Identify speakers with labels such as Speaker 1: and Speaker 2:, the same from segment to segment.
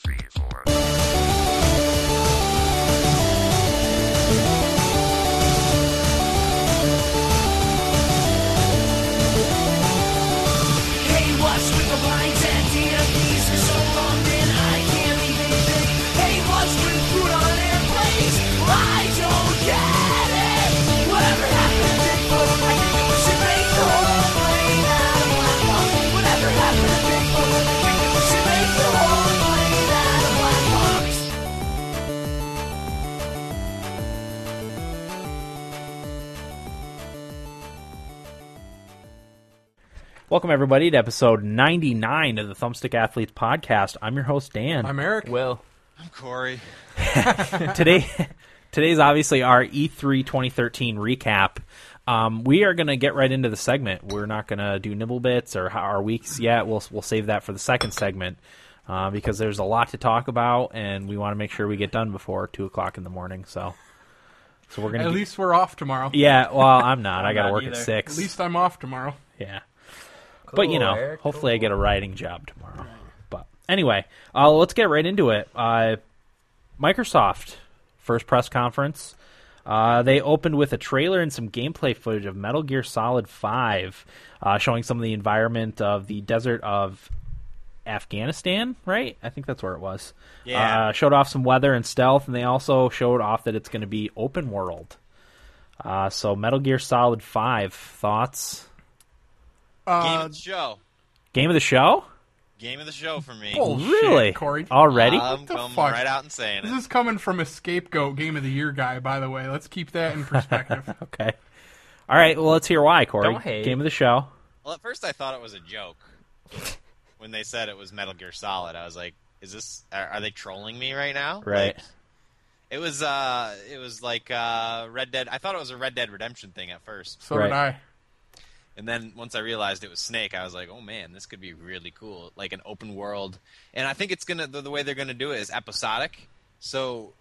Speaker 1: three, four.
Speaker 2: Hey, what's with the blinds and DMPs for so long that I can't even think? Hey, what's with food on airplanes? I don't get it. Whatever happened to Bigfoot? I think that we should make the whole plane out of black box. Whatever happened to Bigfoot? I think that we should make the whole plane out of black box.
Speaker 3: Welcome everybody to episode 99 of the Thumbstick Athletes podcast. I'm your host Dan.
Speaker 4: I'm Eric.
Speaker 5: Will.
Speaker 6: I'm Corey.
Speaker 3: Today today's obviously our E E3 2013 recap. Um, we are going to get right into the segment. We're not going to do nibble bits or how our weeks yet. We'll we'll save that for the second segment uh, because there's a lot to talk about, and we want to make sure we get done before two o'clock in the morning. So, so we're going
Speaker 4: At
Speaker 3: to
Speaker 4: least we're off tomorrow.
Speaker 3: yeah. Well, I'm not. I got to
Speaker 5: not
Speaker 3: work at
Speaker 5: either.
Speaker 3: six.
Speaker 4: At least I'm off tomorrow.
Speaker 3: Yeah. but
Speaker 5: Cool,
Speaker 3: you know,
Speaker 5: Eric,
Speaker 3: hopefully I get a writing job tomorrow. But anyway, uh, let's get right into it. Uh, Microsoft first press conference. Uh, they opened with a trailer and some gameplay footage of Metal Gear Solid Five, uh, showing some of the environment of the desert of Afghanistan. Right, I think that's where it was.
Speaker 6: Yeah.
Speaker 3: Uh, showed off some weather and stealth, and they also showed off that it's going to be open world. Uh, so Metal Gear Solid Five thoughts.
Speaker 6: Game
Speaker 4: Uh,
Speaker 6: of the show.
Speaker 3: Game of the show?
Speaker 6: Game of the show for me.
Speaker 4: Bullshit,
Speaker 3: really?
Speaker 4: Oh, Corey. Um,
Speaker 3: Already?
Speaker 6: I'm
Speaker 4: What the
Speaker 6: coming
Speaker 4: fuck?
Speaker 6: right out and saying
Speaker 4: this
Speaker 6: it.
Speaker 4: is coming from a scapegoat Game of the Year guy, by the way. Let's keep that in perspective.
Speaker 3: okay. All right, well, let's hear why, Corey.
Speaker 5: Don't hate.
Speaker 3: Game of the show.
Speaker 6: Well, at first I thought it was a joke when they said it was Metal Gear Solid. I was like, "Is this? Are, are they trolling me right now?"
Speaker 3: Right.
Speaker 6: Like, it was. Uh, it was like uh, Red Dead. I thought it was a Red Dead Redemption thing at first,
Speaker 4: So did
Speaker 3: Right.
Speaker 4: I.
Speaker 6: and then once I realized it was Snake, I was like, "Oh man, this could be really cool, like an open world." And I think it's gonna the, the way they're gonna do it is episodic. So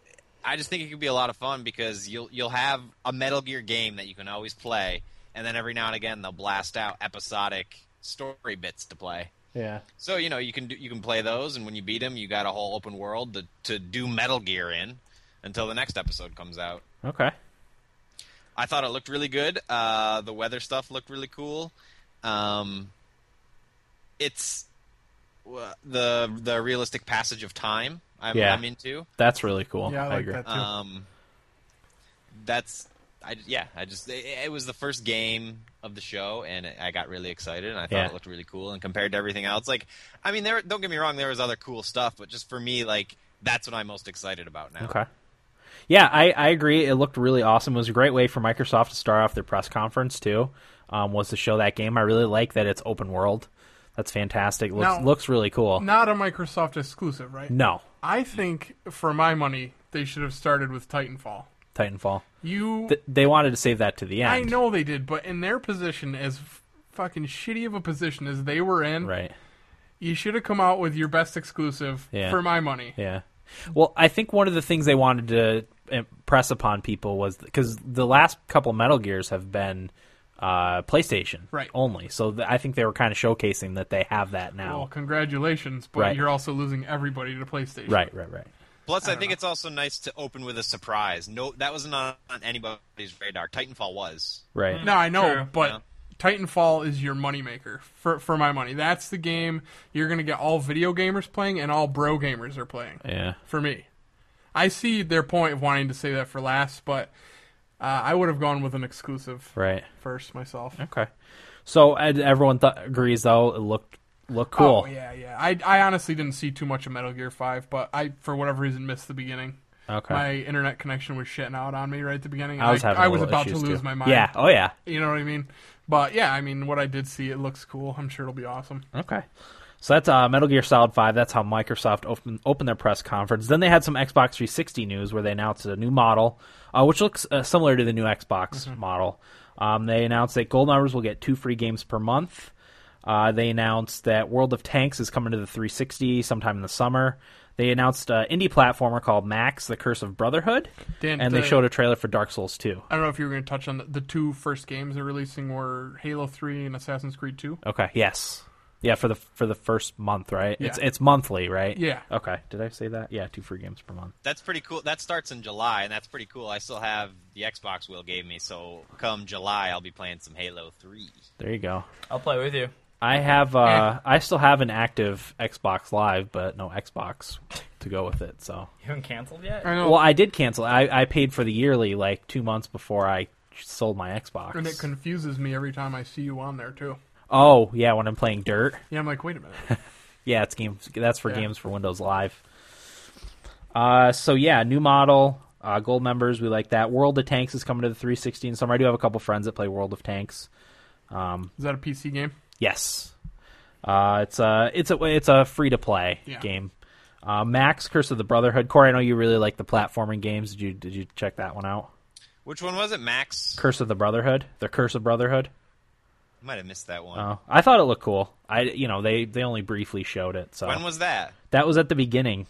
Speaker 6: I just think it could be a lot of fun because you'll you'll have a Metal Gear game that you can always play, and then every now and again they'll blast out episodic story bits to play.
Speaker 3: Yeah.
Speaker 6: So you know you can do, you can play those, and when you beat them, you got a whole open world to to do Metal Gear in until the next episode comes out.
Speaker 3: Okay.
Speaker 6: I thought it looked really good. Uh, the weather stuff looked really cool. Um, it's wha- the the realistic passage of time. I'm,
Speaker 3: Yeah.
Speaker 6: I'm into.
Speaker 3: That's really cool.
Speaker 4: Yeah, I
Speaker 3: I,
Speaker 4: like
Speaker 3: agree.
Speaker 4: that. Too.
Speaker 5: Uh,
Speaker 6: Um, that's I yeah. I just it, it was the first game of the show, and it, I got really excited, and I thought
Speaker 3: Yeah.
Speaker 6: it looked really cool. And compared to everything else, like I mean, there don't get me wrong, there was other cool stuff, but just for me, like that's what I'm most excited about now.
Speaker 3: Okay. Yeah, I, I agree. It looked really awesome. It was a great way for Microsoft to start off their press conference, too, um, was to show that game. I really like that it's open world. That's fantastic. Looks,
Speaker 4: Now-
Speaker 3: looks really cool.
Speaker 4: Not a Microsoft exclusive, right?
Speaker 3: no.
Speaker 4: I think, for my money, they should have started with Titanfall.
Speaker 3: Titanfall.
Speaker 4: You.
Speaker 3: Th- they wanted to save that to the end.
Speaker 4: I know they did, but in their position, as f- fucking shitty of a position as they were in,
Speaker 3: Right.
Speaker 4: you should have come out with your best exclusive
Speaker 3: Yeah.
Speaker 4: for my money.
Speaker 3: Yeah. Well, I think one of the things they wanted to impress upon people was because the last couple Metal Gears have been uh, PlayStation
Speaker 4: Right.
Speaker 3: only, so th- I think they were kind of showcasing that they have that now.
Speaker 4: Well, congratulations, but
Speaker 3: Right.
Speaker 4: you're also losing everybody to PlayStation.
Speaker 3: right, right, right.
Speaker 6: Plus, I, think it's also nice to open with a surprise. No, that wasn't on, on anybody's radar. Titanfall was.
Speaker 3: Right.
Speaker 4: No, I know,
Speaker 5: True.
Speaker 4: but Titanfall is your moneymaker for for my money. That's the game you're gonna get all video gamers playing and all bro gamers are playing.
Speaker 3: Yeah.
Speaker 4: For me, I see their point of wanting to say that for last, but uh, I would have gone with an exclusive
Speaker 3: Right.
Speaker 4: first myself.
Speaker 3: Okay. So and everyone th- agrees, though it looked looked cool.
Speaker 4: Oh yeah, yeah. I I honestly didn't see too much of Metal Gear Five, but I for whatever reason missed the beginning.
Speaker 3: Okay.
Speaker 4: My internet connection was shitting out on me right at the beginning. and
Speaker 3: I was having
Speaker 4: I
Speaker 3: a
Speaker 4: was
Speaker 3: little
Speaker 4: about to
Speaker 3: issues,
Speaker 4: lose
Speaker 3: too.
Speaker 4: my mind.
Speaker 3: Yeah. Oh yeah.
Speaker 4: You know what I mean? But yeah, I mean, what I did see, it looks cool. I'm sure it'll be awesome.
Speaker 3: Okay. So that's uh, Metal Gear Solid 5. That's how Microsoft opened, opened their press conference. Then they had some Xbox 360 news where they announced a new model, uh, which looks uh, similar to the new Xbox model. Um, they announced that gold members will get two free games per month. Uh, they announced that World of Tanks is coming to the 360 sometime in the summer. They announced an indie platformer called Max, The Curse of Brotherhood.
Speaker 4: Dan,
Speaker 3: and they
Speaker 4: the-
Speaker 3: showed a trailer for Dark Souls 2.
Speaker 4: I don't know if you were going to touch on the, the two first games they're releasing were Halo 3 and Assassin's Creed 2.
Speaker 3: Okay, yes. Yeah, for the for the first month, right? It's
Speaker 4: Yeah.
Speaker 3: it's monthly, right?
Speaker 4: Yeah.
Speaker 3: Okay. Did I say that? Yeah, two free games per month.
Speaker 6: That's pretty cool. That starts in July, and that's pretty cool. I still have the Xbox Will gave me, so come July, I'll be playing some Halo Three.
Speaker 3: There you go.
Speaker 1: I'll play with you.
Speaker 3: I have
Speaker 4: Eh.
Speaker 3: uh I still have an active Xbox Live, but no Xbox to go with it. So
Speaker 1: You haven't canceled yet?
Speaker 4: I know.
Speaker 3: Well, I did cancel. I I paid for the yearly like 2 months before I sold my Xbox.
Speaker 4: and it confuses me every time I see you on there too.
Speaker 3: oh, yeah, when I'm playing Dirt.
Speaker 4: Yeah, I'm like, wait a minute.
Speaker 3: Yeah, it's games. That's for
Speaker 4: Yeah.
Speaker 3: games for Windows Live. Uh, so yeah, new model, uh, gold members. We like that. World of Tanks is coming to the 360 in summer. I do have a couple friends that play World of Tanks.
Speaker 4: Is that a PC game?
Speaker 3: Yes, uh, it's a it's a it's a free to play
Speaker 4: Yeah.
Speaker 3: game. Uh, Max Curse of the Brotherhood. Corey, I know you really like the platforming games. Did you did you check that one out?
Speaker 6: Which one was it, Max?
Speaker 3: Curse of the Brotherhood, the Curse of Brotherhood.
Speaker 6: Might have missed that one.
Speaker 3: Oh, I thought it looked cool. I you know they they only briefly showed it. So
Speaker 6: When was that?
Speaker 3: that was at the beginning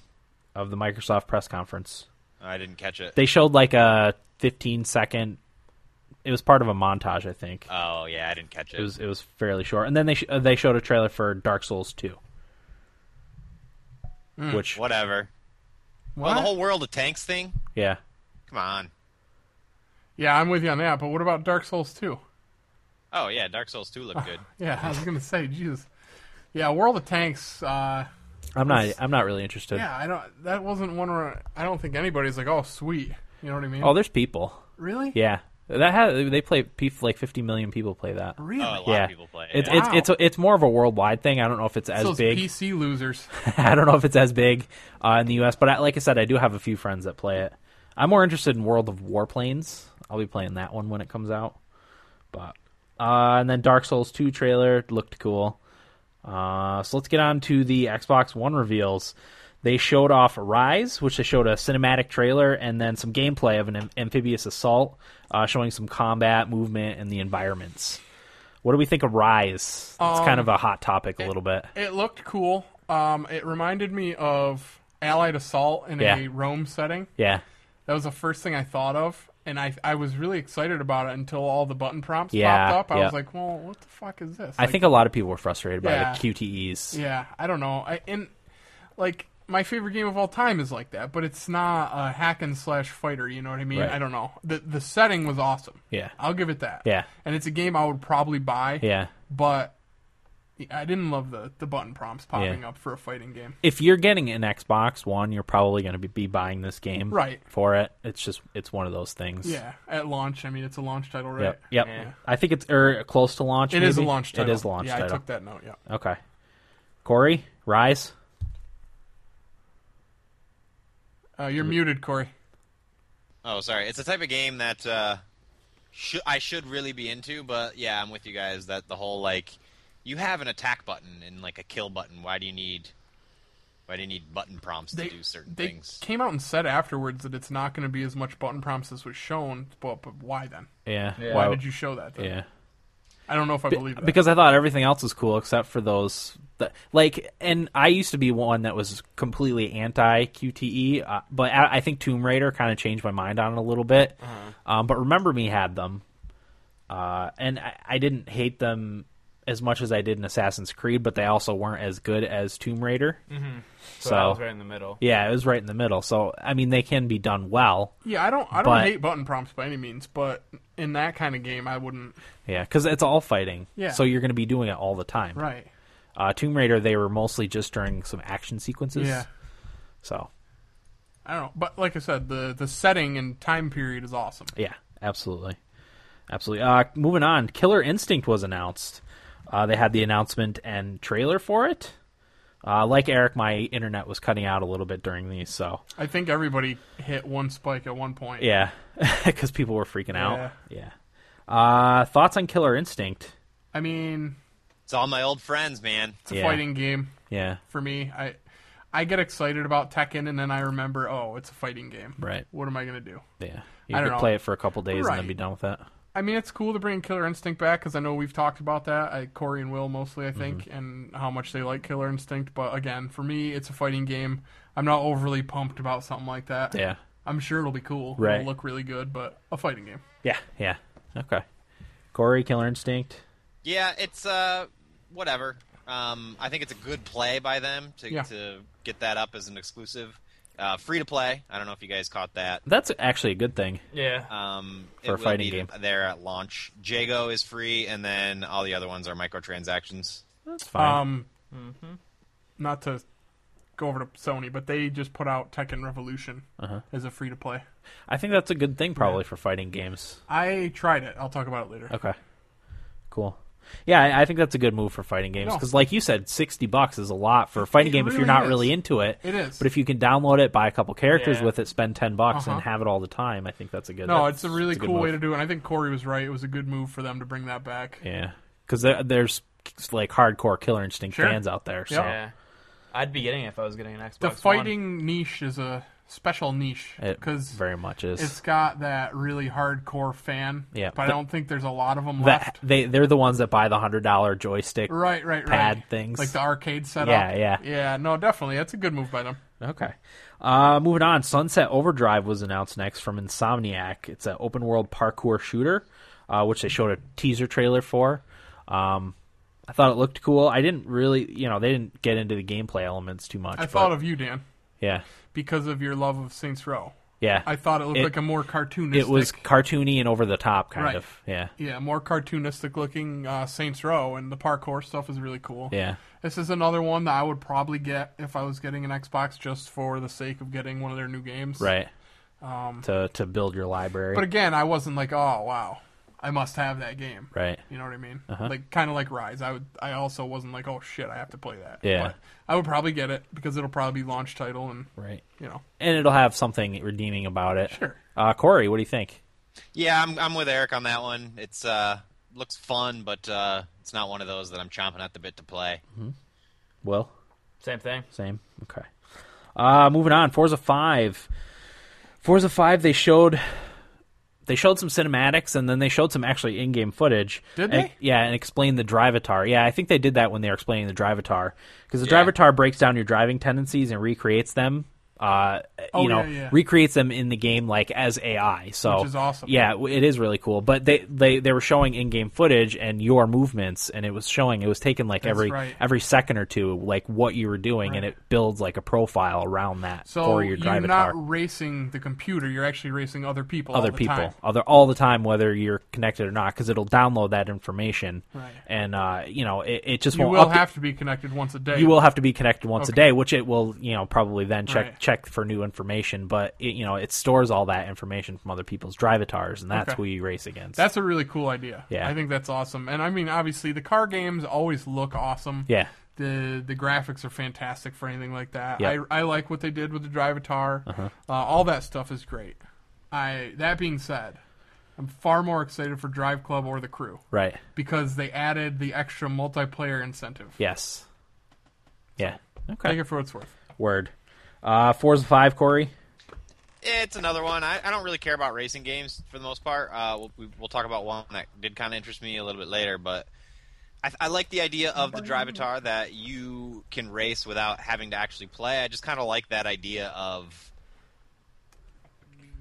Speaker 3: of the Microsoft press conference.
Speaker 6: Oh, I didn't catch it.
Speaker 3: they showed like a 15 second it was part of a montage i think
Speaker 6: oh yeah, I didn't catch it.
Speaker 3: it was it was fairly short and then they sh- uh, they showed a trailer for dark souls 2
Speaker 6: Hmm,
Speaker 3: which
Speaker 6: Whatever. Well, the whole World of Tanks thing.
Speaker 3: yeah
Speaker 6: Come on.
Speaker 4: Yeah, I'm with you on that. But what about Dark Souls 2?
Speaker 6: Oh yeah, Dark Souls Two looked good.
Speaker 4: Yeah, I was gonna say, Jesus. Yeah, World of Tanks. Uh,
Speaker 3: i'm not i'm not really interested
Speaker 4: yeah, I don't. That wasn't one where I don't think anybody's like, oh, sweet. You know what I mean?
Speaker 3: oh there's people
Speaker 4: really?
Speaker 3: yeah that has they play peop- like 50 million people play that
Speaker 4: Really?
Speaker 6: Oh, a lot
Speaker 3: yeah
Speaker 6: of people play. it.
Speaker 3: it's
Speaker 6: yeah.
Speaker 3: it's
Speaker 4: Wow.
Speaker 3: it's a- it's more of a worldwide thing i don't know if it's as
Speaker 4: Those
Speaker 3: big
Speaker 4: PC losers.
Speaker 3: i don't know if it's as big uh, in the us but I, like i said i do have a few friends that play it i'm more interested in world of warplanes i'll be playing that one when it comes out but uh, and then Dark Souls 2 trailer looked cool. Uh, so let's get on to the Xbox One reveals. They showed off Rise, which they showed a cinematic trailer and then some gameplay of an am- amphibious assault, uh, showing some combat, movement, and the environments. What do we think of Rise? It's kind of a hot topic a little bit.
Speaker 4: It looked cool. Um, it reminded me of Allied Assault in
Speaker 3: Yeah.
Speaker 4: a Rome setting.
Speaker 3: Yeah,
Speaker 4: That was the first thing I thought of, and I I was really excited about it until all the button prompts
Speaker 3: Yeah,
Speaker 4: popped up. I
Speaker 3: yeah.
Speaker 4: was like, well, what the fuck is this?
Speaker 3: I think a lot of people were frustrated by
Speaker 4: Yeah.
Speaker 3: the QTEs.
Speaker 4: Yeah, I don't know. I and like my favorite game of all time is like that, but it's not a hack and slash fighter. You know what I mean?
Speaker 3: Right.
Speaker 4: I don't know. the The setting was awesome.
Speaker 3: Yeah.
Speaker 4: I'll give it that.
Speaker 3: Yeah.
Speaker 4: and it's a game I would probably buy.
Speaker 3: yeah.
Speaker 4: but I didn't love the the button prompts popping
Speaker 3: Yeah.
Speaker 4: up for a fighting game.
Speaker 3: if you're getting an Xbox One, you're probably going to be, be buying this game
Speaker 4: Right.
Speaker 3: for it. It's just it's one of those things.
Speaker 4: Yeah, at launch. I mean, it's a launch title, right?
Speaker 3: Yep. Yep.
Speaker 1: Yeah.
Speaker 3: I think it's or close to launch.
Speaker 4: It is a
Speaker 3: maybe?
Speaker 4: launch title.
Speaker 3: It is a launch
Speaker 4: yeah,
Speaker 3: title.
Speaker 4: I took that note. Yeah.
Speaker 3: Okay. Corey, Rise.
Speaker 4: Uh, you're muted, Corey.
Speaker 6: Oh, sorry. It's the type of game that uh, should I should really be into, but yeah, I'm with you guys. That the whole like, you have an attack button and like a kill button. Why do you need? Why do you need button prompts to do certain
Speaker 4: they
Speaker 6: things?
Speaker 4: came out and said afterwards that it's not going to be as much button prompts as was shown, but, but why then?
Speaker 3: Yeah.
Speaker 1: Yeah.
Speaker 4: Why
Speaker 1: Wow.
Speaker 4: did you show that? Then?
Speaker 3: Yeah.
Speaker 4: I don't know if I believe that.
Speaker 3: Because I thought everything else was cool except for those. That, like, and I used to be one that was completely anti QTE, uh, but I, I think Tomb Raider kind of changed my mind on it a little bit.
Speaker 1: Uh-huh.
Speaker 3: Um, but Remember Me had them, uh, and I, I didn't hate them as much as I did in Assassin's Creed, but they also weren't as good as Tomb Raider.
Speaker 1: Mm-hmm. So,
Speaker 3: So-
Speaker 1: I was right in the middle.
Speaker 3: Yeah, it was right in the middle. So I mean, they can be done well.
Speaker 4: Yeah, I don't. I don't
Speaker 3: But-
Speaker 4: hate button prompts by any means, but in that kind of game, I wouldn't.
Speaker 3: Yeah, because it's all fighting.
Speaker 4: Yeah.
Speaker 3: So you're going to be doing it all the time.
Speaker 4: Right.
Speaker 3: Uh, Tomb Raider, they were mostly just during some action sequences.
Speaker 4: Yeah.
Speaker 3: So
Speaker 4: I don't know, but like I said, the the setting and time period is awesome.
Speaker 3: Yeah, absolutely, absolutely. Uh, moving on, Killer Instinct was announced. Uh, they had the announcement and trailer for it. Uh, like Eric, my internet was cutting out a little bit during these, so
Speaker 4: I think everybody hit one spike at one point.
Speaker 3: yeah, because people were freaking out. Yeah. Uh, thoughts on Killer Instinct?
Speaker 4: I mean,
Speaker 6: It's all my old friends, man.
Speaker 4: it's a
Speaker 3: Yeah.
Speaker 4: fighting game
Speaker 3: Yeah,
Speaker 4: for me. I I get excited about Tekken, and then I remember, oh, it's a fighting game.
Speaker 3: Right.
Speaker 4: What am I gonna do?
Speaker 3: yeah. You
Speaker 4: I don't
Speaker 3: could
Speaker 4: know.
Speaker 3: play it for a couple days and then
Speaker 4: Right.
Speaker 3: be done with it.
Speaker 4: I mean, it's cool to bring Killer Instinct back because I know we've talked about that. I, Corey and Will mostly,
Speaker 3: Mm-hmm.
Speaker 4: I think, and how much they like Killer Instinct. But again, for me, it's a fighting game. I'm not overly pumped about something like that.
Speaker 3: Yeah,
Speaker 4: I'm sure it'll be cool.
Speaker 3: Right.
Speaker 4: It'll look really good, but a fighting game.
Speaker 3: yeah, yeah. Okay. Corey, Killer Instinct.
Speaker 6: Yeah, it's uh, whatever. Uh, Um, I think it's a good play by them to,
Speaker 4: Yeah.
Speaker 6: to get that up as an exclusive. Uh, free to play. I don't know if you guys caught that.
Speaker 3: That's actually a good thing.
Speaker 1: Yeah.
Speaker 6: Um,
Speaker 3: For a
Speaker 6: it will
Speaker 3: fighting
Speaker 6: be
Speaker 3: game.
Speaker 6: there at launch. Jago is free, and then all the other ones are microtransactions.
Speaker 3: That's fine.
Speaker 4: Um, Not to go over to Sony, but they just put out Tekken Revolution
Speaker 3: Uh-huh.
Speaker 4: as a free to play.
Speaker 3: I think that's a good thing probably for fighting games.
Speaker 4: I tried it. I'll talk about it later.
Speaker 3: Okay. Cool. Yeah, I, I think that's a good move for fighting games
Speaker 4: No.
Speaker 3: because, like you said, sixty bucks is a lot for a fighting
Speaker 4: It
Speaker 3: game if you're
Speaker 4: really
Speaker 3: not
Speaker 4: is.
Speaker 3: really into it.
Speaker 4: It is.
Speaker 3: But if you can download it, buy a couple characters
Speaker 1: Yeah.
Speaker 3: with it, spend ten bucks, and
Speaker 4: Uh-huh.
Speaker 3: have it all the time, I think that's a good.
Speaker 4: No,
Speaker 3: that's-
Speaker 4: it's a really
Speaker 3: good
Speaker 4: cool way to
Speaker 3: move.
Speaker 4: do it. And I think Corey was right. It was a good move for them to bring that back.
Speaker 3: Yeah, because there, there's like hardcore Killer Instinct
Speaker 4: Sure.
Speaker 3: fans out there. So
Speaker 1: Yeah. I'd be getting it if I was getting an Xbox.
Speaker 4: The
Speaker 1: One.
Speaker 4: fighting niche is a special niche
Speaker 3: it
Speaker 4: because
Speaker 3: very much is
Speaker 4: it's got that really hardcore fan.
Speaker 3: Yeah.
Speaker 4: but I
Speaker 3: Th-
Speaker 4: don't think there's a lot of them
Speaker 3: that
Speaker 4: left.
Speaker 3: they they're the ones that buy the hundred dollar joystick.
Speaker 4: Right, right, right.
Speaker 3: pad things.
Speaker 4: like the arcade setup.
Speaker 3: Yeah, yeah.
Speaker 4: yeah. No, definitely, that's a good move by them.
Speaker 3: Okay. Uh, moving on, Sunset Overdrive was announced next from Insomniac. It's an open world parkour shooter, uh, which they showed a teaser trailer for. Um, I thought it looked cool. I didn't really, you know, they didn't get into the gameplay elements too much.
Speaker 4: I
Speaker 3: but-
Speaker 4: thought of you, Dan,
Speaker 3: yeah,
Speaker 4: because of your love of Saints Row.
Speaker 3: yeah.
Speaker 4: I thought it looked
Speaker 3: It-
Speaker 4: like a more cartoonistic.
Speaker 3: it was cartoony and over the top, kind
Speaker 4: Right.
Speaker 3: of. Yeah,
Speaker 4: yeah, more cartoonistic looking uh, Saints Row, and the parkour stuff is really cool.
Speaker 3: yeah.
Speaker 4: This is another one that I would probably get if I was getting an Xbox just for the sake of getting one of their new games.
Speaker 3: Right. Um, to to build your library.
Speaker 4: But again, I wasn't like, oh wow, I must have that game.
Speaker 3: right. Uh-huh.
Speaker 4: You know what I mean? Like kind of like Rise. I would. I also wasn't like, oh shit, I have to play that.
Speaker 3: Yeah.
Speaker 4: But I would probably get it because it'll probably be launch title and
Speaker 3: Right.
Speaker 4: you know.
Speaker 3: And it'll have something redeeming about it.
Speaker 4: Sure.
Speaker 3: Uh, Corey, what do you think?
Speaker 6: Yeah, I'm I'm with Eric on that one. It's uh looks fun, but uh, it's not one of those that I'm chomping at the bit to play.
Speaker 3: Will.
Speaker 1: Same thing.
Speaker 3: Same. Okay. Uh, moving on. Forza Five. Forza Five. They showed. They showed some cinematics and then they showed some actually in-game footage.
Speaker 4: Did
Speaker 3: And-
Speaker 4: they?
Speaker 3: yeah, and explained the drivatar. Yeah, I think they did that when they were explaining the drivatar because the
Speaker 6: Yeah.
Speaker 3: drivatar breaks down your driving tendencies and recreates them. Uh,
Speaker 4: Oh,
Speaker 3: you know,
Speaker 4: yeah, yeah.
Speaker 3: recreates them in the game like as AI. So
Speaker 4: Which is awesome.
Speaker 3: Yeah, w- it is really cool. But they they, they were showing in-game footage and your movements, and it was showing it was taken like every
Speaker 4: right.
Speaker 3: every second or two, like what you were doing, and
Speaker 4: Right.
Speaker 3: it builds like a profile around that
Speaker 4: So
Speaker 3: for your
Speaker 4: you're
Speaker 3: drivatar.
Speaker 4: not racing the computer; you're actually racing other people. all
Speaker 3: other
Speaker 4: the
Speaker 3: people,
Speaker 4: time.
Speaker 3: other all the time, whether you're connected or not, because it'll download that information,
Speaker 4: Right.
Speaker 3: and uh, you know it, it just
Speaker 4: You
Speaker 3: won't
Speaker 4: will
Speaker 3: upda-
Speaker 4: have to be connected once a day.
Speaker 3: you will have to be connected once
Speaker 4: Okay.
Speaker 3: a day, which it will, you know, probably then check
Speaker 4: Right.
Speaker 3: check for new information. But it, you know, it stores all that information from other people's drivatars, and that's
Speaker 4: Okay.
Speaker 3: who you race against.
Speaker 4: That's a really cool idea.
Speaker 3: Yeah.
Speaker 4: I think that's awesome. And I mean, obviously, the car games always look awesome.
Speaker 3: yeah,
Speaker 4: The the graphics are fantastic for anything like that.
Speaker 3: Yeah. Uh-huh.
Speaker 4: I I like what they did with the Drivatar. uh all that stuff is great. I that being said, I'm far more excited for Drive Club or the Crew
Speaker 3: right.
Speaker 4: because they added the extra multiplayer incentive.
Speaker 3: Yes. Yeah.
Speaker 4: Take
Speaker 3: Okay.
Speaker 4: it for what it's worth.
Speaker 3: Word. Uh, fours and five, Corey.
Speaker 6: It's another one. I, I don't really care about racing games for the most part. Uh, we'll, we, we'll talk about one that did kind of interest me a little bit later, but I, I like the idea of the Drivatar that you can race without having to actually play. I just kind of like that idea of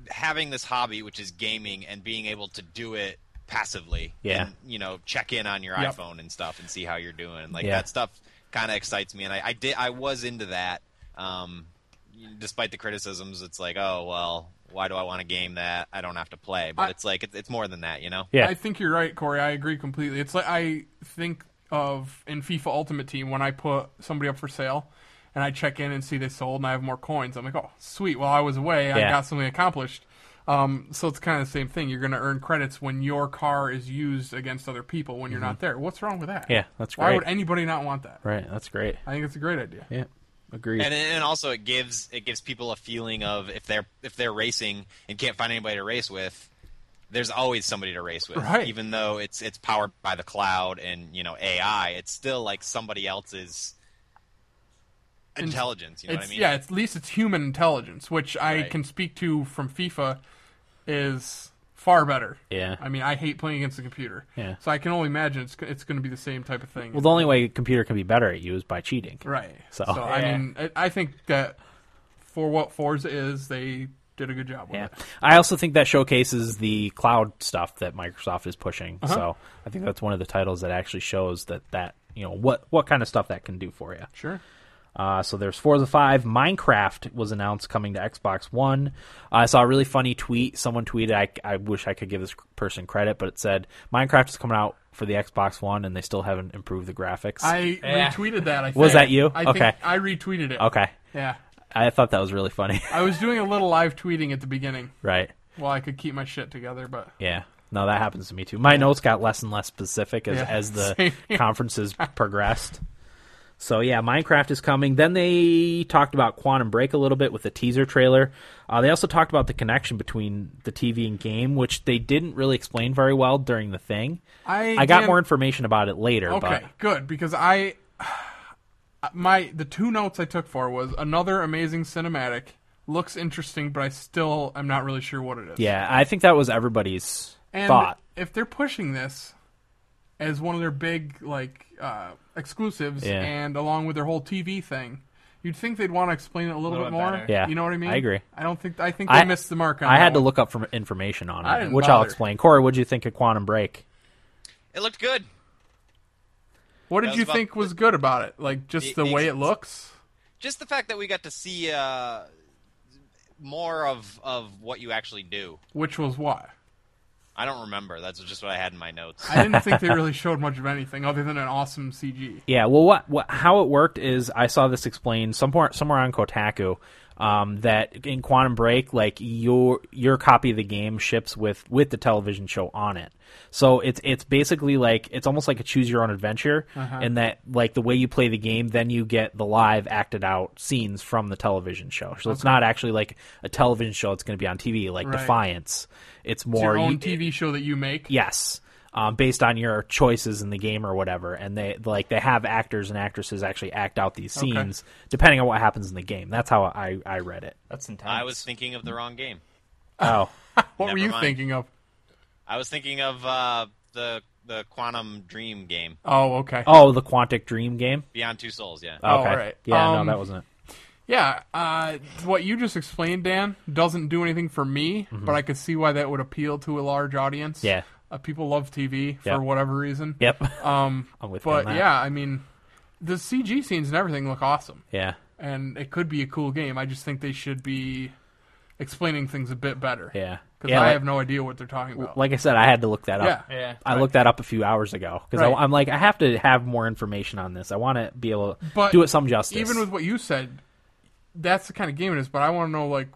Speaker 6: having this hobby, which is gaming, and being able to do it passively.
Speaker 3: Yeah.
Speaker 6: And, you know, check in on your
Speaker 4: Yep.
Speaker 6: iPhone and stuff and see how you're doing. Like
Speaker 3: Yeah.
Speaker 6: that stuff kind of excites me, and I, I did I was into that. Um, despite the criticisms, it's like, oh well, why do I want to game that I don't have to play? But
Speaker 4: I-
Speaker 6: it's like it's, it's more than that, you know.
Speaker 3: Yeah.
Speaker 4: I think you're right, Corey. I agree completely. It's like I think of in FIFA Ultimate Team when I put somebody up for sale and I check in and see they sold and I have more coins. I'm like, oh, sweet. While I was away, I
Speaker 3: Yeah.
Speaker 4: got something accomplished. Um, so it's kind of the same thing. You're going to earn credits when your car is used against other people when you're not there. What's wrong with that?
Speaker 3: Mm-hmm. Yeah, that's
Speaker 4: Why
Speaker 3: great.
Speaker 4: would anybody not want that?
Speaker 3: Right. That's great.
Speaker 4: I think it's a great idea.
Speaker 3: Yeah. Agreed.
Speaker 6: And and also it gives it gives people a feeling of if they're if they're racing and can't find anybody to race with, there's always somebody to race with.
Speaker 4: Right.
Speaker 6: Even though it's it's powered by the cloud and you know AI, it's still like somebody else's intelligence. You know
Speaker 4: it's,
Speaker 6: what I mean?
Speaker 4: Yeah, it's, at least it's human intelligence, which I
Speaker 6: Right.
Speaker 4: can speak to from FIFA, is far better.
Speaker 3: Yeah.
Speaker 4: I mean, I hate playing against the computer.
Speaker 3: Yeah.
Speaker 4: So I can only imagine it's it's going to be the same type of thing.
Speaker 3: well, the only way a computer can be better at you is by cheating.
Speaker 4: right.
Speaker 3: So-
Speaker 4: I
Speaker 1: Yeah.
Speaker 4: mean, I, I think that for what Forza is, they did a good job with
Speaker 3: Yeah.
Speaker 4: it.
Speaker 3: I also think that showcases the cloud stuff that Microsoft is pushing. So I think that's one of the titles that actually shows that that you know what what kind of stuff that can do for you.
Speaker 4: Sure.
Speaker 3: Uh, so there's Forza 5. Minecraft was announced coming to Xbox One. I saw a really funny tweet. Someone tweeted, I, I wish I could give this person credit, but it said, Minecraft is coming out for the Xbox One and they still haven't improved the graphics.
Speaker 4: I
Speaker 1: Yeah.
Speaker 4: retweeted that. I think.
Speaker 3: Was that you?
Speaker 4: I
Speaker 3: Okay.
Speaker 4: Think I retweeted it.
Speaker 3: okay.
Speaker 4: Yeah.
Speaker 3: I thought that was really funny.
Speaker 4: I was doing a little live tweeting at the beginning
Speaker 3: right.
Speaker 4: while I could keep my shit together, but
Speaker 3: Yeah. No, that happens to me too. My notes got less and less specific as,
Speaker 4: Yeah,
Speaker 3: as the
Speaker 4: same here.
Speaker 3: conferences progressed. So yeah, Minecraft is coming. Then they talked about Quantum Break a little bit with the teaser trailer. Uh, they also talked about the connection between the TV and game, which they didn't really explain very well during the thing.
Speaker 4: I
Speaker 3: I got
Speaker 4: didn't-
Speaker 3: more information about it later,
Speaker 4: Okay, good because I my the two notes I took for was another amazing cinematic looks interesting, but I still am not really sure what it is.
Speaker 3: but yeah, I think that was everybody's
Speaker 4: and
Speaker 3: thought.
Speaker 4: if they're pushing this as one of their big like uh, exclusives,
Speaker 3: Yeah.
Speaker 4: and along with their whole TV thing. You'd think they'd want to explain it a little,
Speaker 1: little
Speaker 4: bit
Speaker 1: bit
Speaker 4: more.
Speaker 1: better.
Speaker 3: Yeah,
Speaker 4: you know what I mean.
Speaker 3: I agree.
Speaker 4: I don't think I think they
Speaker 3: I-
Speaker 4: missed the mark. on
Speaker 3: I
Speaker 4: that
Speaker 3: had to
Speaker 4: one.
Speaker 3: look up for information on
Speaker 4: I
Speaker 3: it,
Speaker 4: didn't
Speaker 3: which I'll
Speaker 4: bother.
Speaker 3: explain. Corey, what do you think of Quantum Break?
Speaker 6: It looked good.
Speaker 4: What
Speaker 6: That
Speaker 4: did
Speaker 6: was
Speaker 4: you
Speaker 6: about-
Speaker 4: think was good about it? Like
Speaker 6: The-
Speaker 4: just the
Speaker 6: the
Speaker 4: way it
Speaker 6: ex-
Speaker 4: looks.
Speaker 6: Just the fact that we got to see uh, more of of what you actually do.
Speaker 4: Which was what?
Speaker 6: I don't remember. That's just what I had in my notes.
Speaker 4: I didn't think they really showed much of anything other than an awesome CG.
Speaker 3: Yeah, well, what, what how it worked is I saw this explained somewhere somewhere on Kotaku um, that in Quantum Break, like your your copy of the game ships with with the television show on it. So it's it's basically like it's almost like a choose your own adventure,
Speaker 4: Uh-huh.
Speaker 3: and that like the way you play the game, then you get the live acted out scenes from the television show. So it's not actually like a television show that's going to be on TV like
Speaker 4: Right.
Speaker 3: Defiance. It's more
Speaker 4: It's your own
Speaker 3: you-
Speaker 4: TV show that you make.
Speaker 3: Yes, um, based on your choices in the game or whatever, and they like they have actors and actresses actually act out these
Speaker 4: Okay.
Speaker 3: scenes depending on what happens in the game. That's how I I read it.
Speaker 1: That's intense.
Speaker 6: I was thinking of the wrong game.
Speaker 3: Oh,
Speaker 4: what
Speaker 6: never
Speaker 4: were you
Speaker 6: mind.
Speaker 4: thinking of?
Speaker 6: I was thinking of uh, the the Quantum Dream game,
Speaker 4: Oh, okay.
Speaker 3: oh, the Quantic Dream game.
Speaker 6: Beyond Two Souls. Yeah.
Speaker 3: Okay,
Speaker 4: right.
Speaker 3: yeah,
Speaker 4: Um,
Speaker 3: no, that wasn't it.
Speaker 4: Yeah, uh, what you just explained, Dan, doesn't do anything for me, but I could see why that would appeal to a large audience.
Speaker 3: Mm-hmm. Yeah.
Speaker 4: Uh, people love TV
Speaker 3: Yeah.
Speaker 4: for whatever reason.
Speaker 3: Yep,
Speaker 4: Um,
Speaker 3: I'm with you on
Speaker 4: but
Speaker 3: that.
Speaker 4: yeah, I mean, the CG scenes and everything look awesome,
Speaker 3: yeah,
Speaker 4: and it could be a cool game. I just think they should be explaining things a bit better.
Speaker 3: yeah,
Speaker 4: Because
Speaker 3: yeah.
Speaker 4: I
Speaker 3: like,
Speaker 4: have no idea what they're talking about.
Speaker 3: like I said, I had to look that up.
Speaker 4: Yeah.
Speaker 1: Yeah.
Speaker 3: I looked that up a few hours ago because
Speaker 4: Right.
Speaker 3: I'm like, I have to have more information on this. I want to be able to
Speaker 4: But
Speaker 3: do it some justice.
Speaker 4: even with what you said, that's the kind of game it is. But I want to know like,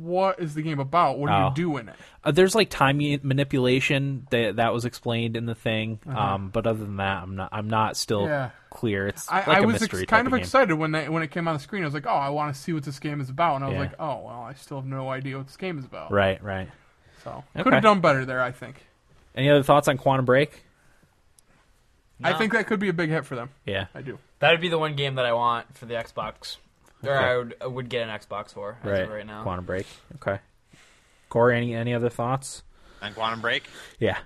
Speaker 4: what is the game about? What do
Speaker 3: Oh.
Speaker 4: you do in it?
Speaker 3: Uh, there's like time u- manipulation that that was explained in the thing, um, but other than that, I'm not I'm not still
Speaker 4: Uh-huh. Yeah.
Speaker 3: clear. It's
Speaker 4: I,
Speaker 3: like
Speaker 4: I
Speaker 3: a
Speaker 4: was ex-
Speaker 3: mystery
Speaker 4: kind of,
Speaker 3: type game.
Speaker 4: excited when that when it came on the screen. I was like, oh, I want to see what this game is about. And I was
Speaker 3: Yeah.
Speaker 4: like, oh, well, I still have no idea what this game is about.
Speaker 3: Right, right.
Speaker 4: So could
Speaker 3: Okay.
Speaker 4: have done better there. I think.
Speaker 3: Any other thoughts on Quantum Break?
Speaker 4: I think that could be a big hit for them.
Speaker 3: Yeah,
Speaker 4: I do.
Speaker 1: That would be the one game that I want for the Xbox. Or I would, I would get an Xbox for as
Speaker 3: right.
Speaker 1: of right now.
Speaker 3: Quantum Break. Okay. Corey, any any other thoughts?
Speaker 6: On Quantum Break.
Speaker 3: Yeah.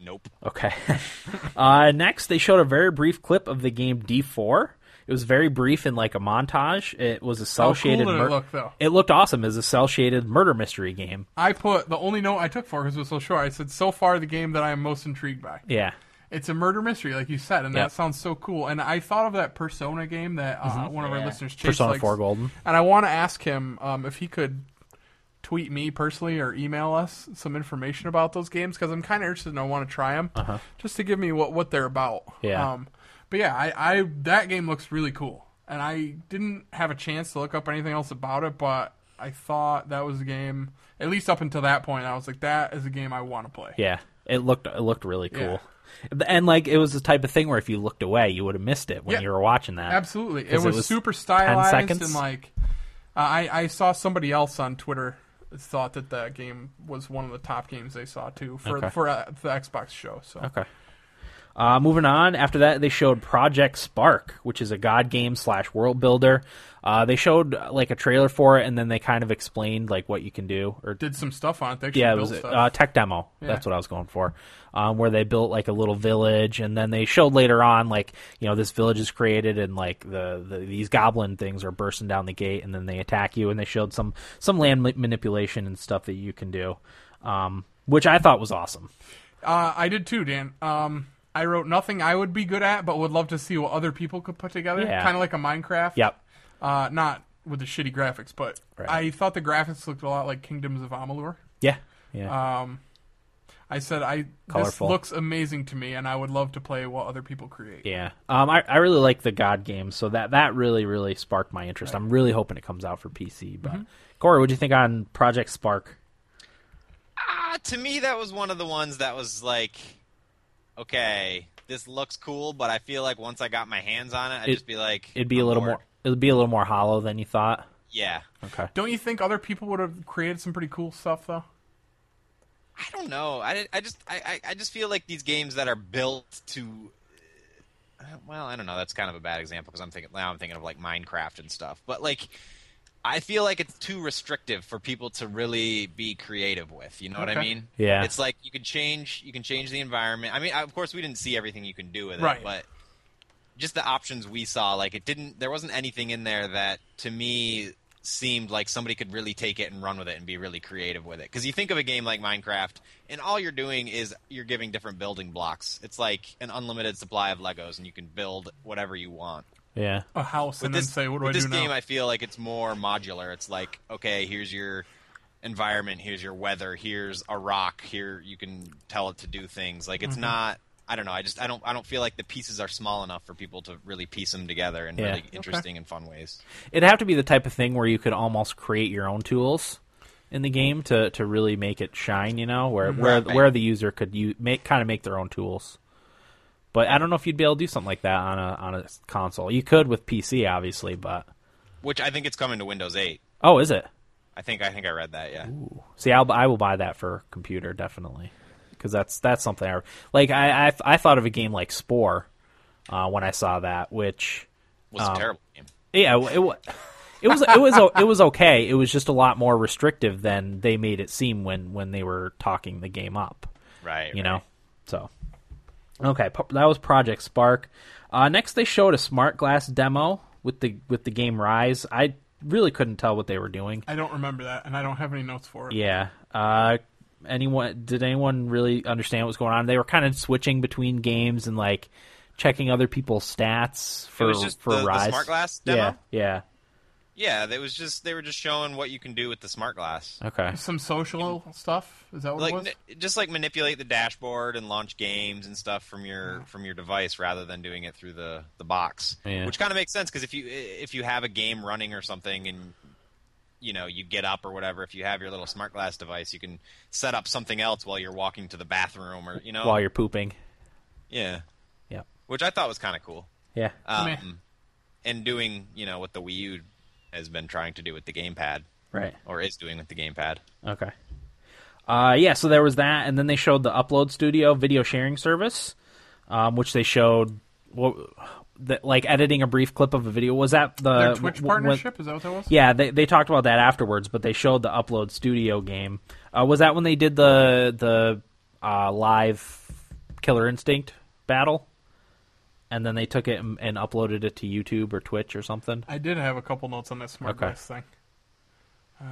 Speaker 6: Nope.
Speaker 3: Okay. uh, next, they showed a very brief clip of the game D4. It was very brief in like a montage. It was a cell shaded.
Speaker 4: did it
Speaker 3: mur-
Speaker 4: look, though?
Speaker 3: It looked awesome as a cell shaded murder mystery game.
Speaker 4: I put the only note I took for because it was so short. I said, so far the game that I am most intrigued by.
Speaker 3: Yeah.
Speaker 4: It's a murder mystery, like you said, and
Speaker 3: Yeah.
Speaker 4: that sounds so cool. And I thought of that Persona game that uh, one of our
Speaker 1: Yeah.
Speaker 4: listeners, Chase,
Speaker 3: Mm-hmm. Persona
Speaker 4: likes.
Speaker 3: Four Golden.
Speaker 4: And I want to ask him um, if he could tweet me personally or email us some information about those games because I'm kind of interested and I want to try them just to give me what, what they're about.
Speaker 3: Yeah.
Speaker 4: Um, but yeah, I, I that game looks really cool, and I didn't have a chance to look up anything else about it, but I thought that was a game. At least up until that point, I was like, that is a game I want to play.
Speaker 3: Yeah, it looked it looked really cool, and like it was the type of thing where if you looked away, you would have missed it when
Speaker 4: Yeah.
Speaker 3: you were watching that.
Speaker 4: Absolutely, it
Speaker 3: 'Cause it
Speaker 4: was,
Speaker 3: was
Speaker 4: super
Speaker 3: 10
Speaker 4: stylized
Speaker 3: seconds?
Speaker 4: and like uh, I I saw somebody else on Twitter thought that that game was one of the top games they saw too for
Speaker 3: Okay.
Speaker 4: for uh, the Xbox show. So
Speaker 3: Okay. Uh, moving on, after that they showed Project Spark, which is a god game slash world builder. Uh, they showed uh, like a trailer for it, and then they kind of explained like what you can do. Or
Speaker 4: did some stuff on it. They actually
Speaker 3: yeah, it
Speaker 4: built
Speaker 3: was
Speaker 4: stuff.
Speaker 3: uh, tech demo. That's what I was going for, um, where they built like a little village, and then they showed later on like you know this village is created, and like the, the these goblin things are bursting down the gate, and then they attack you, and they showed some some land ma- manipulation and stuff that you can do, um, which I thought was awesome.
Speaker 4: Uh, I did too, Dan. Um, I wrote nothing I would be good at, but would love to see what other people could put together.
Speaker 3: Yeah.
Speaker 4: Kind of like a Minecraft.
Speaker 3: Yep.
Speaker 4: Uh, not with the shitty graphics, but
Speaker 3: Right.
Speaker 4: I thought the graphics looked a lot like Kingdoms of Amalur.
Speaker 3: Yeah. Yeah.
Speaker 4: Um, I said I this
Speaker 3: Colorful.
Speaker 4: looks amazing to me, and I would love to play what other people create.
Speaker 3: yeah. Um, I, I really like the God game, so that, that really, really sparked my interest. I'm really hoping it comes out for PC.
Speaker 4: Mm-hmm.
Speaker 3: But Corey, what'd you think on Project Spark?
Speaker 6: Ah, to me, that was one of the ones that was like, okay, this looks cool, but I feel like once I got my hands on it, I'd
Speaker 3: It-
Speaker 6: just be like,
Speaker 3: It'd be
Speaker 6: I'm
Speaker 3: a little
Speaker 6: bored.
Speaker 3: more it'd be a little more hollow than you thought.
Speaker 6: Yeah,
Speaker 3: Okay.
Speaker 4: Don't you think other people would have created some pretty cool stuff though?
Speaker 6: I don't know. I, I just I, I I just feel like these games that are built to. uh, Well, I don't know. That's kind of a bad example because I'm thinking now. I'm thinking of like Minecraft and stuff. But like, I feel like it's too restrictive for people to really be creative with. You know what I
Speaker 4: Okay.
Speaker 6: mean?
Speaker 3: Yeah.
Speaker 6: It's like you can change. You can change the environment. I mean, I- of course, we didn't see everything you can do with it,
Speaker 4: Right.
Speaker 6: but just the options we saw, like it didn't. There wasn't anything in there that to me seemed like somebody could really take it and run with it and be really creative with it. Because you think of a game like Minecraft, and all you're doing is you're giving different building blocks. It's like an unlimited supply of Legos, and you can build whatever you want.
Speaker 3: Yeah.
Speaker 4: A house, and then say, "What do
Speaker 6: with
Speaker 4: I
Speaker 6: this
Speaker 4: do
Speaker 6: game,
Speaker 4: now?"
Speaker 6: I feel like it's more modular. It's like, okay, here's your environment, here's your weather, here's a rock, here you can tell it to do things. Like it's
Speaker 4: Mm-hmm.
Speaker 6: not. I don't know. I just I don't I don't feel like the pieces are small enough for people to really piece them together in
Speaker 3: Yeah.
Speaker 6: really interesting and fun ways.
Speaker 3: It'd have to be the type of thing where you could almost create your own tools in the game to, to really make it shine, you know, where where
Speaker 6: Right.
Speaker 3: where the user could you make kind of make their own tools. But I don't know if you'd be able to do something like that on a on a console. You could with PC obviously, but
Speaker 6: Which I think it's coming to Windows 8.
Speaker 3: Oh, is it?
Speaker 6: I think I think I read that. Yeah.
Speaker 3: See, I'll, I will buy that for computer definitely, because that's that's something I like. I, I I thought of a game like Spore uh, when I saw that, which
Speaker 6: was
Speaker 4: um,
Speaker 6: a terrible game.
Speaker 3: yeah, it, wa- it was it was o- it was okay. It was just a lot more restrictive than they made it seem when when they were talking the game up.
Speaker 6: Right.
Speaker 3: You
Speaker 6: right.
Speaker 3: know, so okay, po- that was Project Spark. Uh, next, they showed a smart glass demo with the with the game Rise. I really couldn't tell what they were doing.
Speaker 4: I don't remember that, and I don't have any notes for it.
Speaker 3: Yeah. Uh, anyone? Did anyone really understand what was going on? They were kind of switching between games and like checking other people's stats for
Speaker 6: was just
Speaker 3: for
Speaker 6: the- the
Speaker 3: rise.
Speaker 6: smart glass demo?
Speaker 3: Yeah.
Speaker 6: Yeah, they was just they were just showing what you can do with the smart glass.
Speaker 3: Yeah. Okay.
Speaker 4: Some social stuff is that what
Speaker 6: Like
Speaker 4: it was?
Speaker 6: n- just like manipulate the dashboard and launch games and stuff from your from your device rather than doing it through the the box.
Speaker 3: Yeah.
Speaker 6: Which kind of makes sense because if you if you have a game running or something and you know you get up or whatever if you have your little smart glass device you can set up something else while you're walking to the bathroom or you know
Speaker 3: While you're pooping.
Speaker 6: yeah
Speaker 3: Yeah.
Speaker 6: which i thought was kind of cool
Speaker 3: Yeah.
Speaker 4: Meh.
Speaker 6: um, and doing you know what the Wii U has been trying to do with the gamepad
Speaker 3: right.
Speaker 6: or is doing with the gamepad.
Speaker 3: Okay. Uh, yeah, so there was that, and then they showed the Upload Studio video sharing service, um, which they showed what, that, like editing a brief clip of a video. Was that the
Speaker 4: Their Twitch
Speaker 3: w- w-
Speaker 4: partnership is that what that was?
Speaker 3: Yeah, they they talked about that afterwards, but they showed the Upload Studio game. Uh, was that when they did the the uh, live Killer Instinct battle, and then they took it and, and uploaded it to YouTube or Twitch or something?
Speaker 4: I did have a couple notes on this smart
Speaker 3: Okay.
Speaker 4: glass thing. Uh,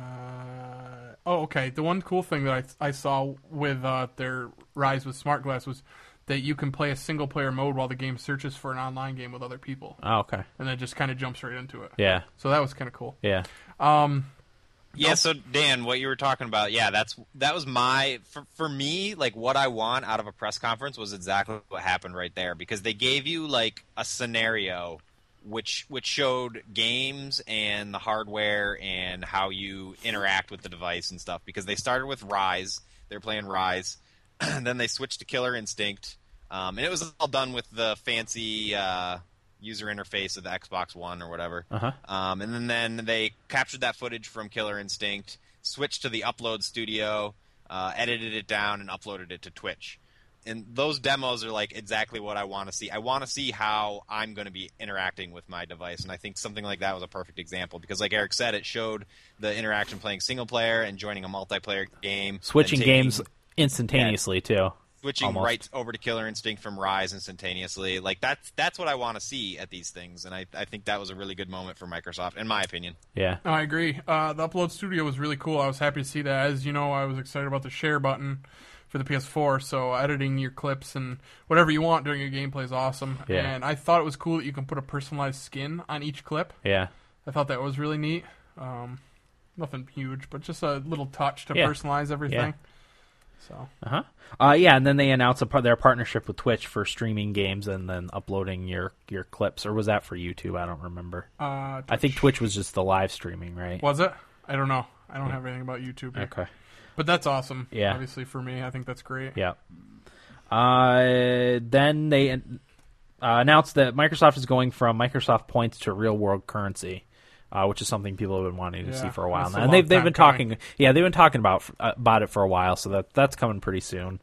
Speaker 4: oh, okay. The one cool thing that I, I saw with uh, their rise with smart glass was that you can play a single player mode while the game searches for an online game with other people,
Speaker 3: Oh, okay.
Speaker 4: and then just kind of jumps right into it.
Speaker 3: Yeah,
Speaker 4: So that was kind of cool.
Speaker 3: yeah,
Speaker 6: Yeah, so Dan, what you were talking about, yeah, that's that was my for, for me like what I want out of a press conference was exactly what happened right there because they gave you like a scenario which which showed games and the hardware and how you interact with the device and stuff because they started with Rise, they're playing Rise, and then they switched to Killer Instinct, um, and it was all done with the fancy uh, user interface of the Xbox One or whatever.
Speaker 3: Uh-huh.
Speaker 6: Um, and then, then they captured that footage from Killer Instinct, switched to the Upload Studio, uh, edited it down, and uploaded it to Twitch. And those demos are like exactly what I want to see. I want to see how I'm going to be interacting with my device, and I think something like that was a perfect example because, like Eric said, it showed the interaction playing single player and joining a multiplayer game, then
Speaker 3: switching
Speaker 6: taking-
Speaker 3: games instantaneously too.
Speaker 6: switching
Speaker 3: Almost.
Speaker 6: right over to Killer Instinct from Rise instantaneously. Like that's that's what I want to see at these things, and I, I think that was a really good moment for Microsoft, in my opinion.
Speaker 3: Yeah,
Speaker 4: No, I agree. Uh, the Upload Studio was really cool. I was happy to see that. As you know, I was excited about the share button for for the PS4. So editing your clips and whatever you want during your gameplay is awesome.
Speaker 3: Yeah.
Speaker 4: And I thought it was cool that you can put a personalized skin on each clip.
Speaker 3: Yeah.
Speaker 4: I thought that was really neat. Um, nothing huge, but just a little touch to
Speaker 3: Yeah.
Speaker 4: personalize everything. So
Speaker 3: Uh-huh. Uh Yeah, and then they announced a par- their partnership with Twitch for streaming games and then uploading your your clips. Or was that for YouTube? I don't remember.
Speaker 4: uh,
Speaker 3: I think Twitch was just the live streaming, right?
Speaker 4: was it? I don't know. I don't have anything about YouTube, here.
Speaker 3: Okay.
Speaker 4: but that's awesome.
Speaker 3: Yeah.
Speaker 4: obviously for me, I think that's great.
Speaker 3: Yeah. Uh, then they uh, announced that Microsoft is going from Microsoft points to real world currency, uh, which is something people have been wanting to see
Speaker 4: Yeah,
Speaker 3: for a while
Speaker 4: that's a
Speaker 3: now. And
Speaker 4: long
Speaker 3: they've they've
Speaker 4: time
Speaker 3: been
Speaker 4: coming.
Speaker 3: talking, yeah, they've been talking about uh, about it for a while, so that that's coming pretty soon,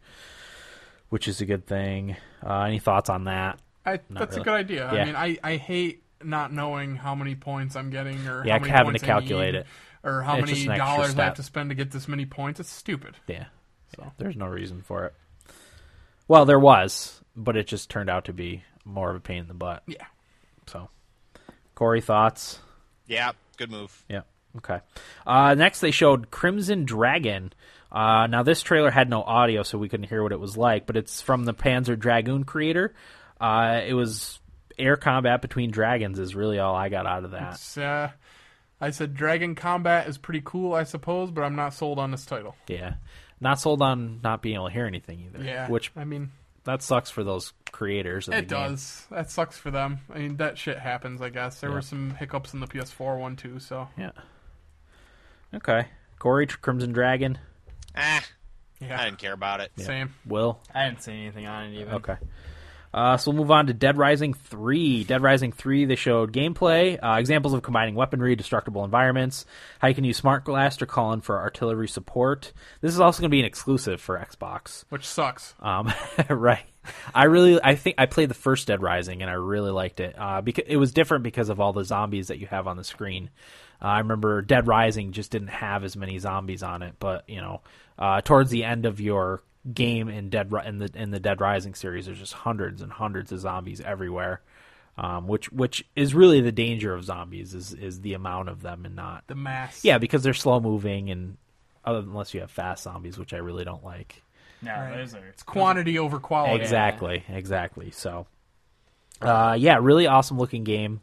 Speaker 3: which is a good thing. Uh, any thoughts on that?
Speaker 4: I, that's
Speaker 3: really.
Speaker 4: a good idea.
Speaker 3: Yeah.
Speaker 4: I mean, I, I hate not knowing how many points I'm getting or
Speaker 3: Yeah,
Speaker 4: how many
Speaker 3: having
Speaker 4: points
Speaker 3: to calculate
Speaker 4: I need,
Speaker 3: it.
Speaker 4: or how
Speaker 3: It's
Speaker 4: many
Speaker 3: just an extra
Speaker 4: dollars I
Speaker 3: step.
Speaker 4: have to spend to get this many points. It's stupid.
Speaker 3: Yeah. Yeah, There's no reason for it. Well, there was, but it just turned out to be more of a pain in the butt.
Speaker 4: Yeah.
Speaker 3: So, Corey, thoughts?
Speaker 6: Yeah, good move.
Speaker 3: Yeah. Okay. Uh, next, they showed Crimson Dragon. Uh, now, this trailer had no audio, so we couldn't hear what it was like, but it's from the Panzer Dragoon creator. Uh, it was air combat between dragons, is really all I got out of that.
Speaker 4: It's, uh, I said Dragon Combat is pretty cool, I suppose, but I'm not sold on this title.
Speaker 3: Yeah. Not sold on not being able to hear anything either.
Speaker 4: Yeah,
Speaker 3: Which,
Speaker 4: I mean,
Speaker 3: that sucks for those creators. Of
Speaker 4: it
Speaker 3: the game.
Speaker 4: does. That sucks for them. I mean, that shit happens. I guess there were some hiccups in the PS4 one too. So
Speaker 3: Yeah. Okay. Corey, Tr- Crimson Dragon,
Speaker 6: Ah, I
Speaker 4: yeah,
Speaker 6: didn't care about it.
Speaker 4: same.
Speaker 3: Will.
Speaker 1: I didn't see anything on it even.
Speaker 3: Okay. Uh, so we'll move on to Dead Rising 3. Dead Rising 3, they showed gameplay, uh, examples of combining weaponry, destructible environments, how you can use smart glass to call in for artillery support. This is also going to be an exclusive for Xbox.
Speaker 4: Which sucks.
Speaker 3: Um, right. I really, I think I played the first Dead Rising and I really liked it. Uh, because it was different because of all the zombies that you have on the screen. Uh, I remember Dead Rising just didn't have as many zombies on it, but you know, uh, towards the end of your game in Dead Ri- in the in the Dead Rising series, there's just hundreds and hundreds of zombies everywhere. Um, which which is really the danger of zombies is is the amount of them and not
Speaker 4: The mass.
Speaker 3: yeah because they're slow moving and other unless you have fast zombies which I really don't like.
Speaker 1: No,
Speaker 4: Right.
Speaker 1: those are.
Speaker 4: It's quantity over quality.
Speaker 3: Exactly, exactly. So, uh, yeah, really awesome looking game.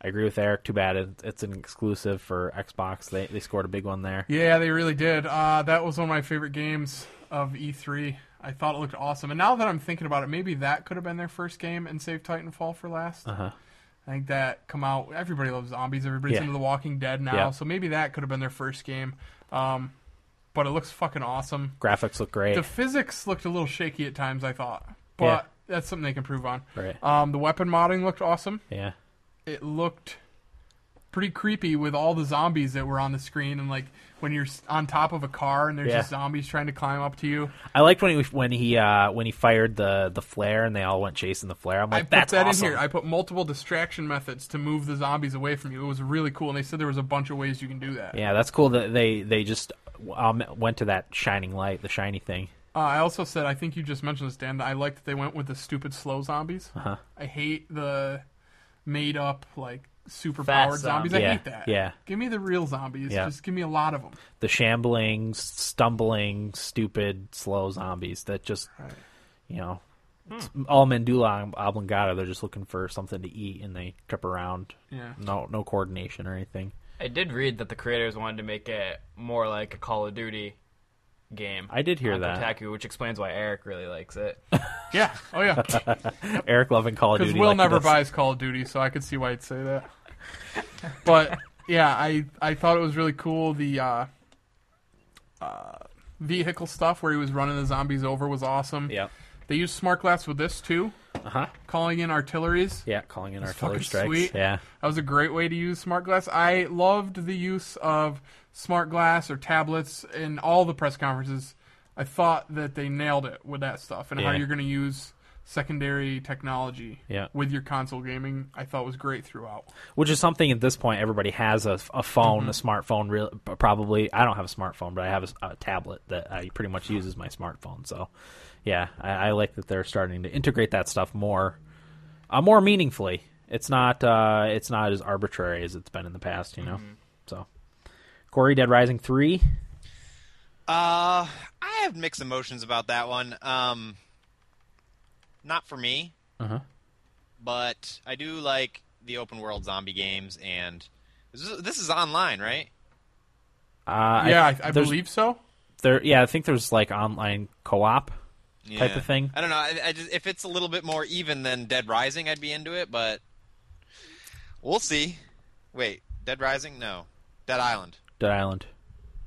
Speaker 3: I agree with Eric. Too bad it, it's an exclusive for Xbox. They they scored a big one there.
Speaker 4: Yeah, they really did. Uh, that was one of my favorite games of E3. I thought it looked awesome. And now that I'm thinking about it, maybe that could have been their first game and save Titanfall for last. Uh-huh. I think that come out. Everybody loves zombies. Everybody's
Speaker 3: Yeah.
Speaker 4: into The Walking Dead now,
Speaker 3: Yeah.
Speaker 4: so maybe that could have been their first game. Um, but it looks fucking awesome.
Speaker 3: Graphics look great.
Speaker 4: The physics looked a little shaky at times. I thought, but
Speaker 3: Yeah.
Speaker 4: that's something they can prove on.
Speaker 3: Right.
Speaker 4: Um, the weapon modding looked awesome
Speaker 3: yeah,
Speaker 4: it looked pretty creepy with all the zombies that were on the screen and like when you're s- on top of a car and there's
Speaker 3: Yeah.
Speaker 4: just zombies trying to climb up to you.
Speaker 3: I liked when he when he uh, when he fired the the flare and they all went chasing the flare. I'm
Speaker 4: I
Speaker 3: like,
Speaker 4: put
Speaker 3: that's
Speaker 4: that
Speaker 3: awesome.
Speaker 4: in here. I put multiple distraction methods to move the zombies away from you. It was really cool and they said there was a bunch of ways you can do that.
Speaker 3: yeah, that's cool that they they just um, went to that shining light, the shiny thing.
Speaker 4: Uh, I also said I think you just mentioned this Dan that I like that they went with the stupid slow zombies. Uh-huh. I hate the made up like super powered
Speaker 1: Fast
Speaker 4: zombies.
Speaker 1: zombies.
Speaker 4: I
Speaker 3: Yeah,
Speaker 4: hate that.
Speaker 3: yeah.
Speaker 4: Give me the real zombies.
Speaker 3: Yeah.
Speaker 4: Just give me a lot of them.
Speaker 3: the shambling, stumbling, stupid, slow zombies that just, you know, it's all Mandula and Oblongata. They're just looking for something to eat and they trip around.
Speaker 4: Yeah.
Speaker 3: No, no coordination or anything.
Speaker 1: I did read that the creators wanted to make it more like a Call of Duty game.
Speaker 3: I did hear
Speaker 1: on
Speaker 3: that.
Speaker 1: Kotaku, which explains why Eric really likes it.
Speaker 4: Yeah. Oh yeah.
Speaker 3: Eric loving Call of
Speaker 4: Because
Speaker 3: Duty.
Speaker 4: Will
Speaker 3: like he
Speaker 4: never
Speaker 3: does.
Speaker 4: buys Call of Duty, so I could see why he'd say that. but yeah, I I thought it was really cool. The uh, uh, vehicle stuff where he was running the zombies over was awesome.
Speaker 3: Yeah,
Speaker 4: They used smart glass with this too,
Speaker 3: uh huh.
Speaker 4: calling in artilleries.
Speaker 3: Yeah, calling in our killer
Speaker 4: fucking
Speaker 3: strikes.
Speaker 4: sweet.
Speaker 3: Yeah,
Speaker 4: That was a great way to use smart glass. I loved the use of smart glass or tablets in all the press conferences. I thought that they nailed it with that stuff and how
Speaker 3: Yeah.
Speaker 4: you're going to use secondary technology
Speaker 3: Yeah.
Speaker 4: with your console gaming. I thought was great throughout.
Speaker 3: which is something at this point everybody has a, a phone, a
Speaker 6: Mm-hmm.
Speaker 3: smartphone. Real, probably I don't have a smartphone, but I have a s- a, tablet that I pretty much use as my smartphone. So, yeah, I, I like that they're starting to integrate that stuff more, uh, more meaningfully. It's not uh, it's not as arbitrary as it's been in the past, you know.
Speaker 6: Mm-hmm.
Speaker 3: So, Corey, Dead Rising three.
Speaker 6: Uh, I have mixed emotions about that one. Um, not for me,
Speaker 3: Uh-huh.
Speaker 6: but I do like the open world zombie games, and this is, this is online, right?
Speaker 3: Uh,
Speaker 4: yeah, I, I
Speaker 3: there's-
Speaker 4: believe so.
Speaker 3: there. Yeah, I think there's like online co-op. Type of thing.
Speaker 6: I don't know. I, I just, if it's a little bit more even than Dead Rising, I'd be into it, but we'll see. Wait, Dead Rising? No, Dead Island.
Speaker 3: Dead Island.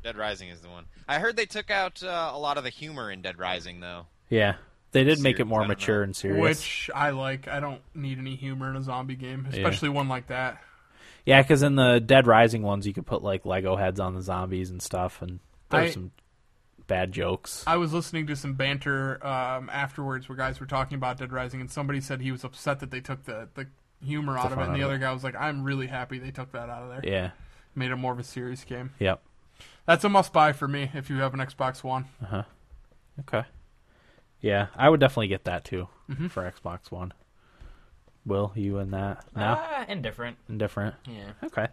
Speaker 6: Dead Rising is the one. I heard they took out uh, a lot of the humor in Dead Rising, though.
Speaker 3: Yeah, they did make it
Speaker 6: Serious, I
Speaker 3: more
Speaker 6: don't know.
Speaker 3: mature and serious.
Speaker 4: Which I like. I don't need any humor in a zombie game, especially one like that.
Speaker 3: yeah, because in the Dead Rising ones, you could put like Lego heads on the zombies and stuff, and there's
Speaker 4: I-
Speaker 3: some bad jokes.
Speaker 4: I was listening to some banter um, afterwards where guys were talking about Dead Rising, and somebody said he was upset that they took the, the humor out of it,
Speaker 3: fun
Speaker 4: and the
Speaker 3: out of
Speaker 4: other guy was like, "I'm really happy they took that out of there.
Speaker 3: yeah.
Speaker 4: Made it more of a serious game."
Speaker 3: Yep.
Speaker 4: That's a must buy for me if you have an Xbox One.
Speaker 3: Okay. Yeah, I would definitely get that too for Xbox One. Will you and that? No,
Speaker 1: Ah, indifferent.
Speaker 3: indifferent.
Speaker 1: Yeah.
Speaker 3: Okay.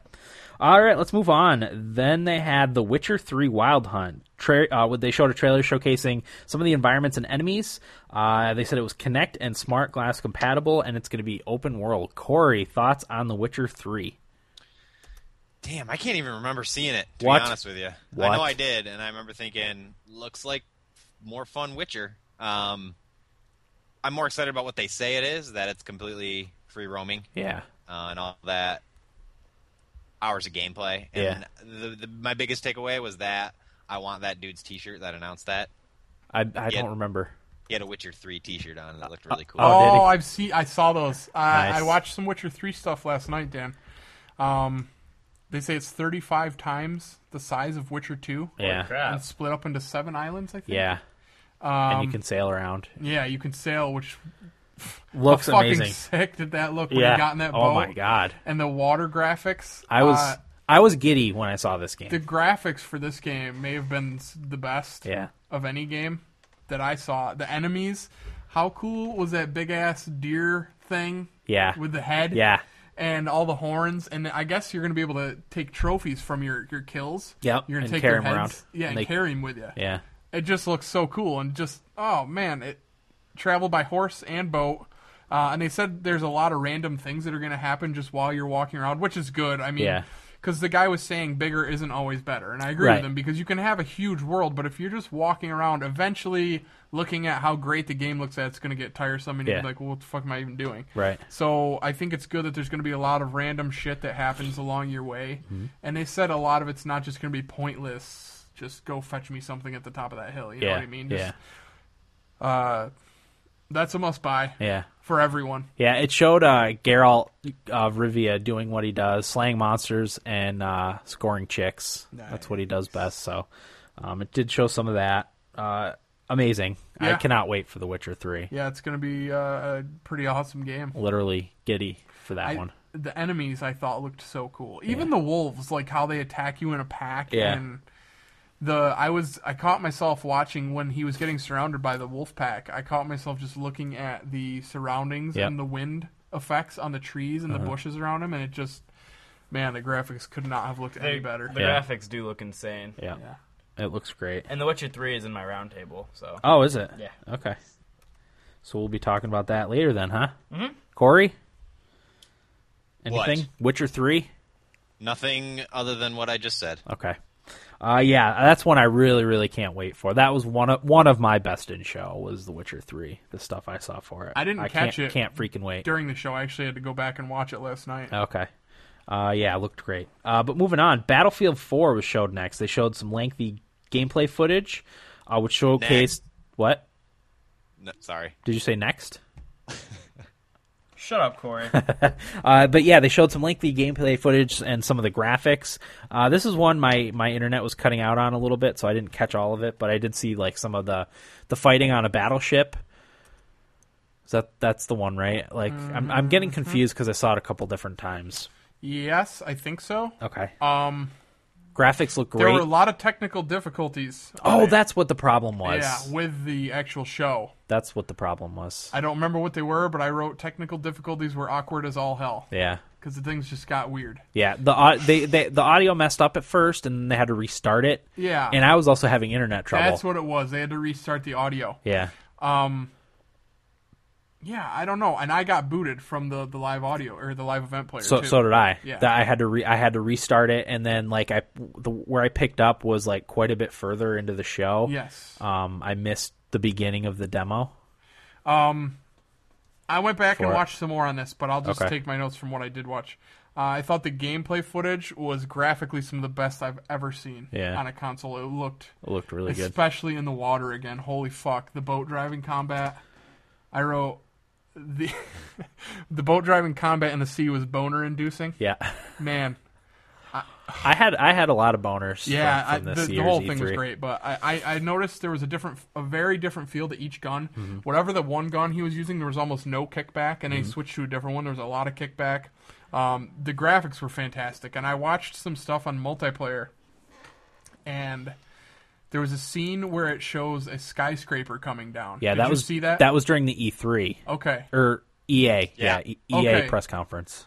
Speaker 3: All right, let's move on. Then they had The Witcher 3 Wild Hunt. Tra- uh, they showed a trailer showcasing some of the environments and enemies. Uh, they said it was Connect and Smart Glass compatible, and it's going to be open world. Corey, thoughts on The Witcher 3?
Speaker 6: Damn, I can't even remember seeing it. To
Speaker 3: What?
Speaker 6: be honest with you, I
Speaker 3: What?
Speaker 6: know I did, and I remember thinking, "Looks like more fun Witcher." Um, I'm more excited about what they say it is that it's completely free roaming
Speaker 3: Yeah.
Speaker 6: uh, and all that. Hours of gameplay, and
Speaker 3: Yeah.
Speaker 6: the, the, my biggest takeaway was that I want that dude's T-shirt that announced that.
Speaker 3: I, I
Speaker 6: Yeah.
Speaker 3: don't remember.
Speaker 6: He had a Witcher Three T-shirt on, and it looked really cool.
Speaker 3: Oh, did he?
Speaker 4: I've seen. I saw those. I,
Speaker 3: Nice.
Speaker 4: I watched some Witcher Three stuff last night, Dan. Um, they say it's 35 times the size of Witcher Two.
Speaker 3: Yeah.
Speaker 4: And
Speaker 1: Crap.
Speaker 4: it's split up into seven islands, I think.
Speaker 3: Yeah. and
Speaker 4: Um,
Speaker 3: you can sail around.
Speaker 4: Yeah, you can sail, which
Speaker 3: Looks
Speaker 4: how fucking
Speaker 3: amazing.
Speaker 4: sick did that look when
Speaker 3: Yeah.
Speaker 4: you got in that boat?
Speaker 3: oh my god.
Speaker 4: And the water graphics.
Speaker 3: I was
Speaker 4: uh,
Speaker 3: I was giddy when I saw this game.
Speaker 4: the graphics for this game may have been s- the best
Speaker 3: yeah.
Speaker 4: of any game that I saw. The enemies. How cool was that big ass deer thing
Speaker 3: Yeah.
Speaker 4: with the head?
Speaker 3: Yeah.
Speaker 4: and all the horns, and I guess you're going to be able to take trophies from your, your kills.
Speaker 3: Yep,
Speaker 4: you're
Speaker 3: and
Speaker 4: going to take
Speaker 3: carry
Speaker 4: your
Speaker 3: 'em
Speaker 4: heads,
Speaker 3: around.
Speaker 4: yeah,
Speaker 3: And
Speaker 4: and,
Speaker 3: they-
Speaker 4: carry them with you.
Speaker 3: Yeah.
Speaker 4: It just looks so cool, and just oh man, it travel by horse and boat. Uh, and they said there's a lot of random things that are going to happen just while you're walking around, which is good. I mean,
Speaker 3: Yeah.
Speaker 4: because the guy was saying bigger isn't always better, and I agree
Speaker 3: Right.
Speaker 4: with him because you can have a huge world, but if you're just walking around, eventually looking at how great the game looks at, it's going to get tiresome, and
Speaker 3: Yeah.
Speaker 4: you're like, well, what the fuck am I even doing?
Speaker 3: Right.
Speaker 4: So I think it's good that there's going to be a lot of random shit that happens along your way,
Speaker 3: Mm-hmm.
Speaker 4: and they said a lot of it's not just going to be pointless. Just go fetch me something at the top of that hill. You
Speaker 3: yeah.
Speaker 4: know what I mean? Just,
Speaker 3: yeah.
Speaker 4: Uh, that's a must buy
Speaker 3: Yeah.
Speaker 4: for everyone.
Speaker 3: Yeah, it showed uh, Geralt uh, Rivia doing what he does, slaying monsters and uh, scoring chicks. That's what he does best. So um, it did show some of that. Uh, amazing. I
Speaker 4: Yeah.
Speaker 3: cannot wait for The Witcher 3.
Speaker 4: Yeah, it's going to be uh, a pretty awesome game.
Speaker 3: Literally giddy for that
Speaker 4: I-
Speaker 3: one.
Speaker 4: the enemies I thought looked so cool. Even the wolves, like how they attack you in a pack.
Speaker 3: Yeah.
Speaker 4: And the I was I caught myself watching when he was getting surrounded by the wolf pack. I caught myself just looking at the surroundings
Speaker 3: Yep.
Speaker 4: and the wind effects on the trees and
Speaker 3: Uh-huh.
Speaker 4: the bushes around him, and it just man, the graphics could not have looked any better.
Speaker 1: The
Speaker 3: Yeah.
Speaker 1: graphics do look insane.
Speaker 3: Yeah.
Speaker 4: Yeah.
Speaker 3: It looks great.
Speaker 1: And The Witcher 3 is in my round table, so.
Speaker 3: Oh, is it?
Speaker 1: Yeah.
Speaker 3: Okay. So we'll be talking about that later then, huh? Mm-hmm. Corey?
Speaker 6: What?
Speaker 3: Anything? Witcher 3?
Speaker 6: Nothing other than what I just said.
Speaker 3: Okay. Uh, yeah, that's one I really, really can't wait for. That was one of one of my best in show was The Witcher Three. The stuff I saw for it.
Speaker 4: I didn't
Speaker 3: I
Speaker 4: catch
Speaker 3: can't,
Speaker 4: it.
Speaker 3: Can't freaking wait.
Speaker 4: During the show, I actually had to go back and watch it last night.
Speaker 3: Okay. Uh, yeah, it looked great. Uh, but moving on, Battlefield Four was showed next. They showed some lengthy gameplay footage, uh, which showcased
Speaker 6: Next.
Speaker 3: what
Speaker 6: No, sorry.
Speaker 3: did you say next?
Speaker 1: Shut up, Corey.
Speaker 3: Uh, but yeah, they showed some lengthy gameplay footage and some of the graphics. Uh, this is one my, my internet was cutting out on a little bit, so I didn't catch all of it, but I did see like some of the the fighting on a battleship. Is that that's the one, right? Like I'm I'm
Speaker 4: Mm-hmm.
Speaker 3: getting confused because I saw it a couple different times.
Speaker 4: Yes, I think so.
Speaker 3: Okay,
Speaker 4: Um,
Speaker 3: graphics look
Speaker 4: there
Speaker 3: great.
Speaker 4: were a lot of technical difficulties.
Speaker 3: oh, that's what the problem was.
Speaker 4: yeah, with the actual show.
Speaker 3: that's what the problem was.
Speaker 4: I don't remember what they were, but I wrote technical difficulties were awkward as all hell.
Speaker 3: yeah,
Speaker 4: because the things just got weird.
Speaker 3: Yeah, the au- they, they the audio messed up at first, and they had to restart it.
Speaker 4: Yeah.
Speaker 3: and I was also having internet trouble.
Speaker 4: That's what it was. They had to restart the audio.
Speaker 3: yeah,
Speaker 4: Yeah, I don't know. And I got booted from the, the live audio or the live event player.
Speaker 3: so
Speaker 4: too.
Speaker 3: so did I.
Speaker 4: Yeah.
Speaker 3: That I had to re- I had to restart it, and then like I the where I picked up was like quite a bit further into the show.
Speaker 4: Yes.
Speaker 3: um, I missed the beginning of the demo.
Speaker 4: I went back and
Speaker 3: For it.
Speaker 4: watched some more on this, but I'll just
Speaker 3: Okay.
Speaker 4: take my notes from what I did watch. Uh, I thought the gameplay footage was graphically some of the best I've ever seen
Speaker 3: Yeah.
Speaker 4: on a console. It looked,
Speaker 3: It looked really good.
Speaker 4: especially in the water again. Holy fuck, the boat driving combat! I wrote the the boat driving combat in the sea was boner inducing.
Speaker 3: Yeah,
Speaker 4: Man,
Speaker 3: I had I had a lot of boners.
Speaker 4: Yeah,
Speaker 3: from, E from
Speaker 4: I,
Speaker 3: this
Speaker 4: the, the
Speaker 3: year's
Speaker 4: whole thing was
Speaker 3: E3.
Speaker 4: great, but I, I, I noticed there was a different, a very different feel to each gun.
Speaker 3: Mm-hmm.
Speaker 4: Whatever the one gun he was using, there was almost no kickback, and then he switched to a different one. There was a lot of kickback. Um, the graphics were fantastic, and I watched some stuff on multiplayer, and there was a scene where it shows a skyscraper coming down.
Speaker 3: Yeah,
Speaker 4: Did
Speaker 3: that
Speaker 4: you
Speaker 3: was
Speaker 4: see that.
Speaker 3: was during the E3
Speaker 4: okay.
Speaker 3: or EA. Yeah,
Speaker 6: Yeah.
Speaker 3: E- EA
Speaker 4: Okay.
Speaker 3: press conference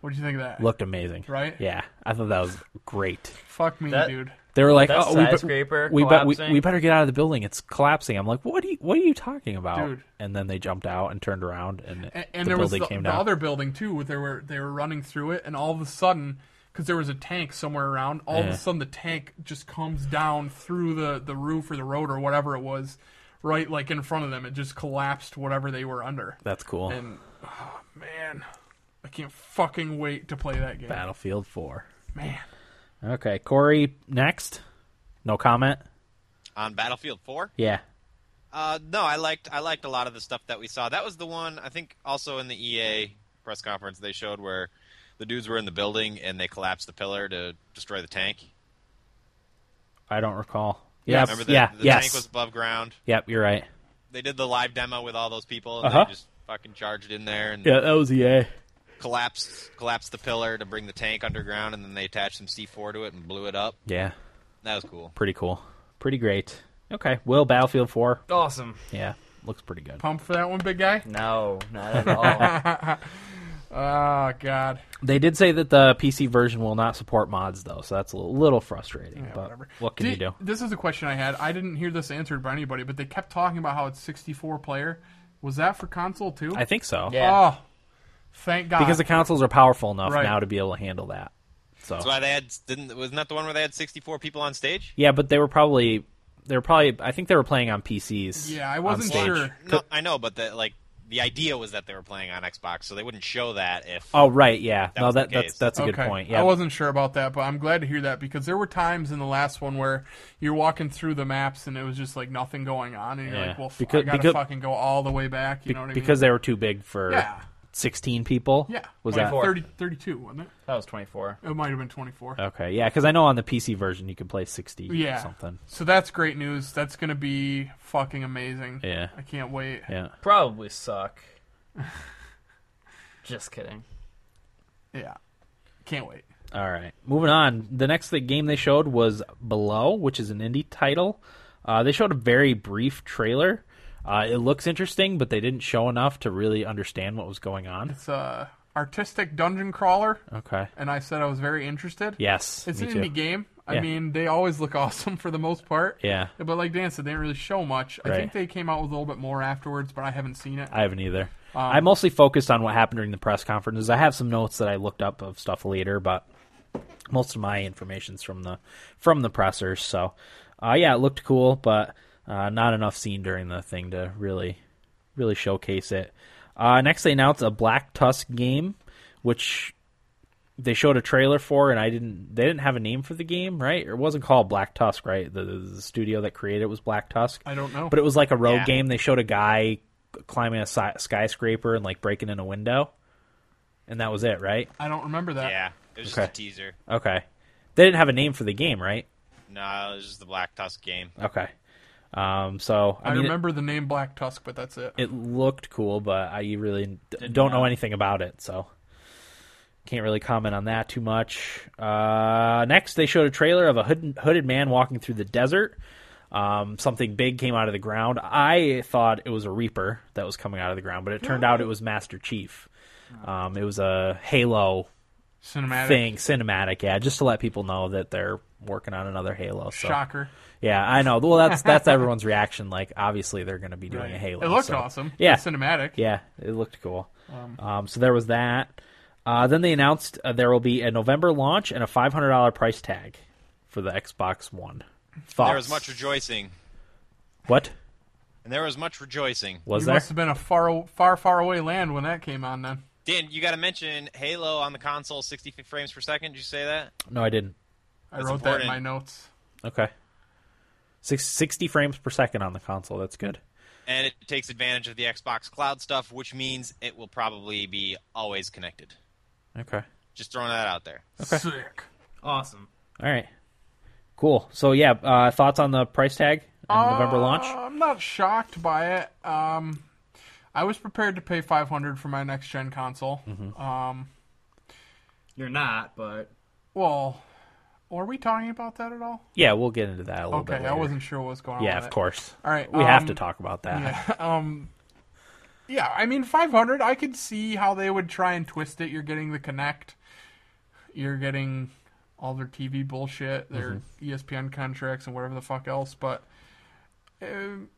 Speaker 4: What do you think of that?
Speaker 3: looked amazing.
Speaker 4: Right?
Speaker 3: Yeah, I thought that was great.
Speaker 4: Fuck me,
Speaker 1: That-
Speaker 4: dude.
Speaker 3: They were like,
Speaker 1: That
Speaker 3: "Oh, we, be-
Speaker 1: skyscraper
Speaker 3: we, bet- we,
Speaker 1: collapsing.
Speaker 3: we better get out of the building. It's collapsing." I'm like, "What are you? What are you talking about?"
Speaker 4: Dude.
Speaker 3: And then they jumped out and turned around, and,
Speaker 4: and, and
Speaker 3: the
Speaker 4: there was
Speaker 3: building
Speaker 4: the,
Speaker 3: came
Speaker 4: the
Speaker 3: down.
Speaker 4: other building too where they were they were running through it and all of a sudden because there was a tank somewhere around all of
Speaker 3: Yeah.
Speaker 4: a sudden the tank just comes down through the the roof or the road or whatever it was right like in front of them it just collapsed whatever they were under
Speaker 3: That's cool.
Speaker 4: and oh, man i can't fucking wait to play that game
Speaker 3: Battlefield Four.
Speaker 4: man
Speaker 3: Okay, Corey, next. No comment.
Speaker 6: on Battlefield Four.
Speaker 3: Yeah,
Speaker 6: Uh, no, I liked I liked a lot of the stuff that we saw. That was the one I think also in the EA press conference they showed where the dudes were in the building and they collapsed the pillar to destroy the tank.
Speaker 3: I don't recall. Yeah,
Speaker 6: Remember the,
Speaker 3: yeah,
Speaker 6: the
Speaker 3: yes.
Speaker 6: tank was above ground.
Speaker 3: Yep, you're right.
Speaker 6: They did the live demo with all those people and
Speaker 3: Uh-huh.
Speaker 6: they just fucking charged in there and
Speaker 3: Yeah, that was E EA.
Speaker 6: collapsed collapsed the pillar to bring the tank underground and then they attached some C4 to it and blew it up.
Speaker 3: Yeah,
Speaker 6: That was cool.
Speaker 3: pretty cool. Pretty great. Okay, Will Battlefield Four.
Speaker 1: Awesome.
Speaker 3: Yeah, looks pretty good.
Speaker 4: pump for that one big guy
Speaker 1: No, not at all.
Speaker 4: oh god
Speaker 3: They did say that the PC version will not support mods though, so that's a little frustrating. but
Speaker 4: whatever.
Speaker 3: Uh, what can
Speaker 4: Did-
Speaker 3: you do?
Speaker 4: This is a question I had. I didn't hear this answered by anybody, but they kept talking about how it's 64 player. Was that for console too?
Speaker 3: I think so.
Speaker 1: Yeah.
Speaker 4: Oh, thank God.
Speaker 3: Because the consoles are powerful enough
Speaker 4: Right.
Speaker 3: now to be able to handle that. So
Speaker 6: That's why they had didn't wasn't that the one where they had 64 people on stage?
Speaker 3: yeah, but they were probably they were probably I think they were playing on PCs.
Speaker 4: Yeah, I
Speaker 3: on
Speaker 4: wasn't
Speaker 3: stage.
Speaker 4: sure.
Speaker 6: No, I know, but the, like the idea was that they were playing on Xbox, so they wouldn't show that if
Speaker 3: Oh right, yeah. no,
Speaker 6: was the
Speaker 3: that that's
Speaker 6: case.
Speaker 3: that's a
Speaker 4: okay.
Speaker 3: good point. Yeah,
Speaker 4: I wasn't sure about that, but I'm glad to hear that because there were times in the last one where you're walking through the maps and it was just like nothing going on, and you're
Speaker 3: Yeah.
Speaker 4: like, "Well, f-
Speaker 3: Because-
Speaker 4: I gotta
Speaker 3: because-
Speaker 4: fucking go all the way back." You
Speaker 3: be-
Speaker 4: know what I mean?
Speaker 3: because they were too big for
Speaker 4: Yeah.
Speaker 3: sixteen people.
Speaker 4: yeah,
Speaker 3: was
Speaker 4: like
Speaker 3: that
Speaker 1: 24.
Speaker 4: 30, 32, wasn't it?
Speaker 1: that was 24.
Speaker 4: It might have been 24.
Speaker 3: okay? Yeah, because I know on the PC version you can play sixty
Speaker 4: yeah,
Speaker 3: or something.
Speaker 4: So that's great news. That's gonna be fucking amazing.
Speaker 3: Yeah.
Speaker 4: I can't wait.
Speaker 3: Yeah,
Speaker 1: Probably suck. Just kidding.
Speaker 4: Yeah. Can't wait.
Speaker 3: All right, moving on. The next thing, game they showed was Below, which is an indie title. Uh, they showed a very brief trailer. Uh, it looks interesting, but they didn't show enough to really understand what was going on.
Speaker 4: It's a artistic dungeon crawler,
Speaker 3: Okay.
Speaker 4: and I said I was very interested.
Speaker 3: Yes.
Speaker 4: It's
Speaker 3: me
Speaker 4: an
Speaker 3: too.
Speaker 4: indie game. I
Speaker 3: Yeah.
Speaker 4: mean, they always look awesome for the most part.
Speaker 3: Yeah.
Speaker 4: But like Dan said, they didn't really show much. I
Speaker 3: Right.
Speaker 4: think they came out with a little bit more afterwards, but I haven't seen it.
Speaker 3: I haven't either. I mostly focused on what happened during the press conferences. I have some notes that I looked up of stuff later, but most of my information's from the from the pressers. So, uh, yeah, it looked cool, but uh, not enough seen during the thing to really really showcase it. Uh, next, they announced a Black Tusk game, which they showed a trailer for, and I didn't. They didn't have a name for the game, right? It wasn't called Black Tusk, right? The, the, the studio that created it was Black Tusk.
Speaker 4: I don't know.
Speaker 3: But it was like a road
Speaker 6: Yeah.
Speaker 3: game. They showed a guy climbing a si- skyscraper and like breaking in a window, and that was it, right?
Speaker 4: I don't remember that.
Speaker 6: yeah, it was
Speaker 3: Okay.
Speaker 6: just a teaser.
Speaker 3: Okay. They didn't have a name for the game, right?
Speaker 6: No, it was just the Black Tusk game.
Speaker 3: Okay. Um. So I,
Speaker 4: I,
Speaker 3: mean, it-
Speaker 4: remember the name Black Tusk, but that's it.
Speaker 3: It, looked cool, but I really d- don't know
Speaker 1: not.
Speaker 3: anything about it, so can't really comment on that too much. Uh, next, they showed a trailer of a hooded, hooded man walking through the desert. Um, something big came out of the ground. I thought it was a reaper that was coming out of the ground, but it turned out it was Master Chief. Um, it was a Halo
Speaker 4: Cinematic.
Speaker 3: thing, cinematic, yeah, just to let people know that they're working on another Halo. So
Speaker 4: Shocker.
Speaker 3: yeah, I know. Well, that's that's everyone's reaction. Like, obviously, they're going to be doing a
Speaker 4: Right.
Speaker 3: Halo.
Speaker 4: It looked
Speaker 3: so-
Speaker 4: awesome.
Speaker 3: Yeah,
Speaker 4: It's cinematic.
Speaker 3: yeah, it looked cool. Um, so there was that. Uh, then they announced uh, there will be a November launch and a five hundred dollar price tag for the Xbox One. Thoughts?
Speaker 6: There was much rejoicing,
Speaker 3: What
Speaker 6: and there was much rejoicing.
Speaker 3: was
Speaker 4: you
Speaker 3: there?
Speaker 4: must have been a far, far, far away land when that came on. Then
Speaker 6: Dan, you got to mention Halo on the console, 60 frames per second. Did you say that?
Speaker 3: No, I didn't.
Speaker 4: I
Speaker 6: That's
Speaker 4: wrote that in
Speaker 6: important.
Speaker 4: my notes.
Speaker 3: Okay. Six, 60 frames per second on the console. That's good.
Speaker 6: And it takes advantage of the Xbox Cloud stuff, which means it will probably be always connected.
Speaker 3: Okay.
Speaker 6: Just throwing that out there.
Speaker 4: Sick.
Speaker 1: Awesome.
Speaker 3: All right. Cool. So yeah, uh, thoughts on the price tag and November launch?
Speaker 4: Uh, I'm not shocked by it. Um, I was prepared to pay 500 for my next
Speaker 3: Mm-hmm.
Speaker 4: gen console. Um,
Speaker 1: You're not, but
Speaker 4: well, were we talking about that at all?
Speaker 3: Yeah, we'll get into that a little
Speaker 4: Okay,
Speaker 3: bit.
Speaker 4: I
Speaker 3: later.
Speaker 4: wasn't sure what was going on.
Speaker 3: Yeah,
Speaker 4: with
Speaker 3: of
Speaker 4: it.
Speaker 3: course.
Speaker 4: All right,
Speaker 3: we have
Speaker 4: um,
Speaker 3: to talk about that.
Speaker 4: Yeah, um, yeah. I mean, 500. I could see how they would try and twist it. You're getting the Connect. You're getting all their TV bullshit, their
Speaker 3: Mm-hmm.
Speaker 4: E ESPN contracts, and whatever the fuck else. But um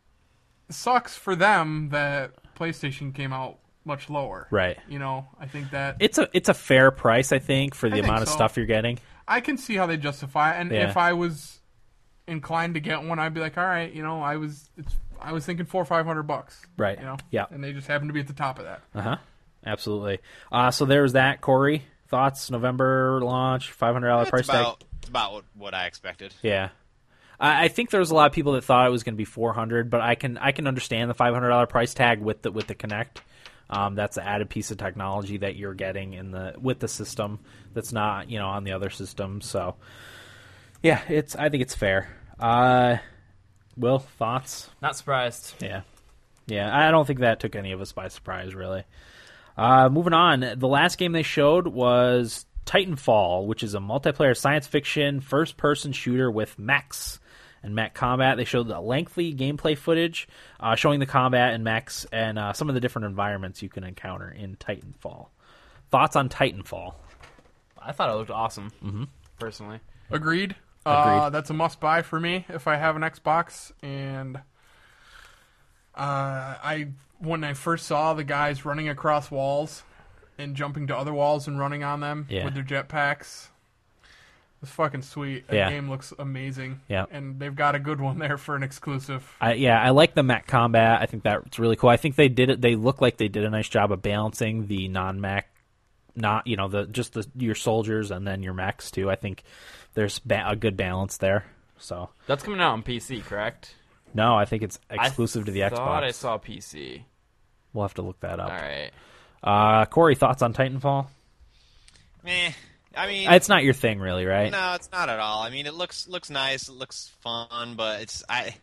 Speaker 4: sucks for them that PlayStation came out much lower.
Speaker 3: Right.
Speaker 4: You know, I think that
Speaker 3: It's a it's a fair price, I think, for the
Speaker 4: think
Speaker 3: amount of
Speaker 4: so.
Speaker 3: stuff you're getting.
Speaker 4: I can see how they justify it. And
Speaker 3: Yeah.
Speaker 4: if I was inclined to get one, I'd be like, all right, you know, I was it's, I was thinking four or five hundred bucks.
Speaker 3: Right.
Speaker 4: You know.
Speaker 3: Yeah.
Speaker 4: And they just happen to be at the top of that.
Speaker 3: Uh huh. Absolutely. Uh, so there's that. Corey, thoughts? November launch, five hundred dollar price
Speaker 6: It's about,
Speaker 3: tag.
Speaker 6: it's about what, what I expected.
Speaker 3: Yeah. I I think there was a lot of people that thought it was going to be 400, but I can I can understand the $500 price tag with the with the Connect. Um, that's an added piece of technology that you're getting in the with the system that's not you know on the other system. So yeah, it's I think it's fair. Uh, Will thoughts?
Speaker 1: not surprised.
Speaker 3: Yeah. Yeah, I don't think that took any of us by surprise, really. Uh, moving on, the last game they showed was Titanfall, which is a multiplayer science fiction first person shooter with mechs and mech combat. They showed the lengthy gameplay footage uh, showing the combat and mechs and uh, some of the different environments you can encounter in Titanfall. Thoughts on Titanfall?
Speaker 1: I thought it looked awesome. Mm-hmm. Personally,
Speaker 4: Agreed. Uh,
Speaker 3: Agreed.
Speaker 4: that's a must buy for me if I have an Xbox. And uh, I when I first saw the guys running across walls and jumping to other walls and running on them
Speaker 3: Yeah.
Speaker 4: with their jetpacks. It's fucking sweet. The
Speaker 3: Yeah.
Speaker 4: game looks amazing.
Speaker 3: Yeah.
Speaker 4: And they've got a good one there for an exclusive.
Speaker 3: I, yeah, I like the mech combat. I think that's really cool. I think they did it. They look like they did a nice job of balancing the non mech, not you know the just the your soldiers and then your mechs too. I think there's ba- a good balance there. So
Speaker 1: that's coming out on PC, correct?
Speaker 3: no, I think it's exclusive to the
Speaker 1: I thought I
Speaker 3: Xbox.
Speaker 1: saw PC.
Speaker 3: We'll have to look that
Speaker 1: All
Speaker 3: up.
Speaker 1: right.
Speaker 3: Uh, Corey, thoughts on Titanfall?
Speaker 6: Meh. I mean,
Speaker 3: It's not your thing, really, right?
Speaker 6: No, it's not at all. I mean, it looks looks nice, it looks fun, but it's I.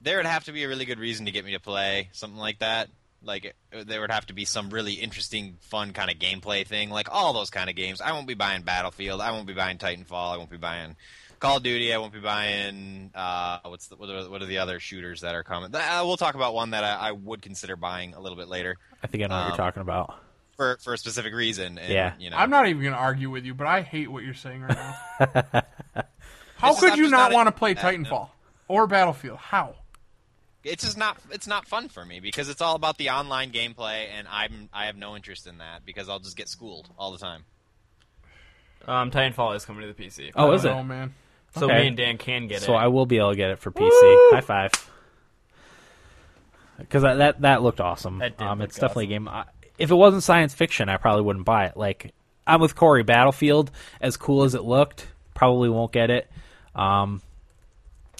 Speaker 6: There would have to be a really good reason to get me to play something like that. Like it, there would have to be some really interesting, fun kind of gameplay thing, like all those kind of games. I won't be buying Battlefield. I won't be buying Titanfall. I won't be buying Call of Duty. I won't be buying uh, what's the, what, are, what are the other shooters that are coming? Uh, we'll talk about one that I, I would consider buying a little bit later
Speaker 3: I think I know
Speaker 1: Oh.
Speaker 3: what you're
Speaker 6: Um,
Speaker 3: talking about.
Speaker 6: for for a specific reason. And,
Speaker 3: Yeah.
Speaker 6: you know,
Speaker 4: I'm not even going to argue with you, but I hate what you're saying right now. How
Speaker 6: It's
Speaker 4: could
Speaker 6: not-
Speaker 4: you
Speaker 6: just
Speaker 4: not
Speaker 6: not
Speaker 4: want to
Speaker 6: in-
Speaker 4: play
Speaker 6: that, no.
Speaker 4: Titanfall or Battlefield? How?
Speaker 6: it's just not it's not fun for me because it's all about the online gameplay and I'm I have no interest in that because I'll just get schooled all the time.
Speaker 1: Um, Titanfall is coming to the PC.
Speaker 3: Oh,
Speaker 4: I
Speaker 3: is
Speaker 4: don't
Speaker 3: it?
Speaker 4: know, man?
Speaker 1: so
Speaker 3: okay.
Speaker 1: me and Dan can get
Speaker 3: So
Speaker 1: it.
Speaker 3: I will be able to get it for PC. High five. Because that, that that looked awesome.
Speaker 1: That did
Speaker 3: um,
Speaker 1: look
Speaker 3: it's definitely a game. I, if it wasn't science fiction, I probably wouldn't buy it. Like I'm with Corey. Battlefield, as cool as it looked, probably won't get it. Um,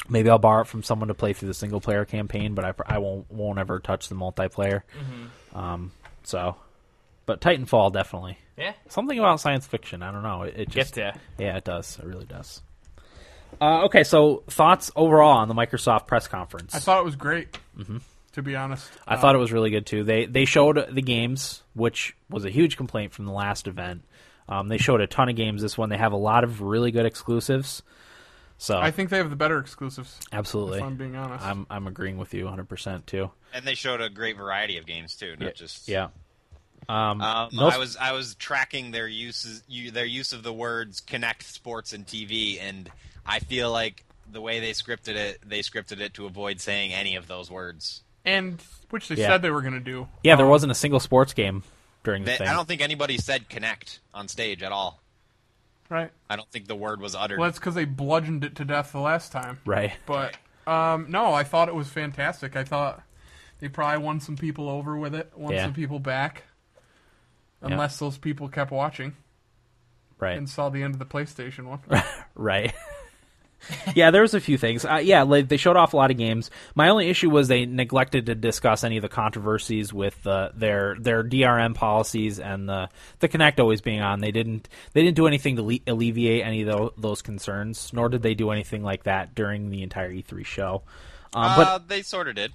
Speaker 3: maybe I'll borrow it from someone to play through the single player campaign, but I, pr- I won't won't ever touch the multiplayer.
Speaker 1: Mm-hmm.
Speaker 3: Um, so, but Titanfall definitely
Speaker 1: yeah.
Speaker 3: something about science fiction. I don't know. It, it just
Speaker 1: Gets ya.
Speaker 3: yeah, it does. It really does. Uh, okay, so thoughts overall on the Microsoft press conference?
Speaker 4: I thought uh, it was great. Mm-hmm. To be honest,
Speaker 3: I thought it was really good too. They they showed the games, which was a huge complaint from the last event. Um, they showed a ton of games this one. They have a lot of really good exclusives. So
Speaker 4: I think they have the better exclusives.
Speaker 3: absolutely,
Speaker 4: If I'm being honest,
Speaker 3: I'm I'm agreeing with you 100 percent too.
Speaker 6: And they showed a great variety of games too, not just
Speaker 3: Yeah. Um,
Speaker 6: Um,
Speaker 3: no-
Speaker 6: I was I was tracking their uses, you, their use of the words "connect sports" and TV, and I feel like the way they scripted it, they scripted it to avoid saying any of those words.
Speaker 4: and which they
Speaker 3: Yeah.
Speaker 4: said they were going to do.
Speaker 3: yeah, there wasn't a single sports game during the
Speaker 6: They,
Speaker 3: thing.
Speaker 6: I don't think anybody said "connect" on stage at all.
Speaker 4: Right.
Speaker 6: I don't think the word was uttered.
Speaker 4: Well, that's because they bludgeoned it to death the last time.
Speaker 3: right.
Speaker 4: But um, no, I thought it was fantastic. I thought they probably won some people over with it, won
Speaker 3: Yeah.
Speaker 4: some people back. Unless those people kept watching
Speaker 3: Right.
Speaker 4: and saw the end of the PlayStation one.
Speaker 3: Right. yeah, there was a few things. Uh, yeah, like, they showed off a lot of games. My only issue was they neglected to discuss any of the controversies with uh, their their DRM policies and the the Connect always being on. They didn't they didn't do anything to le- alleviate any of tho- those concerns, nor did they do anything like that during the entire E3 show. Um, but
Speaker 6: uh, they sort of did.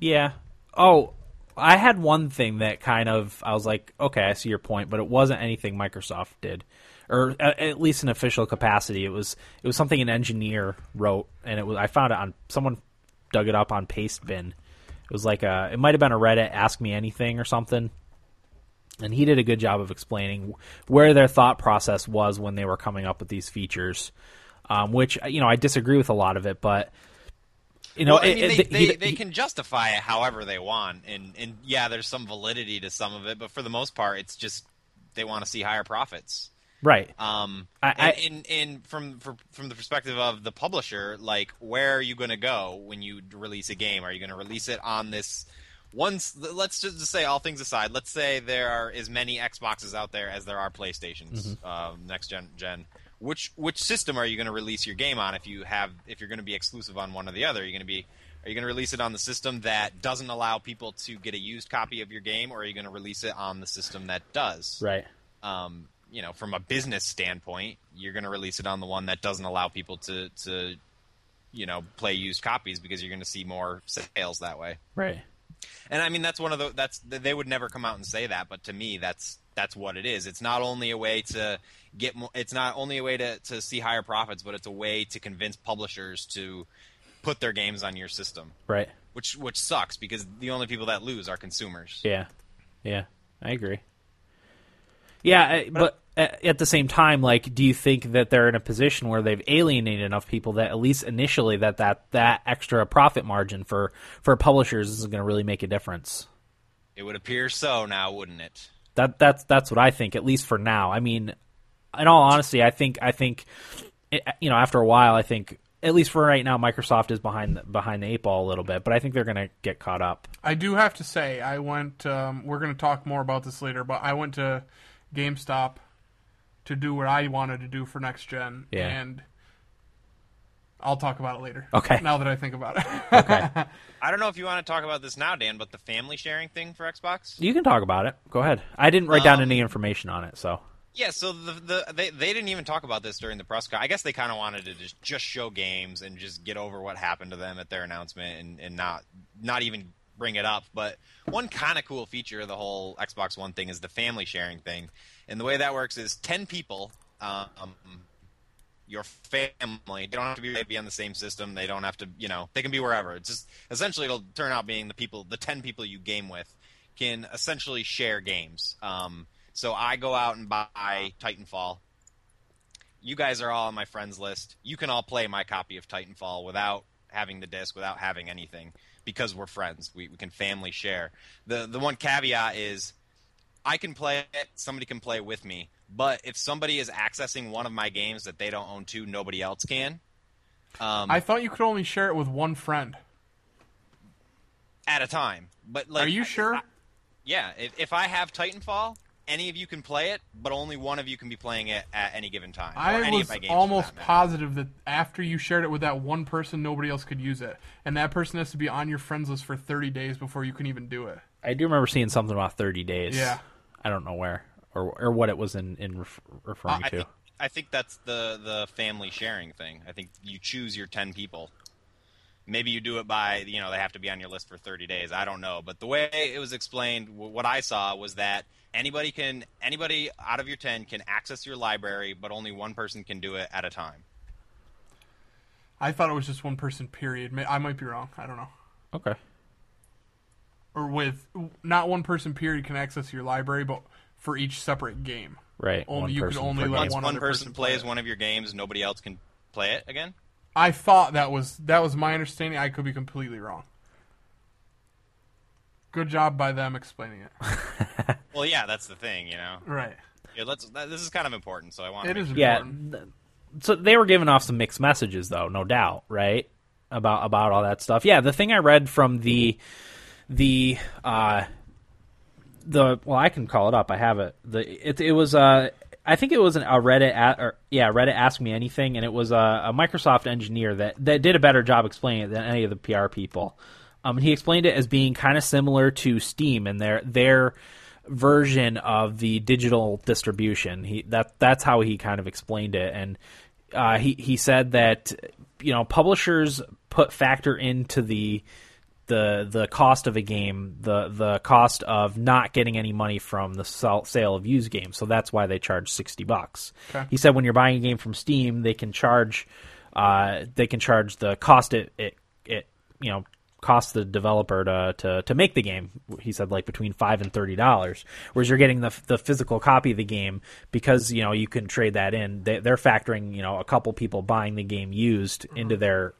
Speaker 3: yeah. Oh, I had one thing that kind of I was like, okay, I see your point, but it wasn't anything Microsoft did, or a- at least in official capacity. It was it was something an engineer wrote, and it was I found it on someone dug it up on Pastebin. It was like a it might have been a Reddit Ask Me Anything or something. And he did a good job of explaining where their thought process was when they were coming up with these features, um, which you know I disagree with a lot of it, but you know
Speaker 6: Well, I
Speaker 3: it-
Speaker 6: mean,
Speaker 3: it-
Speaker 6: they,
Speaker 3: he-
Speaker 6: they, they
Speaker 3: he-
Speaker 6: can justify it however they want, and and yeah, there's some validity to some of it, but for the most part, it's just they want to see higher profits.
Speaker 3: right.
Speaker 6: Um,
Speaker 3: I- I-
Speaker 6: and, and, and from for, from the perspective of the publisher, like where are you going to go when you d- release a game? Are you going to release it on this? Once let's just say all things aside, let's say there are as many Xboxes out there as there are PlayStations,
Speaker 3: Mm-hmm.
Speaker 6: um, next gen gen. Which which system are you going to release your game on? If you have if you're going to be exclusive on one or the other, you're going to be are you going to release it on the system that doesn't allow people to get a used copy of your game, or are you going to release it on the system that does?
Speaker 3: Right.
Speaker 6: um, you know, from a business standpoint, you're going to release it on the one that doesn't allow people to, to you know, play used copies because you're going to see more sales that way.
Speaker 3: Right.
Speaker 6: And I mean, that's one of the that's they would never come out and say that, but to me, that's that's what it is. It's not only a way to get more. It's not only a way to to see higher profits, but it's a way to convince publishers to put their games on your system,
Speaker 3: Right.
Speaker 6: which which sucks because the only people that lose are consumers.
Speaker 3: Yeah. Yeah. I agree. Yeah, I- but a- at the same time, like, do you think that they're in a position where they've alienated enough people that at least initially that that, that extra profit margin for for publishers isn't going to really make a difference?
Speaker 6: It would appear so now, wouldn't it?
Speaker 3: That that's that's what I think, at least for now. I mean, in all honesty, I think I think it- you know after a while, I think at least for right now, Microsoft is behind the, behind the eight ball a little bit, but I think they're going to get caught up.
Speaker 4: I do have to say, I went. Um, we're going to talk more about this later, but I went to GameStop to do what I wanted to do for next gen,
Speaker 3: Yeah.
Speaker 4: and I'll talk about it later.
Speaker 3: Okay.
Speaker 4: Now that I think about it,
Speaker 3: Okay,
Speaker 6: I don't know if you want to talk about this now, Dan, but the family sharing thing for Xbox.
Speaker 3: you can talk about it. Go ahead. I didn't write
Speaker 4: Um,
Speaker 3: down any information on it, so
Speaker 6: Yeah, so the, the they they didn't even talk about this during the press con. I guess they kind of wanted to just just show games and just get over what happened to them at their announcement and and not not even bring it up. But one kind of cool feature of the whole Xbox One thing is the family sharing thing, and the way that works is ten people. Um, your family. They don't have to be, they be on the same system. They don't have to, you know, they can be wherever. It's just essentially it'll turn out being the people, the ten people you game with, can essentially share games. Um, so I go out and buy Titanfall. You guys are all on my friends list. You can all play my copy of Titanfall without having the disc, without having anything, because we're friends. We, we can family share. The the one caveat is I can play it. Somebody can play with me. But if somebody is accessing one of my games that they don't own to, nobody else can. Um,
Speaker 4: I thought you could only share it with one friend.
Speaker 6: at a time. But like,
Speaker 4: Are you sure?
Speaker 6: yeah. If, if I have Titanfall, any of you can play it, but only one of you can be playing it at any given time. or
Speaker 4: I
Speaker 6: any
Speaker 4: was
Speaker 6: of my games for
Speaker 4: almost
Speaker 6: that matter.
Speaker 4: positive that after you shared it with that one person, nobody else could use it, and that person has to be on your friends list for 30 days before you can even do it.
Speaker 3: I do remember seeing something about 30 days.
Speaker 4: Yeah.
Speaker 3: I don't know where or or what it was in in ref- referring
Speaker 6: I
Speaker 3: to.
Speaker 6: think, I think that's the the family sharing thing. I think you choose your ten people. Maybe you do it by you know they have to be on your list for thirty days. I don't know, but the way it was explained, wh- what I saw was that anybody can anybody out of your ten can access your library, but only one person can do it at a time.
Speaker 4: I thought it was just one person. Period. May- I might be wrong. I don't know.
Speaker 3: Okay.
Speaker 4: or with not one person period can access your library, but for each separate game.
Speaker 3: Right.
Speaker 4: Only
Speaker 3: one
Speaker 4: you could
Speaker 3: person
Speaker 4: only
Speaker 3: per
Speaker 4: let
Speaker 3: game.
Speaker 6: Once
Speaker 4: one
Speaker 6: one,
Speaker 4: other
Speaker 6: person
Speaker 4: person play
Speaker 6: plays
Speaker 4: it.
Speaker 6: one of your games, nobody else can play it again.
Speaker 4: I thought that was that was my understanding. I could be completely wrong. Good job by them explaining it.
Speaker 6: Well, yeah, that's the thing, you know.
Speaker 4: Right.
Speaker 6: Yeah, let's. That, this is kind of important, so I want.
Speaker 4: It
Speaker 6: to
Speaker 4: is
Speaker 6: make-
Speaker 3: Yeah.
Speaker 4: important.
Speaker 3: th- So they were giving off some mixed messages, though, no doubt, right? About about all that stuff. Yeah, the thing I read from the the uh, the well, I can call it up. I have it. The it, it was uh, I think it was an, a Reddit at, or yeah Reddit asked me anything, and it was a, a Microsoft engineer that that did a better job explaining it than any of the PR people. Um, and he explained it as being kind of similar to Steam and their their version of the digital distribution. He that that's how he kind of explained it, and uh, he he said that you know publishers put factor into the the the cost of a game, the the cost of not getting any money from the sell, sale of used games. So that's why they charge sixty bucks. He said when you're buying a game from Steam, they can charge uh, they can charge the cost it it, it you know cost the developer to, to to make the game. He said like between five and thirty dollars. Whereas you're getting the the physical copy of the game because you know you can trade that in. They, they're factoring you know a couple people buying the game used into their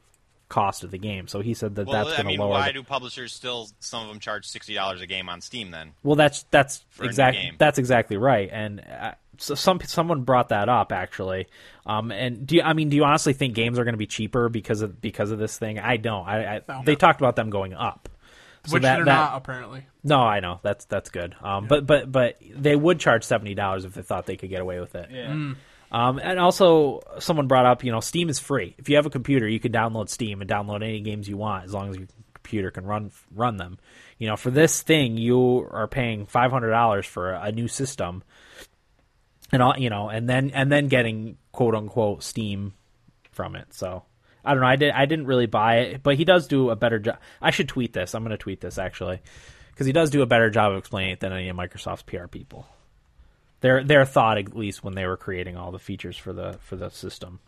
Speaker 3: cost of the game. So he said that
Speaker 6: Mm-hmm. Well,
Speaker 3: that's
Speaker 6: I
Speaker 3: going
Speaker 6: mean,
Speaker 3: to lower.
Speaker 6: why
Speaker 3: the-
Speaker 6: do publishers still? Some of them charge sixty dollars a game on Steam. Then
Speaker 3: well, that's that's
Speaker 6: a new
Speaker 3: exactly
Speaker 6: game.
Speaker 3: that's exactly right. And uh, so some someone brought that up actually. Um, and do you, I mean do you honestly think games are going to be cheaper because of because of this thing? I don't. I, I
Speaker 4: No.
Speaker 3: they talked about them going up. So
Speaker 4: Which
Speaker 3: that-
Speaker 4: they're
Speaker 3: that-
Speaker 4: not apparently.
Speaker 3: No, I know that's that's good. Um, but but but they would charge seventy dollars if they thought they could get away with it.
Speaker 1: Yeah.
Speaker 3: Um, and also, someone brought up, you know, Steam is free. If you have a computer, you can download Steam and download any games you want as long as your computer can run run them. You know, for this thing, you are paying five hundred dollars for a, a new system, and all you know, and then and then getting quote unquote Steam from it. So I don't know. I did. I didn't really buy it, but he does do a better job. I should tweet this. I'm going to tweet this actually, because he does do a better job of explaining it than any of Microsoft's PR people. Their their thought at least when they were creating all the features for the for the system.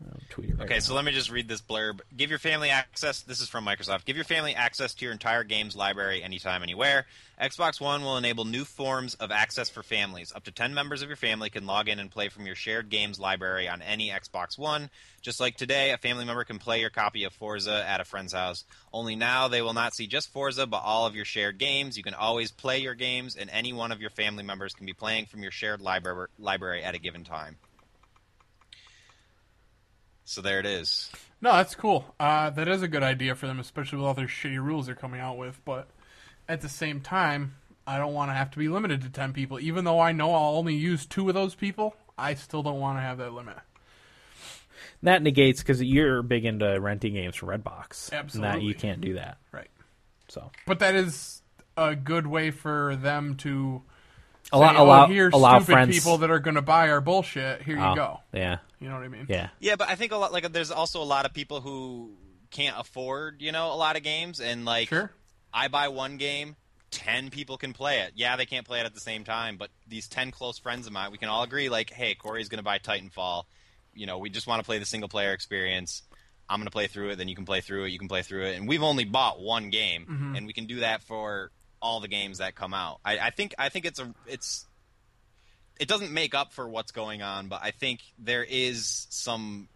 Speaker 3: I'll tweet it right
Speaker 6: Okay,
Speaker 3: now.
Speaker 6: so let me just read this blurb. Give your family access. This is from Microsoft. Give your family access to your entire games library anytime, anywhere. Xbox One will enable new forms of access for families. Up to 10 members of your family can log in and play from your shared games library on any Xbox One. Just like today, a family member can play your copy of Forza at a friend's house. Only now, they will not see just Forza, but all of your shared games. You can always play your games, and any one of your family members can be playing from your shared library, library at a given time. So there it is.
Speaker 4: No, that's cool. Uh, that is a good idea for them, especially with all their shitty rules they're coming out with. But at the same time, I don't want to have to be limited to 10 people. Even though I know I'll only use two of those people, I still don't want to have that limit.
Speaker 3: that negates because you're big into renting games from Redbox. And that
Speaker 4: Absolutely.
Speaker 3: you can't do that.
Speaker 4: Right.
Speaker 3: So
Speaker 4: But that is a good way for them to
Speaker 3: allow
Speaker 4: say,
Speaker 3: allow,
Speaker 4: oh, here's
Speaker 3: allow
Speaker 4: stupid
Speaker 3: friends.
Speaker 4: people that are going to buy our bullshit. Here
Speaker 3: Oh,
Speaker 4: you go.
Speaker 3: Yeah,
Speaker 4: You know what I mean?
Speaker 3: yeah.
Speaker 6: Yeah, but I think a lot like there's also a lot of people who can't afford, you know, a lot of games and like
Speaker 4: Sure.
Speaker 6: I buy one game, 10 people can play it. Yeah, they can't play it at the same time, but these 10 close friends of mine, we can all agree like, "Hey, Corey's going to buy Titanfall. You know, we just want to play the single player experience. I'm going to play through it, then you can play through it, you can play through it." And we've only bought one game, and we can do that for all the games that come out. I, I think I think it's a it's it doesn't make up for what's going on, but I think there is some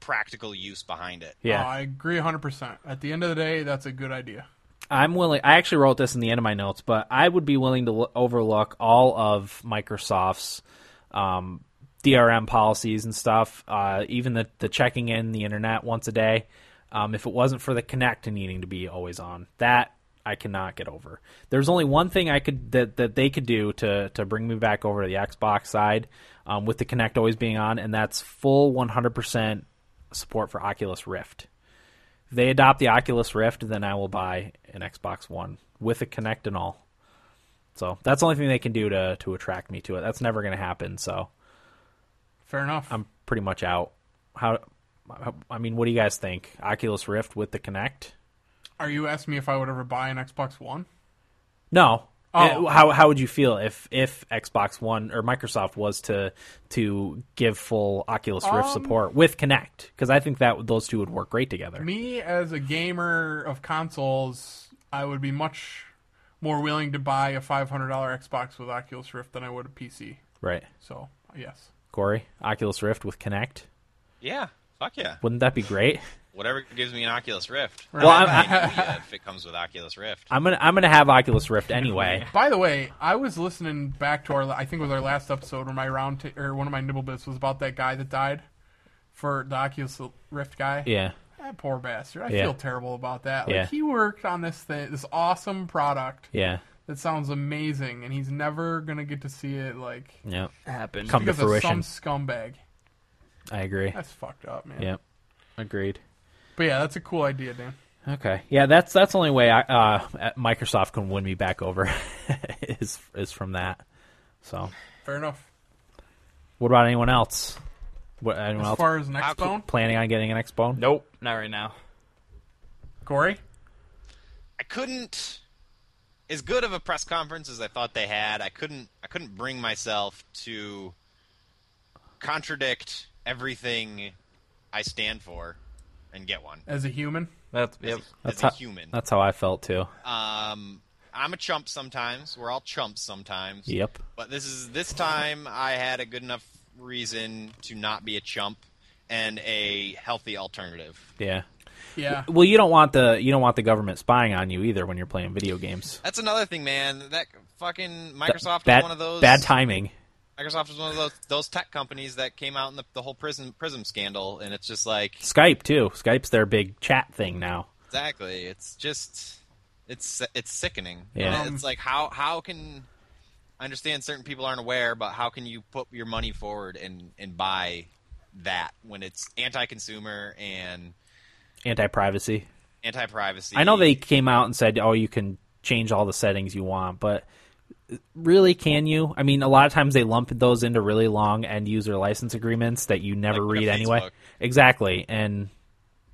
Speaker 6: practical use behind it.
Speaker 3: Yeah.
Speaker 4: Oh, I agree 100%. At the end of the day, that's a good idea.
Speaker 3: I'm willing. I actually wrote this in the end of my notes, but I would be willing to l- overlook all of Microsoft's um, DRM policies and stuff, uh, even the the checking in the internet once a day. Um, if it wasn't for the Connect needing to be always on, that I cannot get over. There's only one thing I could that that they could do to to bring me back over to the Xbox side um, with the Connect always being on, and that's full 100% support for Oculus Rift they adopt the Oculus Rift, then I will buy an Xbox One with a Kinect and all. So that's the only thing they can do to to attract me to it. That's never going to happen. So
Speaker 4: Fair enough.
Speaker 3: I'm pretty much out. How? how- I mean, what do you guys think? Oculus Rift with the Kinect?
Speaker 4: Are you asking me if I would ever buy an Xbox One?
Speaker 3: No.
Speaker 4: Oh.
Speaker 3: Uh, How how would you feel if if Xbox One or Microsoft was to to give full Oculus Rift support with Kinect? Because I think that those two would work great together.
Speaker 4: Me as a gamer of consoles, I would be much more willing to buy a $500 Xbox with Oculus Rift than I would a PC.
Speaker 3: Right.
Speaker 4: So, yes.
Speaker 3: Corey, Oculus Rift with Connect.
Speaker 6: Yeah. Fuck yeah.
Speaker 3: Wouldn't that be great?
Speaker 6: Whatever gives me an Oculus Rift.
Speaker 4: Well,
Speaker 6: I
Speaker 3: I'm-
Speaker 6: might be, uh, if it comes with Oculus Rift.
Speaker 3: I'm gonna I'm gonna have Oculus Rift anyway.
Speaker 4: By the way, I was listening back to our I think it was our last episode where my round t- or one of my nibble bits was about that guy that died for the Oculus Rift guy.
Speaker 3: Yeah.
Speaker 4: That poor bastard. I
Speaker 3: Yeah.
Speaker 4: feel terrible about that. Like
Speaker 3: Yeah.
Speaker 4: he worked on this thing, this awesome product
Speaker 3: Yeah.
Speaker 4: that sounds amazing, and he's never gonna get to see it like
Speaker 3: Yeah.
Speaker 1: Happened.
Speaker 3: Come to
Speaker 4: because of
Speaker 3: fruition.
Speaker 4: some scumbag.
Speaker 3: I agree.
Speaker 4: That's fucked up, man.
Speaker 3: Yeah. Agreed.
Speaker 4: But yeah, that's a cool idea, Dan.
Speaker 3: Okay. Yeah, that's that's the only way I, uh, Microsoft can win me back over is is from that. So,
Speaker 4: Fair enough.
Speaker 3: what about anyone else? What anyone
Speaker 4: As
Speaker 3: else
Speaker 4: far as an
Speaker 6: I'll-
Speaker 4: Xbone,
Speaker 3: planning on getting an Xbone?
Speaker 1: Nope, not right now.
Speaker 4: Corey.
Speaker 6: I couldn't as good of a press conference as I thought they had. I couldn't I couldn't bring myself to contradict everything I stand for and get one.
Speaker 4: As a human,
Speaker 1: That's yep.
Speaker 6: As
Speaker 3: That's
Speaker 6: a
Speaker 3: how-
Speaker 6: human.
Speaker 3: That's how I felt too.
Speaker 6: Um I'm a chump sometimes. We're all chumps sometimes.
Speaker 3: Yep.
Speaker 6: But this is this time I had a good enough reason to not be a chump and a healthy alternative.
Speaker 3: Yeah.
Speaker 4: yeah.
Speaker 3: Well, you don't want the you don't want the government spying on you either when you're playing video games.
Speaker 6: That's another thing, man. That fucking Microsoft
Speaker 3: bad,
Speaker 6: is one of those
Speaker 3: bad timing.
Speaker 6: Microsoft is one of those those tech companies that came out in the, the whole Prism Prism scandal, and it's just like
Speaker 3: Skype too. Skype's their big chat thing now.
Speaker 6: exactly. It's just it's it's sickening.
Speaker 3: Yeah.
Speaker 6: And it's like how how can I understand certain people aren't aware, but how can you put your money forward and and buy that when it's anti-consumer and
Speaker 3: Anti-privacy.
Speaker 6: anti-privacy?
Speaker 3: I know they came out and said, "Oh, you can change all the settings you want," but really, can you? I mean, a lot of times they lump those into really long end user license agreements that you never
Speaker 6: Like with
Speaker 3: read anyway.
Speaker 6: Facebook.
Speaker 3: Exactly, and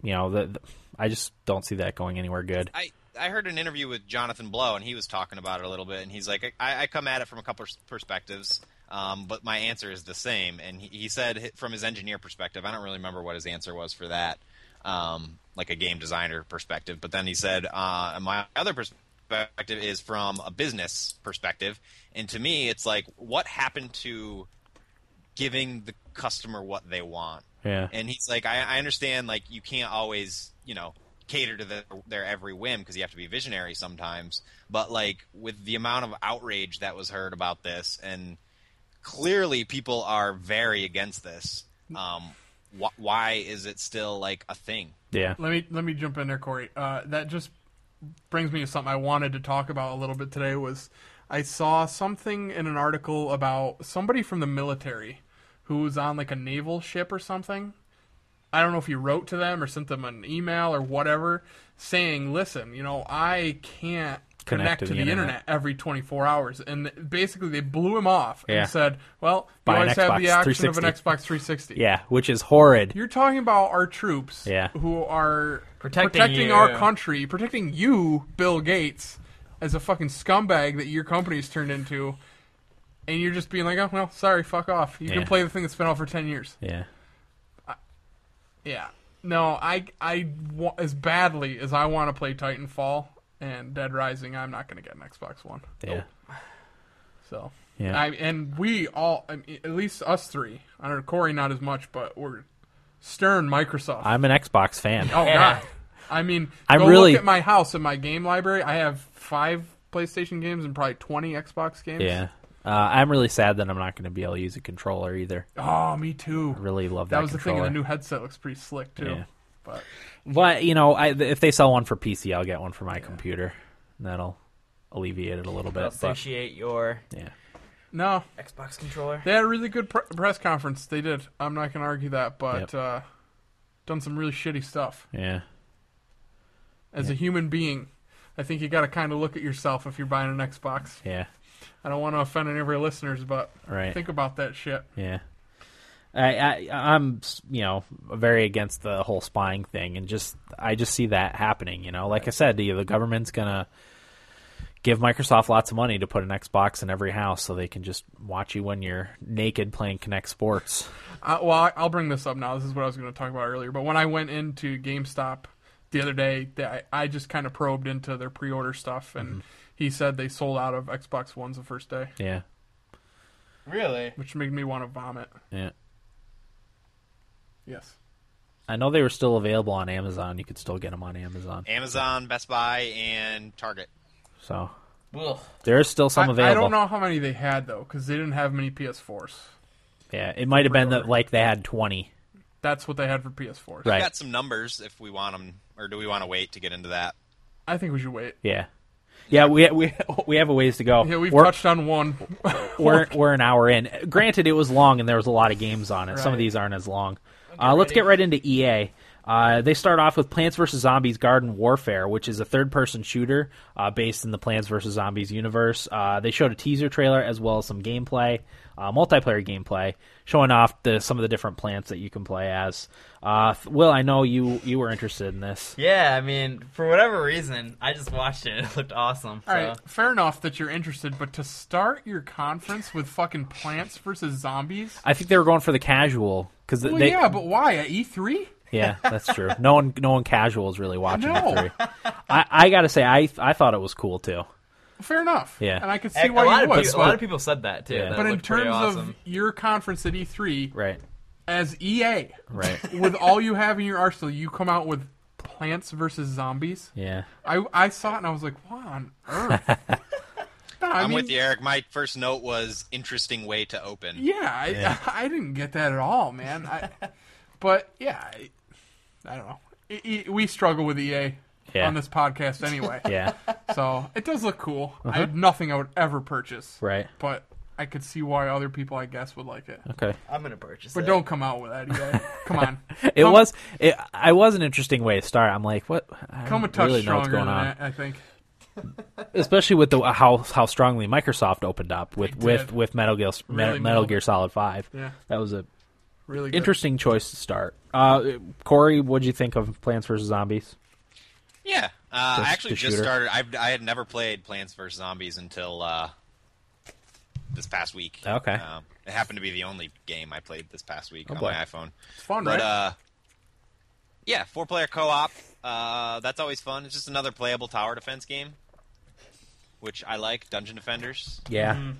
Speaker 3: you know, the, the- I just don't see that going anywhere good.
Speaker 6: I I heard an interview with Jonathan Blow, and he was talking about it a little bit, and he's like, I, I come at it from a couple pers- perspectives, um, but my answer is the same. And he, he said hi- from his engineer perspective, I don't really remember what his answer was for that, um, like a game designer perspective. But then he said, uh, my other perspective is from a business perspective, and to me, it's like, what happened to giving the customer what they want?
Speaker 3: Yeah,
Speaker 6: And he's like, I, I understand, like, you can't always, you know, cater to their, their every whim because you have to be visionary sometimes. But, like, with the amount of outrage that was heard about this, and clearly people are very against this, um, wh- why is it still, like, a thing?
Speaker 3: yeah,
Speaker 4: Let me let me jump in there, Corey. Uh, that just brings me to something I wanted to talk about a little bit today. Was I saw something in an article about somebody from the military who was on like a naval ship or something. I don't know if you wrote to them or sent them an email or whatever, saying, "Listen, you know, I can't." Connect, to, the, internet. every 24 hours, and basically they blew him off
Speaker 3: Yeah.
Speaker 4: and said, "Well, you
Speaker 3: Buy an
Speaker 4: always have the
Speaker 3: Xbox
Speaker 4: option of
Speaker 3: 360.
Speaker 4: an Xbox 360."
Speaker 3: yeah. Which is horrid.
Speaker 4: You're talking about our troops
Speaker 3: Yeah.
Speaker 4: who are
Speaker 1: Protecting you.
Speaker 4: our country, protecting you, Bill Gates, as a fucking scumbag that your company's turned into, and you're just being like, oh, well, sorry, fuck off. You
Speaker 3: Yeah.
Speaker 4: can play the thing that's been out for 10 years.
Speaker 3: Yeah,
Speaker 4: Yeah. No, I, I, wa- as badly as I want to play Titanfall and Dead Rising, I'm not going to get an Xbox One.
Speaker 3: yeah,
Speaker 4: So.
Speaker 3: yeah.
Speaker 4: I, and we all, I mean, at least us three, I don't know, Corey not as much, but we're stern Microsoft.
Speaker 3: I'm an Xbox fan.
Speaker 4: Oh
Speaker 1: Yeah.
Speaker 4: god. I mean,
Speaker 3: I'm
Speaker 4: go
Speaker 3: really-
Speaker 4: look at my house and my game library. I have five PlayStation games and probably twenty Xbox games.
Speaker 3: Yeah. Uh, I'm really sad that I'm not going to be able to use a controller either.
Speaker 4: Oh, me too.
Speaker 3: Really love that.
Speaker 4: that was the thing.
Speaker 3: controller.
Speaker 4: and The new headset looks pretty slick too.
Speaker 3: Yeah.
Speaker 4: But
Speaker 3: But you know, I, th- if they sell one for PC, I'll get one for my computer. And that'll alleviate it a little
Speaker 1: That'll
Speaker 3: bit. But,
Speaker 1: satiate your
Speaker 3: yeah,
Speaker 4: no,
Speaker 1: Xbox controller.
Speaker 4: they had a really good pre- press conference. They did. I'm not gonna argue that, but
Speaker 3: Yep.
Speaker 4: uh, done some really shitty stuff.
Speaker 3: yeah,
Speaker 4: As a human being, I think you got to kind of look at yourself if you're buying an Xbox.
Speaker 3: yeah,
Speaker 4: I don't want to offend any of our listeners, but
Speaker 3: right,
Speaker 4: think about that shit.
Speaker 3: yeah. I, I I'm s- you know very against the whole spying thing, and just I just see that happening. You know, like I said, the, the government's gonna give Microsoft lots of money to put an Xbox in every house, so they can just watch you when you're naked playing Connect Sports.
Speaker 4: I, well, I- I'll bring this up now. This is what I was going to talk about earlier. But when I went into GameStop the other day that I, I just kind of probed into their pre-order stuff,
Speaker 3: Mm-hmm.
Speaker 4: and he said they sold out of Xbox Ones the first day,
Speaker 3: Yeah,
Speaker 1: Really?
Speaker 4: which made me want to vomit.
Speaker 3: yeah.
Speaker 4: Yes.
Speaker 3: I know they were still available on Amazon. You could still get them on Amazon.
Speaker 6: Amazon, Best Buy, and Target.
Speaker 3: So
Speaker 1: Ugh.
Speaker 3: there is still some
Speaker 4: I-
Speaker 3: available.
Speaker 4: I, don't know how many they had though, because they didn't have many PS4s.
Speaker 3: Yeah, it might have been that
Speaker 4: Pre-order.
Speaker 3: like they had twenty.
Speaker 4: That's what they had for PS4s.
Speaker 3: Right.
Speaker 6: We got some numbers if we want them, or do we want to wait to get into that?
Speaker 4: I think we should wait.
Speaker 3: Yeah. Yeah, we we we have a ways to go.
Speaker 4: Yeah, we've
Speaker 3: we're,
Speaker 4: touched on one.
Speaker 3: we're we're an hour in. Granted, it was long and there was a lot of games on it. Some of
Speaker 4: Right.
Speaker 3: these aren't as long. Uh, let's get right into EA. Uh, they start off with Plants vs Zombies: Garden Warfare, which is a third-person shooter uh, based in the Plants vs Zombies universe. Uh, they showed a teaser trailer as well as some gameplay, uh, multiplayer gameplay, showing off the, some of the different plants that you can play as. Uh, Will, I know you you were interested in this.
Speaker 1: Yeah, I mean, for whatever reason, I just watched it. It looked awesome. So.
Speaker 4: All right, fair enough that you're interested, but to start your conference with fucking Plants versus Zombies?
Speaker 3: I think they were going for the casual because
Speaker 4: Well,
Speaker 3: they
Speaker 4: yeah, but why at E E3?
Speaker 3: Yeah, that's true. No one, no one casual is really watching
Speaker 4: No.
Speaker 3: E3. I, I gotta say, I, I thought it was cool too.
Speaker 4: Fair enough.
Speaker 3: Yeah.
Speaker 4: and I could
Speaker 1: A-
Speaker 4: see
Speaker 1: a,
Speaker 4: why
Speaker 1: lot
Speaker 4: you
Speaker 1: of
Speaker 4: would.
Speaker 1: people, a
Speaker 4: but-
Speaker 1: lot of people said that too.
Speaker 3: Yeah.
Speaker 1: that
Speaker 4: but
Speaker 1: it
Speaker 4: in
Speaker 1: looked pretty
Speaker 4: terms
Speaker 1: awesome.
Speaker 4: of your conference at E3,
Speaker 3: Right,
Speaker 4: as EA,
Speaker 3: right.
Speaker 4: with all you have in your arsenal, you come out with Plants versus Zombies.
Speaker 3: Yeah,
Speaker 4: I I saw it and I was like, what on earth? no, I
Speaker 6: I'm
Speaker 4: mean,
Speaker 6: with you, Eric. My first note was interesting way to open.
Speaker 4: Yeah, I, I didn't get that at all, man. I, but yeah, I, I don't know. E- E- we struggle with EA
Speaker 3: Yeah.
Speaker 4: on this podcast anyway,
Speaker 3: yeah,
Speaker 4: so it does look cool. I had nothing I would ever purchase,
Speaker 3: Uh-huh. right.
Speaker 4: but I could see why other people, I guess, would like it.
Speaker 3: Okay.
Speaker 1: I'm gonna purchase
Speaker 4: But
Speaker 1: it.
Speaker 4: don't come out with that EA. Come on,
Speaker 3: It
Speaker 4: Come-
Speaker 3: was it. I was an interesting way to start. I'm like, what? I
Speaker 4: come a
Speaker 3: don't
Speaker 4: touch
Speaker 3: really know what's
Speaker 4: stronger
Speaker 3: going
Speaker 4: than
Speaker 3: on,
Speaker 4: that. I think.
Speaker 3: especially with the how how strongly Microsoft opened up with
Speaker 4: They
Speaker 3: with
Speaker 4: did.
Speaker 3: with Metal Gear
Speaker 4: Really
Speaker 3: Metal
Speaker 4: nailed
Speaker 3: Gear Solid Five.
Speaker 4: Yeah.
Speaker 3: that was a
Speaker 4: Really good.
Speaker 3: interesting choice to start. Uh, Corey, what'd you think of Plants vs Zombies?
Speaker 6: Yeah, uh,
Speaker 3: Just
Speaker 6: I actually
Speaker 3: the
Speaker 6: just
Speaker 3: shooter.
Speaker 6: started. I've, I had never played Plants vs Zombies until uh, this past week.
Speaker 3: Okay. Oh,
Speaker 6: Um, it happened to be the only game I played this past week on
Speaker 3: boy.
Speaker 6: my iPhone.
Speaker 4: It's fun, right?
Speaker 6: But uh, yeah, four player co op. Uh, that's always fun. It's just another playable tower defense game, which I like. Dungeon Defenders.
Speaker 3: Yeah,
Speaker 4: Mm-hmm.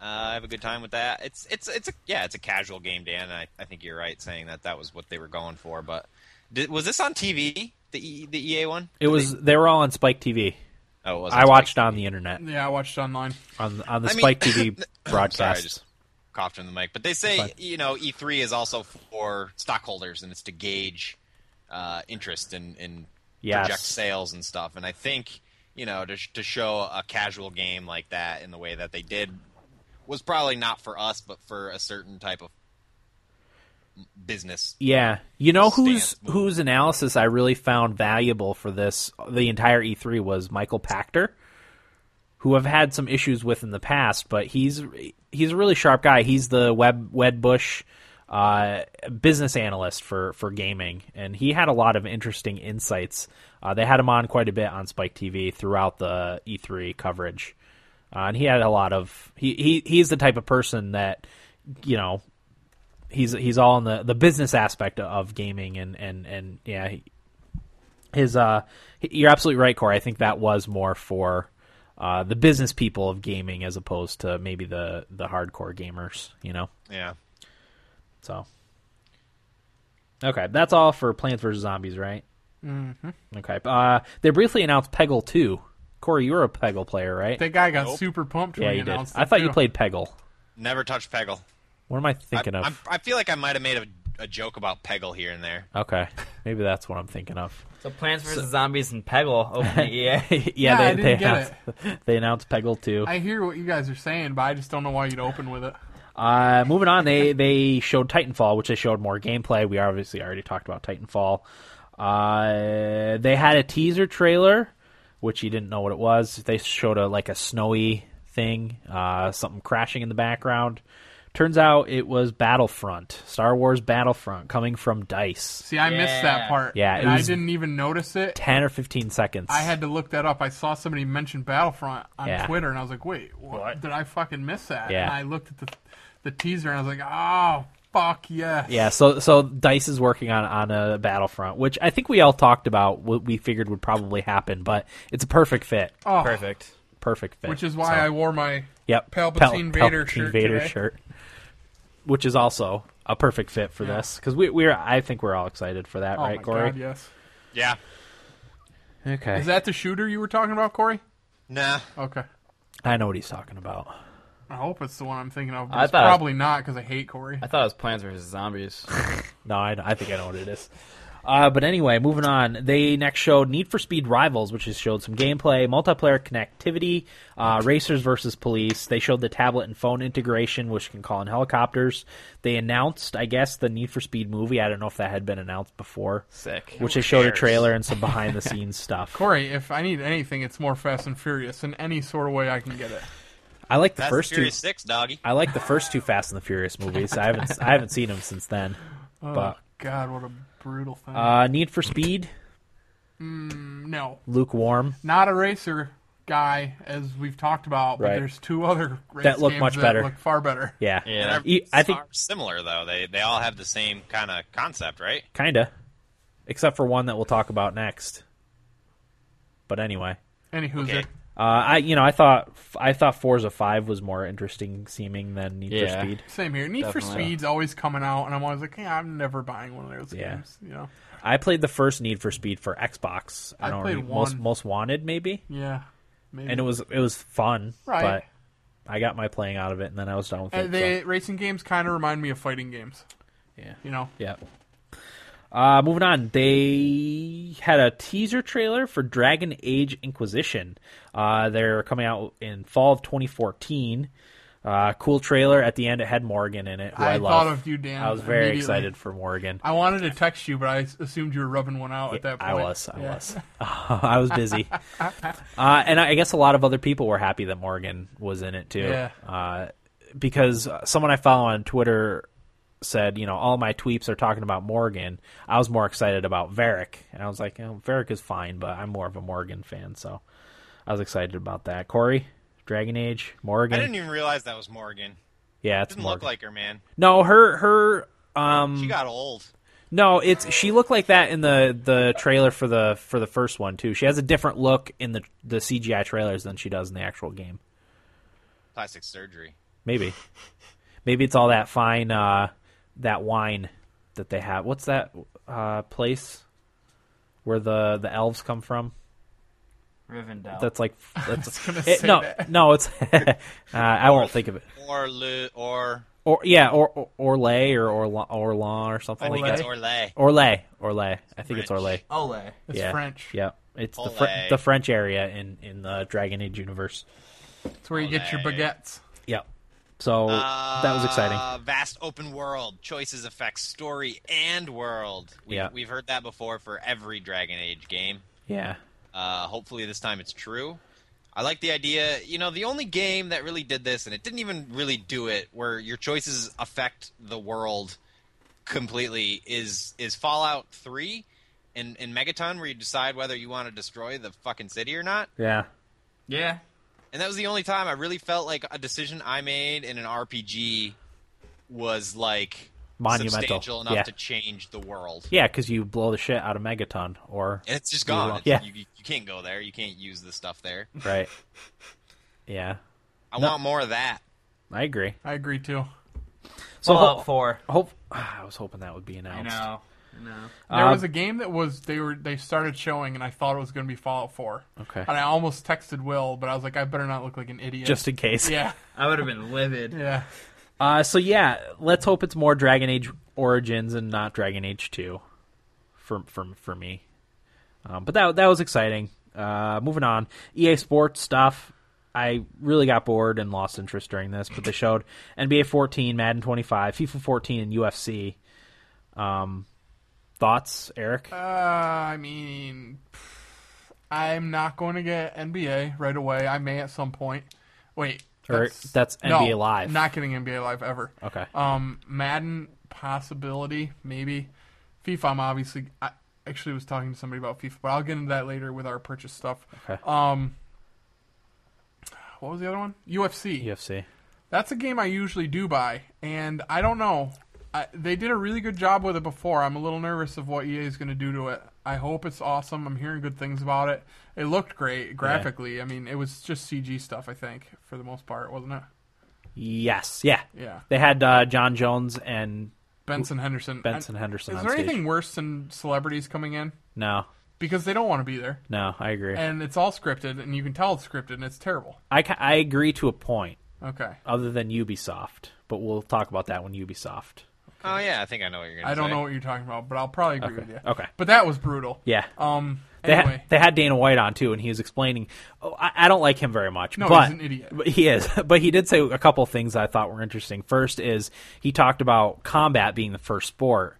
Speaker 6: Uh, I have a good time with that. It's it's it's a yeah, it's a casual game, Dan. And I, I think you're right saying that that was what they were going for. But did, was this on TV? The e, the EA one?
Speaker 3: it was. They were all on Spike TV.
Speaker 6: Oh, it was.
Speaker 3: I watched on the internet.
Speaker 4: yeah, I watched online.
Speaker 3: on on the
Speaker 6: I mean-
Speaker 3: Spike TV broadcast.
Speaker 6: Sorry, I just coughed in the mic. But they say
Speaker 3: Fine.
Speaker 6: you know E3 is also for stockholders, and it's to gauge uh, interest and and
Speaker 3: Yes.
Speaker 6: project sales and stuff. And I think you know to sh- to show a casual game like that in the way that they did was probably not for us, but for a certain type of business.
Speaker 3: yeah, you know whose
Speaker 6: Stance move.
Speaker 3: whose analysis I really found valuable for this the entire E3 was Michael Pachter, who I've had some issues with in the past, but he's he's a really sharp guy. He's the Web Wedbush uh, business analyst for for gaming, and he had a lot of interesting insights. Uh, they had him on quite a bit on Spike TV throughout the E3 coverage. Uh, and he had a lot of he, he he's the type of person that you know he's he's all in the, the business aspect of gaming and and and yeah he- his uh he- you're absolutely right Corey I think that was more for uh, the business people of gaming as opposed to maybe the the hardcore gamers you know
Speaker 6: Yeah.
Speaker 3: so okay that's all for Plants vs Zombies right mm-hmm. okay uh they briefly announced Peggle two Corey you were a Peggle player right
Speaker 4: That guy got
Speaker 6: Nope.
Speaker 4: super pumped
Speaker 3: yeah
Speaker 4: when he
Speaker 3: you did
Speaker 4: announced
Speaker 3: I
Speaker 4: it,
Speaker 3: thought you
Speaker 4: too.
Speaker 3: played Peggle
Speaker 6: Never touched Peggle.
Speaker 3: what am I thinking
Speaker 6: I,
Speaker 3: of
Speaker 6: I'm, I feel like I might have made a, a joke about Peggle here and there.
Speaker 3: okay maybe that's what I'm thinking of.
Speaker 1: So Plants vs Zombies and Peggle open the EA.
Speaker 3: yeah,
Speaker 4: Yeah, I
Speaker 3: they,
Speaker 4: didn't
Speaker 3: they,
Speaker 4: get
Speaker 3: announced, they announced Peggle 2.
Speaker 4: I hear what you guys are saying, but I just don't know why you'd open with it.
Speaker 3: Uh, moving on, they, they showed Titanfall, which they showed more gameplay. We obviously already talked about Titanfall. Uh, they had a teaser trailer, which you didn't know what it was. They showed a like a snowy thing, uh, something crashing in the background. Turns out it was Battlefront, Star Wars Battlefront, coming from Dice.
Speaker 4: See, I missed
Speaker 1: Yeah.
Speaker 4: that part.
Speaker 3: Yeah, it
Speaker 4: and I
Speaker 3: was-
Speaker 4: didn't even notice it.
Speaker 3: Ten or fifteen seconds.
Speaker 4: I had to look that up. I saw somebody mention Battlefront on
Speaker 3: Yeah.
Speaker 4: Twitter, and I was like, "Wait, what? Did I fucking miss that?"
Speaker 3: Yeah.
Speaker 4: And I looked at the the teaser, and I was like, "Oh, Fuck yes.
Speaker 3: Yeah, so so Dice is working on on a Battlefront, which I think we all talked about. What we figured would probably happen, but it's a perfect fit,
Speaker 4: Oh,
Speaker 1: Perfect.
Speaker 3: perfect fit.
Speaker 4: Which is why I wore my
Speaker 3: yep,
Speaker 4: Palpatine Vader
Speaker 3: Palpatine
Speaker 4: shirt
Speaker 3: Vader
Speaker 4: today.
Speaker 3: shirt, which is also a perfect fit for this because we we're I think we're all excited for that,
Speaker 4: Oh
Speaker 3: right,
Speaker 4: my
Speaker 3: Corey?
Speaker 4: god, yes.
Speaker 6: Yeah.
Speaker 3: Okay,
Speaker 4: Is that the shooter you were talking about, Corey?
Speaker 6: Nah.
Speaker 4: Okay.
Speaker 3: I know what he's talking about.
Speaker 4: I hope it's the one I'm thinking of. but
Speaker 1: I
Speaker 4: it's
Speaker 1: thought-
Speaker 4: probably not because I hate Corey.
Speaker 1: I thought it was Plants vs Zombies.
Speaker 3: No, I, I think I know what it is. Uh, but anyway, moving on. They next showed Need for Speed Rivals, which has showed some gameplay, multiplayer connectivity, uh, racers versus police. They showed the tablet and phone integration, which can call in helicopters. They announced, I guess, the Need for Speed movie. I don't know if that had been announced before,
Speaker 1: Sick.
Speaker 3: which they showed a
Speaker 6: cares?
Speaker 3: trailer and some behind the scenes stuff.
Speaker 4: Corey, if I need anything, it's more Fast and Furious in any sort of way I can get it.
Speaker 3: I like the
Speaker 6: That's
Speaker 3: first two.
Speaker 6: Furious Six, doggy.
Speaker 3: I like the first two Fast and the Furious movies. I haven't I haven't seen them since then. But
Speaker 4: God, what a brutal thing.
Speaker 3: uh, Need for Speed,
Speaker 4: no,
Speaker 3: lukewarm.
Speaker 4: not a racer guy, as we've talked about. But
Speaker 3: Right.
Speaker 4: there's two other race
Speaker 3: That look
Speaker 4: games
Speaker 3: much
Speaker 4: that
Speaker 3: better.
Speaker 4: Look far better.
Speaker 3: Yeah,
Speaker 1: Yeah.
Speaker 6: They're
Speaker 3: E- I think
Speaker 6: far similar though. They they all have the same kind of concept, right?
Speaker 3: Kinda. Except for one that we'll talk about next. But anyway.
Speaker 4: Any who's
Speaker 6: Okay.
Speaker 4: it?
Speaker 3: Uh, I you know I thought I thought Forza Five was more interesting seeming than Need
Speaker 1: Yeah.
Speaker 3: for Speed.
Speaker 4: Same here. Need for
Speaker 1: Definitely.
Speaker 4: Speed's always coming out, and I'm always like, yeah, I'm never buying one of those
Speaker 3: Yeah.
Speaker 4: games. You know?
Speaker 3: I played the first Need for Speed for Xbox. I,
Speaker 4: I
Speaker 3: don't
Speaker 4: played
Speaker 3: remember most
Speaker 4: one.
Speaker 3: most wanted maybe,
Speaker 4: Yeah. Maybe.
Speaker 3: and it was it was fun.
Speaker 4: Right.
Speaker 3: But I got my playing out of it, and then I was done with
Speaker 4: Uh,
Speaker 3: it.
Speaker 4: they
Speaker 3: so,
Speaker 4: racing games kind of remind me of fighting games.
Speaker 1: Yeah.
Speaker 4: You know.
Speaker 3: yeah. Uh, moving on, they had a teaser trailer for Dragon Age Inquisition. Uh, they're coming out in fall of 2014. Uh, cool trailer. At the end, it had Morgan in it, who I,
Speaker 4: I
Speaker 3: love.
Speaker 4: thought of you, Dan,
Speaker 3: I was very
Speaker 4: immediately.
Speaker 3: excited for Morgan.
Speaker 4: I wanted to text you, but I s- assumed you were rubbing one out at that point.
Speaker 3: I was. I
Speaker 4: Yeah.
Speaker 3: was. I was busy. uh, and I I guess a lot of other people were happy that Morgan was in it too.
Speaker 4: Yeah.
Speaker 3: Uh, because uh, someone I follow on Twitter said, you know, all my tweeps are talking about Morgan. I was more excited about Varric, and I was like, oh, Varric is fine, but I'm more of a Morgan fan, so I was excited about that. Corey, Dragon Age,
Speaker 6: I
Speaker 3: Morgan.
Speaker 6: didn't even realize that was Morgan.
Speaker 3: yeah, it's
Speaker 6: Didn't
Speaker 3: Morgan.
Speaker 6: look like her, man.
Speaker 3: no, her her. Um,
Speaker 6: She got old.
Speaker 3: No, it's she looked like that in the the trailer for the for the first one too. She has a different look in the the CGI trailers than she does in the actual game.
Speaker 6: Plastic surgery.
Speaker 3: Maybe, maybe it's all that fine uh, that wine that they have. What's that uh, place where the the elves come from?
Speaker 1: Rivendell.
Speaker 3: That's like that's
Speaker 4: gonna
Speaker 3: it-
Speaker 4: say
Speaker 3: no
Speaker 4: that.
Speaker 3: no. It's uh, I won't think of it.
Speaker 6: Or Lu, or
Speaker 3: Or yeah, or, or Orlay or Orla- Orlan or something
Speaker 6: I think
Speaker 3: like
Speaker 6: it's
Speaker 3: that.
Speaker 6: Orlay.
Speaker 3: Orlay, Orlay. I think it's
Speaker 6: French.
Speaker 3: Orlay.
Speaker 1: Ole.
Speaker 4: It's
Speaker 3: Yeah.
Speaker 4: French.
Speaker 3: Yeah, it's the,
Speaker 6: Olay.
Speaker 3: fr- the French area in, in the Dragon Age universe.
Speaker 4: It's where you get your
Speaker 6: Olay.
Speaker 4: baguettes.
Speaker 3: Yeah, so that was exciting.
Speaker 6: Uh, Vast open world, choices affect story and world. We,
Speaker 3: Yeah.
Speaker 6: We've heard that before for every Dragon Age game.
Speaker 3: Yeah,
Speaker 6: Uh, hopefully, this time it's true. I like the idea. You know, the only game that really did this, and it didn't even really do it, where your choices affect the world completely, is is Fallout Three, and in Megaton, where you decide whether you want to destroy the fucking city or not.
Speaker 3: yeah,
Speaker 1: Yeah.
Speaker 6: And that was the only time I really felt like a decision I made in an RPG was like
Speaker 3: Monumental.
Speaker 6: substantial enough
Speaker 3: Yeah.
Speaker 6: to change the world.
Speaker 3: yeah. Because you blow the shit out of Megaton, or
Speaker 6: And it's just gone.
Speaker 3: wrong. Yeah.
Speaker 6: It's- You, you can't go there. You can't use the stuff there.
Speaker 3: right? yeah,
Speaker 6: I want more of that.
Speaker 3: I agree.
Speaker 4: I agree too.
Speaker 3: So
Speaker 1: Fallout
Speaker 3: ho-
Speaker 1: Four.
Speaker 3: hope I was hoping that would be announced.
Speaker 1: I know.
Speaker 4: There
Speaker 3: Um,
Speaker 4: was a game that was they were they started showing, and I thought it was going to be Fallout Four.
Speaker 3: Okay.
Speaker 4: And I almost texted Will, but I was like, I better not look like an idiot.
Speaker 3: Just in case.
Speaker 4: yeah,
Speaker 1: I would have been livid.
Speaker 4: yeah.
Speaker 3: Uh, so yeah, let's hope it's more Dragon Age Origins and not Dragon Age Two, for for for me. Um, but that that was exciting. Uh, moving on, EA Sports stuff. I really got bored and lost interest during this, but they showed NBA 14, Madden 25, FIFA 14, and UFC. Um, thoughts, Eric?
Speaker 4: Uh, I mean, pff, I'm not going to get NBA right away. I may at some point. Wait,
Speaker 3: Or that's
Speaker 4: no,
Speaker 3: NBA Live.
Speaker 4: Not getting NBA Live ever.
Speaker 3: okay.
Speaker 4: Um, Madden possibility maybe. FIFA, I'm obviously. I actually was talking to somebody about FIFA, but I'll get into that later with our purchase stuff.
Speaker 3: Okay.
Speaker 4: Um, what was the other one? UFC.
Speaker 3: UFC.
Speaker 4: That's a game I usually do buy, and I don't know. I- I, they did a really good job with it before. I'm a little nervous of what EA is going to do to it. I hope it's awesome. I'm hearing good things about it. It looked great graphically. I mean, it was just CG stuff, I think, for the most part, wasn't it?
Speaker 3: Yes, yeah,
Speaker 4: Yeah.
Speaker 3: They had uh, John Jones and
Speaker 4: Benson Henderson.
Speaker 3: Benson
Speaker 4: And-
Speaker 3: Henderson
Speaker 4: Is
Speaker 3: on
Speaker 4: there
Speaker 3: stage.
Speaker 4: anything worse than celebrities coming in
Speaker 3: no,
Speaker 4: because they don't want to be there,
Speaker 3: no, I agree.
Speaker 4: and it's all scripted, and you can tell it's scripted, and it's terrible.
Speaker 3: I ca- I agree to a point,
Speaker 4: Okay.
Speaker 3: other than Ubisoft, but we'll talk about that when Ubisoft.
Speaker 6: Oh yeah, I think I know what you're gonna
Speaker 4: I don't
Speaker 6: say.
Speaker 4: know what you're talking about, but I'll probably agree with
Speaker 3: Okay,
Speaker 4: you.
Speaker 3: okay.
Speaker 4: But that was brutal.
Speaker 3: Yeah.
Speaker 4: Um.
Speaker 3: They,
Speaker 4: Anyway.
Speaker 3: had, they had Dana White on too, and he was explaining. Oh, I, I don't like him very much.
Speaker 4: No,
Speaker 3: but,
Speaker 4: he's an idiot.
Speaker 3: But he is. But he did say a couple of things that I thought were interesting. First is he talked about combat being the first sport,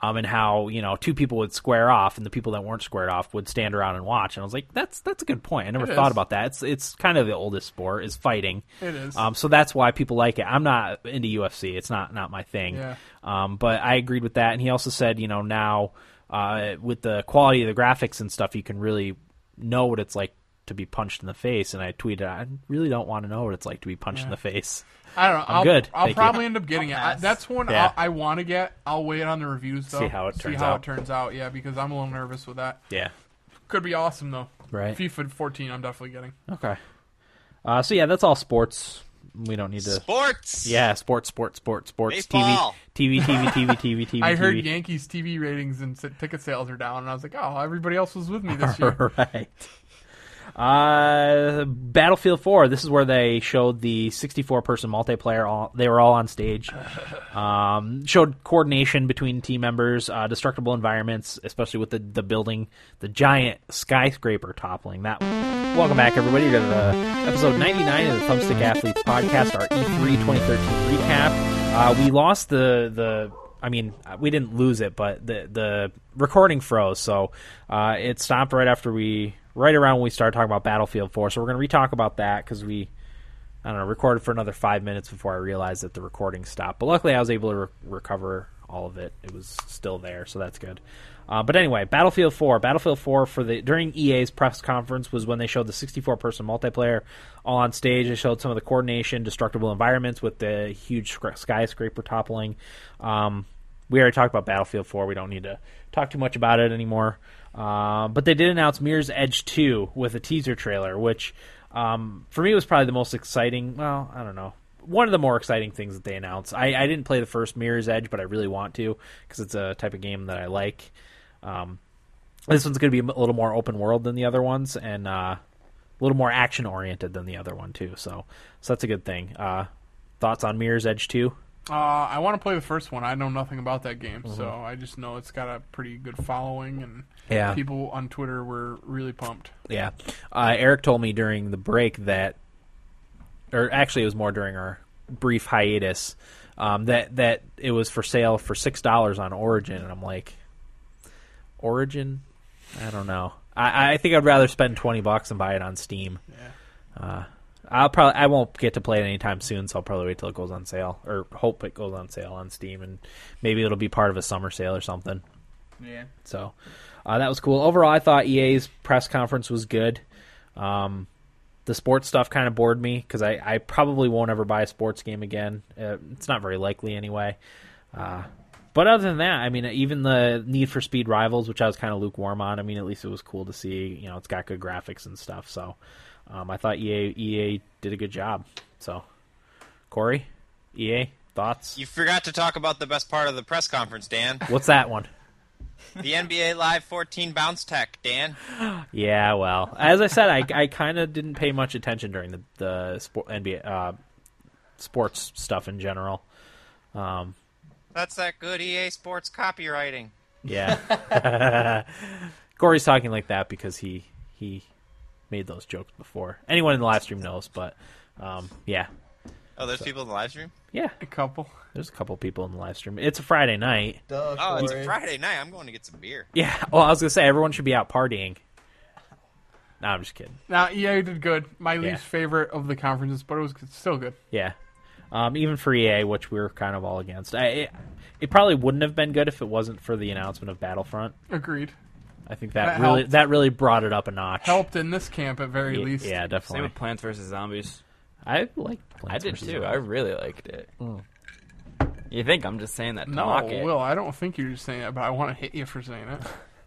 Speaker 3: um, and how you know two people would square off, and the people that weren't squared off would stand around and watch. And I was like, that's that's a good point. I never
Speaker 4: It
Speaker 3: thought
Speaker 4: is.
Speaker 3: about that. It's it's kind of the oldest sport is fighting.
Speaker 4: It is.
Speaker 3: Um, so that's why people like it. I'm not into UFC. It's not not my thing.
Speaker 4: Yeah.
Speaker 3: Um, but I agreed with that, and he also said, you know, now uh, with the quality of the graphics and stuff, you can really know what it's like to be punched in the face. And I tweeted, I really don't want to know what it's like to be punched in the face.
Speaker 4: I don't know. I'll,
Speaker 3: good.
Speaker 4: I'll
Speaker 3: Thank you.
Speaker 4: probably end up getting it. I, that's one
Speaker 3: Yeah.
Speaker 4: i I want to get. I'll wait on the reviews though.
Speaker 3: See how it turns
Speaker 4: how
Speaker 3: out.
Speaker 4: it turns out. Yeah, because I'm a little nervous with that.
Speaker 3: Yeah.
Speaker 4: Could be awesome though.
Speaker 3: Right.
Speaker 4: FIFA 14, I'm definitely getting.
Speaker 3: Okay. Uh, so yeah, that's all sports. We don't need to.
Speaker 6: Sports.
Speaker 3: Yeah, sports, sports, sports, sports. TV,
Speaker 6: Baseball.
Speaker 3: TV, TV, TV, TV, TV.
Speaker 4: I heard
Speaker 3: TV.
Speaker 4: Yankees TV ratings and s- ticket sales are down, and I was like, oh, everybody else was with me this year.
Speaker 3: right. Uh, Battlefield 4. This is where they showed the 64 person multiplayer. All they were all on stage. Um, showed coordination between team members, uh, destructible environments, especially with the the building, the giant skyscraper toppling. That. Welcome back, everybody, to the episode 99 of the Thumbstick Athletes podcast, our E E3 2013 recap. Uh, we lost the the. I mean, we didn't lose it, but the the recording froze, so uh, it stopped right after we, right around when we started talking about Battlefield 4. So we're going to retalk about that because we, I don't know, recorded for another five minutes before I realized that the recording stopped. But luckily, I was able to re- recover all of it. It was still there, so that's good. Uh, but anyway, Battlefield 4. Battlefield 4 for the during EA's press conference was when they showed the 64 person multiplayer all on stage. They showed some of the coordination, destructible environments with the huge scra- skyscraper toppling. Um, we already talked about Battlefield 4. We don't need to talk too much about it anymore. Um, but they did announce Mirror's Edge 2 with a teaser trailer, which um, for me was probably the most exciting. Well, I don't know. One of the more exciting things that they announced. I, I didn't play the first Mirror's Edge, but I really want to because it's a type of game that I like. Um, this one's going to be a little more open world than the other ones, and uh, a little more action oriented than the other one too. So, so that's a good thing. Uh, thoughts on Mirror's Edge 2?
Speaker 4: Uh, I want to play the first one. I know nothing about that game, so I just know it's got a pretty good following, and
Speaker 3: Mm-hmm. Yeah.
Speaker 4: people on Twitter were really pumped.
Speaker 3: Yeah. Uh, Eric told me during the break that, or actually, it was more during our brief hiatus, um, that that it was for sale for six dollars on Origin, and I'm like, Origin, I don't know. I, I think I'd rather spend twenty bucks and buy it on Steam. Uh,
Speaker 4: Yeah.
Speaker 3: I'll probably I won't get to play it anytime soon, so I'll probably wait till it goes on sale, or hope it goes on sale on Steam, and maybe it'll be part of a summer sale or something.
Speaker 1: Yeah.
Speaker 3: So uh, that was cool. Overall, I thought EA's press conference was good. Um, the sports stuff kind of bored me because I, I probably won't ever buy a sports game again. Uh, it's not very likely anyway. Uh, but other than that, I mean, even the Need for Speed Rivals, which I was kind of lukewarm on. I mean, at least it was cool to see. You know, it's got good graphics and stuff. So um, I thought EA EA did a good job. So Corey, EA thoughts?
Speaker 6: You forgot to talk about the best part of the press conference, Dan.
Speaker 3: What's that one?
Speaker 6: The NBA Live 14 bounce tech, Dan.
Speaker 3: Yeah, well, as I said, I, I kind of didn't pay much attention during the the sport, NBA uh, sports stuff in general. Um,
Speaker 6: That's that good EA Sports copywriting.
Speaker 3: yeah, Corey's talking like that because he he made those jokes before. Anyone in the live stream knows, but um, yeah,
Speaker 6: Oh, there's people in the live stream.
Speaker 3: yeah.
Speaker 4: A couple.
Speaker 3: There's a couple people in the live stream. It's a Friday night.
Speaker 1: Duh,
Speaker 6: Oh, it's
Speaker 1: Corey.
Speaker 6: Friday night. I'm going to get some beer.
Speaker 3: Yeah. Well, I was gonna say everyone should be out partying. No, I'm just kidding.
Speaker 4: Now EA did good. My
Speaker 3: Yeah.
Speaker 4: least favorite of the conferences, but it was still good.
Speaker 3: Yeah. Um, even for EA, which we were kind of all against. I, it, it probably wouldn't have been good if it wasn't for the announcement of Battlefront.
Speaker 4: Agreed.
Speaker 3: I think that,
Speaker 4: That
Speaker 3: really
Speaker 4: helped.
Speaker 3: that really brought it up a notch.
Speaker 4: Helped in this camp at very
Speaker 3: Y-
Speaker 4: least.
Speaker 3: Yeah,
Speaker 1: Same
Speaker 3: definitely.
Speaker 1: with Plants vs Zombies.
Speaker 3: I like.
Speaker 1: I did too. I really liked it. You think I'm just saying that to
Speaker 4: No,
Speaker 1: mock it?
Speaker 4: Will, I don't think you're just saying it, but I want to hit you for saying it.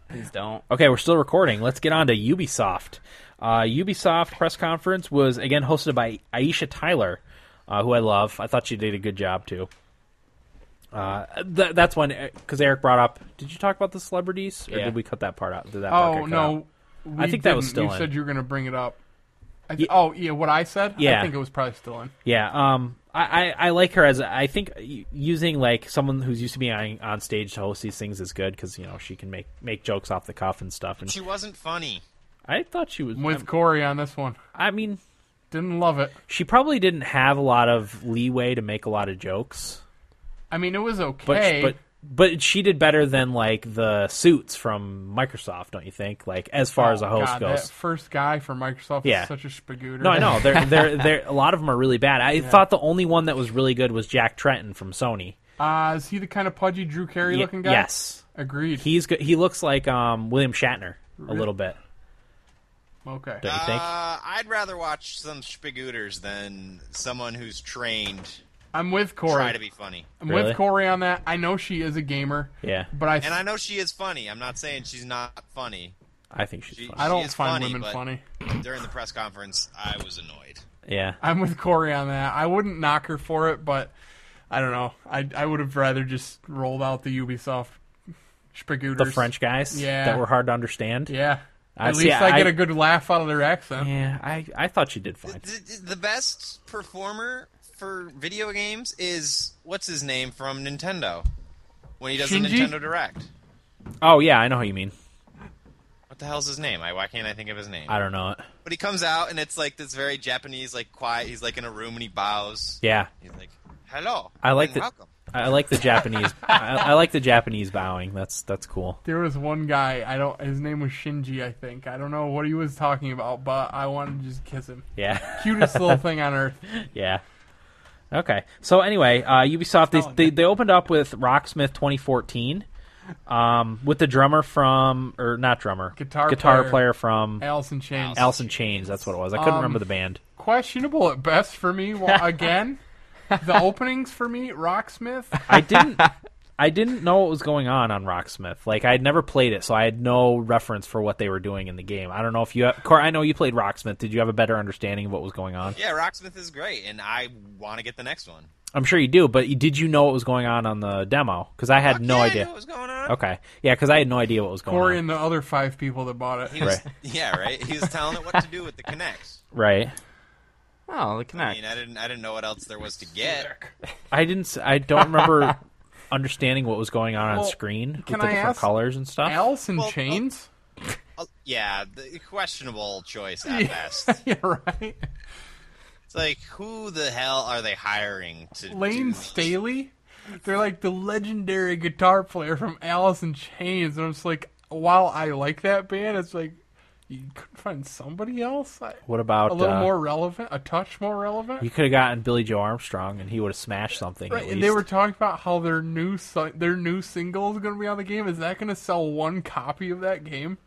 Speaker 1: Please don't.
Speaker 3: Okay, we're still recording. Let's get on to Ubisoft. Uh, Ubisoft press conference was again hosted by Aisha Tyler, uh, who I love. I thought she did a good job too. Uh, th- that's when because Eric brought up. Did you talk about the celebrities, or
Speaker 1: Yeah.
Speaker 3: did we cut that part out? Did that part
Speaker 4: Oh
Speaker 3: get cut out?
Speaker 4: no, we
Speaker 3: I think that was
Speaker 4: didn't.
Speaker 3: still
Speaker 4: You
Speaker 3: in.
Speaker 4: said you were going to bring it up. I th- oh yeah, what I said.
Speaker 3: Yeah.
Speaker 4: I think it was probably still in.
Speaker 3: Yeah, um, I, I, I like her as a- I think u- using like someone who's used to being on, on stage to host these things is good because you know she can make make jokes off the cuff and stuff. And
Speaker 6: She wasn't funny.
Speaker 3: I thought she was.
Speaker 4: I'm with Corey on this one.
Speaker 3: I mean,
Speaker 4: Didn't love it.
Speaker 3: she probably didn't have a lot of leeway to make a lot of jokes,
Speaker 4: I mean, it was okay.
Speaker 3: but but but she did better than like the suits from Microsoft, don't you think? Like as far as a host
Speaker 4: Oh, God,
Speaker 3: goes.
Speaker 4: that first guy for Microsoft
Speaker 3: Yeah.
Speaker 4: is such a spagooter.
Speaker 3: no, I know. They're, they're, they're, a lot of them are really bad. I thought the only one that was really good was Jack Trenton from Sony.
Speaker 4: Uh, is he the kind of pudgy Drew Carey
Speaker 3: Ye-
Speaker 4: looking guy?
Speaker 3: Yes.
Speaker 4: Agreed.
Speaker 3: He's go- he looks like um, William Shatner a little bit.
Speaker 4: okay.
Speaker 3: Don't you think?
Speaker 6: Uh, I'd rather watch some spigooters than someone who's trained
Speaker 4: I'm with Corey.
Speaker 6: try to be funny.
Speaker 4: I'm
Speaker 3: Really?
Speaker 4: with Corey on that. I know she is a gamer.
Speaker 3: Yeah,
Speaker 4: But I,
Speaker 6: And I know she is funny. I'm not saying she's not funny.
Speaker 3: I think she's fine.
Speaker 4: I
Speaker 6: she
Speaker 4: don't
Speaker 6: is
Speaker 4: find
Speaker 6: funny,
Speaker 4: women
Speaker 6: but-
Speaker 4: funny.
Speaker 6: During the press conference, I was annoyed.
Speaker 3: Yeah,
Speaker 4: I'm with Corey on that. I wouldn't knock her for it, but I don't know. I I would have rather just rolled out the Ubisoft spagooters.
Speaker 3: the French guys
Speaker 4: Yeah.
Speaker 3: that were hard to understand.
Speaker 4: Yeah.
Speaker 3: I
Speaker 4: At
Speaker 3: see,
Speaker 4: least I,
Speaker 3: I-
Speaker 4: get a good laugh out of their accent.
Speaker 3: Yeah, I, I thought she did fine.
Speaker 6: The, the best performer for video games is what's his name from Nintendo when he does
Speaker 4: Shinji?
Speaker 6: a Nintendo Direct.
Speaker 3: Oh yeah, I know who you mean.
Speaker 6: What the hell's his name? I, why can't I think of his name?
Speaker 3: I don't know it.
Speaker 6: But he comes out and it's like this very Japanese, like quiet. He's like in a room and he bows.
Speaker 3: Yeah,
Speaker 6: He's like, "Hello."
Speaker 3: I like
Speaker 6: and
Speaker 3: the
Speaker 6: welcome."
Speaker 3: I like the Japanese. I, I like the Japanese bowing. That's that's cool.
Speaker 4: There was one guy, I don't his name was Shinji, I think. I don't know what he was talking about, but I wanted to just kiss him.
Speaker 3: Yeah,
Speaker 4: Cutest little thing on earth.
Speaker 3: yeah. Okay, so anyway, uh, Ubisoft
Speaker 4: Oh,
Speaker 3: they, they they opened up with Rocksmith 2014, um, with the drummer from or not drummer
Speaker 4: Guitar
Speaker 3: guitar
Speaker 4: player.
Speaker 3: player from
Speaker 4: Alice in Chains.
Speaker 3: Alice in Chains. That's what it was. I couldn't
Speaker 4: Um,
Speaker 3: remember the band.
Speaker 4: Questionable at best for me. Well, again, the openings for me, Rocksmith.
Speaker 3: I didn't. I didn't know what was going on on Rocksmith. Like I had never played it, so I had no reference for what they were doing in the game. I don't know if you, have, Cor. I know you played Rocksmith. Did you have a better understanding of what was going on?
Speaker 6: Yeah, Rocksmith is great, and I want to get the next one.
Speaker 3: I'm sure you do, but you- did you know what was going on on the demo? Because I had no
Speaker 6: Yeah, I
Speaker 3: idea.
Speaker 6: knew what was going on.
Speaker 3: Okay, yeah, because I had no idea what was going
Speaker 4: Corey
Speaker 3: on.
Speaker 4: and the other five people that bought
Speaker 6: He
Speaker 4: it.
Speaker 6: was,
Speaker 3: Right.
Speaker 6: Yeah, right. He was telling it what to do with the Kinect.
Speaker 3: Right?
Speaker 1: Oh, the
Speaker 6: I
Speaker 1: Connect.
Speaker 6: mean, I didn't, I didn't know what else there was to get.
Speaker 3: I didn't. s- I don't remember understanding what was going on
Speaker 4: Well,
Speaker 3: on screen
Speaker 4: can
Speaker 3: with the
Speaker 4: I
Speaker 3: different
Speaker 4: ask-
Speaker 3: colors and stuff.
Speaker 4: Alice in
Speaker 6: Well, uh,
Speaker 4: Chains?
Speaker 6: Uh, Yeah, the questionable choice at best.
Speaker 4: yeah, right.
Speaker 6: It's like, who the hell are they hiring to?
Speaker 4: Lane
Speaker 6: do-
Speaker 4: Staley? They're like the legendary guitar player from Alice in Chains. And I'm just like, while I like that band, it's like, you couldn't find somebody else? I,
Speaker 3: what about
Speaker 4: a little
Speaker 3: uh,
Speaker 4: more relevant? A touch more relevant?
Speaker 3: You could have gotten Billy Joe Armstrong, and he would have smashed something. at
Speaker 4: Right, and
Speaker 3: least.
Speaker 4: they were talking about how their new si- their new single is going to be on the game. Is that going to sell one copy of that game?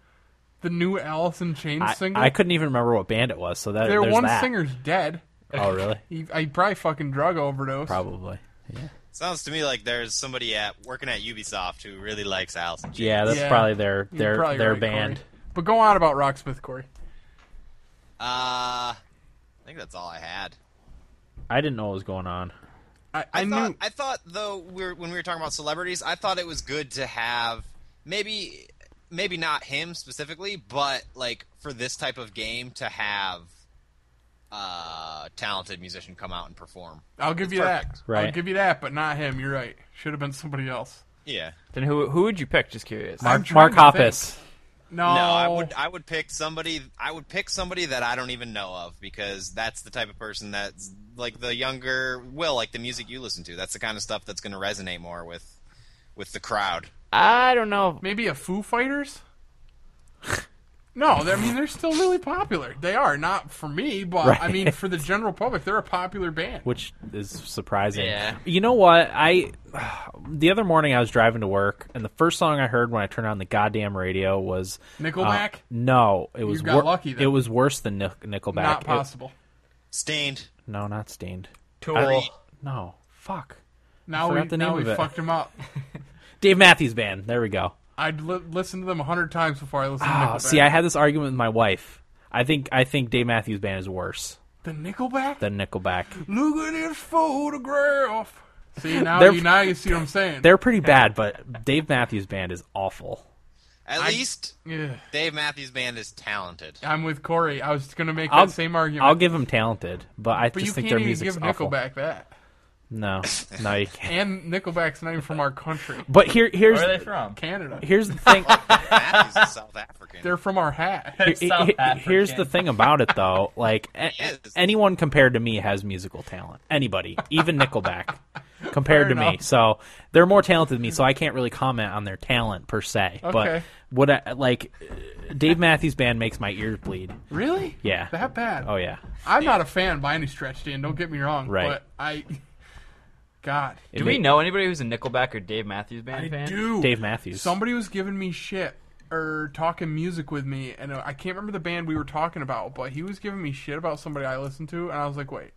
Speaker 4: The new Alice in Chains
Speaker 3: I,
Speaker 4: single.
Speaker 3: I couldn't even remember what band it was. So that
Speaker 4: Their
Speaker 3: there's
Speaker 4: one
Speaker 3: that.
Speaker 4: singer's dead.
Speaker 3: Oh, really?
Speaker 4: He, I probably fucking drug overdose.
Speaker 3: Probably.
Speaker 6: Sounds to me like there's somebody at working at Ubisoft who really likes Alice. in Chains.
Speaker 3: Yeah, that's
Speaker 4: Yeah.
Speaker 3: probably their
Speaker 4: You're
Speaker 3: their
Speaker 4: probably
Speaker 3: their
Speaker 4: right,
Speaker 3: band.
Speaker 4: Corey. But go on about Rocksmith, Corey.
Speaker 6: Uh, I think that's all I had.
Speaker 3: I didn't know what was going on.
Speaker 4: I,
Speaker 6: I,
Speaker 4: I
Speaker 6: thought,
Speaker 4: knew.
Speaker 6: I thought though we were, when we were talking about celebrities, I thought it was good to have maybe maybe not him specifically, but like for this type of game to have uh talented musician come out and perform.
Speaker 4: I, will give you
Speaker 6: perfect.
Speaker 4: that. I'll
Speaker 3: Right.
Speaker 4: give you that, but not him. You're right. Should have been somebody else.
Speaker 6: Yeah.
Speaker 1: Then who who would you pick? Just curious.
Speaker 4: I'm
Speaker 3: Mark,
Speaker 4: trying
Speaker 3: Mark
Speaker 4: to think.
Speaker 3: Hoppus.
Speaker 4: No,
Speaker 6: No, I would I would pick somebody I would pick somebody that I don't even know of because that's the type of person that's like the younger will like the music you listen to. That's the kind of stuff that's going to resonate more with with the crowd.
Speaker 1: I don't know.
Speaker 4: Maybe a Foo Fighters? No, they- I mean they're still really popular. They are not for me, but I mean
Speaker 3: Right.
Speaker 4: for the general public, they're a popular band.
Speaker 3: which is surprising.
Speaker 1: Yeah.
Speaker 3: You know what? I the other morning I was driving to work, and the first song I heard when I turned on the goddamn radio was uh,
Speaker 4: Nickelback?
Speaker 3: no, it was
Speaker 4: got lucky then.
Speaker 3: It was worse than Nic- Nickelback.
Speaker 4: not
Speaker 3: It-
Speaker 4: possible.
Speaker 6: Stained.
Speaker 3: no, not Stained.
Speaker 1: Tool.
Speaker 6: I mean,
Speaker 3: No, fuck.
Speaker 4: Now we
Speaker 3: forgot the
Speaker 4: now
Speaker 3: name
Speaker 4: we
Speaker 3: of it.
Speaker 4: fucked him up.
Speaker 3: Dave Matthews Band. There we go.
Speaker 4: I'd li- listen to them a hundred times before I listen
Speaker 3: Oh,
Speaker 4: to Nickelback.
Speaker 3: see, I had this argument with my wife. I think I think Dave Matthews Band is worse
Speaker 4: the Nickelback.
Speaker 3: than Nickelback.
Speaker 4: Look at this photograph. See now
Speaker 3: They're-
Speaker 4: you now you see what I'm saying.
Speaker 3: They're pretty bad, but Dave Matthews Band is awful.
Speaker 6: At least
Speaker 4: Yeah,
Speaker 6: Dave Matthews Band is talented.
Speaker 4: I'm with Corey. I was gonna make
Speaker 3: I'll-
Speaker 4: that same argument.
Speaker 3: I'll give them talented, but I
Speaker 4: but
Speaker 3: just
Speaker 4: you
Speaker 3: think
Speaker 4: can't
Speaker 3: their
Speaker 4: even
Speaker 3: music's
Speaker 4: give
Speaker 3: awful.
Speaker 4: Nickelback that.
Speaker 3: No, no, you can't.
Speaker 4: And Nickelback's not even from our country,
Speaker 3: But here, here's
Speaker 1: Where are they from?
Speaker 4: Canada.
Speaker 3: here's the thing.
Speaker 6: Matthews is South African.
Speaker 4: They're from our hat.
Speaker 3: he-
Speaker 1: South
Speaker 3: he-
Speaker 1: African.
Speaker 3: here's the thing about it though like a-
Speaker 6: Yes.
Speaker 3: anyone compared to me has musical talent anybody even nickelback compared to
Speaker 4: Fair
Speaker 3: me
Speaker 4: enough.
Speaker 3: so they're more talented than me so i can't really comment on their talent per se but
Speaker 4: Okay.
Speaker 3: what I, like dave matthews band makes my ears bleed
Speaker 4: Really?
Speaker 3: Yeah.
Speaker 4: That bad?
Speaker 3: oh yeah
Speaker 4: I'm not a fan by any stretch, Dan. Don't get me wrong.
Speaker 3: Right.
Speaker 4: But I, God,
Speaker 3: It
Speaker 1: Do we
Speaker 3: ma-
Speaker 1: know anybody who's a Nickelback or Dave Matthews Band
Speaker 4: I
Speaker 1: fan?
Speaker 4: do.
Speaker 3: dave matthews
Speaker 4: Somebody was giving me shit or talking music with me, and I can't remember the band we were talking about, but he was giving me shit about somebody I listened to, and I was like, wait,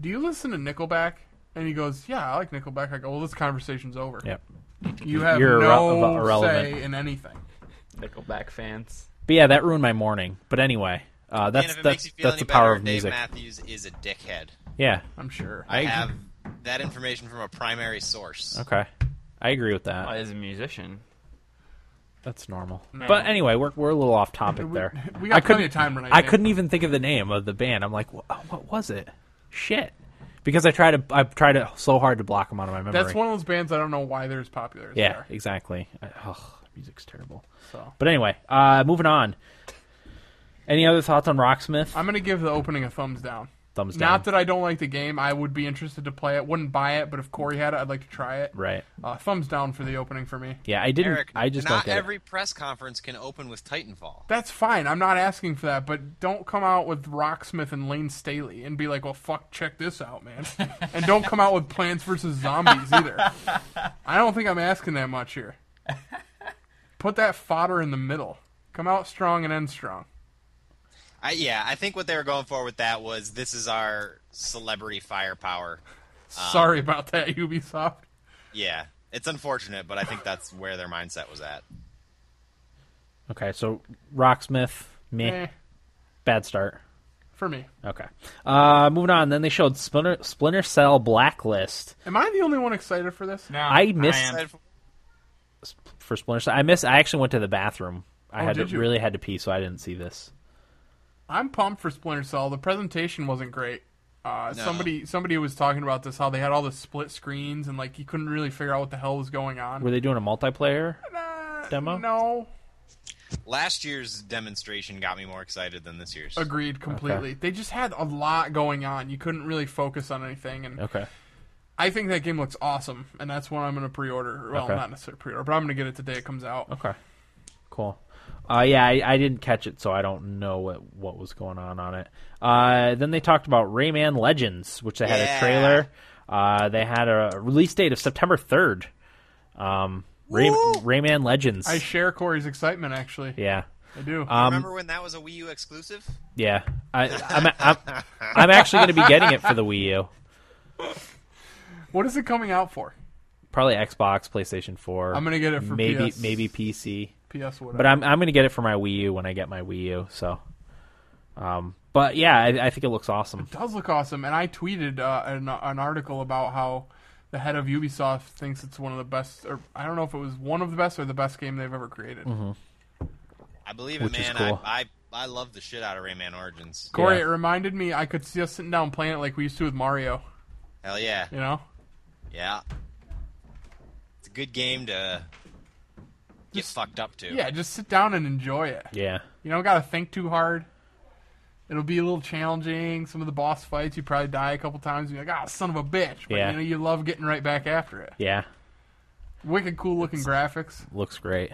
Speaker 4: do you listen to Nickelback? And he goes, yeah, I like Nickelback. I go, well, this conversation's over.
Speaker 3: yep
Speaker 4: You have
Speaker 3: You're
Speaker 4: no
Speaker 3: irre- irrelevant.
Speaker 4: say in anything.
Speaker 1: Nickelback fans.
Speaker 3: but yeah that ruined my morning but anyway uh, that's
Speaker 6: and if it makes
Speaker 3: that's
Speaker 6: you feel
Speaker 3: that's
Speaker 6: any
Speaker 3: the power
Speaker 6: better,
Speaker 3: of music
Speaker 6: Dave Matthews is a dickhead.
Speaker 3: yeah
Speaker 4: I'm sure.
Speaker 6: I have that information from a primary source.
Speaker 3: okay i agree with that
Speaker 1: Oh, as a musician.
Speaker 3: that's normal but anyway we're, we're a little off topic
Speaker 4: We-
Speaker 3: there
Speaker 4: We got
Speaker 3: I
Speaker 4: plenty
Speaker 3: couldn't-
Speaker 4: of time tonight.
Speaker 3: I
Speaker 4: Dan.
Speaker 3: couldn't even think of the name of the band. I'm like, what, what was it? Shit, because I tried to I tried to, so hard to block them out of my memory.
Speaker 4: That's one of those bands I don't know why they're as popular as
Speaker 3: yeah,
Speaker 4: they are.
Speaker 3: exactly. I, oh, music's terrible.
Speaker 4: So
Speaker 3: But anyway, uh, moving on. Any other thoughts on Rocksmith?
Speaker 4: I'm gonna give the opening a thumbs down.
Speaker 3: Thumbs down.
Speaker 4: Not that I don't like the game. I would be interested to play it. Wouldn't buy it, but if Corey had it, I'd like to try it.
Speaker 3: right.
Speaker 4: Uh, thumbs down for the opening for me.
Speaker 3: Yeah, I didn't.
Speaker 6: Eric,
Speaker 3: I just
Speaker 6: not
Speaker 3: don't get it.
Speaker 6: every press conference can open with Titanfall.
Speaker 4: That's fine. I'm not asking for that, but don't come out with Rocksmith and Lane Staley and be like, "Well, fuck, check this out, man," and don't come out with Plants vs Zombies either. I don't think I'm asking that much here. Put that fodder in the middle. Come out strong and end strong.
Speaker 6: I, yeah, I think what they were going for with that was this is our celebrity firepower.
Speaker 3: Ah.
Speaker 4: Sorry about that, Ubisoft.
Speaker 6: Yeah, it's unfortunate, but I think that's where their mindset was at.
Speaker 3: Okay, so Rocksmith, meh,
Speaker 4: Eh,
Speaker 3: bad start.
Speaker 4: for me.
Speaker 3: Okay, uh, moving on. Then they showed Splinter, Splinter Cell Blacklist.
Speaker 4: Am I the only one excited for this?
Speaker 1: No,
Speaker 3: I miss-
Speaker 1: am.
Speaker 3: for Splinter Cell. I miss. I actually went to the bathroom. I
Speaker 4: Oh,
Speaker 3: had to,
Speaker 4: did you?
Speaker 3: really had to pee, so I didn't see this.
Speaker 4: I'm pumped for Splinter Cell. The presentation wasn't great. Uh, Somebody somebody was talking about this how they had all the split screens and like you couldn't really figure out what the hell was going on.
Speaker 3: Were they doing a multiplayer?
Speaker 4: Uh,
Speaker 3: demo?
Speaker 4: No,
Speaker 6: Last year's demonstration got me more excited than this year's.
Speaker 4: agreed completely. They just had a lot going on. You couldn't really focus on anything, and
Speaker 3: Okay.
Speaker 4: I think that game looks awesome. And that's what I'm going to pre-order. Well,
Speaker 3: Okay.
Speaker 4: not necessarily pre-order, but I'm going to get it today. It comes out.
Speaker 3: Okay. Cool. Uh, yeah, I, I didn't catch it, so I don't know what what was going on on it. Uh, then they talked about Rayman Legends, which they had
Speaker 6: Yeah.
Speaker 3: a trailer. Uh, they had a release date of September third. Um, Ray, Rayman Legends.
Speaker 4: I share Corey's excitement. Actually,
Speaker 3: yeah. Uh,
Speaker 4: I do.
Speaker 3: Um,
Speaker 6: Remember when that was a Wii U exclusive?
Speaker 3: Yeah. I, I'm, I'm, I'm actually going to be getting it for the Wii U.
Speaker 4: what is it coming out for?
Speaker 3: Probably Xbox, PlayStation 4.
Speaker 4: I'm gonna get it for
Speaker 3: maybe
Speaker 4: PS.
Speaker 3: maybe PC.
Speaker 4: PS. Whatever.
Speaker 3: But I'm I'm gonna get it for my Wii U when I get my Wii U. So, um, but yeah, I, I think it looks awesome.
Speaker 4: does look awesome. And I tweeted uh, an, an article about how the head of Ubisoft thinks it's one of the best, or I don't know if it was one of the best or the best game they've ever created.
Speaker 3: Mm-hmm.
Speaker 6: I believe it,
Speaker 3: Which is
Speaker 6: man.
Speaker 3: cool.
Speaker 6: I, I I love the shit out of Rayman Origins.
Speaker 4: Corey,
Speaker 3: Yeah.
Speaker 4: it reminded me I could see us sitting down playing it like we used to with Mario.
Speaker 6: Hell yeah,
Speaker 4: You know,
Speaker 6: yeah. It's a good game to get fucked up to.
Speaker 4: yeah, just sit down and enjoy it.
Speaker 3: Yeah,
Speaker 4: You don't got to think too hard. It'll be a little challenging. Some of the boss fights, you probably die a couple times. And you're like, ah, son of a bitch. But
Speaker 3: Yeah.
Speaker 4: you know, you love getting right back after it.
Speaker 3: yeah,
Speaker 4: Wicked cool looking graphics.
Speaker 3: looks great.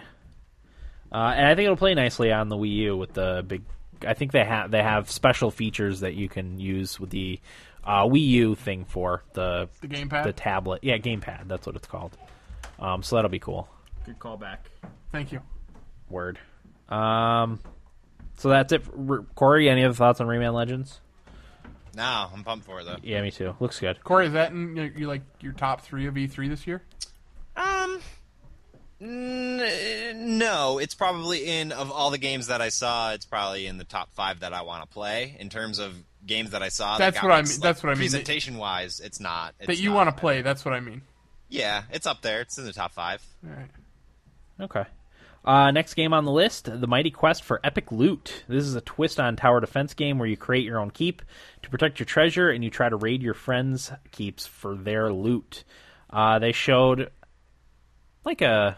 Speaker 3: Uh, and I think it'll play nicely on the Wii U with the big. I think they have they have special features that you can use with the uh, Wii U thing for the
Speaker 4: The gamepad.
Speaker 3: the tablet. Yeah, gamepad. That's what it's called. Um, so that'll be cool.
Speaker 1: Good callback.
Speaker 4: Thank you.
Speaker 3: Word. Um, so that's it, for, Corey. Any other thoughts on Rayman Legends?
Speaker 6: No, I'm pumped for it though.
Speaker 3: Yeah, me too. Looks good.
Speaker 4: Corey, is that in your, your, like your top three of E3 this year?
Speaker 6: Um, n- no, it's probably in of all the games that I saw. It's probably in the top five that I want to play in terms of games that I saw.
Speaker 4: That's
Speaker 6: that got
Speaker 4: what I
Speaker 6: me-
Speaker 4: mean- that's what I mean.
Speaker 6: Presentation wise, it's not it's
Speaker 4: That you
Speaker 6: not.
Speaker 4: want to play? That's what I mean.
Speaker 6: Yeah, it's up there. It's in the top five.
Speaker 4: All right.
Speaker 3: Okay. Uh, next game on the list, The Mighty Quest for Epic Loot. This is a twist on tower defense game where you create your own keep to protect your treasure and you try to raid your friends' keeps for their loot. Uh, they showed like a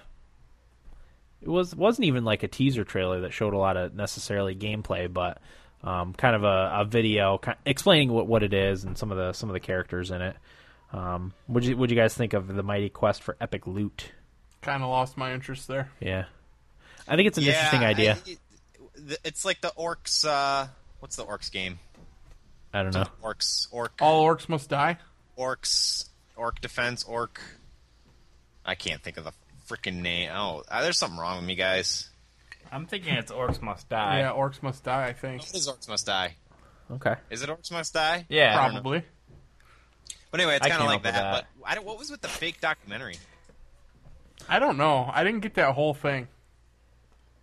Speaker 3: it was wasn't even like a teaser trailer that showed a lot of necessarily gameplay, but um, kind of a, a video ki explaining what, what it is and some of the some of the characters in it. Um, what you what you guys think of The Mighty Quest for Epic Loot?
Speaker 4: Kind of lost my interest there.
Speaker 3: Yeah. I think it's an
Speaker 6: yeah,
Speaker 3: interesting idea.
Speaker 6: I- it- it's like the orcs. Uh, what's the orcs game?
Speaker 3: I, don't know.
Speaker 6: Orcs, orc,
Speaker 4: All orcs must die.
Speaker 6: orcs, orc defense, orc. I can't think of the freaking name. Oh, uh, there's something wrong with me, guys.
Speaker 1: I'm thinking it's Orcs Must Die.
Speaker 4: Yeah, orcs must die. I think
Speaker 6: What is orcs must die?
Speaker 3: Okay.
Speaker 6: Is it orcs must die?
Speaker 1: Yeah.
Speaker 4: probably.
Speaker 6: But anyway, it's
Speaker 1: I
Speaker 6: kind of
Speaker 1: came
Speaker 6: like
Speaker 1: up with
Speaker 6: that,
Speaker 1: that.
Speaker 6: But I don't, what was with the fake documentary?
Speaker 4: I don't know. I didn't get that whole thing.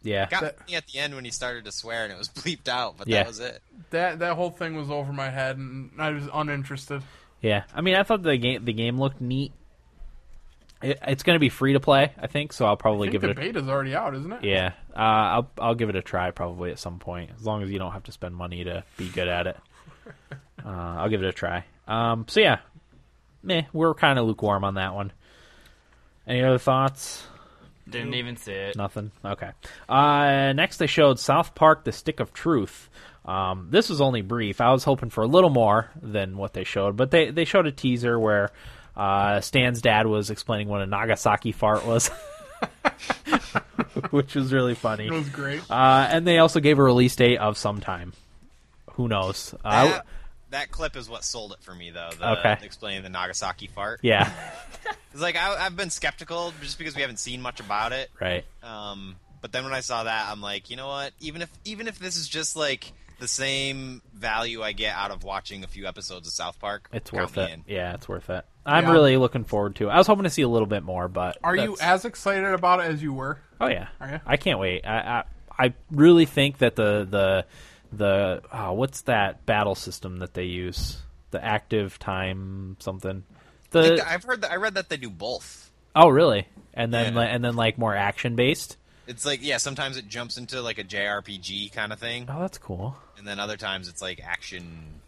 Speaker 3: Yeah.
Speaker 6: Got
Speaker 4: That-
Speaker 6: me at the end when he started to swear and it was bleeped out, but
Speaker 3: Yeah.
Speaker 6: that was it.
Speaker 4: That that whole thing was over my head, and I was uninterested.
Speaker 3: Yeah. I mean, I thought the game the game looked neat. It, it's going to be free to play, I think, so I'll probably
Speaker 4: I think
Speaker 3: give
Speaker 4: the
Speaker 3: it a
Speaker 4: beta's already out, isn't it?
Speaker 3: Yeah. Uh, I'll I'll give it a try probably at some point as long as you don't have to spend money to be good at it. Uh, I'll give it a try. Um, so yeah. Meh, we're kind of lukewarm on that one. Any other thoughts?
Speaker 1: Didn't even see it.
Speaker 3: Nothing. Okay. Uh, next, they showed South Park: The Stick of Truth. Um, this was only brief. I was hoping for a little more than what they showed, but they they showed a teaser where uh, Stan's dad was explaining what a Nagasaki fart was, which was really funny.
Speaker 4: It was great.
Speaker 3: Uh, and they also gave a release date of sometime. Who knows? Uh,
Speaker 6: That, that clip is what sold it for me, though. The,
Speaker 3: Okay.
Speaker 6: Explaining the Nagasaki fart.
Speaker 3: yeah.
Speaker 6: It's like I, I've been skeptical just because we haven't seen much about it.
Speaker 3: Right.
Speaker 6: Um, but then when I saw that, I'm like, you know what? Even if even if this is just like the same value I get out of watching a few episodes of South Park,
Speaker 3: It's
Speaker 6: count
Speaker 3: worth
Speaker 6: me
Speaker 3: it.
Speaker 6: in.
Speaker 3: Yeah, it's worth it. I'm
Speaker 4: Yeah.
Speaker 3: really looking forward to it. I was hoping to see a little bit more, but
Speaker 4: Are you
Speaker 3: that's-
Speaker 4: as excited about it as you were?
Speaker 3: Oh yeah,
Speaker 4: Are ya?
Speaker 3: I can't wait. I, I I really think that the the the oh, what's that battle system that they use? The active time something. The
Speaker 6: I think that- I've heard that I read that they do both.
Speaker 3: oh really? And then
Speaker 6: Yeah.
Speaker 3: li- and then like more action based.
Speaker 6: It's like yeah, sometimes it jumps into like a JRPG kind of thing,
Speaker 3: Oh, that's cool.
Speaker 6: and then other times it's like action.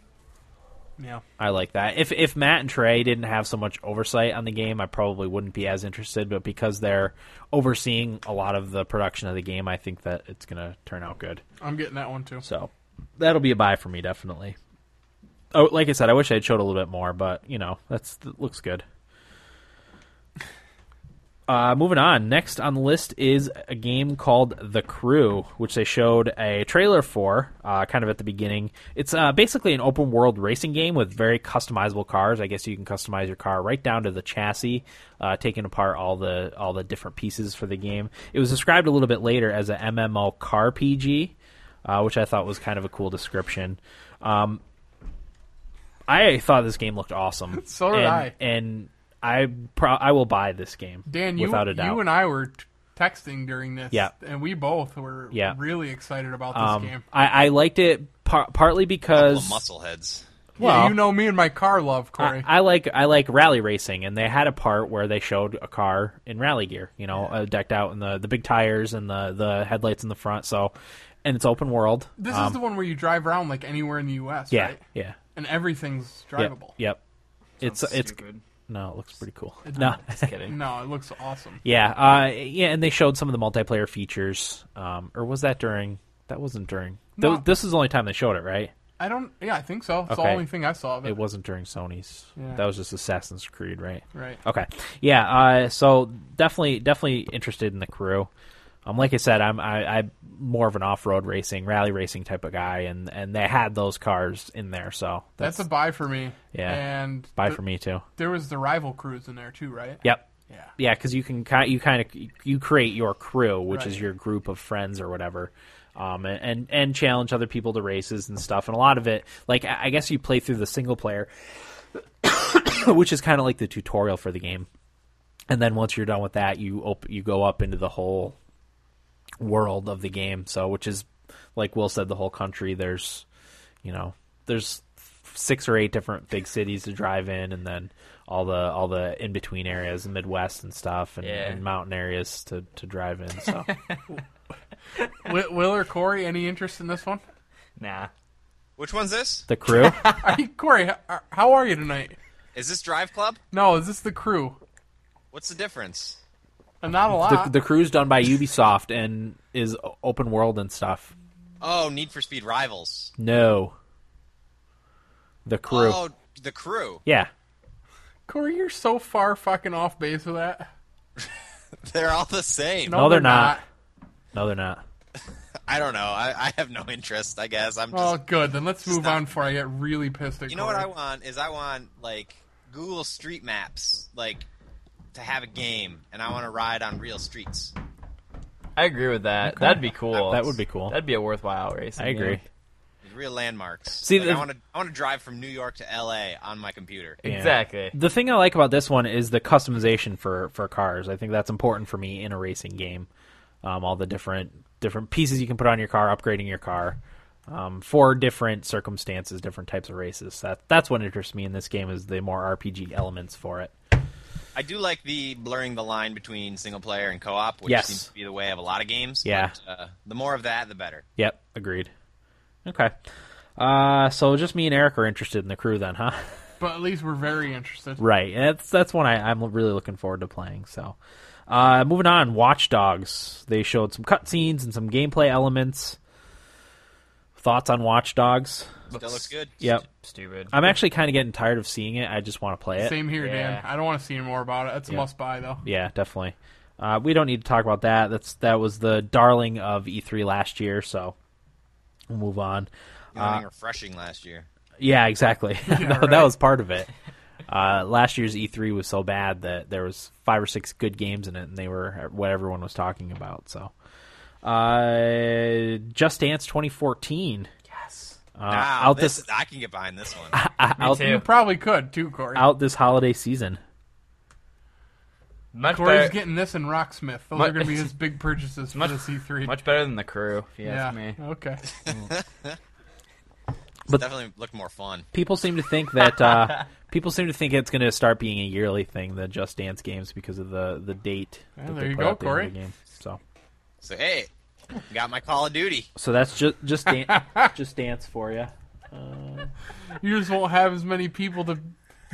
Speaker 4: Yeah.
Speaker 3: I like that. If if Matt and Trey didn't have so much oversight on the game, I probably wouldn't be as interested. But because they're overseeing a lot of the production of the game, I think that it's gonna turn out good.
Speaker 4: I'm getting that one too.
Speaker 3: So that'll be a buy for me definitely. Oh, like I said, I wish I'd showed a little bit more, but you know that's that looks good. Uh, moving on. Next on the list is a game called The Crew, which they showed a trailer for, uh, kind of at the beginning. It's uh, basically an open world racing game with very customizable cars. I guess you can customize your car right down to the chassis, uh, taking apart all the all the different pieces for the game. It was described a little bit later as a MMO car PG, uh, which I thought was kind of a cool description. Um, I thought this game looked awesome.
Speaker 4: So did
Speaker 3: And-
Speaker 4: I.
Speaker 3: and I pro- I will buy this game.
Speaker 4: Dan, you,
Speaker 3: without a doubt.
Speaker 4: you and I were t- texting during this,
Speaker 3: Yeah.
Speaker 4: and we both were
Speaker 3: Yeah.
Speaker 4: really excited about this
Speaker 3: um,
Speaker 4: game.
Speaker 3: I, I liked it par- partly
Speaker 6: Couple of
Speaker 3: because
Speaker 6: muscleheads.
Speaker 4: yeah,
Speaker 3: well-
Speaker 4: you know me and my car love, Corey.
Speaker 3: I, I like I like rally racing, and they had a part where they showed a car in rally gear, you know, uh, decked out in the, the big tires and the, the headlights in the front. So, and it's open world.
Speaker 4: this
Speaker 3: Um,
Speaker 4: is the one where you drive around like anywhere in the U.S.,
Speaker 3: yeah,
Speaker 4: right?
Speaker 3: yeah,
Speaker 4: And everything's
Speaker 3: yep,
Speaker 4: drivable.
Speaker 3: yep. It's it's
Speaker 1: Stupid.
Speaker 3: no, it looks pretty cool. No,
Speaker 1: Just kidding.
Speaker 4: No, it looks awesome.
Speaker 3: yeah, uh, yeah, and they showed some of the multiplayer features. Um, or was that during? That wasn't during.
Speaker 4: No.
Speaker 3: Th- this is the only time they showed it, right?
Speaker 4: I don't. Yeah, I think so. It's the
Speaker 3: Okay.
Speaker 4: only thing I saw of it.
Speaker 3: It wasn't during Sony's.
Speaker 4: Yeah.
Speaker 3: That was just Assassin's Creed, right?
Speaker 4: Right.
Speaker 3: Okay. Yeah. Uh, so definitely, definitely interested in the crew. Um, like I said, I'm I, I'm more of an off-road racing, rally racing type of guy, and and they had those cars in there, so
Speaker 4: That's,
Speaker 3: that's,
Speaker 4: a buy for me.
Speaker 3: Yeah.
Speaker 4: And
Speaker 3: buy
Speaker 4: th-
Speaker 3: for me too.
Speaker 4: There was the rival crews in there too, right?
Speaker 3: Yep.
Speaker 4: Yeah.
Speaker 3: Yeah, because you can ki- you kind of you create your crew, which
Speaker 4: Right.
Speaker 3: is your group of friends or whatever, um, and, and and challenge other people to races and stuff. And a lot of it, like I I guess you play through the single player, which is kind of like the tutorial for the game. And then once you're done with that, you op- you go up into the whole world of the game. So, which is like Will said, the whole country. There's, you know, there's six or eight different big cities to drive in, and then all the all the in between areas, the Midwest and stuff, and,
Speaker 1: Yeah.
Speaker 3: and mountain areas to to drive in. So,
Speaker 4: Will, Will or Corey, any interest in this one?
Speaker 1: Nah.
Speaker 6: Which one's this?
Speaker 3: the crew.
Speaker 4: Are you, Corey, h- how are you tonight?
Speaker 6: Is this Drive Club?
Speaker 4: No, is this the crew?
Speaker 6: What's the difference?
Speaker 4: Uh, Not a
Speaker 3: the,
Speaker 4: lot.
Speaker 3: the crew's done by Ubisoft and is o- open world and stuff.
Speaker 6: Oh, Need for Speed Rivals.
Speaker 3: No, the crew.
Speaker 6: Oh, the crew.
Speaker 3: Yeah,
Speaker 4: Corey, you're so far fucking off base with that.
Speaker 6: They're all the same.
Speaker 3: No, they're not. no, they're not.
Speaker 6: I don't know. I, I have no interest. I guess I'm just.
Speaker 4: Oh, good. Then let's move
Speaker 6: not-
Speaker 4: on before I get really pissed at
Speaker 6: you know what I
Speaker 4: Corey.
Speaker 6: want is I want like Google Street Maps, like to have a game, and I want to ride on real streets.
Speaker 1: I agree with that. That'd be cool.
Speaker 3: That would be cool.
Speaker 1: That'd be a worthwhile race.
Speaker 3: I agree.
Speaker 6: with Real landmarks.
Speaker 3: See,
Speaker 6: See, I
Speaker 3: the-
Speaker 6: want to I want to drive from New York to L.A. on my computer.
Speaker 3: Yeah.
Speaker 1: Exactly.
Speaker 3: The thing I like about this one is the customization for for cars. I think that's important for me in a racing game. Um, all the different different pieces you can put on your car, upgrading your car um, for different circumstances, different types of races. That that's what interests me in this game is the more RPG elements for it.
Speaker 6: I do like the blurring the line between single player and co-op, which
Speaker 3: Yes.
Speaker 6: seems to be the way of a lot of games.
Speaker 3: Yeah.
Speaker 6: but, uh, the more of that, the better.
Speaker 3: Yep, agreed. Okay. Uh, so just me and Eric are interested in the crew then, huh?
Speaker 4: But at least we're very interested.
Speaker 3: Right. And That's that's one I, I'm really looking forward to playing. So, uh, moving on, Watch Dogs. They showed some cutscenes and some gameplay elements. Thoughts on Watch Dogs?
Speaker 6: Still looks good.
Speaker 3: Yep.
Speaker 1: Stupid.
Speaker 3: I'm actually kind of getting tired of seeing it. I just want to play it.
Speaker 4: Same here, Dan.
Speaker 1: Yeah.
Speaker 4: I don't want to see any more about it. That's a must buy, though.
Speaker 3: Yeah, definitely. Uh, we don't need to talk about that. That's that was the darling of E3 last year. So, we'll move on. uh,
Speaker 6: Nothing refreshing last year.
Speaker 3: Yeah, exactly. that, that was part of it. Uh, last year's E3 was so bad that there was five or six good games in it, and they were what everyone was talking about. So, uh, Just Dance 2014
Speaker 1: Yes.
Speaker 3: uh,
Speaker 6: wow,
Speaker 3: out
Speaker 6: this,
Speaker 3: this-
Speaker 6: I can get behind this one.
Speaker 3: Ah,
Speaker 1: Me
Speaker 3: out,
Speaker 1: too.
Speaker 4: Probably could, too, Corey.
Speaker 3: out this holiday season.
Speaker 1: Much
Speaker 4: Corey's
Speaker 1: better,
Speaker 4: getting this and Rocksmith. Those
Speaker 1: My-
Speaker 4: are going to be his big purchases for
Speaker 1: Much-
Speaker 4: the C3.
Speaker 1: much better than the crew, if you
Speaker 4: yeah.
Speaker 1: ask me.
Speaker 4: Okay.
Speaker 3: But-
Speaker 6: definitely looked more fun.
Speaker 3: People seem to think that uh, people seem to think it's going to start being a yearly thing, the Just Dance games, because of the the date.
Speaker 4: Yeah,
Speaker 3: that
Speaker 4: there
Speaker 3: they
Speaker 4: you
Speaker 3: put
Speaker 4: go,
Speaker 3: out the end of
Speaker 4: Corey.
Speaker 3: the game. So,
Speaker 6: So hey, got my Call of Duty.
Speaker 3: so that's just just dan- just dance for you.
Speaker 4: You just won't have as many people to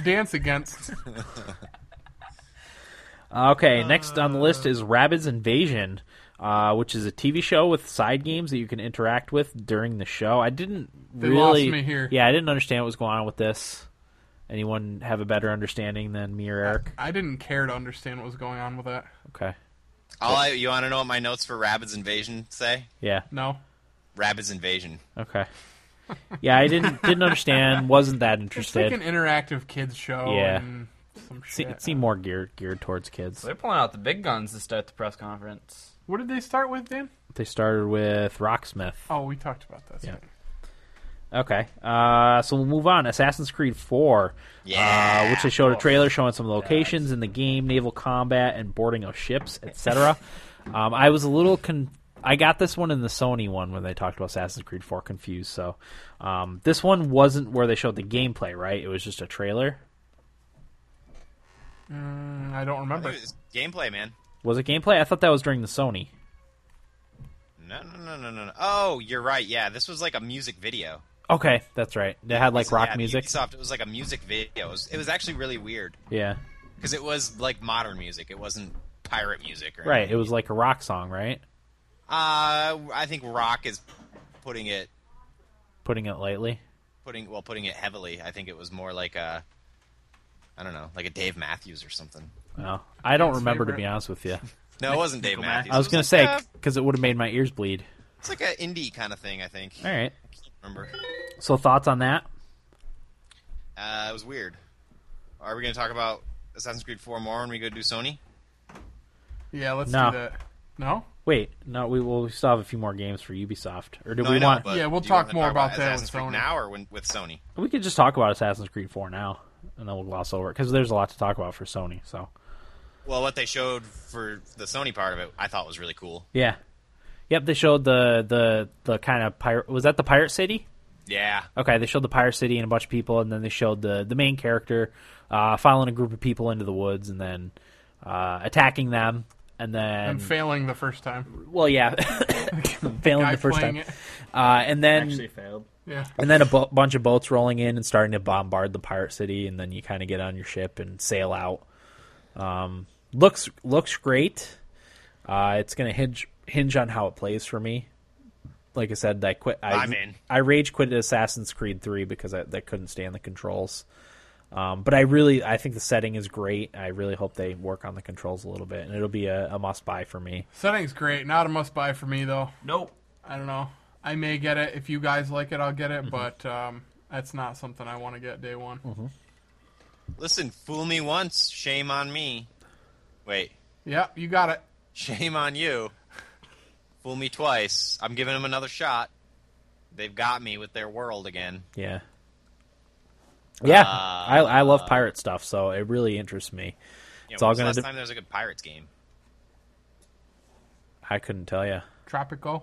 Speaker 4: dance against.
Speaker 3: Okay,
Speaker 4: Uh,
Speaker 3: next on the list is Rabbids Invasion, uh, which is a TV show with side games that you can interact with during the show. I didn't
Speaker 4: They
Speaker 3: really,
Speaker 4: lost me here.
Speaker 3: yeah, I didn't understand what was going on with this. Anyone have a better understanding than me or Eric?
Speaker 4: I didn't care to understand what was going on with that.
Speaker 3: Okay,
Speaker 6: All I, you want to know what my notes for Rabbids Invasion say?
Speaker 3: yeah,
Speaker 4: No.
Speaker 6: Rabbids Invasion.
Speaker 3: okay, yeah, I didn't didn't understand. Wasn't that
Speaker 4: It's
Speaker 3: interested?
Speaker 4: like an interactive kids show
Speaker 3: Yeah.
Speaker 4: and some
Speaker 3: Se-
Speaker 4: shit.
Speaker 3: It seemed more geared geared towards kids.
Speaker 1: They're pulling out the big guns to start the press conference.
Speaker 4: What did they start with, Dan?
Speaker 3: They started with Rocksmith.
Speaker 4: Oh, we talked about this.
Speaker 3: Yeah. Okay, uh, so we'll move on. Assassin's Creed Four,
Speaker 6: Yeah.
Speaker 3: uh, which they showed a trailer showing some locations in the game, naval combat, and boarding of ships, etc. um, I was a little con. I got this one in the Sony one when they talked about Assassin's Creed Four confused. So um, this one wasn't where they showed the gameplay, right? It was just a trailer.
Speaker 4: Mm, I don't remember.
Speaker 6: It was gameplay, man.
Speaker 3: Was it gameplay? I thought that was during the Sony.
Speaker 6: No, no, no, no, no, no. Oh, you're right. Yeah, this was like a music video.
Speaker 3: Okay, that's right. They had like
Speaker 6: So,
Speaker 3: rock
Speaker 6: yeah, the
Speaker 3: music.
Speaker 6: Ubisoft. It was like a music video. It was, it was actually really weird
Speaker 3: Yeah,
Speaker 6: because it was like modern music. It wasn't pirate music, or
Speaker 3: right. It
Speaker 6: anything.
Speaker 3: was like a rock song, right?
Speaker 6: Uh, I think rock is putting it
Speaker 3: Putting it lightly.
Speaker 6: putting well putting it heavily. I think it was more like a, I don't know, like a Dave Matthews or something.
Speaker 3: Oh, I don't remember to
Speaker 4: favorite.
Speaker 3: be honest with you.
Speaker 6: No, it wasn't Dave Matthews.
Speaker 3: I was
Speaker 6: It
Speaker 3: gonna
Speaker 6: like
Speaker 3: say
Speaker 6: a-
Speaker 3: because it would have made my ears bleed.
Speaker 6: it's like an indie kind of thing. I think.
Speaker 3: All right.
Speaker 6: Remember,
Speaker 3: So thoughts on that?
Speaker 6: uh, it was weird. Are we gonna talk about Assassin's Creed Four more when we go do Sony?
Speaker 4: Yeah, let's
Speaker 3: No.
Speaker 4: do that. No?
Speaker 3: Wait, no, we will we still have a few more games for Ubisoft. Or do
Speaker 6: No,
Speaker 3: we
Speaker 6: I know,
Speaker 3: want?
Speaker 6: but
Speaker 4: Yeah, we'll
Speaker 6: do you
Speaker 4: talk
Speaker 6: wanna
Speaker 4: more about that
Speaker 6: Assassin's
Speaker 4: with
Speaker 6: Creed
Speaker 4: Sony.
Speaker 6: now or when, with Sony.
Speaker 3: We could just talk about Assassin's Creed 4 now, and then we'll gloss over it because there's a lot to talk about for Sony. So
Speaker 6: Well, what they showed for the Sony part of it, I thought was really cool.
Speaker 3: yeah, yep. They showed the the the kind of pirate. Was that the pirate city?
Speaker 6: Yeah,
Speaker 3: Okay, they showed the pirate city and a bunch of people, and then they showed the the main character uh, following a group of people into the woods and then uh, attacking them, and then
Speaker 4: And failing the first time.
Speaker 3: well, yeah, failing
Speaker 4: Guy
Speaker 3: the first
Speaker 4: playing
Speaker 3: time,
Speaker 4: it.
Speaker 3: uh, and then
Speaker 1: Actually failed.
Speaker 4: Yeah.
Speaker 3: and then a bo- bunch of boats rolling in and starting to bombard the pirate city, and then you kind of get on your ship and sail out. Um, looks looks great. Uh, it's gonna hinge hinge on how it plays for me. Like I said, I quit. I,
Speaker 6: I'm in.
Speaker 3: I rage quit Assassin's Creed Three because I, I couldn't stand the controls. Um, but I really, I think the setting is great. I really hope they work on the controls a little bit, and it'll be a, a must buy for me.
Speaker 4: Setting's great. Not a must buy for me though.
Speaker 1: Nope.
Speaker 4: I don't know. I may get it if you guys like it. I'll get
Speaker 3: Mm-hmm.
Speaker 4: it, but um, that's not something I want to get day one.
Speaker 6: listen, fool me once, shame on me. Wait,
Speaker 4: Yeah, you got it.
Speaker 6: shame on you. Fool me twice. I'm giving them another shot. They've got me with their world again.
Speaker 3: Yeah. Yeah,
Speaker 1: Uh,
Speaker 3: I I love pirate stuff, so it really interests me.
Speaker 6: You know,
Speaker 3: It's all
Speaker 6: when's the
Speaker 3: gonna
Speaker 6: last
Speaker 3: de-
Speaker 6: time there was a good Pirates game.
Speaker 3: I couldn't tell you.
Speaker 4: Tropico.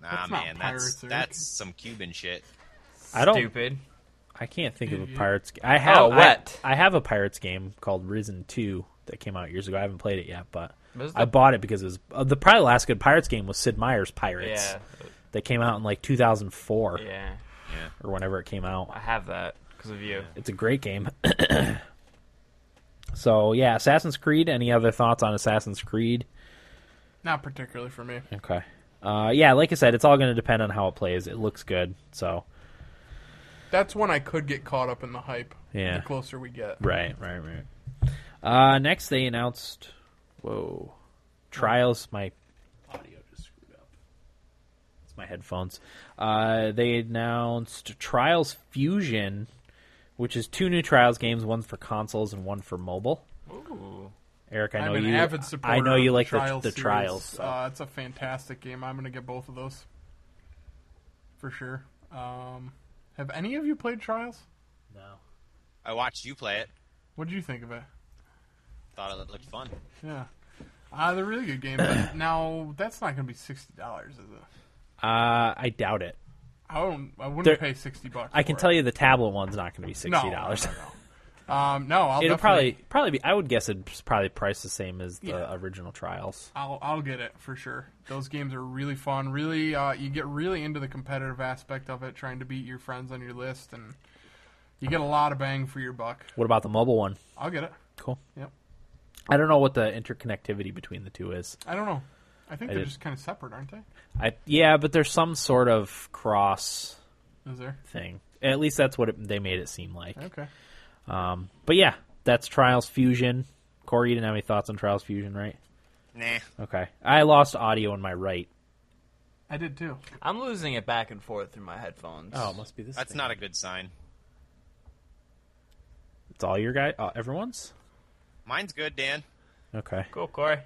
Speaker 6: Nah,
Speaker 4: That's not
Speaker 6: man,
Speaker 4: Pirates,
Speaker 6: that's
Speaker 4: Eric.
Speaker 6: that's some Cuban shit.
Speaker 3: I don't.
Speaker 1: Stupid. Mm-hmm.
Speaker 3: I can't think of a
Speaker 4: Dude.
Speaker 3: pirates. Ga- I have.
Speaker 1: Oh, what?
Speaker 3: I, I have a pirates game called Risen Two that came out years ago. I haven't played it yet, but
Speaker 1: Was
Speaker 3: I
Speaker 1: the-
Speaker 3: bought it because it was uh, the probably last good pirates game was Sid Meier's Pirates
Speaker 1: Yeah.
Speaker 3: that came out in like 2004
Speaker 1: Yeah.
Speaker 3: or whenever it came out.
Speaker 1: I have that because of you.
Speaker 3: It's a great game. so yeah, Assassin's Creed. Any other thoughts on Assassin's Creed?
Speaker 4: Not particularly for me.
Speaker 3: Okay. Uh, yeah, like I said, it's all going to depend on how it plays. It looks good, so
Speaker 4: That's when I could get caught up in the hype.
Speaker 3: Yeah.
Speaker 4: The closer we get.
Speaker 3: Right, right, right. Uh, next, they announced. Whoa, trials. My audio just screwed up. It's my headphones. Uh, they announced Trials Fusion, which is two new Trials games. One for consoles and one for mobile.
Speaker 1: Ooh.
Speaker 3: Eric, I
Speaker 4: I'm
Speaker 3: know
Speaker 4: an
Speaker 3: you.
Speaker 4: avid supporter.
Speaker 3: I know
Speaker 4: of
Speaker 3: you like
Speaker 4: trial
Speaker 3: the, the
Speaker 4: series.
Speaker 3: trials. so-
Speaker 4: Uh, it's a fantastic game. I'm going to get both of those for sure. Um, have any of you played Trials?
Speaker 3: no.
Speaker 6: I watched you play it.
Speaker 4: What did you think of it?
Speaker 6: Thought it looked fun.
Speaker 4: Yeah, uh, they're really good game. But now that's not going to be sixty dollars, is it?
Speaker 3: Uh, I doubt it.
Speaker 4: I don't. I wouldn't
Speaker 3: There-
Speaker 4: pay sixty bucks.
Speaker 3: I can
Speaker 4: for
Speaker 3: tell
Speaker 4: it.
Speaker 3: you the tablet one's not going to be sixty dollars.
Speaker 4: No, no, no. Um, no, I'll
Speaker 3: It'll
Speaker 4: definitely-
Speaker 3: probably probably be. I would guess it's probably priced the same as the
Speaker 4: Yeah.
Speaker 3: original Trials.
Speaker 4: I'll I'll get it for sure. Those games are really fun. Really, uh, you get really into the competitive aspect of it, trying to beat your friends on your list, and you get a lot of bang for your buck.
Speaker 3: What about the mobile one?
Speaker 4: I'll get it.
Speaker 3: Cool.
Speaker 4: Yep.
Speaker 3: I don't know what the interconnectivity between the two is.
Speaker 4: I don't know. I think
Speaker 3: I
Speaker 4: they're
Speaker 3: did-
Speaker 4: just kind of separate, aren't they?
Speaker 3: I yeah, but there's some sort of cross
Speaker 4: Is there?
Speaker 3: thing. At least that's what it, they made it seem like.
Speaker 4: Okay.
Speaker 3: But yeah, that's Trials Fusion. Corey, you didn't have any thoughts on Trials Fusion, right?
Speaker 6: Nah.
Speaker 3: Okay. I lost audio in my right.
Speaker 4: I did too.
Speaker 1: I'm losing it back and forth through my headphones.
Speaker 3: must be this.
Speaker 6: That's not a good sign.
Speaker 3: It's all your guy. Uh, everyone's.
Speaker 6: Mine's good, Dan.
Speaker 3: Okay.
Speaker 1: cool, Corey.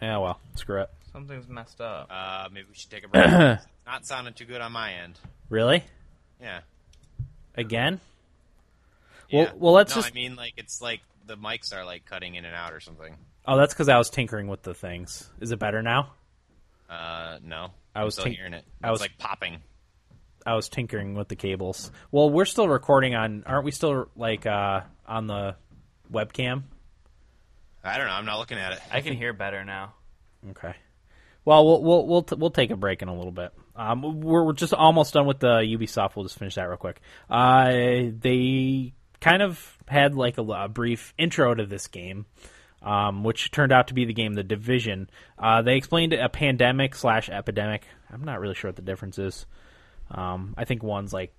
Speaker 3: Yeah. Well, screw it.
Speaker 1: Something's messed up.
Speaker 6: Uh, maybe we should take a break. It's not sounding too good on my end.
Speaker 3: Really?
Speaker 6: Yeah.
Speaker 3: Again?
Speaker 6: yeah.
Speaker 3: Well- well, let's
Speaker 6: no,
Speaker 3: just-
Speaker 6: I mean, like it's like the mics are like cutting in and out or something.
Speaker 3: Oh, that's because I was tinkering with the things. Is it better now?
Speaker 6: Uh, no.
Speaker 3: I
Speaker 6: I'm
Speaker 3: was
Speaker 6: still
Speaker 3: think-
Speaker 6: hearing it.
Speaker 3: I
Speaker 6: It's,
Speaker 3: was-
Speaker 6: like popping.
Speaker 3: I was tinkering with the cables. Well, we're still recording on. Aren't we still like uh, on the webcam?
Speaker 6: I don't know. I'm not looking at it.
Speaker 1: I can hear better now.
Speaker 3: Okay. Well, we'll we'll we'll, t- we'll take a break in a little bit. Um, we're, we're just almost done with the Ubisoft. We'll just finish that real quick. Uh, they kind of had like a, l- a brief intro to this game, um, which turned out to be the game The Division. Uh, they explained a pandemic slash epidemic. I'm not really sure what the difference is. Um, I think one's like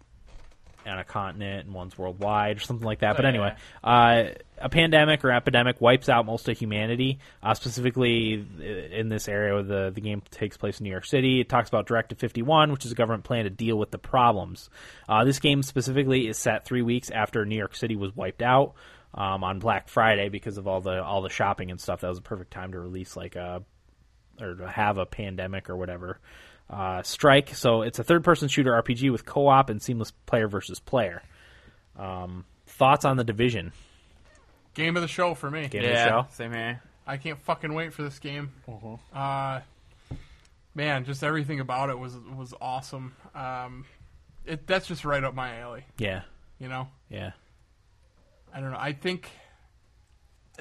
Speaker 3: on a continent and one's worldwide or something like that. but
Speaker 1: Oh, yeah,
Speaker 3: anyway, uh, a pandemic or epidemic wipes out most of humanity. Uh, specifically i- in this area, the the game takes place in New York City. It talks about Directive 51, which is a government plan to deal with the problems. Uh, this game specifically is set three weeks after New York City was wiped out. um, on Black Friday because of all the all the shopping and stuff. That was a perfect time to release like uh, a or to have a pandemic or whatever. Uh, Strike. So it's a third-person shooter RPG with co-op and seamless player versus player. Um, thoughts on the division?
Speaker 4: Game of the show for me.
Speaker 3: Game
Speaker 1: Yeah,
Speaker 3: of the show.
Speaker 1: same here.
Speaker 4: I can't fucking wait for this game. Uh, man, just everything about it was was awesome. Um, it that's just right up my alley.
Speaker 3: Yeah,
Speaker 4: You know,
Speaker 3: yeah,
Speaker 4: I don't know. I think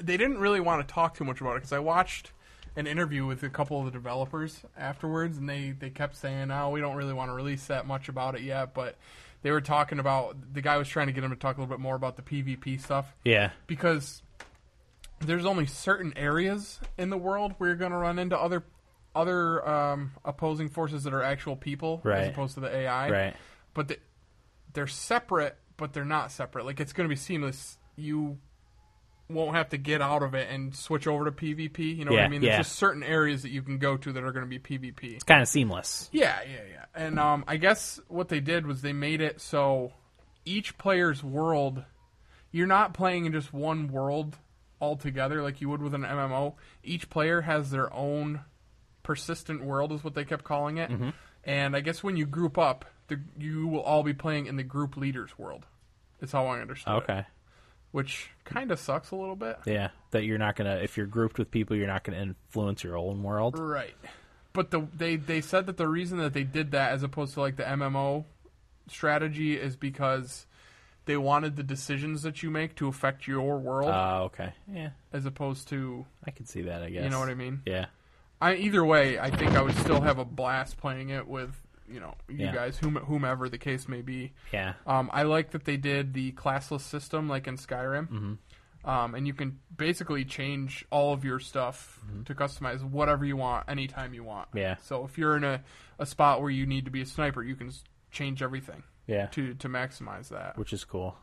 Speaker 4: they didn't really want to talk too much about it because I watched an interview with a couple of the developers afterwards, and they they kept saying, "Oh, we don't really want to release that much about it yet," but. They were talking about the guy was trying to get him to talk a little bit more about the PvP stuff
Speaker 3: yeah,
Speaker 4: because there's only certain areas in the world where you're going to run into other other um, opposing forces that are actual people as
Speaker 3: Right.
Speaker 4: opposed to the AI.
Speaker 3: right.
Speaker 4: But the, they're separate, but they're not separate. Like it's going to be seamless. You won't have to get out of it and switch over to PvP. You know what
Speaker 3: Yeah,
Speaker 4: I mean?
Speaker 3: yeah.
Speaker 4: There's just certain areas that you can go to that are going to be PvP.
Speaker 3: Kind of seamless.
Speaker 4: Yeah, yeah, yeah. And um, I guess what they did was they made it so each player's world, you're not playing in just one world altogether like you would with an MMO. Each player has their own persistent world, is what they kept calling it. And I guess when you group up, the, you will all be playing in the group leader's world. Is how I understood. it,
Speaker 3: Okay.
Speaker 4: which kind of sucks a little bit.
Speaker 3: Yeah, that you're not gonna if you're grouped with people, you're not gonna influence your own world.
Speaker 4: Right. But the they they said that the reason that they did that as opposed to like the MMO strategy is because they wanted the decisions that you make to affect your world
Speaker 3: Uh, okay. Yeah,
Speaker 4: as opposed to
Speaker 3: I can see that. I guess.
Speaker 4: you know what I mean?
Speaker 3: Yeah.
Speaker 4: I either way, I think I would still have a blast playing it with, you know, you
Speaker 3: Yeah.
Speaker 4: guys whom, whomever the case may be.
Speaker 3: Yeah.
Speaker 4: Um, I like that they did the classless system, like in Skyrim,
Speaker 3: Mm-hmm.
Speaker 4: um, and you can basically change all of your stuff to customize whatever you want, anytime you want.
Speaker 3: Mm-hmm. Yeah.
Speaker 4: So if you're in a, a spot where you need to be a sniper, you can s- change everything
Speaker 3: Yeah.
Speaker 4: to to maximize that.
Speaker 3: Which is cool.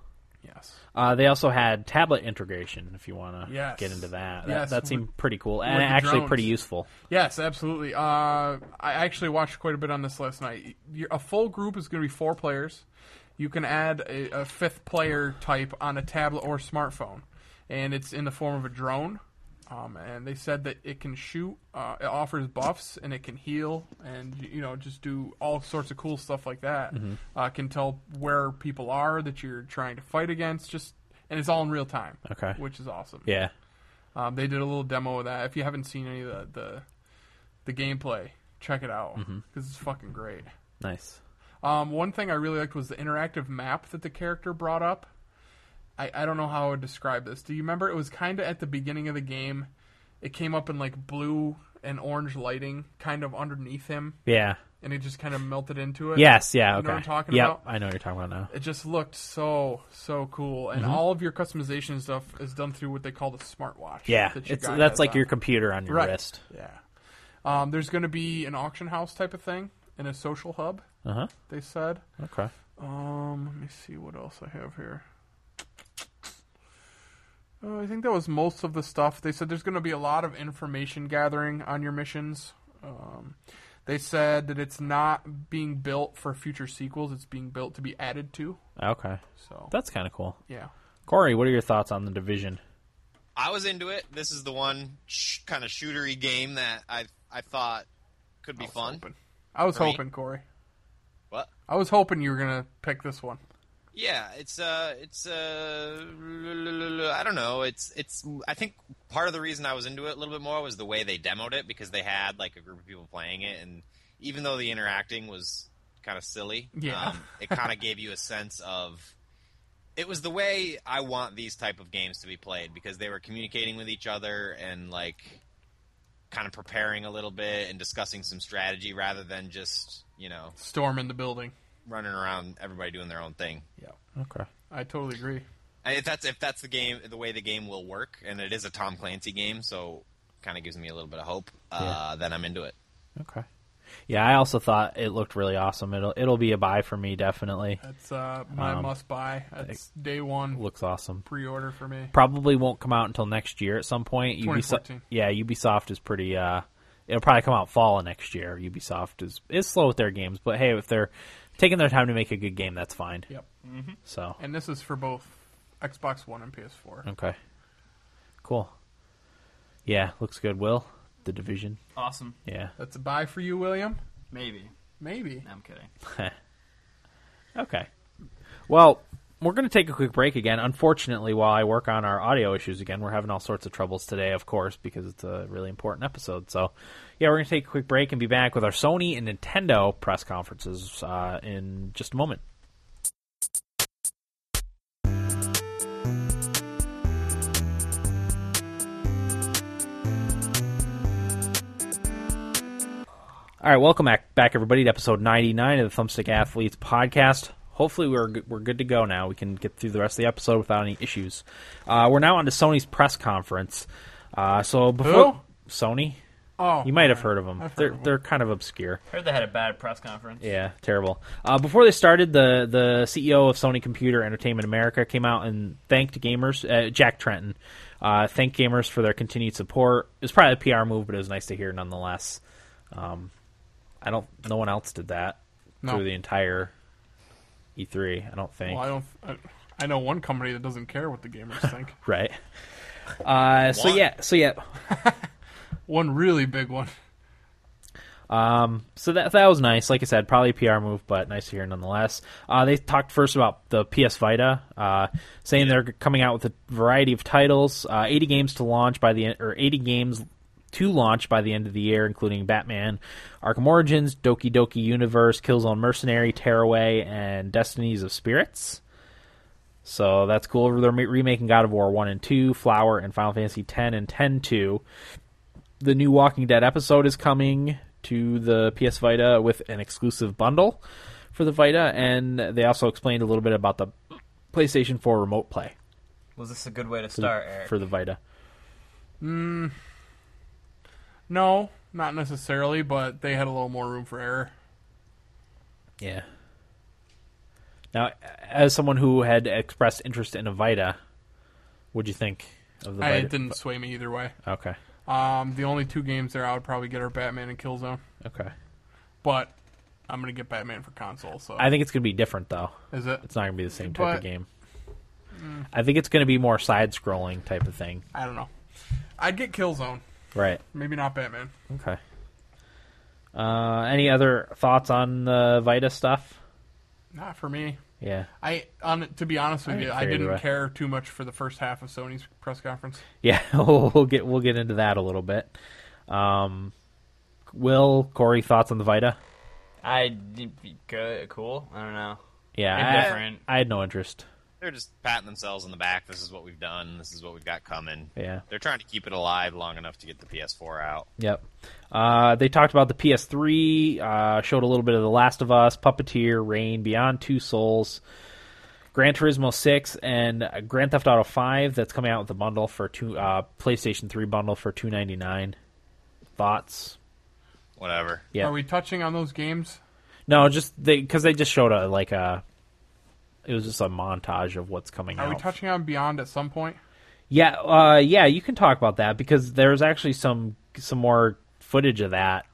Speaker 4: Yes.
Speaker 3: Uh, they also had tablet integration. If you want to
Speaker 4: Yes.
Speaker 3: get into that, that,
Speaker 4: Yes,
Speaker 3: that seemed pretty cool and
Speaker 4: the
Speaker 3: actually
Speaker 4: drones.
Speaker 3: pretty useful.
Speaker 4: Yes, absolutely. Uh, I actually watched quite a bit on this last night. you a full group is going to be four players. You can add a, a fifth player type on a tablet or smartphone, and it's in the form of a drone. Um, and they said that it can shoot, uh, it offers buffs, and it can heal, and y- you know just do all sorts of cool stuff like that.
Speaker 3: Mm-hmm.
Speaker 4: Uh, can tell where people are that you're trying to fight against. Just and it's all in real time.
Speaker 3: Okay.
Speaker 4: which is awesome.
Speaker 3: Yeah.
Speaker 4: Um, they did a little demo of that. If you haven't seen any of the the, the gameplay, check it out
Speaker 3: Mm-hmm.
Speaker 4: because it's fucking great.
Speaker 3: Nice.
Speaker 4: Um, one thing I really liked was the interactive map that the character brought up. I, I don't know how I would describe this. Do you remember? It was kind of at the beginning of the game. It came up in like blue and orange lighting, kind of underneath him,
Speaker 3: Yeah.
Speaker 4: and it just kind of melted into it.
Speaker 3: Yes. Yeah.
Speaker 4: You
Speaker 3: Okay.
Speaker 4: know what I'm talking
Speaker 3: yep.
Speaker 4: about?
Speaker 3: I know what you're talking about now.
Speaker 4: It just looked so so cool,
Speaker 3: Mm-hmm.
Speaker 4: and all of your customization stuff is done through what they call the smartwatch.
Speaker 3: Yeah.
Speaker 4: that your
Speaker 3: It's
Speaker 4: guy
Speaker 3: that's
Speaker 4: has
Speaker 3: like
Speaker 4: on.
Speaker 3: your computer on your
Speaker 4: Right.
Speaker 3: wrist.
Speaker 4: Yeah. Um, there's going to be an auction house type of thing and a social hub.
Speaker 3: Uh huh.
Speaker 4: They said.
Speaker 3: Okay.
Speaker 4: Um, let me see what else I have here. Oh, I think that was most of the stuff. They said there's going to be a lot of information gathering on your missions. Um, they said that it's not being built for future sequels; it's being built to be added to.
Speaker 3: Okay.
Speaker 4: So,
Speaker 3: That's kind of cool.
Speaker 4: yeah.
Speaker 3: Corey, what are your thoughts on the division?
Speaker 6: I was into it. This is the one sh- kind of shootery game that I I thought could be
Speaker 4: I was
Speaker 6: fun.
Speaker 4: hoping. I was
Speaker 6: For me?
Speaker 4: hoping, Corey.
Speaker 6: What?
Speaker 4: I was hoping you were going to pick this one.
Speaker 6: Yeah, it's uh, it's uh, I don't know. It's it's. I think part of the reason I was into it a little bit more was the way they demoed it because they had like a group of people playing it, and even though the interacting was kind of silly,
Speaker 4: Yeah.
Speaker 6: um, it kind of gave you a sense of. It was the way I want these type of games to be played because they were communicating with each other and like kind of preparing a little bit and discussing some strategy rather than just you know
Speaker 4: Storm in the building.
Speaker 6: running around everybody doing their own thing.
Speaker 4: Yeah.
Speaker 3: Okay.
Speaker 4: I totally agree.
Speaker 6: And if that's if that's the game, the way the game will work, and it is a Tom Clancy game, so kind of gives me a little bit of hope. Uh, Then I'm into it.
Speaker 3: Okay. Yeah, I also thought it looked really awesome. It'll it'll be a buy for me definitely.
Speaker 4: That's uh, my
Speaker 3: Um,
Speaker 4: must buy. That's day one
Speaker 3: Looks awesome.
Speaker 4: pre order for me.
Speaker 3: Probably won't come out until next year at some point. Ubisoft,
Speaker 4: 2014.
Speaker 3: yeah, Ubisoft is pretty. Uh, it'll probably come out fall of next year. Ubisoft is is slow with their games, but hey, if they're taking their time to make a good game, that's fine.
Speaker 4: Yep.
Speaker 3: So
Speaker 4: And this is for both Xbox One and PS4.
Speaker 3: Okay. Cool. Yeah, looks good. Will the division?
Speaker 1: Awesome.
Speaker 3: Yeah.
Speaker 4: That's a buy for you, William.
Speaker 1: Maybe.
Speaker 4: Maybe.
Speaker 1: No, I'm kidding.
Speaker 3: Okay. Well, we're going to take a quick break again. Unfortunately, while I work on our audio issues again, we're having all sorts of troubles today, of course, because it's a really important episode. So, yeah, we're going to take a quick break and be back with our Sony and Nintendo press conferences uh, in just a moment. All right, welcome back, back everybody, to episode 99 of the Thumbstick Athletes podcast. Hopefully, we're good, we're good to go now. We can get through the rest of the episode without any issues. Uh, we're now on to Sony's press conference. Uh, so before
Speaker 4: Who?
Speaker 3: Sony,
Speaker 4: Oh,
Speaker 3: you might have heard of them.
Speaker 4: I've heard
Speaker 3: they're
Speaker 4: of 'em.
Speaker 3: they're kind of obscure.
Speaker 1: Heard they had a bad press conference.
Speaker 3: Yeah, terrible. Uh, before they started, the the CEO of Sony Computer Entertainment America came out and thanked gamers. Uh, Jack Trenton uh, thanked gamers for their continued support. It was probably a PR move, but it was nice to hear nonetheless. Um, I don't. No one else did that
Speaker 4: No.
Speaker 3: through the entire E3. I don't think.
Speaker 4: Well, I don't. I, I know one company that doesn't care what the gamers think.
Speaker 3: right. Uh, so
Speaker 6: One.
Speaker 3: yeah. So yeah.
Speaker 4: One really big one.
Speaker 3: Um, so that that was nice. Like I said, probably a PR move, but nice to hear nonetheless. Uh, they talked first about the PS Vita, uh, saying they're coming out with a variety of titles, uh, 80 games to launch by the en- or 80 games to launch by the end of the year, including Batman, Arkham Origins, Doki Doki Universe, Killzone Mercenary, Tearaway, and Destinies of Spirits. So that's cool. They're ma- remaking God of War one and two, Flower, and Final Fantasy ten and ten two the new Walking Dead episode is coming to the PS Vita with an exclusive bundle for the Vita, and they also explained a little bit about the PlayStation 4 Remote Play
Speaker 1: Was this a good way to
Speaker 3: for the-
Speaker 1: start, Eric?
Speaker 3: for the Vita.
Speaker 4: No, not necessarily, but they had a little more room for error.
Speaker 3: Yeah. Now, as someone who had expressed interest in a Vita, what'd you think of the
Speaker 4: I,
Speaker 3: Vita?
Speaker 4: it didn't sway me either way.
Speaker 3: Okay.
Speaker 4: Um, the only two games there I would probably get are Batman and Killzone,
Speaker 3: Okay.
Speaker 4: but I'm gonna get Batman for console. So
Speaker 3: I think it's going to be different, though.
Speaker 4: is it?
Speaker 3: It's not going to be the same type of
Speaker 4: But- Mm.
Speaker 3: game. I think it's going to be more side scrolling type of thing.
Speaker 4: I don't know. I'd get Killzone,
Speaker 3: Right.
Speaker 4: maybe not Batman.
Speaker 3: Okay. Uh, any other thoughts on the Vita stuff?
Speaker 4: Not for me.
Speaker 3: Yeah,
Speaker 4: I on to be honest with
Speaker 3: I
Speaker 4: you,
Speaker 3: didn't
Speaker 4: I
Speaker 3: care either
Speaker 4: didn't
Speaker 3: way.
Speaker 4: care too much for the first half of Sony's press conference.
Speaker 3: yeah. We'll, we'll get we'll get into that a little bit. Um, Will Corey thoughts on the Vita?
Speaker 1: I d- good, cool. I don't know.
Speaker 3: Yeah, I,
Speaker 1: Indifferent.
Speaker 3: I had no interest.
Speaker 6: They're just patting themselves on the back. This is what we've done. This is what we've got coming.
Speaker 3: Yeah.
Speaker 6: They're trying to keep it alive long enough to get the PS4 out.
Speaker 3: Yep. Uh, they talked about the PS3. Uh, showed a little bit of The Last of Us, Puppeteer, Rain, Beyond Two Souls, Gran Turismo Six, and uh, Grand Theft Auto Five. That's coming out with a bundle for two uh, PlayStation Three bundle for two ninety nine. Thoughts?
Speaker 6: Whatever.
Speaker 3: Yeah.
Speaker 4: Are we touching on those games?
Speaker 3: No, just they because they just showed a like a. It was just a montage of what's coming
Speaker 4: Are
Speaker 3: out.
Speaker 4: we touching on Beyond at some point?
Speaker 3: yeah, uh, yeah, you can talk about that because there's actually some some more footage of that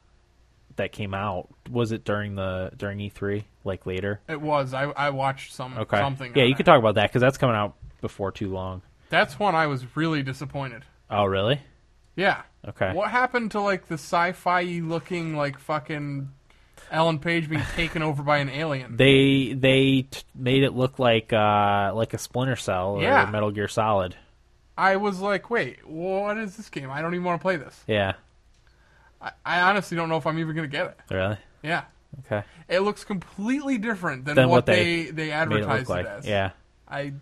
Speaker 3: that came out. Was it during the during E3, like later?
Speaker 4: It was. I, I watched some
Speaker 3: Okay,
Speaker 4: something.
Speaker 3: Yeah,
Speaker 4: on
Speaker 3: you can
Speaker 4: that.
Speaker 3: talk about that because that's coming out before too long.
Speaker 4: That's one I was really disappointed.
Speaker 3: Oh, really?
Speaker 4: Yeah.
Speaker 3: Okay.
Speaker 4: What happened to like the sci-fi looking like fucking Ellen Page being taken over by an alien?
Speaker 3: They they t- made it look like uh like a Splinter Cell or
Speaker 4: Yeah.
Speaker 3: Metal Gear Solid.
Speaker 4: I was like, wait, what is this game? I don't even want to play this.
Speaker 3: Yeah.
Speaker 4: I, I honestly don't know if I'm even gonna get it.
Speaker 3: Really?
Speaker 4: Yeah.
Speaker 3: Okay.
Speaker 4: It looks completely different than
Speaker 3: Than
Speaker 4: what,
Speaker 3: what they
Speaker 4: they they
Speaker 3: Made it look
Speaker 4: advertised it,
Speaker 3: like
Speaker 4: as.
Speaker 3: yeah.
Speaker 4: I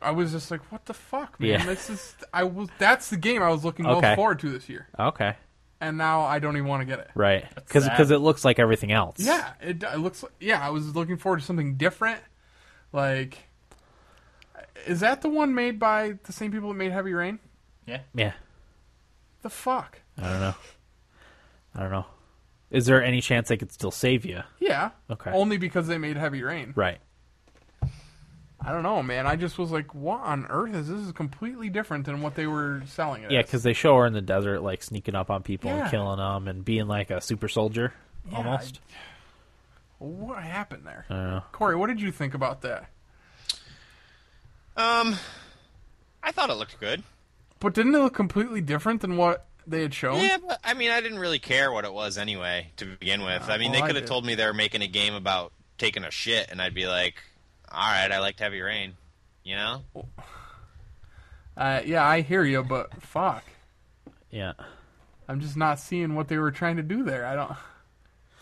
Speaker 4: I was just like, what the fuck, man?
Speaker 3: Yeah.
Speaker 4: This is I was that's the game I was looking
Speaker 3: Okay.
Speaker 4: most forward to this year,
Speaker 3: Okay.
Speaker 4: and now I don't even want to get it.
Speaker 3: Right. Because
Speaker 1: sad.
Speaker 3: it looks like everything else.
Speaker 4: Yeah, it, d- it looks. Like, yeah, I was looking forward to something different. Like, is that the one made by the same people that made Heavy Rain?
Speaker 1: Yeah.
Speaker 3: Yeah.
Speaker 4: The fuck?
Speaker 3: I don't know. I don't know. Is there any chance they could still save you?
Speaker 4: Yeah.
Speaker 3: Okay.
Speaker 4: Only because they made Heavy Rain.
Speaker 3: Right.
Speaker 4: I don't know, man. I just was like, what on earth is this? Is completely different than what they were selling it.
Speaker 3: Yeah,
Speaker 4: as.
Speaker 3: because they show her in the desert, like sneaking up on people and
Speaker 4: Yeah.
Speaker 3: killing them, and being like a super soldier almost.
Speaker 4: what happened there,
Speaker 3: I don't know.
Speaker 4: Corey? What did you think about that?
Speaker 6: Um, I thought it looked good.
Speaker 4: But didn't it look completely different than what they had shown?
Speaker 6: Yeah, but I mean, I didn't really care what it was anyway to begin with. I mean,
Speaker 4: well,
Speaker 6: they
Speaker 4: I
Speaker 6: could have
Speaker 4: did.
Speaker 6: told me they were making a game about taking a shit, and I'd be like, "All right, I liked Heavy Rain," you know.
Speaker 4: Uh, yeah, I hear you, but fuck.
Speaker 3: Yeah.
Speaker 4: I'm just not seeing what they were trying to do there. I don't.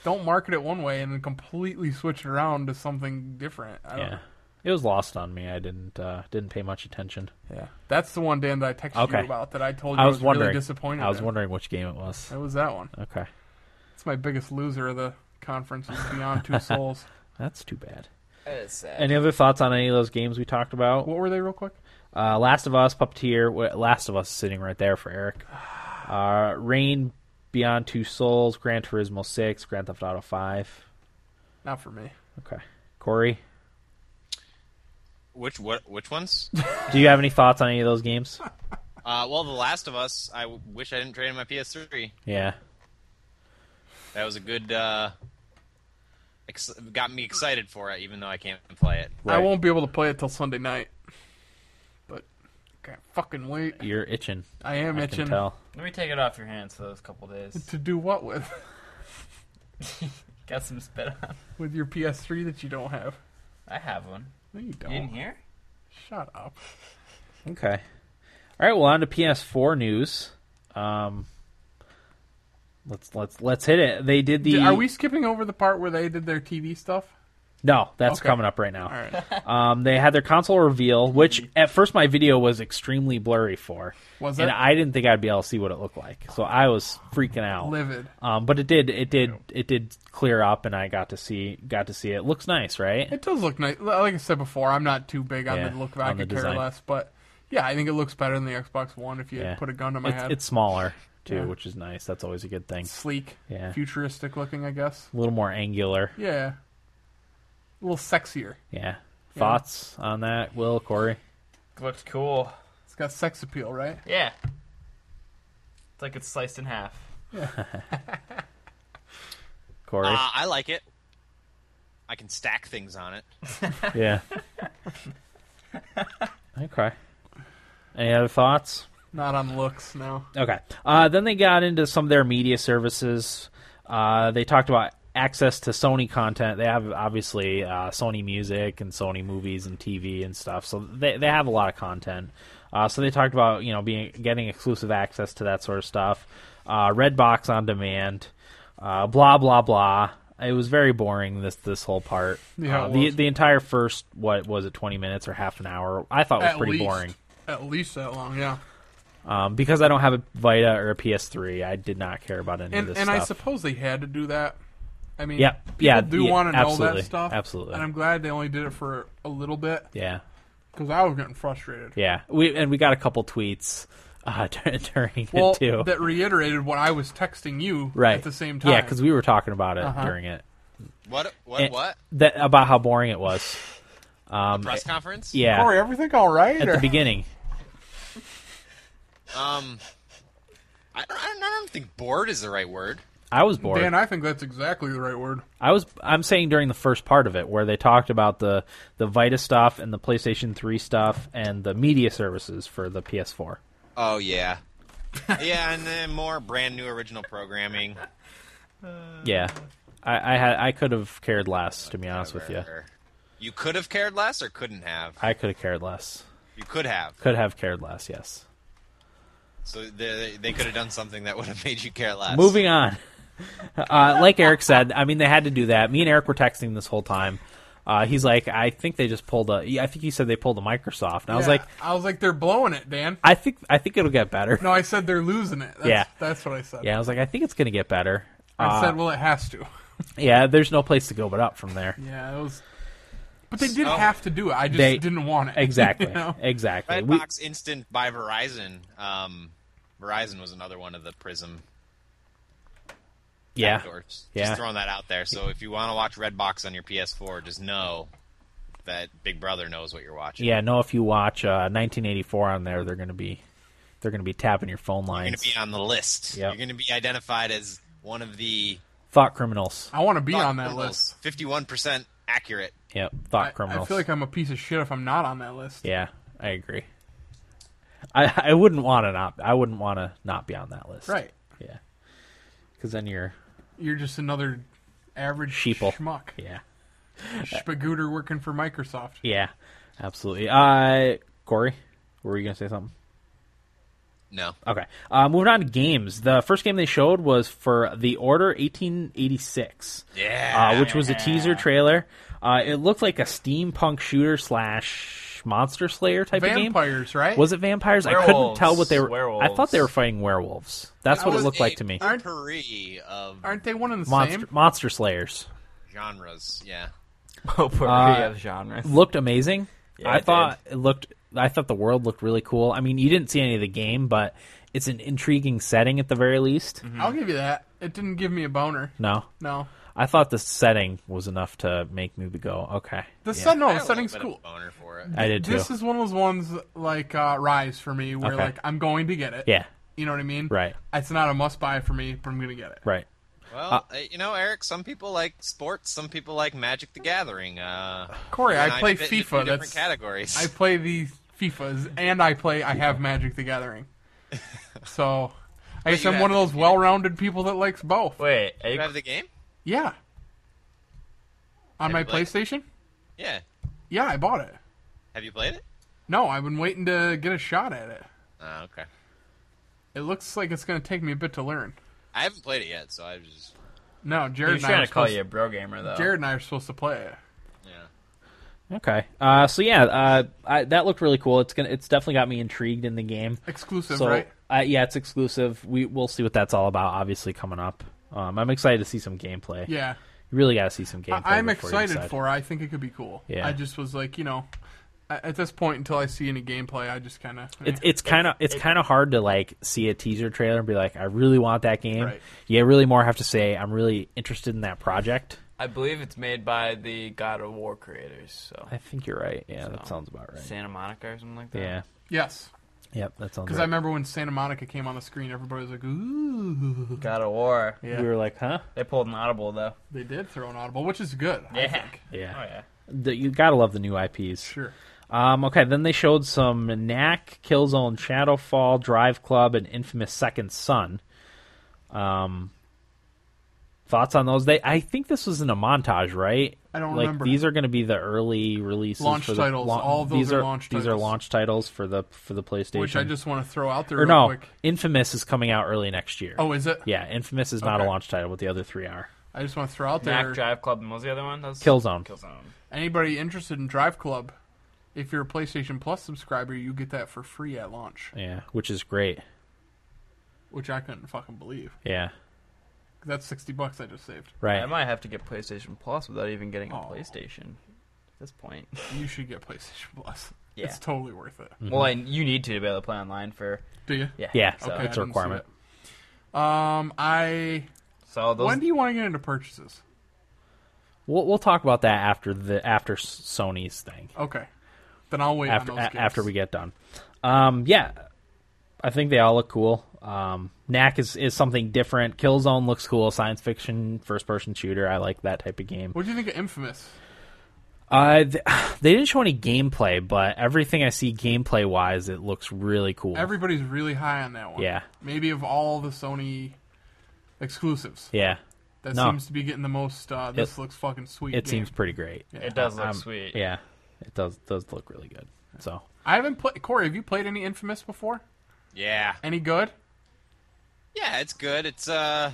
Speaker 4: Don't market it one way and then completely switch it around to something different. I don't,
Speaker 3: Yeah. It was lost on me. I didn't uh, didn't pay much attention.
Speaker 4: yeah. That's the one, Dan, that I texted
Speaker 3: Okay.
Speaker 4: you about that I told you
Speaker 3: I was, wondering.
Speaker 4: really disappointed.
Speaker 3: I was Uh.
Speaker 4: in.
Speaker 3: wondering which game it was.
Speaker 4: It was that one.
Speaker 3: Okay,
Speaker 4: It's my biggest loser of the conference is Beyond Two Souls.
Speaker 3: that's too bad.
Speaker 1: That is sad.
Speaker 3: Any other thoughts on any of those games we talked about?
Speaker 4: What were they, real quick?
Speaker 3: Uh, Last of Us, Puppeteer. wh- Last of Us is sitting right there for Eric. Uh, Rain, Beyond Two Souls, Gran Turismo Six, Grand Theft Auto Five.
Speaker 4: Not for me.
Speaker 3: Okay, Corey,
Speaker 6: Which what? Which ones?
Speaker 3: do you have any thoughts on any of those games?
Speaker 6: uh, well, The Last of Us. I w- wish I didn't trade in my PS3.
Speaker 3: Yeah,
Speaker 6: That was a good. Uh, ex- got me excited for it, even though I can't play it.
Speaker 4: I
Speaker 3: Right.
Speaker 4: won't be able to play it till Sunday night. But can't fucking wait.
Speaker 3: you're itching.
Speaker 4: I am
Speaker 3: I
Speaker 4: itching
Speaker 3: can tell.
Speaker 1: Let me take it off your hands for those couple days.
Speaker 4: to do what with
Speaker 1: Got some spit on.
Speaker 4: with your PS3 that you don't have.
Speaker 1: I have one.
Speaker 4: No, you don't.
Speaker 1: You didn't hear?
Speaker 4: Shut up.
Speaker 3: Okay. All right. Well, on to PS4 news. Um, let's let's let's hit it. They did the.
Speaker 4: Are we skipping over the part where they did their TV stuff?
Speaker 3: No, that's
Speaker 4: Okay.
Speaker 3: coming up right now.
Speaker 4: All right.
Speaker 3: Um, they had their console reveal, which at first my video was extremely blurry for,
Speaker 4: Was
Speaker 3: and
Speaker 4: it?
Speaker 3: I didn't think I'd be able to see what it looked like, so I was freaking out.
Speaker 4: Livid.
Speaker 3: Um, but it did, it did, it did clear up, and I got to see, got to see it. Looks nice, right?
Speaker 4: It does look nice. Like I said before, I'm not too big on
Speaker 3: Yeah,
Speaker 4: the look. I
Speaker 3: on the
Speaker 4: could care
Speaker 3: design.
Speaker 4: less, but yeah, I think it looks better than the Xbox One if you
Speaker 3: Yeah.
Speaker 4: put a gun to my
Speaker 3: it's,
Speaker 4: head.
Speaker 3: it's smaller too,
Speaker 4: Yeah.
Speaker 3: which is nice. That's always a good thing.
Speaker 4: sleek,
Speaker 3: Yeah.
Speaker 4: futuristic looking, I guess.
Speaker 3: A little more angular.
Speaker 4: Yeah, a little sexier.
Speaker 3: Yeah. Thoughts on that, Will Corey?
Speaker 1: Looks cool.
Speaker 4: It's got sex appeal, right?
Speaker 1: Yeah. It's like it's sliced in half.
Speaker 3: Corey,
Speaker 6: Uh, I like it. I can stack things on it.
Speaker 3: yeah. okay. Any other thoughts?
Speaker 4: Not on looks, no.
Speaker 3: Okay. Uh, then they got into some of their media services. Uh, they talked about access to Sony content. They have obviously uh, Sony Music and Sony movies and TV and stuff. So they they have a lot of content. Uh, so they talked about you know being getting exclusive access to that sort of stuff. Uh, Redbox on demand. Uh, blah blah blah. It was very boring this this whole part.
Speaker 4: Yeah,
Speaker 3: Uh,
Speaker 4: it
Speaker 3: the
Speaker 4: was.
Speaker 3: the entire first what was it twenty minutes or half an hour? I thought was
Speaker 4: At
Speaker 3: pretty
Speaker 4: least.
Speaker 3: boring.
Speaker 4: At least that long, yeah.
Speaker 3: Um, because I don't have a Vita or a PS3, I did not care about any
Speaker 4: And
Speaker 3: of this
Speaker 4: and I
Speaker 3: stuff.
Speaker 4: suppose they had to do that. I mean,
Speaker 3: Yeah,
Speaker 4: people
Speaker 3: yeah,
Speaker 4: do
Speaker 3: yeah,
Speaker 4: want to know
Speaker 3: absolutely,
Speaker 4: that stuff.
Speaker 3: absolutely.
Speaker 4: And I'm glad they only did it for a little bit
Speaker 3: yeah,
Speaker 4: because I was getting frustrated.
Speaker 3: yeah. We and we got a couple tweets uh, dur- during
Speaker 4: Well,
Speaker 3: it too.
Speaker 4: that reiterated what I was texting you
Speaker 3: right
Speaker 4: at the same time.
Speaker 3: Yeah, because we were talking about it
Speaker 4: Uh-huh.
Speaker 3: during it.
Speaker 6: What? What?
Speaker 3: And-
Speaker 6: what?
Speaker 3: That about how boring it was. Um,
Speaker 6: Press conference?
Speaker 3: yeah,
Speaker 4: Corey, everything all right?
Speaker 3: at
Speaker 4: or-
Speaker 3: the beginning.
Speaker 6: Um, I don't, I don't. I don't think bored is the right word.
Speaker 3: I was bored.
Speaker 4: Dan, I think that's exactly the right word.
Speaker 3: I was I'm saying during the first part of it where they talked about the the Vita stuff and the PlayStation 3 stuff and the media services for the PS4.
Speaker 6: Oh yeah, yeah, and then more brand new original programming.
Speaker 3: Yeah. I, I had I could have cared less to be honest with you.
Speaker 6: Or- You could have cared less, or couldn't have.
Speaker 3: I could have cared less.
Speaker 6: You could have.
Speaker 3: Could have cared less, yes.
Speaker 6: So they, they could have done something that would have made you care less.
Speaker 3: Moving on. Uh, like Eric said, I mean, they had to do that. Me and Eric were texting this whole time. Uh, he's like, I think they just pulled a. yeah, I think he said they pulled a Microsoft. And I was like,
Speaker 4: I was like, they're blowing it, Dan.
Speaker 3: I think, I think it'll get better.
Speaker 4: No, I said they're losing it. That's,
Speaker 3: Yeah.
Speaker 4: that's what I said.
Speaker 3: Yeah, I was like, I think it's gonna get better.
Speaker 4: I
Speaker 3: Uh,
Speaker 4: said, well, it has to.
Speaker 3: yeah, there's no place to go but up from there.
Speaker 4: Yeah, it was. But they did
Speaker 6: So-
Speaker 4: have to do it. I just
Speaker 3: They-
Speaker 4: didn't want it.
Speaker 3: Exactly,
Speaker 4: You know?
Speaker 3: exactly.
Speaker 6: Red
Speaker 3: We-
Speaker 6: Box Instant by Verizon. Um, Verizon was another one of the Prism
Speaker 3: yeah,
Speaker 6: doors.
Speaker 3: Yeah.
Speaker 6: Just throwing that out there. So if you want to watch Red Box on your PS4, just know that Big Brother knows what you're watching.
Speaker 3: yeah. No, if you watch uh, 1984 on there, they're gonna be, they're gonna be tapping your phone
Speaker 6: You're going
Speaker 3: lines.
Speaker 6: to be on the list.
Speaker 3: Yep.
Speaker 6: You're going to be identified as one of the
Speaker 3: Thought criminals.
Speaker 4: I want to be on that list.
Speaker 6: 51% accurate.
Speaker 3: Yep, thought
Speaker 4: I, I
Speaker 3: criminals.
Speaker 4: feel like I'm a piece of shit if I'm not on that list.
Speaker 3: yeah, I agree. I I wouldn't want to not I wouldn't want to not be on that list.
Speaker 4: Right.
Speaker 3: Yeah. Because then you're
Speaker 4: You're just another average
Speaker 3: Sheeple.
Speaker 4: schmuck,
Speaker 3: yeah
Speaker 4: spagooter working for Microsoft.
Speaker 3: yeah absolutely. Uh, Corey, were you gonna say something?
Speaker 6: No.
Speaker 3: Okay. Uh, moving on to games. The first game they showed was for The Order 1886.
Speaker 6: Yeah.
Speaker 3: Uh, which was a teaser trailer. Uh, it looked like a steampunk shooter slash monster slayer type of game.
Speaker 4: Vampires, right?
Speaker 3: Was it vampires? I couldn't
Speaker 1: Werewolves.
Speaker 3: tell what they were. I thought
Speaker 1: Werewolves.
Speaker 3: they were fighting werewolves. That's what it
Speaker 6: was
Speaker 3: looked
Speaker 6: a
Speaker 3: like to me.
Speaker 6: Potpourri of
Speaker 4: Aren't they one and the
Speaker 3: Monster,
Speaker 4: same?
Speaker 3: monster slayers
Speaker 6: genres. Yeah.
Speaker 1: Potpourri
Speaker 3: Uh,
Speaker 1: of Oh, genres.
Speaker 3: looked amazing.
Speaker 1: Yeah,
Speaker 3: I
Speaker 1: it did.
Speaker 3: thought it looked. I thought the world looked really cool. I mean, you didn't see any of the game, but it's an intriguing setting at the very least.
Speaker 4: I'll give you that. It didn't give me a boner.
Speaker 3: No,
Speaker 4: No.
Speaker 3: I thought the setting was enough to make me go, okay.
Speaker 4: The sun, no, the
Speaker 6: I had a
Speaker 4: setting's
Speaker 6: little bit
Speaker 4: cool.
Speaker 6: of a boner for it.
Speaker 3: I did too.
Speaker 4: This is one of those ones like uh, Rise for me, where
Speaker 3: Okay.
Speaker 4: like I'm going to get it.
Speaker 3: yeah,
Speaker 4: You know what I mean?
Speaker 3: Right.
Speaker 4: It's not a must buy for me, but I'm gonna get it.
Speaker 3: right.
Speaker 6: Well, uh, you know, Eric. Some people like sports. Some people like Magic the Gathering. Uh,
Speaker 4: Corey,
Speaker 6: you and
Speaker 4: I play
Speaker 6: fit into
Speaker 4: FIFA,
Speaker 6: two Different
Speaker 4: that's-
Speaker 6: categories.
Speaker 4: I play the FIFAs and I play I have Magic the Gathering. So I guess
Speaker 6: you
Speaker 4: I'm
Speaker 6: have
Speaker 4: one of
Speaker 6: the
Speaker 4: those well rounded people that likes both.
Speaker 1: Wait, are you,
Speaker 6: You have the game.
Speaker 4: Yeah. On my
Speaker 6: you played it?
Speaker 4: PlayStation?
Speaker 6: Yeah.
Speaker 4: Yeah, I bought it.
Speaker 6: Have you played it?
Speaker 4: No, I've been waiting to get a shot at it.
Speaker 6: Oh, okay.
Speaker 4: It looks like it's gonna take me a bit to learn.
Speaker 6: I haven't played it yet, so I was just
Speaker 4: No,
Speaker 1: he
Speaker 4: Jared
Speaker 1: was
Speaker 4: and I
Speaker 1: trying
Speaker 4: are
Speaker 1: to call
Speaker 4: supposed,
Speaker 1: you a bro gamer though.
Speaker 4: Jared and I are supposed to play it.
Speaker 6: yeah.
Speaker 3: Okay. Uh, so yeah, uh, I, that looked really cool. It's gonna, it's definitely got me intrigued in the game.
Speaker 4: Exclusive,
Speaker 3: so
Speaker 4: right?
Speaker 3: uh, yeah, it's exclusive. We we'll see what that's all about. Obviously coming up. Um, I'm excited to see some gameplay.
Speaker 4: Yeah.
Speaker 3: You really got to see some gameplay.
Speaker 4: I- I'm
Speaker 3: before you
Speaker 4: excited
Speaker 3: decide.
Speaker 4: for. it. I think it could be cool.
Speaker 3: Yeah.
Speaker 4: I just was like, you know, a- at this point, until I see any gameplay, I just eh. kind of.
Speaker 3: It's it's kind of it's kind of hard to like see a teaser trailer and be like, I really want that game.
Speaker 4: Right.
Speaker 3: You really more have to say, I'm really interested in that project.
Speaker 1: I believe it's made by the God of War creators, so
Speaker 3: I think you're right. Yeah, that
Speaker 1: So.
Speaker 3: sounds about right.
Speaker 1: Santa Monica or something like that.
Speaker 3: Yeah.
Speaker 4: yes,
Speaker 3: Yep, that sounds.
Speaker 4: because
Speaker 3: Right.
Speaker 4: I remember when Santa Monica came on the screen, everybody was like, ooh.
Speaker 1: God of War.
Speaker 4: Yeah,
Speaker 3: We were like, huh?
Speaker 1: They pulled an audible though.
Speaker 4: they did throw an audible, which is good. I
Speaker 1: Yeah.
Speaker 4: think.
Speaker 3: Yeah.
Speaker 1: Oh yeah.
Speaker 3: The- you gotta love the new IPs.
Speaker 4: Sure.
Speaker 3: Um, okay, then they showed some Knack, Killzone, Shadowfall, Drive Club, and Infamous Second Son. Um, thoughts on those? They, I think this was in a montage, right?
Speaker 4: I don't
Speaker 3: like,
Speaker 4: remember.
Speaker 3: These are going to be the early releases,
Speaker 4: Launch
Speaker 3: for the,
Speaker 4: titles. All of those
Speaker 3: these
Speaker 4: are launch
Speaker 3: These are
Speaker 4: titles.
Speaker 3: launch titles for the for the PlayStation.
Speaker 4: Which I just want to throw out there
Speaker 3: or
Speaker 4: real
Speaker 3: no,
Speaker 4: quick.
Speaker 3: Infamous is coming out early next year.
Speaker 4: Oh, is it?
Speaker 3: yeah, Infamous is not a
Speaker 4: Okay.
Speaker 3: launch title, but the other three are.
Speaker 4: I just want to throw out there.
Speaker 1: Mac Drive Club and what was the other one? That was
Speaker 3: Killzone.
Speaker 1: Killzone.
Speaker 4: Anybody interested in Drive Club? If you're a PlayStation Plus subscriber, you get that for free at launch,
Speaker 3: Yeah, which is great.
Speaker 4: which I couldn't fucking believe.
Speaker 3: Yeah,
Speaker 4: That's sixty bucks I just saved.
Speaker 1: I
Speaker 3: right.
Speaker 1: might have to get PlayStation Plus without even getting a
Speaker 4: Aw.
Speaker 1: PlayStation at this point.
Speaker 4: You should get PlayStation Plus.
Speaker 1: Yeah.
Speaker 4: It's totally worth it.
Speaker 3: Mm.
Speaker 1: Well, and you need to be able to play online for
Speaker 4: Do you?
Speaker 1: yeah.
Speaker 3: Yeah,
Speaker 1: So,
Speaker 4: Okay, I
Speaker 3: it's a
Speaker 4: didn't see
Speaker 3: requirement.
Speaker 4: that. Um, I.
Speaker 1: so those
Speaker 4: When do you want to get into purchases?
Speaker 3: We'll, we'll talk about that after the after Sony's thing.
Speaker 4: Okay, then I'll wait
Speaker 3: after
Speaker 4: on those
Speaker 3: a-
Speaker 4: games.
Speaker 3: after we get done. Um, yeah, I think they all look cool. Um, Knack is, is something different. Killzone looks cool. Science fiction, first person shooter. I like that type of game.
Speaker 4: What do you think of Infamous?
Speaker 3: Uh, th- they didn't show any gameplay, but everything I see gameplay wise, it looks really cool.
Speaker 4: Everybody's really high on that one.
Speaker 3: Yeah.
Speaker 4: Maybe of all the Sony exclusives,
Speaker 3: yeah,
Speaker 4: that
Speaker 3: no.
Speaker 4: seems to be getting the most. Uh, this looks fucking sweet.
Speaker 3: it
Speaker 4: game.
Speaker 3: seems pretty great.
Speaker 1: it does look
Speaker 3: Um,
Speaker 1: sweet.
Speaker 3: Yeah, it does does look really good. So
Speaker 4: I haven't played. Corey, have you played any Infamous before?
Speaker 6: Yeah.
Speaker 4: Any good?
Speaker 6: Yeah, it's good. It's uh,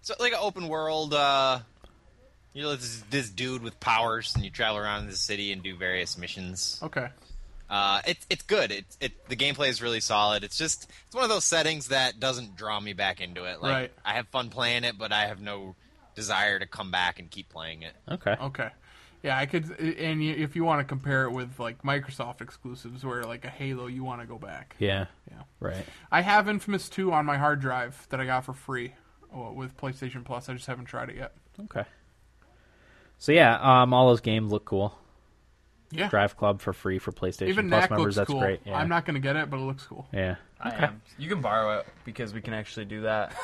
Speaker 6: it's like an open world. Uh, you know, this this dude with powers, and you travel around the city and do various missions.
Speaker 4: Okay.
Speaker 6: Uh, it's it's good. It it the gameplay is really solid. It's just it's one of those settings that doesn't draw me back into it. Like
Speaker 4: Right.
Speaker 6: I have fun playing it, but I have no desire to come back and keep playing it.
Speaker 3: okay,
Speaker 4: Okay. Yeah, I could. And you- if you want to compare it with like Microsoft exclusives, where like a Halo, you want to go back.
Speaker 3: yeah,
Speaker 4: Yeah.
Speaker 3: right.
Speaker 4: I have Infamous 2 on my hard drive that I got for free uh, with PlayStation Plus. I just haven't tried it yet.
Speaker 3: Okay. So yeah, um, all those games look cool.
Speaker 4: Yeah.
Speaker 3: Drive Club for free for PlayStation
Speaker 4: Even
Speaker 3: Plus
Speaker 4: Knack
Speaker 3: members.
Speaker 4: looks
Speaker 3: That's
Speaker 4: cool.
Speaker 3: great. Yeah.
Speaker 4: I'm not going to get it, but it looks cool.
Speaker 3: Yeah.
Speaker 1: I am. You can borrow it because we can actually do that.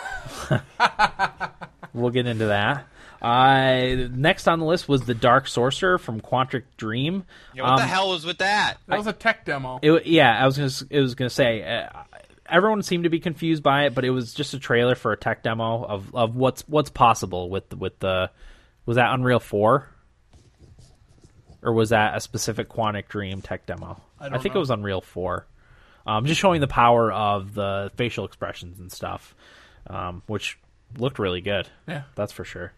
Speaker 3: We'll get into that. Uh, next on the list was the Dark Sorcerer from Quantric Dream.
Speaker 6: Yeah, what the
Speaker 3: Um,
Speaker 6: hell was with that?
Speaker 4: That was a tech demo.
Speaker 3: It, wa- yeah, I was gonna, s- it was gonna say uh, everyone seemed to be confused by it, but it was just a trailer for a tech demo of, of what's what's possible with with the was that Unreal Four or was that a specific Quantic Dream tech demo? I,
Speaker 4: don't
Speaker 3: think
Speaker 4: know.
Speaker 3: it was Unreal Four. Um, just showing the power of the facial expressions and stuff, um, which looked really good.
Speaker 4: Yeah.
Speaker 3: that's for sure.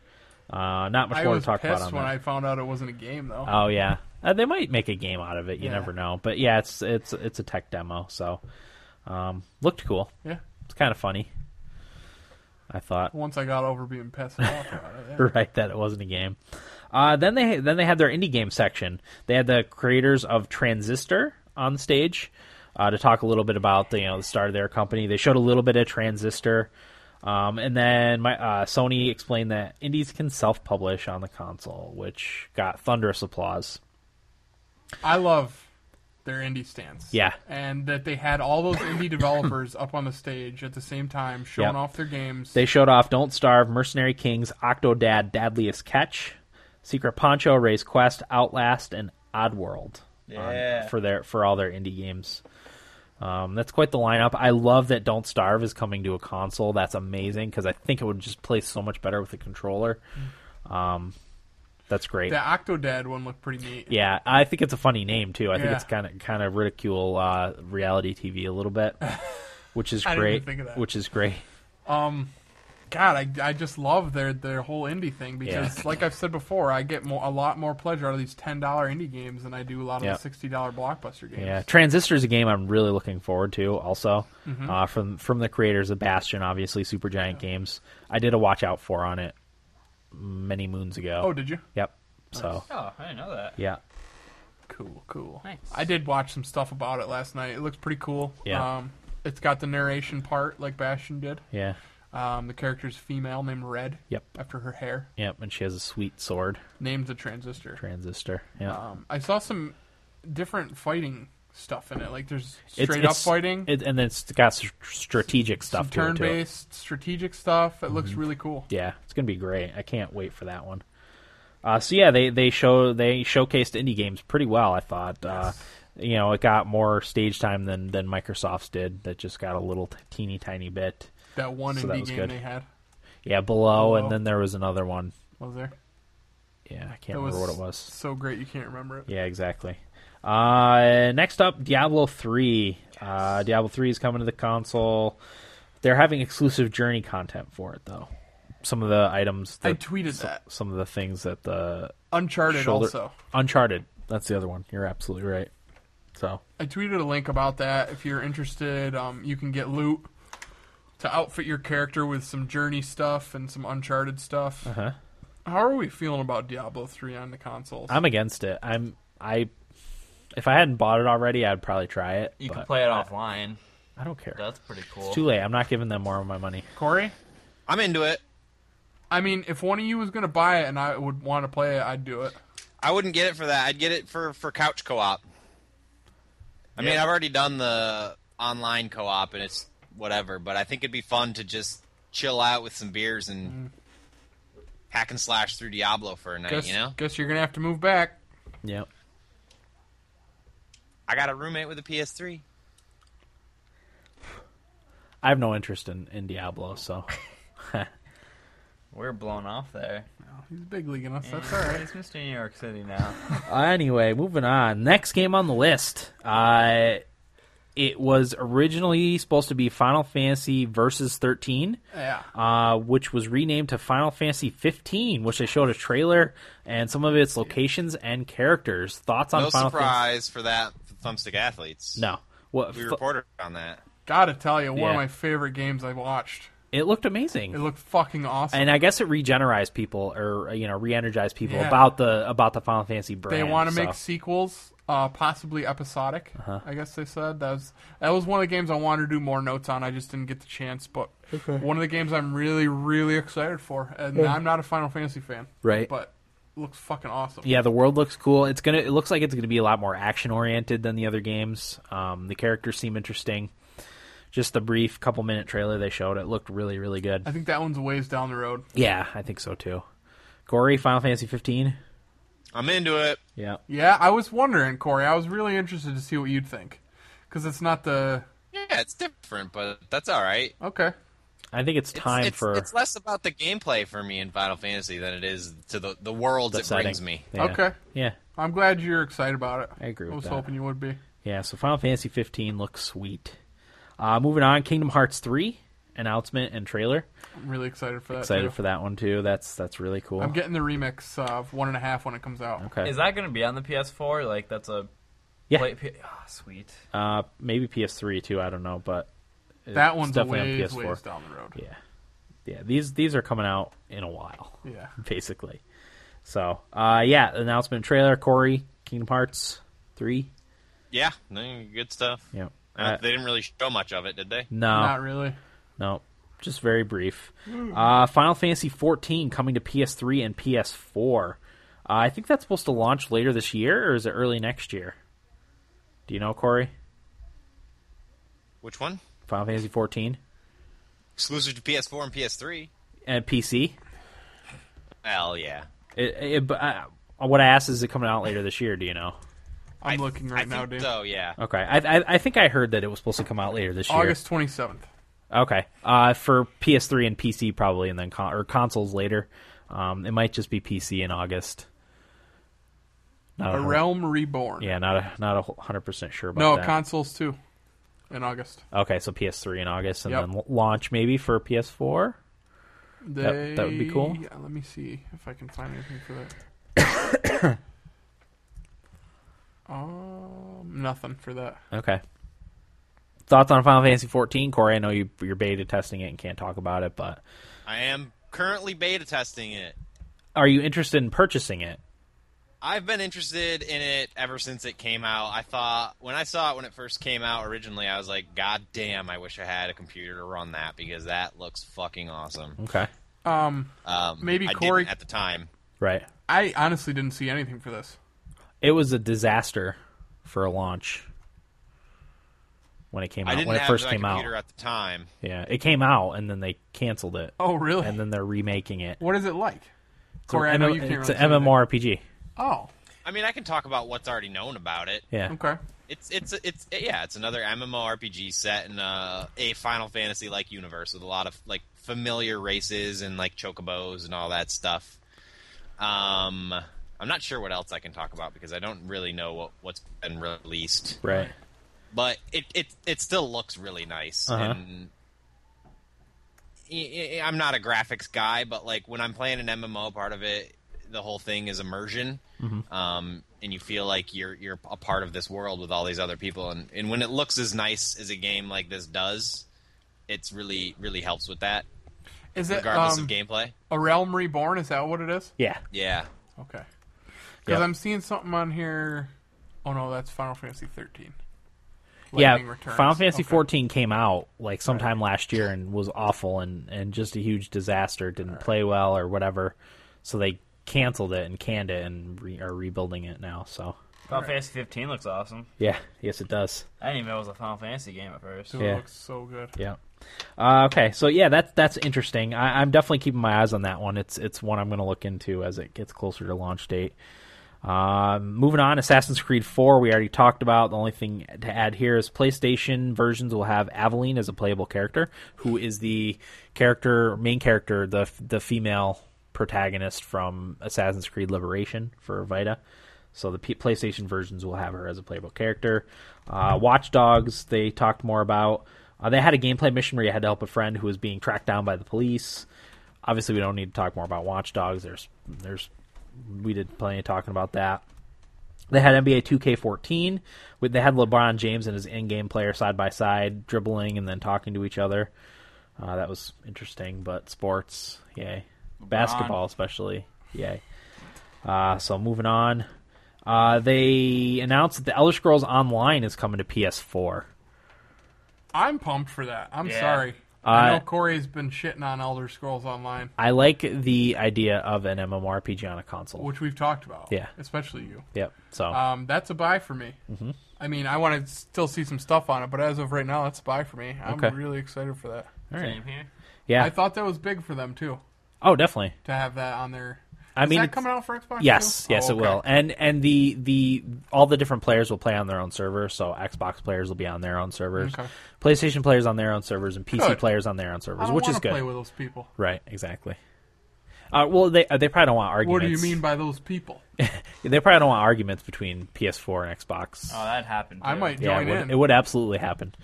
Speaker 3: Uh, not much
Speaker 4: I
Speaker 3: more
Speaker 4: was
Speaker 3: to talk about
Speaker 4: pissed
Speaker 3: on
Speaker 4: when
Speaker 3: that.
Speaker 4: I found out it wasn't a game though.
Speaker 3: Oh yeah, uh, they might make a game out of it. You
Speaker 4: Yeah.
Speaker 3: never know. But yeah, it's it's it's a tech demo, so um, looked cool.
Speaker 4: yeah.
Speaker 3: It's kind of funny. I thought
Speaker 4: Once I got over being pissed off about it. yeah.
Speaker 3: right that it wasn't a game. Uh, then they then they had their indie game section. They had the creators of Transistor on stage uh, to talk a little bit about the you know the start of their company. They showed a little bit of Transistor, um, and then my, uh, Sony explained that indies can self publish on the console, which got thunderous applause.
Speaker 4: I love their indie stance.
Speaker 3: Yeah.
Speaker 4: And that they had all those indie developers up on the stage at the same time showing
Speaker 3: Yep.
Speaker 4: off their games.
Speaker 3: They showed off Don't Starve, Mercenary Kings, Octodad, Dadliest Catch, Secret Poncho, Ray's Quest, Outlast, and Oddworld. on-
Speaker 6: Yeah.
Speaker 3: for their for all their indie games. Um, that's quite the lineup. I love that Don't Starve is coming to a console. That's amazing because I think it would just play so much better with a controller. Um, that's great.
Speaker 4: the Octodad one looked pretty neat.
Speaker 3: Yeah, I think it's a funny name too. I think
Speaker 4: Yeah.
Speaker 3: it's kind of kind of ridicule uh, reality TV a little bit, which is
Speaker 4: I didn't
Speaker 3: great.
Speaker 4: even think of that.
Speaker 3: Which is great.
Speaker 4: God, I, I just love their their whole indie thing because, like I've said before, I get more, a lot more pleasure out of these ten dollar indie games than I do a lot of
Speaker 3: Yeah.
Speaker 4: the sixty dollar blockbuster games.
Speaker 3: Yeah, Transistor is a game I'm really looking forward to. Also,
Speaker 4: Mm-hmm.
Speaker 3: uh, from from the creators of Bastion, obviously Supergiant Games. I did a watch out for on it many moons ago.
Speaker 4: Oh, did you?
Speaker 3: Yep. So
Speaker 1: Oh, I didn't know that.
Speaker 3: yeah,
Speaker 4: Cool, cool.
Speaker 1: Nice.
Speaker 4: I did watch some stuff about it last night. It looks pretty cool.
Speaker 3: Yeah.
Speaker 4: Um, it's got the narration part like Bastion did.
Speaker 3: yeah,
Speaker 4: Um, the character's female named Red.
Speaker 3: Yep.
Speaker 4: After her hair,
Speaker 3: yep. And she has a sweet sword,
Speaker 4: named the Transistor.
Speaker 3: Transistor. Yeah.
Speaker 4: Um, I saw some different fighting stuff in it. Like there's
Speaker 3: It's-
Speaker 4: straight up
Speaker 3: it's-
Speaker 4: fighting,
Speaker 3: it, and then it's got s- strategic
Speaker 4: some
Speaker 3: stuff to
Speaker 4: turn
Speaker 3: it. too. Mm-hmm.
Speaker 4: based strategic stuff. It looks really cool.
Speaker 3: Yeah, it's gonna be great. I can't wait for that one. Uh, so yeah, they they show they showcased indie games pretty well. I thought, uh, you know, it got more stage time than than Microsoft's did. That just got a little t- teeny tiny bit.
Speaker 4: That one
Speaker 3: So
Speaker 4: indie
Speaker 3: that was
Speaker 4: game
Speaker 3: good.
Speaker 4: they had
Speaker 3: Yeah, below,
Speaker 4: Below.
Speaker 3: and then there was another one.
Speaker 4: was there.
Speaker 3: Yeah, I
Speaker 4: That
Speaker 3: can't
Speaker 4: was
Speaker 3: remember what it was.
Speaker 4: So great you can't remember it.
Speaker 3: Yeah, exactly. Uh, next up, Diablo three. Uh, Diablo three is coming to the console. They're having exclusive Journey content for it though. Some of the items,
Speaker 4: I
Speaker 3: that,
Speaker 4: tweeted that
Speaker 3: some of the things that the
Speaker 4: Uncharted
Speaker 3: shoulder-
Speaker 4: also.
Speaker 3: Uncharted. That's the other one. You're absolutely right. So
Speaker 4: I tweeted a link about that. If you're interested, um, you can get loot to outfit your character with some Journey stuff and some Uncharted stuff.
Speaker 3: Uh-huh.
Speaker 4: How are we feeling about Diablo 3 on the consoles?
Speaker 3: I'm against it. I'm I. If I hadn't bought it already, I'd probably try it.
Speaker 1: You can
Speaker 3: but
Speaker 1: play it offline.
Speaker 3: I don't care.
Speaker 1: That's pretty cool.
Speaker 3: It's too late. I'm not giving them more of my money.
Speaker 4: Corey?
Speaker 6: I'm into it.
Speaker 4: I mean, if one of you was going to buy it and I would want to play it, I'd do it.
Speaker 6: I wouldn't get it for that. I'd get it for for couch co-op. I mean,
Speaker 1: Yeah.
Speaker 6: I've already done the online co-op and it's whatever, but I think it'd be fun to just chill out with some beers and hack and slash through Diablo for a night,
Speaker 4: Guess,
Speaker 6: you know?
Speaker 4: guess you're going to have to move back.
Speaker 3: Yep.
Speaker 6: I got a roommate with a PS3.
Speaker 3: I have no interest in, in Diablo, so
Speaker 1: We're blown off there.
Speaker 4: He's big leaguing us. That's all
Speaker 1: Yeah,
Speaker 4: right.
Speaker 1: It's Mr. New York City now.
Speaker 3: Anyway, moving on. Next game on the list. Uh, it was originally supposed to be Final Fantasy Versus 13,
Speaker 4: Yeah.
Speaker 3: uh, which was renamed to Final Fantasy 15, which they showed a trailer and some of its locations and characters. Thoughts on
Speaker 6: No
Speaker 3: Final Fantasy?
Speaker 6: surprise for that for thumbstick athletes.
Speaker 3: No. What?
Speaker 6: We reported on that.
Speaker 4: Got to tell you, one
Speaker 3: Yeah.
Speaker 4: of my favorite games I watched.
Speaker 3: it looked amazing.
Speaker 4: It looked fucking awesome.
Speaker 3: and I guess it regenerized people, or you know, re-energized people
Speaker 4: Yeah.
Speaker 3: about the about the Final Fantasy brand.
Speaker 4: they want to make
Speaker 3: so. Uh-huh.
Speaker 4: sequels, uh, possibly episodic. I guess they said that was that was one of the games I wanted to do more notes on. I just didn't get the chance, but one of the games I'm really really excited for, and I'm not a Final Fantasy fan,
Speaker 3: Right.
Speaker 4: But looks fucking awesome.
Speaker 3: yeah, the world looks cool. It's gonna. It looks like it's gonna be a lot more action oriented than the other games. Um, the characters seem interesting. Just the brief couple minute trailer they showed, it looked really, really good.
Speaker 4: I think that one's a ways down the road.
Speaker 3: Yeah, I think so too. Gory, Final Fantasy 15.
Speaker 6: I'm into it.
Speaker 3: Yeah.
Speaker 4: Yeah, I was wondering, Corey. I was really interested to see what you'd think, because it's not the
Speaker 6: Yeah, it's different, but that's all right.
Speaker 4: okay.
Speaker 3: I think it's
Speaker 6: It's-
Speaker 3: time
Speaker 6: it's,
Speaker 3: for
Speaker 6: it's less about the gameplay for me in Final Fantasy than it is to the the worlds
Speaker 3: the
Speaker 6: it
Speaker 3: setting.
Speaker 6: brings me.
Speaker 3: Yeah.
Speaker 4: Okay.
Speaker 3: Yeah.
Speaker 4: I'm glad you're excited about it.
Speaker 3: I agree with
Speaker 4: I was
Speaker 3: that.
Speaker 4: hoping you would be.
Speaker 3: Yeah, so Final Fantasy 15 looks sweet. Uh, moving on, Kingdom Hearts 3 announcement and trailer.
Speaker 4: I'm really excited for that.
Speaker 3: Excited
Speaker 4: too.
Speaker 3: for that one too. That's that's really cool.
Speaker 4: I'm getting the remix of one and a half when it comes out.
Speaker 3: okay.
Speaker 1: Is that going to be on the PS4? Like that's a
Speaker 3: yeah.
Speaker 1: play, P- oh, sweet.
Speaker 3: Uh, maybe PS3 too. I don't know, but
Speaker 4: That one's a
Speaker 3: definitely on
Speaker 4: ways,
Speaker 3: PS4.
Speaker 4: ways down the road.
Speaker 3: yeah, yeah. These these are coming out in a while,
Speaker 4: Yeah.
Speaker 3: basically. So, uh, yeah, announcement trailer. Corey, Kingdom Hearts three.
Speaker 6: Yeah, no, good stuff.
Speaker 3: Yep.
Speaker 6: Uh,
Speaker 3: Uh,
Speaker 6: they didn't really show much of it, did they?
Speaker 3: no,
Speaker 4: Not really.
Speaker 3: no, just very brief. Uh, Final Fantasy 14 coming to PS3 and PS4. Uh, I think that's supposed to launch later this year, or is it early next year? Do you know, Corey?
Speaker 6: Which one?
Speaker 3: Final Fantasy 14
Speaker 6: Exclusive to PS4 and PS3.
Speaker 3: and PC.
Speaker 6: Hell yeah.
Speaker 3: It, it, but, uh, what I asked is, is it coming out later this year? Do you know?
Speaker 4: I'm looking right
Speaker 6: I
Speaker 4: now,
Speaker 6: think
Speaker 4: dude.
Speaker 6: So yeah,
Speaker 3: Okay, I, I, I think I heard that it was supposed to come out later this year.
Speaker 4: August 27th.
Speaker 3: Okay, uh, for PS3 and PC probably, and then con- or consoles later. Um, it might just be PC in August. Not
Speaker 4: A
Speaker 3: hun-
Speaker 4: Realm Reborn.
Speaker 3: Oh. Yeah, not a, not a hundred percent sure about
Speaker 4: No,
Speaker 3: that.
Speaker 4: consoles too. In August.
Speaker 3: okay, so PS3 in August, and
Speaker 4: Yep.
Speaker 3: then l- launch maybe for PS4.
Speaker 4: They,
Speaker 3: that would be cool.
Speaker 4: Yeah, let me see if I can find anything for that. um, nothing for that.
Speaker 3: Okay. Thoughts on Final Fantasy 14, Corey? I know you you're beta testing it and can't talk about it, but
Speaker 6: I am currently beta testing it.
Speaker 3: are you interested in purchasing it?
Speaker 6: I've been interested in it ever since it came out. I thought when I saw it when it first came out originally, I was like, "God damn! I wish I had a computer to run that because that looks fucking awesome."
Speaker 3: Okay,
Speaker 4: Um,
Speaker 6: Um,
Speaker 4: Maybe
Speaker 6: I
Speaker 4: Corey-
Speaker 6: didn't at the time.
Speaker 3: right.
Speaker 4: I honestly didn't see anything for this.
Speaker 3: It was a disaster for a launch when it came
Speaker 6: I
Speaker 3: out.
Speaker 6: didn't
Speaker 3: When it
Speaker 6: have
Speaker 3: first
Speaker 6: my
Speaker 3: came out,
Speaker 6: computer at the time.
Speaker 3: yeah, it came out and then they canceled it,
Speaker 4: Oh, really?
Speaker 3: and then they're remaking it.
Speaker 4: what is it like?
Speaker 3: It's an
Speaker 4: Corey, I know
Speaker 3: MMO
Speaker 4: you can't
Speaker 3: it's
Speaker 4: really say
Speaker 3: an MMORPG.
Speaker 4: anything. Oh,
Speaker 6: I mean, I can talk about what's already known about it.
Speaker 3: Yeah.
Speaker 4: okay.
Speaker 6: It's it's it's yeah, it's another MMORPG set in uh, a Final Fantasy like universe with a lot of like familiar races and like chocobos and all that stuff. Um, I'm not sure what else I can talk about because I don't really know what what's been released,
Speaker 3: Right.
Speaker 6: but it it it still looks really nice.
Speaker 3: Uh-huh.
Speaker 6: And I- I- I'm not a graphics guy, but like when I'm playing an MMO, part of it, the whole thing is immersion um, and you feel like you're you're a part of this world with all these other people and, and when it looks as nice as a game like this does it's really really helps with that
Speaker 4: Is it
Speaker 6: regardless
Speaker 4: um,
Speaker 6: of gameplay
Speaker 4: a Realm Reborn? Is that what it is?
Speaker 3: Yeah.
Speaker 6: yeah
Speaker 4: Okay. Because
Speaker 3: Yeah.
Speaker 4: I'm seeing something on here. Oh no, that's Final Fantasy 13.
Speaker 3: yeah,
Speaker 4: Lightning Returns.
Speaker 3: Final Fantasy
Speaker 4: Okay.
Speaker 3: 14 came out like sometime last year and was awful and and just a huge disaster. Didn't play well or whatever, so they canceled it and canned it and re- are rebuilding it now. So
Speaker 1: Final Fantasy 15 looks awesome.
Speaker 3: yeah, yes, it does.
Speaker 1: I didn't even know it was a Final Fantasy game at first.
Speaker 4: Dude,
Speaker 3: Yeah.
Speaker 4: it looks so good.
Speaker 3: Yeah. Uh, okay, so yeah, that's that's interesting. I, I'm definitely keeping my eyes on that one. It's it's one I'm going to look into as it gets closer to launch date. Um, moving on, Assassin's Creed 4, we already talked about. The only thing to add here is PlayStation versions will have Aveline as a playable character, who is the character, main character, the the female protagonist from Assassin's Creed Liberation for Vita. So the P- PlayStation versions will have her as a playable character. Uh, Watch Dogs, they talked more about. Uh, they had a gameplay mission where you had to help a friend who was being tracked down by the police. Obviously, we don't need to talk more about Watch Dogs. There's there's we did plenty of talking about that. They had NBA 2K14. With they had LeBron James and his in-game player side by side, dribbling and then talking to each other. Uh, that was interesting. But sports, yay! Basketball, especially, yay! Uh, so moving on, uh, they announced that the Elder Scrolls Online is coming to PS4.
Speaker 4: I'm pumped for that. I'm
Speaker 1: Yeah.
Speaker 4: sorry. I
Speaker 3: Uh,
Speaker 4: know Corey's been shitting on Elder Scrolls Online,
Speaker 3: I like the idea of an MMORPG on a console.
Speaker 4: which we've talked about.
Speaker 3: Yeah.
Speaker 4: Especially you.
Speaker 3: yep. So
Speaker 4: Um, that's a buy for me. Mm-hmm. I mean, I want to still see some stuff on it, but as of right now, that's a buy for me. I'm
Speaker 3: Okay.
Speaker 4: really excited for that.
Speaker 3: all right.
Speaker 1: Same here.
Speaker 3: Yeah.
Speaker 4: I thought that was big for them too
Speaker 3: oh, definitely.
Speaker 4: to have that on their.
Speaker 3: I
Speaker 4: Is
Speaker 3: mean,
Speaker 4: that
Speaker 3: it's-
Speaker 4: coming out for Xbox?
Speaker 3: Yes,
Speaker 4: too?
Speaker 3: yes,
Speaker 4: Oh,
Speaker 3: it
Speaker 4: okay.
Speaker 3: will. And and the the all the different players will play on their own server. So Xbox players will be on their own servers,
Speaker 4: Okay.
Speaker 3: PlayStation players on their own servers, and PC
Speaker 4: Good.
Speaker 3: players on their own servers,
Speaker 4: I don't
Speaker 3: which is
Speaker 4: wanna
Speaker 3: good.
Speaker 4: Play with those people.
Speaker 3: right? Exactly. Uh, well, they they probably don't want
Speaker 4: What
Speaker 3: arguments.
Speaker 4: do you mean by those people?
Speaker 3: They probably don't want arguments between PS4 and Xbox.
Speaker 1: Oh, that happened.
Speaker 4: I
Speaker 1: too.
Speaker 4: might
Speaker 3: yeah,
Speaker 4: Uh, join
Speaker 3: it would,
Speaker 4: in.
Speaker 3: it would absolutely happen.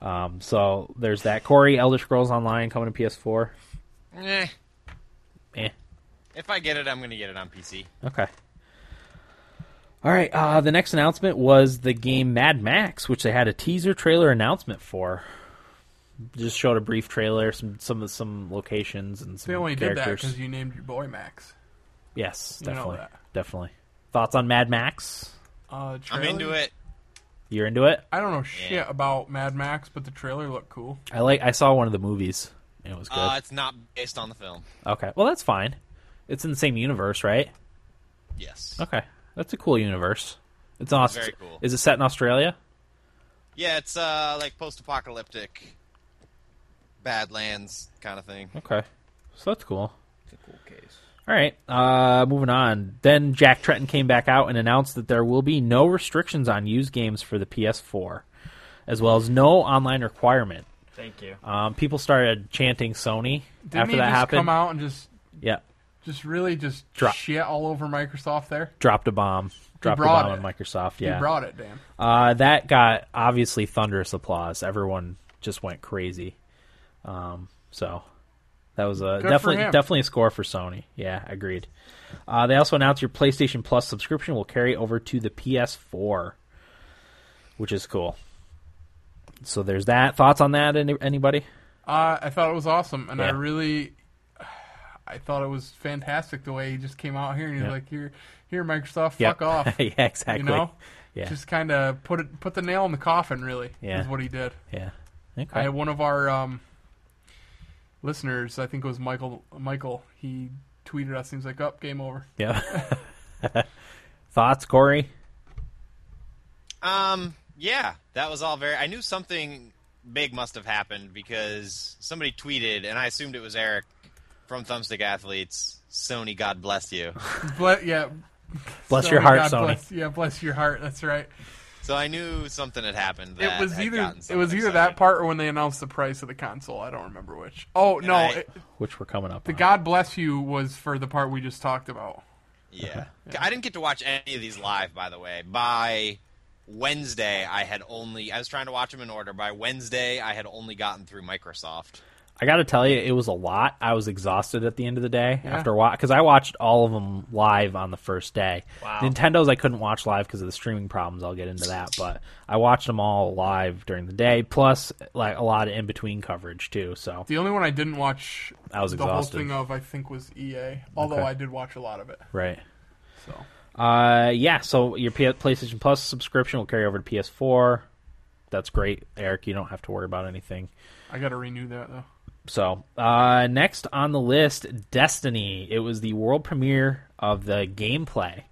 Speaker 3: Um, so there's that. Corey, Elder Scrolls Online coming to PS4.
Speaker 6: Eh,
Speaker 3: Eh.
Speaker 6: if I get it, I'm gonna get it on PC.
Speaker 3: Okay. All right. Uh, the next announcement was the game Mad Max, which they had a teaser trailer announcement for. Just showed a brief trailer, some some some locations and some
Speaker 4: They only did that
Speaker 3: characters.
Speaker 4: because you named your boy Max.
Speaker 3: yes,
Speaker 4: you know
Speaker 3: definitely,
Speaker 4: that.
Speaker 3: definitely. Thoughts on Mad Max?
Speaker 4: Uh, the
Speaker 6: I'm
Speaker 4: trailer-
Speaker 6: into it.
Speaker 3: You're into it.
Speaker 4: I don't know shit
Speaker 6: Yeah.
Speaker 4: about Mad Max, but the trailer looked cool.
Speaker 3: I like. I saw one of the movies. and It was good.
Speaker 6: Uh, it's not based on the film.
Speaker 3: okay. Well, that's fine. It's in the same universe, right?
Speaker 6: Yes.
Speaker 3: Okay. That's a cool universe. It's in Aust-
Speaker 6: very cool.
Speaker 3: Is it set in Australia?
Speaker 6: Yeah, it's uh like post-apocalyptic, Badlands kind of thing.
Speaker 3: Okay. So that's cool.
Speaker 1: It's a cool case.
Speaker 3: All right, uh, moving on. Then Jack Tretton came back out and announced that there will be no restrictions on used games for the PS4, as well as no online requirement.
Speaker 1: Thank you.
Speaker 3: Um, people started chanting Sony
Speaker 4: Didn't
Speaker 3: after
Speaker 4: he
Speaker 3: that
Speaker 4: just
Speaker 3: happened.
Speaker 4: come out and just,
Speaker 3: Yeah,
Speaker 4: just really just
Speaker 3: Drop.
Speaker 4: shit all over Microsoft there?
Speaker 3: dropped a bomb. Dropped a
Speaker 4: brought
Speaker 3: bomb on
Speaker 4: it.
Speaker 3: Microsoft.
Speaker 4: You
Speaker 3: Yeah,
Speaker 4: brought it, Dan.
Speaker 3: uh, that got obviously thunderous applause. Everyone just went crazy. Um, so that was a
Speaker 4: for
Speaker 3: definitely
Speaker 4: him.
Speaker 3: definitely a score for Sony. Yeah, agreed. Uh, they also announced your PlayStation Plus subscription will carry over to the PS4, which is cool. So there's that. Thoughts on that? Any, anybody?
Speaker 4: Uh, I thought it was awesome, and I
Speaker 3: Yeah.
Speaker 4: really, I thought it was fantastic the way he just came out here and he's
Speaker 3: Yeah.
Speaker 4: like, "Here, here, Microsoft,
Speaker 3: Yep.
Speaker 4: fuck off,"
Speaker 3: yeah, exactly.
Speaker 4: you know.
Speaker 3: Yeah.
Speaker 4: Just kind of put it, put the nail in the coffin. Really,
Speaker 3: Yeah.
Speaker 4: is what he did.
Speaker 3: Yeah.
Speaker 4: I
Speaker 3: Okay.
Speaker 4: had one of our um, listeners, I think it was Michael. Michael, he tweeted us. He was like, "Up, game over."
Speaker 3: yeah. Thoughts, Corey?
Speaker 6: Um, yeah, that was all very. I knew something big must have happened because somebody tweeted, and I assumed it was Eric from Thumbstick Athletes. Sony, God bless you.
Speaker 4: Ble- yeah.
Speaker 3: Bless
Speaker 4: Sony,
Speaker 3: your heart,
Speaker 4: God
Speaker 3: Sony.
Speaker 4: Bless, yeah, bless your heart. That's right.
Speaker 6: So I knew something had happened. That
Speaker 4: it was
Speaker 6: had
Speaker 4: either
Speaker 6: gotten
Speaker 4: it was
Speaker 6: something
Speaker 4: either
Speaker 6: excited.
Speaker 4: that part or when they announced the price of the console. I don't remember which. Oh no,
Speaker 6: I-
Speaker 4: it-
Speaker 3: Which we're coming up.
Speaker 4: The
Speaker 3: on.
Speaker 4: God bless you was for the part we just talked about.
Speaker 6: Yeah. I didn't get to watch any of these live, by the way. By Wednesday, I had only. I was trying to watch them in order. By Wednesday, I had only gotten through Microsoft.
Speaker 3: I got to tell you, it was a lot. I was exhausted at the end of the day
Speaker 4: Yeah.
Speaker 3: after a while because I watched all of them live on the first day.
Speaker 1: Wow.
Speaker 3: Nintendo's I couldn't watch live because of the streaming problems. I'll get into that, but I watched them all live during the day, plus like a lot of in between coverage too. So
Speaker 4: The only one I didn't watch
Speaker 3: I was
Speaker 4: the
Speaker 3: exhausted.
Speaker 4: whole thing of I think was EA, although
Speaker 3: Okay.
Speaker 4: I did watch a lot of it.
Speaker 3: right,
Speaker 4: So
Speaker 3: uh, yeah. So your P- PlayStation Plus subscription will carry over to PS4. That's great, Eric. You don't have to worry about anything.
Speaker 4: I got to renew that though.
Speaker 3: So, uh, next on the list, Destiny. It was the world premiere of the gameplay.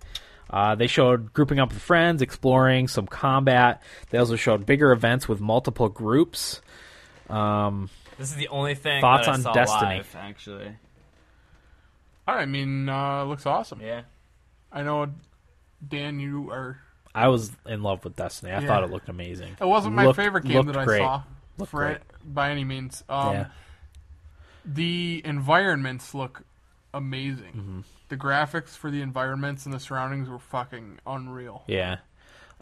Speaker 3: Uh, they showed grouping up with friends, exploring some combat. They also showed bigger events with multiple groups. Um,
Speaker 1: This is the only thing
Speaker 3: Thoughts
Speaker 1: that I
Speaker 3: on
Speaker 1: saw
Speaker 3: Destiny?
Speaker 1: live, actually.
Speaker 4: I mean, uh, looks awesome.
Speaker 1: Yeah.
Speaker 4: I know, Dan, you are.
Speaker 3: I was in love with Destiny. I
Speaker 4: Yeah.
Speaker 3: thought it looked amazing.
Speaker 4: It wasn't my
Speaker 3: Looked-
Speaker 4: favorite game
Speaker 3: looked
Speaker 4: that I
Speaker 3: great.
Speaker 4: saw
Speaker 3: Looked
Speaker 4: for
Speaker 3: great.
Speaker 4: it, by any means. Um,
Speaker 3: Yeah.
Speaker 4: The environments look amazing.
Speaker 3: Mm-hmm.
Speaker 4: The graphics for the environments and the surroundings were fucking unreal.
Speaker 3: Yeah.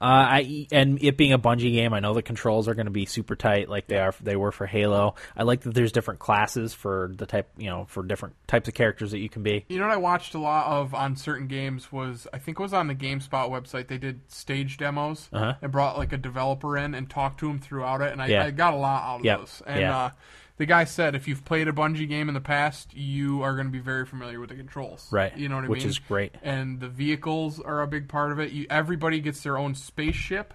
Speaker 3: Uh, I and it being a Bungie game, I know the controls are going to be super tight, like they are they were for Halo. I like that there's different classes for the type, you know, for different types of characters that you can be.
Speaker 4: You know what I watched a lot of on certain games was I think it was on the GameSpot website. They did stage demos
Speaker 3: Uh-huh.
Speaker 4: and brought like a developer in and talked to him throughout it, and I,
Speaker 3: Yeah.
Speaker 4: I got a lot out of
Speaker 3: Yep.
Speaker 4: those. And
Speaker 3: Yeah.
Speaker 4: uh, the guy said if you've played a Bungie game in the past, you are going to be very familiar with the controls.
Speaker 3: Right.
Speaker 4: You know what I
Speaker 3: Which
Speaker 4: mean?
Speaker 3: is great.
Speaker 4: And the vehicles are a big part of it. You, everybody gets their own spaceship,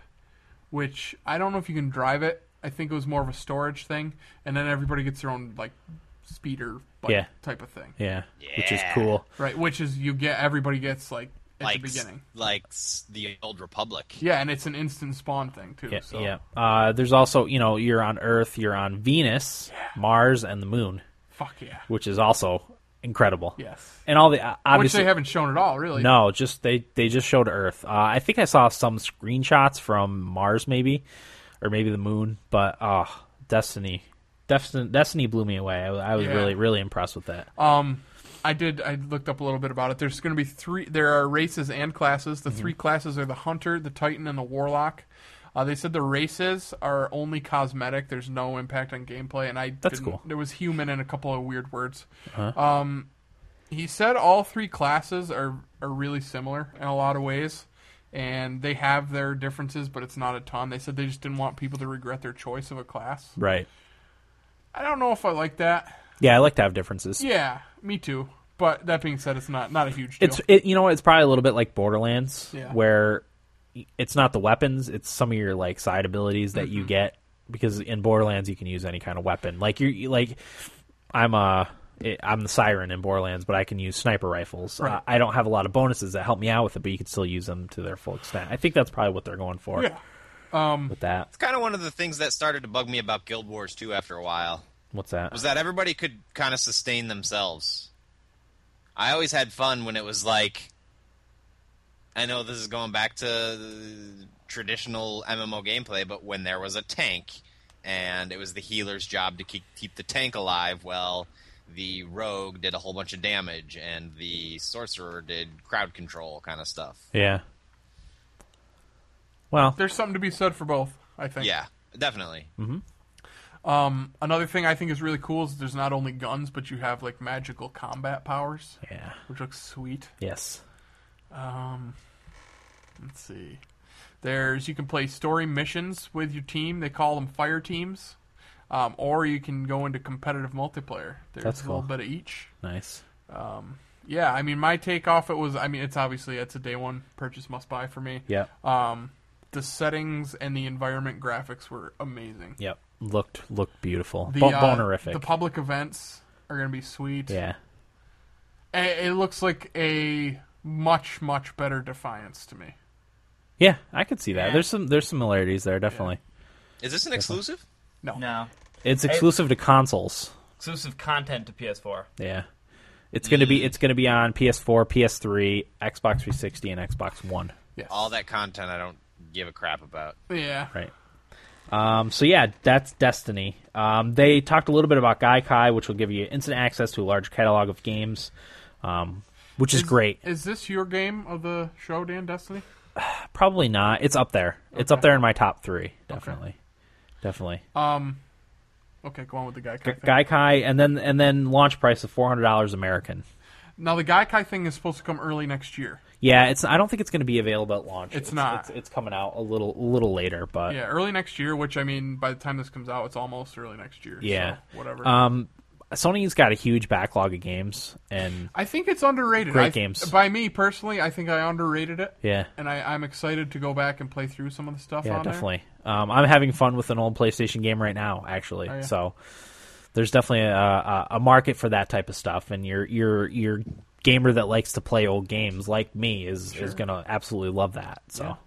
Speaker 4: which I don't know if you can drive it. I think it was more of a storage thing, and then everybody gets their own like speeder bike
Speaker 3: Yeah.
Speaker 4: type of thing.
Speaker 3: Yeah, which is
Speaker 6: Yeah.
Speaker 3: cool.
Speaker 4: Right, which is you get everybody gets like at
Speaker 6: Like
Speaker 4: the beginning.
Speaker 6: like s- the old Republic.
Speaker 4: Yeah, and it's an instant spawn thing too.
Speaker 3: Yeah,
Speaker 4: so
Speaker 3: yeah. Uh, there's also you know you're on Earth, you're on Venus, Mars, and the Moon,
Speaker 4: fuck yeah.
Speaker 3: which is also incredible.
Speaker 4: Yes.
Speaker 3: and all the uh,
Speaker 4: Which
Speaker 3: obviously
Speaker 4: they haven't shown at all, really.
Speaker 3: no, just they they just showed Earth. Uh, I think I saw some screenshots from Mars, maybe, or maybe the Moon. But oh, Destiny, Destiny, Destiny blew me away. I, was- I was
Speaker 4: Yeah.
Speaker 3: really really impressed with that.
Speaker 4: Um, I did. I looked up a little bit about it. There's going to be three. There are races and classes. The
Speaker 3: Mm-hmm.
Speaker 4: three classes are the hunter, the titan, and the warlock. Uh, they said the races are only cosmetic. There's no impact on gameplay, and I
Speaker 3: That's
Speaker 4: didn't-
Speaker 3: cool. Uh-huh.
Speaker 4: There was human and a couple of weird words. Um, he said all three classes are are really similar in a lot of ways, and they have their differences, but it's not a ton. They said they just didn't want people to regret their choice of a class.
Speaker 3: right.
Speaker 4: I don't know if I like that.
Speaker 3: Yeah, I like to have differences.
Speaker 4: Yeah, me too. But that being said, it's not not a huge deal.
Speaker 3: It's it, you know what, it's probably a little bit like Borderlands
Speaker 4: Yeah.
Speaker 3: where it's not the weapons, it's some of your like side abilities that
Speaker 4: Mm-hmm.
Speaker 3: you get because in Borderlands you can use any kind of weapon. Like you're you- like I'm a I'm the siren in Borderlands, but I can use sniper rifles.
Speaker 4: Right.
Speaker 3: Uh, I don't have a lot of bonuses that help me out with it, but you can still use them to their full extent. I think that's probably what they're going for
Speaker 4: yeah. Um,
Speaker 3: with that.
Speaker 6: It's kind of one of the things that started to bug me about Guild Wars 2 after a while.
Speaker 3: What's that?
Speaker 6: was that everybody could kind of sustain themselves. I always had fun when it was like, I know this is going back to the traditional MMO gameplay, but when there was a tank and it was the healer's job to keep, keep the tank alive, well, the rogue did a whole bunch of damage and the sorcerer did crowd control kind of stuff.
Speaker 3: yeah. Well,
Speaker 4: There's something to be said for both. I think.
Speaker 6: Yeah, definitely.
Speaker 4: Um, another thing I think is really cool is there's not only guns, but you have like magical combat powers,
Speaker 3: yeah.
Speaker 4: which looks sweet.
Speaker 3: Yes.
Speaker 4: Let's see. There's you can play story missions with your team. They call them fire teams, um, or you can go into competitive multiplayer. There's
Speaker 3: That's
Speaker 4: a little
Speaker 3: cool.
Speaker 4: bit of each.
Speaker 3: Nice.
Speaker 4: Yeah, I mean, my take off it was. I mean, it's obviously it's a day one purchase must buy for me.
Speaker 3: Yep.
Speaker 4: Um, the settings and the environment graphics were amazing.
Speaker 3: Yep. Looked looked beautiful.
Speaker 4: The,
Speaker 3: Bo-
Speaker 4: uh,
Speaker 3: bonerific.
Speaker 4: The public events are going to be sweet.
Speaker 3: yeah.
Speaker 4: A- It looks like a much much better Defiance to me.
Speaker 3: Yeah, I could see that. There's some there's similarities there definitely.
Speaker 6: Is this an exclusive?
Speaker 1: No.
Speaker 3: It's exclusive to consoles.
Speaker 1: Exclusive content to PS4.
Speaker 3: Yeah. It's going to
Speaker 4: Mm.
Speaker 3: be it's going to be on PS4, PS3, Xbox 360 and Xbox 1,
Speaker 4: Yes.
Speaker 6: All that content I don't give a crap about.
Speaker 4: Yeah.
Speaker 3: right? Um, so yeah, that's Destiny. Um, they talked a little bit about Gaikai, which will give you instant access to a large catalog of games, um, which is, great.
Speaker 4: Is this your game of the show, Dan Destiny?
Speaker 3: Probably not. It's up there. It's up there in my top 3, definitely. Definitely.
Speaker 4: Okay, go on with the guy.
Speaker 3: Gaikai and then and then launch price of $400 American.
Speaker 4: Now the Gaikai thing is supposed to come early next year.
Speaker 3: Yeah, it's. I don't think it's going to be available at launch.
Speaker 4: It's not.
Speaker 3: It's, it's coming out a little, a little later, but
Speaker 4: Yeah, early next year. Which I mean, by the time this comes out, it's almost early next year.
Speaker 3: Yeah.
Speaker 4: so whatever.
Speaker 3: um, Sony's got a huge backlog of games, and
Speaker 4: I think it's underrated.
Speaker 3: Great
Speaker 4: I th-
Speaker 3: games.
Speaker 4: By me personally, I think I underrated it.
Speaker 3: yeah,
Speaker 4: And I, I'm excited to go back and play through some of the stuff
Speaker 3: yeah,
Speaker 4: on
Speaker 3: definitely. Um, I'm having fun with an old PlayStation game right now, actually.
Speaker 4: Oh, yeah.
Speaker 3: So there's definitely a, a, a market for that type of stuff, and your your your gamer that likes to play old games like me is is going to absolutely love that. So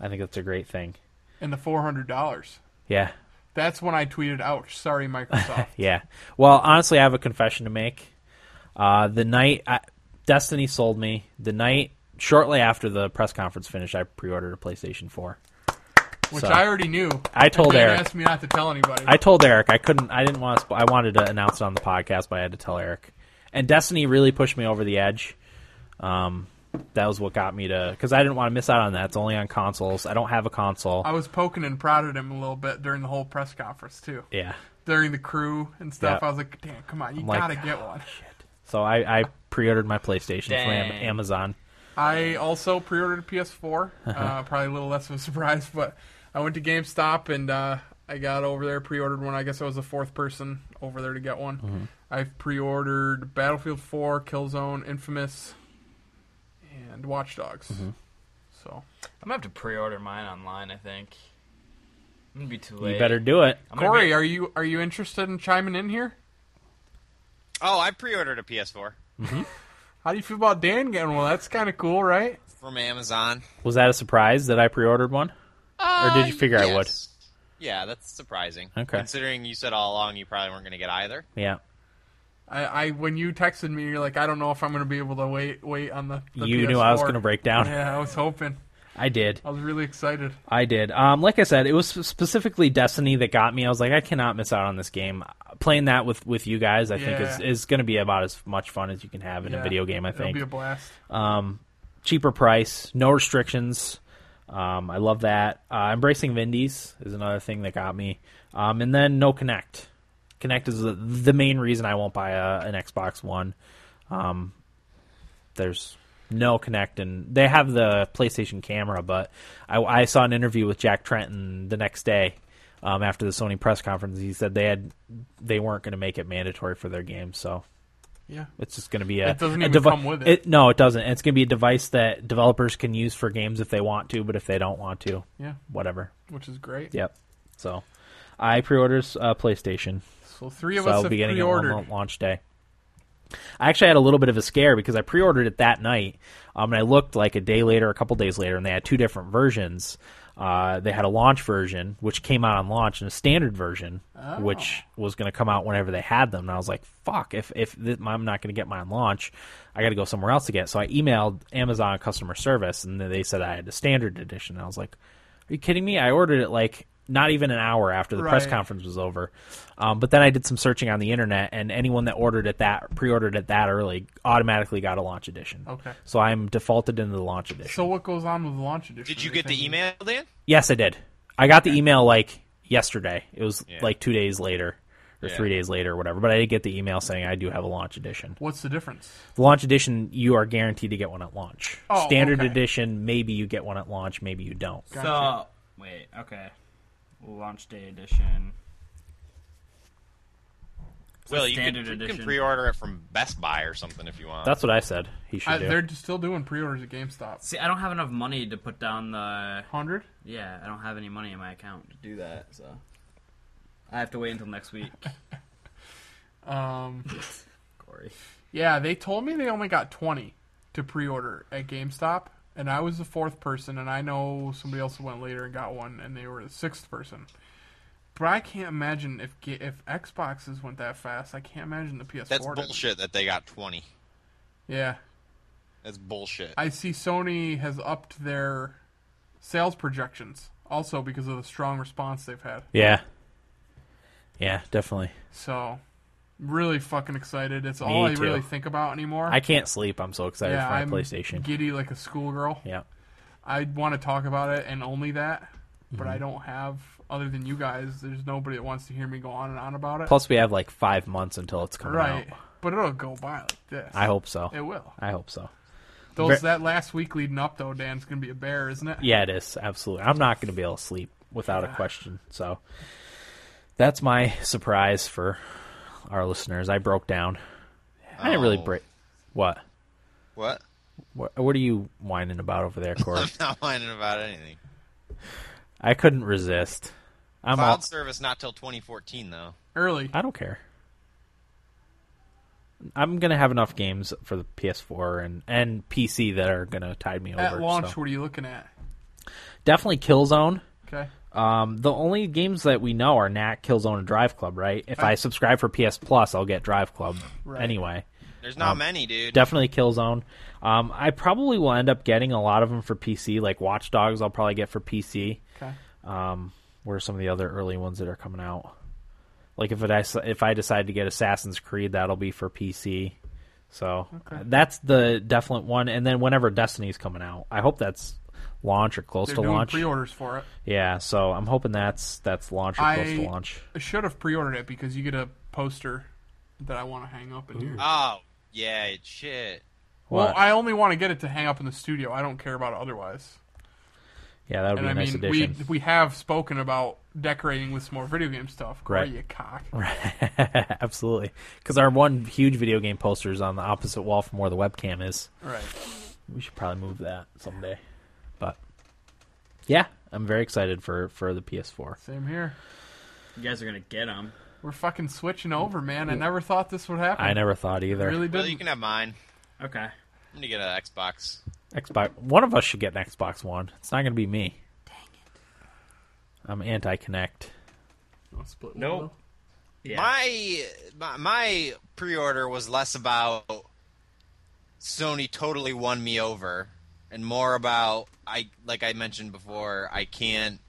Speaker 3: I think that's a great thing.
Speaker 4: there. And the $400.
Speaker 3: Yeah,
Speaker 4: That's when I tweeted, ouch, sorry, Microsoft.
Speaker 3: Yeah. Well, honestly, I have a confession to make. Uh, the night I, Destiny sold me, the night shortly after the press conference finished, I pre-ordered a PlayStation 4.
Speaker 4: which
Speaker 3: So-
Speaker 4: I already knew.
Speaker 3: I told
Speaker 4: Dan
Speaker 3: Eric.
Speaker 4: asked me not to tell anybody.
Speaker 3: I told Eric I couldn't. I didn't want to. Sp- I wanted to announce it on the podcast, but I had to tell Eric. And Destiny really pushed me over the edge. Um, that was what got me to because I didn't want to miss out on that. It's only on consoles. I don't have a console.
Speaker 4: I was poking and prodded him a little bit during the whole press conference, too.
Speaker 3: yeah.
Speaker 4: During the crew and stuff,
Speaker 3: Yeah.
Speaker 4: I was like, Dan, come on, you
Speaker 3: like,
Speaker 4: gotta get one.
Speaker 3: So I, I pre-ordered my PlayStation from
Speaker 1: Dang.
Speaker 3: Am- Amazon.
Speaker 4: I also pre ordered a PS4.
Speaker 3: Uh-huh.
Speaker 4: Uh, probably a little less of a surprise, but I went to GameStop and uh, I got over there, pre ordered one. I guess I was the fourth person over there to get one.
Speaker 3: Mm-hmm.
Speaker 4: I've pre ordered Battlefield 4, Killzone, Infamous, and Watch Dogs.
Speaker 3: Mm-hmm.
Speaker 4: So.
Speaker 1: I'm gonna have to pre-order mine online. I think. I'm gonna be too late.
Speaker 3: You better do it.
Speaker 1: I'm gonna
Speaker 4: Corey,
Speaker 1: be-
Speaker 4: are you are you interested in chiming in here?
Speaker 6: Oh, I pre ordered a PS4
Speaker 4: How do you feel about Dan getting one? That's kind of cool, right?
Speaker 6: from Amazon.
Speaker 3: Was that a surprise that I pre-ordered one? Or
Speaker 4: Uh,
Speaker 3: did you figure I would?
Speaker 6: Yeah, that's surprising.
Speaker 3: Okay.
Speaker 6: Considering you said all along you probably weren't going to get either.
Speaker 3: Yeah.
Speaker 4: I, I when you texted me, you're like, I don't know if I'm going to be able to wait wait on the. the
Speaker 3: you knew I was
Speaker 4: PS4.
Speaker 3: going to break down.
Speaker 4: Yeah, I was hoping.
Speaker 3: I did.
Speaker 4: I was really excited.
Speaker 3: I did. Um, like I said, it was specifically Destiny that got me. I was like, I cannot miss out on this game. Playing that with, with you guys, I think is,
Speaker 4: Yeah.
Speaker 3: is going to be about as much fun as you can have in a video game. I
Speaker 4: it'll
Speaker 3: think
Speaker 4: be a blast.
Speaker 3: um, cheaper price, no restrictions. Um, I love that. Uh, embracing Vindies is another thing that got me. Um, and then no Connect. Connect is the, the main reason I won't buy a, an Xbox One. Um, there's no Connect, and they have the PlayStation camera, but I, I saw an interview with Jack Trenton the next day. Um, after the Sony press conference, he said they had they weren't going to make it mandatory for their game, so
Speaker 4: Yeah.
Speaker 3: it's just going to be a.
Speaker 4: It doesn't
Speaker 3: a
Speaker 4: even
Speaker 3: devi-
Speaker 4: come with it.
Speaker 3: No, it doesn't. It's going to be a device that developers can use for games if they want to, but if they don't want to,
Speaker 4: Yeah,
Speaker 3: whatever.
Speaker 4: which is great.
Speaker 3: Yep. So, I pre-orders uh, PlayStation,
Speaker 4: So three of
Speaker 3: so
Speaker 4: us
Speaker 3: I'll
Speaker 4: have
Speaker 3: be getting it on
Speaker 4: pre-ordered.
Speaker 3: la- launch day. I actually had a little bit of a scare because I pre-ordered it that night, um, and I looked like a day later, a couple days later, and they had two different versions. Uh, they had a launch version, which came out on launch, and a standard version,
Speaker 4: Oh.
Speaker 3: which was going to come out whenever they had them. And I was like, "Fuck! If if th- I'm not going to get mine launch, I got to go somewhere else to get." it." So I emailed Amazon customer service, and then they said I had the standard edition. And I was like, "Are you kidding me? I ordered it like." Not even an hour after the press
Speaker 4: Right.
Speaker 3: conference was over, um, but then I did some searching on the internet, and anyone that ordered it that pre-ordered it that early automatically got a launch edition.
Speaker 4: Okay.
Speaker 3: So I'm defaulted into the launch edition.
Speaker 4: So what goes on with the launch edition?
Speaker 6: Did you get the
Speaker 4: Anything?
Speaker 6: email, Dan?
Speaker 3: yes, I did. I got the email like yesterday. It was like two days later or
Speaker 6: Yeah.
Speaker 3: three days later or whatever. But I did get the email saying I do have a launch edition.
Speaker 4: What's the difference?
Speaker 3: The launch edition, you are guaranteed to get one at launch.
Speaker 4: Oh,
Speaker 3: Standard
Speaker 4: okay.
Speaker 3: edition, maybe you get one at launch, maybe you don't.
Speaker 4: Gotcha.
Speaker 5: So wait, okay. Launch day edition.
Speaker 6: Will you can,
Speaker 5: standard
Speaker 6: you can
Speaker 5: edition.
Speaker 6: pre-order it from Best Buy or something if you want.
Speaker 3: That's what I said. He should
Speaker 4: I,
Speaker 3: do.
Speaker 4: they're just still doing pre-orders at GameStop.
Speaker 5: See, I don't have enough money to put down the.
Speaker 4: Hundred.
Speaker 5: Yeah, I don't have any money in my account to do that, so I have to wait until next week.
Speaker 4: Um,
Speaker 5: Corey,
Speaker 4: yeah, they told me they only got twenty to pre-order at GameStop, and I was the fourth person, and I know somebody else went later and got one, and they were the sixth person. But I can't imagine if ga- if Xboxes went that fast. I can't imagine the PS4.
Speaker 6: That's
Speaker 4: did.
Speaker 6: bullshit that they got 20.
Speaker 4: Yeah,
Speaker 6: That's bullshit.
Speaker 4: I see Sony has upped their sales projections also because of the strong response they've had.
Speaker 3: yeah. Yeah, definitely.
Speaker 4: So, really fucking excited. It's all I
Speaker 3: too.
Speaker 4: really think about anymore.
Speaker 3: I can't sleep. I'm so excited
Speaker 4: yeah,
Speaker 3: for my
Speaker 4: I'm
Speaker 3: PlayStation.
Speaker 4: giddy like a schoolgirl.
Speaker 3: yeah.
Speaker 4: I want to talk about it and only that, but
Speaker 3: Mm-hmm.
Speaker 4: I don't have other than you guys. There's nobody that wants to hear me go on and on about it.
Speaker 3: Plus, we have like five months until it's coming
Speaker 4: right,
Speaker 3: out.
Speaker 4: but it'll go by like this.
Speaker 3: I hope so.
Speaker 4: it will.
Speaker 3: I hope so.
Speaker 4: Those
Speaker 3: Ver-
Speaker 4: that last week leading up though, Dan's gonna be a bear, isn't it?
Speaker 3: Yeah, it is absolutely. I'm not going to be able to sleep without a question. So that's my surprise for our listeners. I broke down. I didn't really
Speaker 6: Oh.
Speaker 3: break. What?
Speaker 6: What?
Speaker 3: what? What are you whining about over there, Corey?
Speaker 6: I'm not whining about anything.
Speaker 3: I couldn't resist. I'm all,
Speaker 6: Cloud service not till 2014 though.
Speaker 4: Early.
Speaker 3: I don't care. I'm gonna have enough games for the PS4 and, and PC that are gonna tide me
Speaker 4: At
Speaker 3: over.
Speaker 4: launch,
Speaker 3: so.
Speaker 4: what are you looking at?
Speaker 3: Definitely Killzone.
Speaker 4: Okay.
Speaker 3: Um, the only games that we know are Knack, Killzone, and Drive Club, right? If I subscribe for PS Plus, I'll get Drive Club
Speaker 4: Right.
Speaker 3: anyway.
Speaker 6: There's
Speaker 3: Um,
Speaker 6: not many, dude.
Speaker 3: Definitely Killzone. Um, I probably will end up getting a lot of them for PC, like Watch Dogs. I'll probably get for PC.
Speaker 4: Okay.
Speaker 3: Um, what are some of the other early ones that are coming out? Like if it, if I decide to get Assassin's Creed, that'll be for PC. So uh, that's the definite one. And then whenever Destiny's coming out, I hope that's launch or close
Speaker 4: They're
Speaker 3: to
Speaker 4: doing
Speaker 3: launch.
Speaker 4: pre-orders for it.
Speaker 3: Yeah, so I'm hoping that's that's launch or close to
Speaker 4: I-
Speaker 3: launch.
Speaker 4: I should have pre-ordered it because you get a poster that I want to hang up in here.
Speaker 6: oh, yeah, it- shit.
Speaker 4: Well,
Speaker 3: What?
Speaker 4: I only want to get it to hang up in the studio. I don't care about it otherwise.
Speaker 3: yeah, that would be
Speaker 4: And
Speaker 3: a
Speaker 4: I
Speaker 3: nice
Speaker 4: mean,
Speaker 3: addition.
Speaker 4: we we have spoken about decorating with some more video game stuff. Corey,
Speaker 3: Right.
Speaker 4: you cock.
Speaker 3: Absolutely, because our one huge video game poster is on the opposite wall from where the webcam is.
Speaker 4: Right.
Speaker 3: We should probably move that someday. But yeah, I'm very excited for for the PS4.
Speaker 4: Same here.
Speaker 5: you guys are gonna get them.
Speaker 4: We're fucking switching over, man. I never thought this would happen.
Speaker 3: I never thought either.
Speaker 4: Really
Speaker 6: Well, you
Speaker 4: didn't.
Speaker 6: can have mine.
Speaker 5: Okay.
Speaker 6: I'm gonna get an Xbox.
Speaker 3: Xbox. One of us should get an Xbox One. It's not going to be me. Dang it! I'm anti-connect.
Speaker 4: I'll split one,
Speaker 5: Nope. Yeah.
Speaker 6: My my, my pre order was less about Sony totally won me over, and more about I like I mentioned before, I can't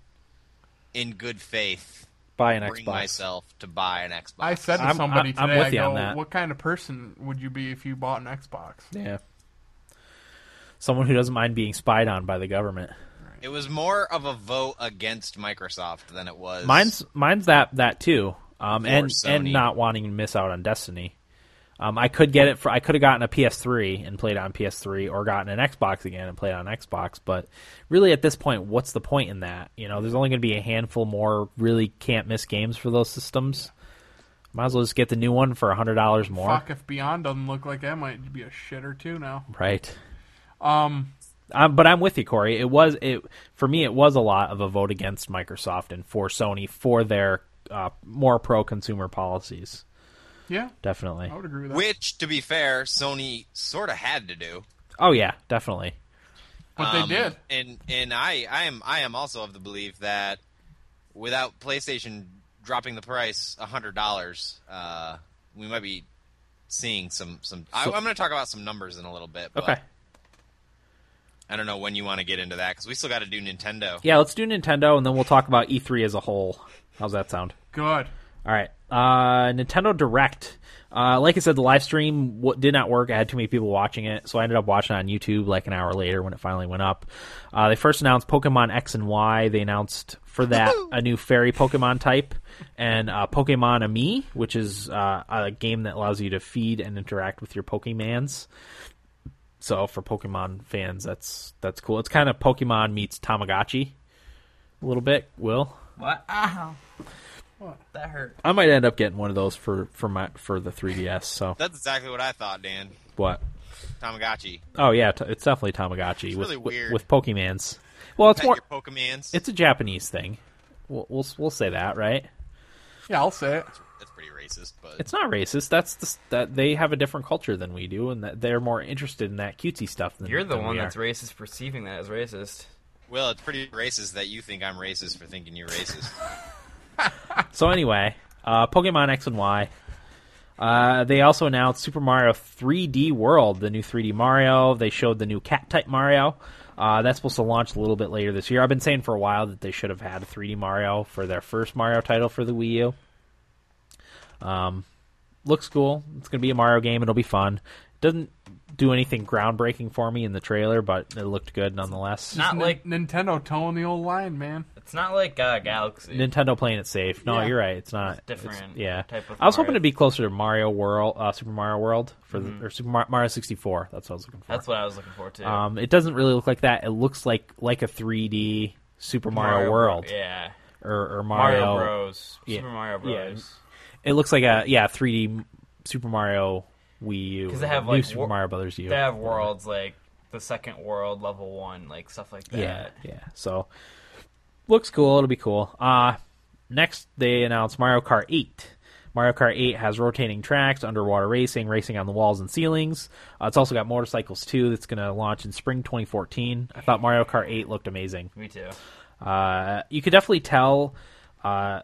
Speaker 6: in good faith
Speaker 3: Buy an
Speaker 6: bring
Speaker 3: Xbox.
Speaker 6: myself to buy an Xbox.
Speaker 4: I said to
Speaker 3: I'm-
Speaker 4: somebody
Speaker 3: I'm- I'm
Speaker 4: today,
Speaker 3: with
Speaker 4: I
Speaker 3: you
Speaker 4: go,
Speaker 3: on that.
Speaker 4: what kind of person would you be if you bought an Xbox?
Speaker 3: Yeah. Someone who doesn't mind being spied on by the government.
Speaker 6: it was more of a vote against Microsoft than it was
Speaker 3: Mine's mine's that that too. Um,
Speaker 6: For
Speaker 3: and and
Speaker 6: Sony.
Speaker 3: not wanting to miss out on Destiny. Um, I could get it for I could have gotten a PS3 and played on PS3 or gotten an Xbox again and played on Xbox, but really at this point what's the point in that? You know, there's only going to be a handful more really can't miss games for those systems. Might as well just get the new one for $100 more.
Speaker 4: Fuck, if Beyond doesn't look like that, might be a shit or two now.
Speaker 3: Right.
Speaker 4: Um,
Speaker 3: Um, but I'm with you, Corey. It was it for me. It was a lot of a vote against Microsoft and for Sony for their uh, more pro-consumer policies.
Speaker 4: yeah,
Speaker 3: Definitely.
Speaker 4: I would agree with that.
Speaker 6: which to be fair, Sony sort of had to do.
Speaker 3: Oh yeah, definitely.
Speaker 4: but
Speaker 6: Um,
Speaker 4: they did.
Speaker 6: And and I I am I am also of the belief that without PlayStation dropping the price hundred dollars, uh, we might be seeing some some. I, I'm going to talk about some numbers in a little bit. But
Speaker 3: Okay.
Speaker 6: I don't know when you want to get into that because we still got to do Nintendo.
Speaker 3: Yeah, let's do Nintendo, and then we'll talk about E3 as a whole. How's that sound?
Speaker 4: Good.
Speaker 3: All right. Uh, Nintendo Direct. Uh, like I said, the live stream w- did not work. I had too many people watching it, so I ended up watching it on YouTube like an hour later when it finally went up. Uh, they first announced Pokemon X and Y. They announced for that a new fairy Pokemon type and uh, Pokemon Ami, which is uh, a game that allows you to feed and interact with your Pokemans. So for Pokemon fans, that's that's cool. It's kind of Pokemon meets Tamagotchi a little bit. Will
Speaker 5: What? Ow. That hurt.
Speaker 3: I might end up getting one of those for for my for the 3DS. So
Speaker 6: That's exactly what I thought, Dan.
Speaker 3: what?
Speaker 6: Tamagotchi.
Speaker 3: Oh yeah, t- it's definitely Tamagotchi with,
Speaker 6: really
Speaker 3: with-
Speaker 6: weird.
Speaker 3: with Pokemans. Well, it's
Speaker 6: Pet
Speaker 3: more
Speaker 6: your Pokemans.
Speaker 3: it's a Japanese thing. We'll, we'll we'll say that, right?
Speaker 4: Yeah, I'll say it.
Speaker 6: That's pretty racist, but
Speaker 3: It's not racist. That's the, s- that they have a different culture than we do, and that they're more interested in that cutesy stuff than
Speaker 1: You're the
Speaker 3: than
Speaker 1: one
Speaker 3: we
Speaker 1: that's
Speaker 3: are.
Speaker 1: racist perceiving that as racist.
Speaker 6: well, it's pretty racist that you think I'm racist for thinking you're racist.
Speaker 3: So anyway, uh, Pokemon X and Y. Uh, they also announced Super Mario 3D World, the new 3D Mario. They showed the new cat type Mario. Uh, that's supposed to launch a little bit later this year. I've been saying for a while that they should have had a 3D Mario for their first Mario title for the Wii U. Um, looks cool. It's going to be a Mario game. It'll be fun. Doesn't do anything groundbreaking for me in the trailer, but it looked good nonetheless.
Speaker 1: Not
Speaker 4: Nin-
Speaker 1: like
Speaker 4: Nintendo towing the old line, man.
Speaker 1: it's not like uh, Galaxy.
Speaker 3: Nintendo playing it safe. No,
Speaker 4: Yeah.
Speaker 3: you're right. It's not
Speaker 1: It's different
Speaker 3: yeah,
Speaker 1: type of
Speaker 3: I was
Speaker 1: Mario. Mm-hmm.
Speaker 3: hoping to be closer to Mario World, uh, Super Mario World for the, or Super Mar- Mario 64. That's what I was looking for.
Speaker 1: That's what I was looking for too.
Speaker 3: um, it doesn't really look like that. It looks like like a 3D Super Mario,
Speaker 1: Bro-
Speaker 3: World
Speaker 1: Yeah.
Speaker 3: or, or
Speaker 1: Mario,
Speaker 3: Mario.
Speaker 1: Bros.
Speaker 3: Yeah.
Speaker 1: Super Mario
Speaker 3: Yeah.
Speaker 1: Bros.
Speaker 3: It looks like a yeah 3D Super Mario Wii U.
Speaker 1: 'Cause they
Speaker 3: or
Speaker 1: have,
Speaker 3: new
Speaker 1: like,
Speaker 3: Super
Speaker 1: wor-
Speaker 3: Mario Brothers U.
Speaker 1: They have worlds like the second world, level one, like stuff like that.
Speaker 3: Yeah, yeah. So looks cool. It'll be cool. Uh next they announced Mario Kart 8. Mario Kart 8 has rotating tracks, underwater racing, racing on the walls and ceilings. Uh, it's also got motorcycles too. That's going to launch in spring 2014. I thought Mario Kart 8 looked amazing.
Speaker 1: Me too.
Speaker 3: Uh, you could definitely tell uh,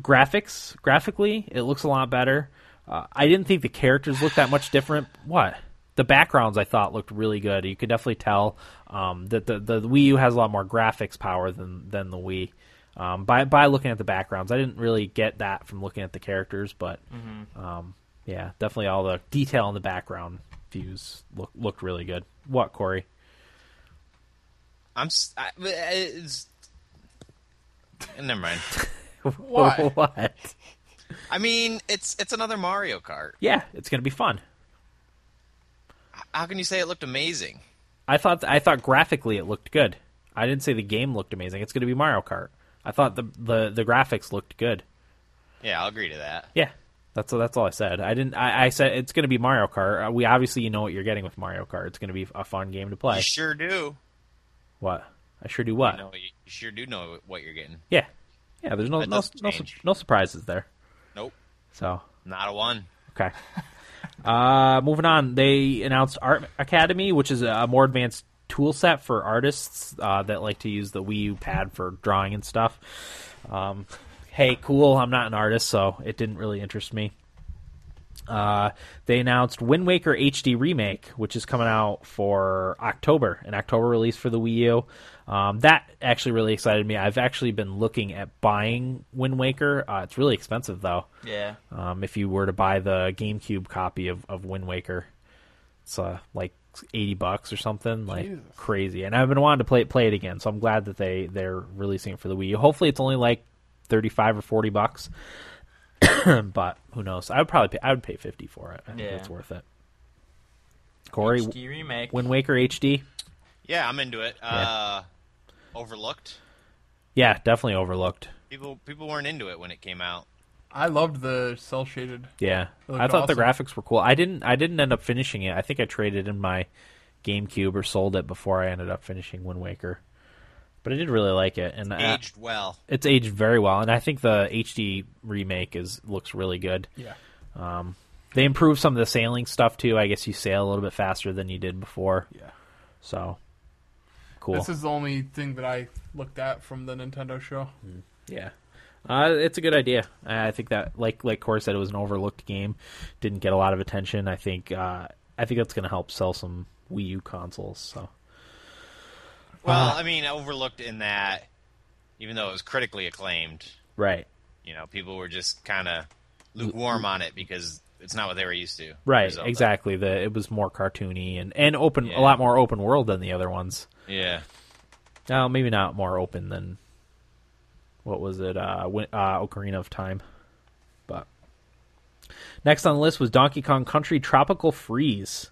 Speaker 3: graphics graphically it looks a lot better uh, i didn't think the characters looked that much different what the backgrounds i thought looked really good you could definitely tell um, that the, the wii u has a lot more graphics power than than the wii um, by by looking at the backgrounds i didn't really get that from looking at the characters but um, yeah definitely all the detail in the background views look, looked really good what corey
Speaker 6: I'm. s- I, uh, it's, never mind.
Speaker 4: What?
Speaker 3: what
Speaker 6: I mean, it's it's another Mario Kart.
Speaker 3: yeah it's gonna be fun
Speaker 6: How can you say it looked amazing?
Speaker 3: I thought I thought graphically it looked good. I didn't say the game looked amazing. It's going to be Mario Kart. I thought the the, the graphics looked good.
Speaker 6: Yeah, I'll agree to that.
Speaker 3: Yeah, that's that's all I said. I didn't. I, I said it's going to be Mario Kart. Uh, We obviously you know what you're getting with Mario Kart. It's going to be a fun game to play.
Speaker 6: You sure do.
Speaker 3: What I sure do
Speaker 6: You,
Speaker 3: what?
Speaker 6: know, you you sure do know what you're getting.
Speaker 3: Yeah, yeah. There's no
Speaker 6: That
Speaker 3: no
Speaker 6: doesn't
Speaker 3: no, su-
Speaker 6: change.
Speaker 3: no surprises there.
Speaker 6: Nope,
Speaker 3: So
Speaker 6: not a one.
Speaker 3: Okay. Uh, moving on, they announced Art Academy, which is a more advanced tool set for artists uh, that like to use the Wii U pad for drawing and stuff. Um, hey, cool, I'm not an artist, so it didn't really interest me. Uh, they announced Wind Waker HD Remake, which is coming out for October, an October release for the Wii U. Um, that actually really excited me. I've actually been looking at buying Wind Waker. Uh, it's really expensive, though,
Speaker 1: Yeah.
Speaker 3: um, if you were to buy the GameCube copy of, of Wind Waker. It's uh, like 80 bucks or something, like crazy. And I've been wanting to play, play it again, so I'm glad that they, they're releasing it for the Wii U. Hopefully, it's only like 35 or 40 bucks. but who knows? I would probably pay, I would pay 50 for it. I think
Speaker 1: Yeah.
Speaker 3: it's worth it. Corey,
Speaker 1: HD remake.
Speaker 3: Wind Waker HD?
Speaker 6: Yeah, I'm into it. Uh, overlooked.
Speaker 3: Yeah, definitely overlooked.
Speaker 6: People people weren't into it when it came out.
Speaker 4: I loved the cell shaded.
Speaker 3: Yeah,
Speaker 4: It looked
Speaker 3: I thought the
Speaker 4: awesome.
Speaker 3: graphics were cool. I didn't. I didn't end up finishing it. I think I traded in my GameCube or sold it before I ended up finishing Wind Waker. But I did really like it, and uh,
Speaker 6: Aged well.
Speaker 3: it's aged very well. And I think the HD remake is looks really good.
Speaker 4: Yeah.
Speaker 3: They improved some of the sailing stuff too. I guess you sail a little bit faster than you did before.
Speaker 4: Yeah.
Speaker 3: So cool.
Speaker 4: This is the only thing that I looked at from the Nintendo show.
Speaker 3: Yeah. Uh, it's a good idea. I I think that, like like Corey said, it was an overlooked game, didn't get a lot of attention. I think uh, I think that's going to help sell some Wii U consoles. So
Speaker 6: Well, I mean, overlooked in that, even though it was critically acclaimed,
Speaker 3: right,
Speaker 6: you know, people were just kind of lukewarm on it because it's not what they were used to.
Speaker 3: right,
Speaker 6: Result.
Speaker 3: exactly. The it was more cartoony and and open
Speaker 6: Yeah.
Speaker 3: a lot more open world than the other ones.
Speaker 6: Yeah.
Speaker 3: No, maybe not more open than what was it? Uh, Win- uh, Ocarina of Time. But next on the list was Donkey Kong Country Tropical Freeze.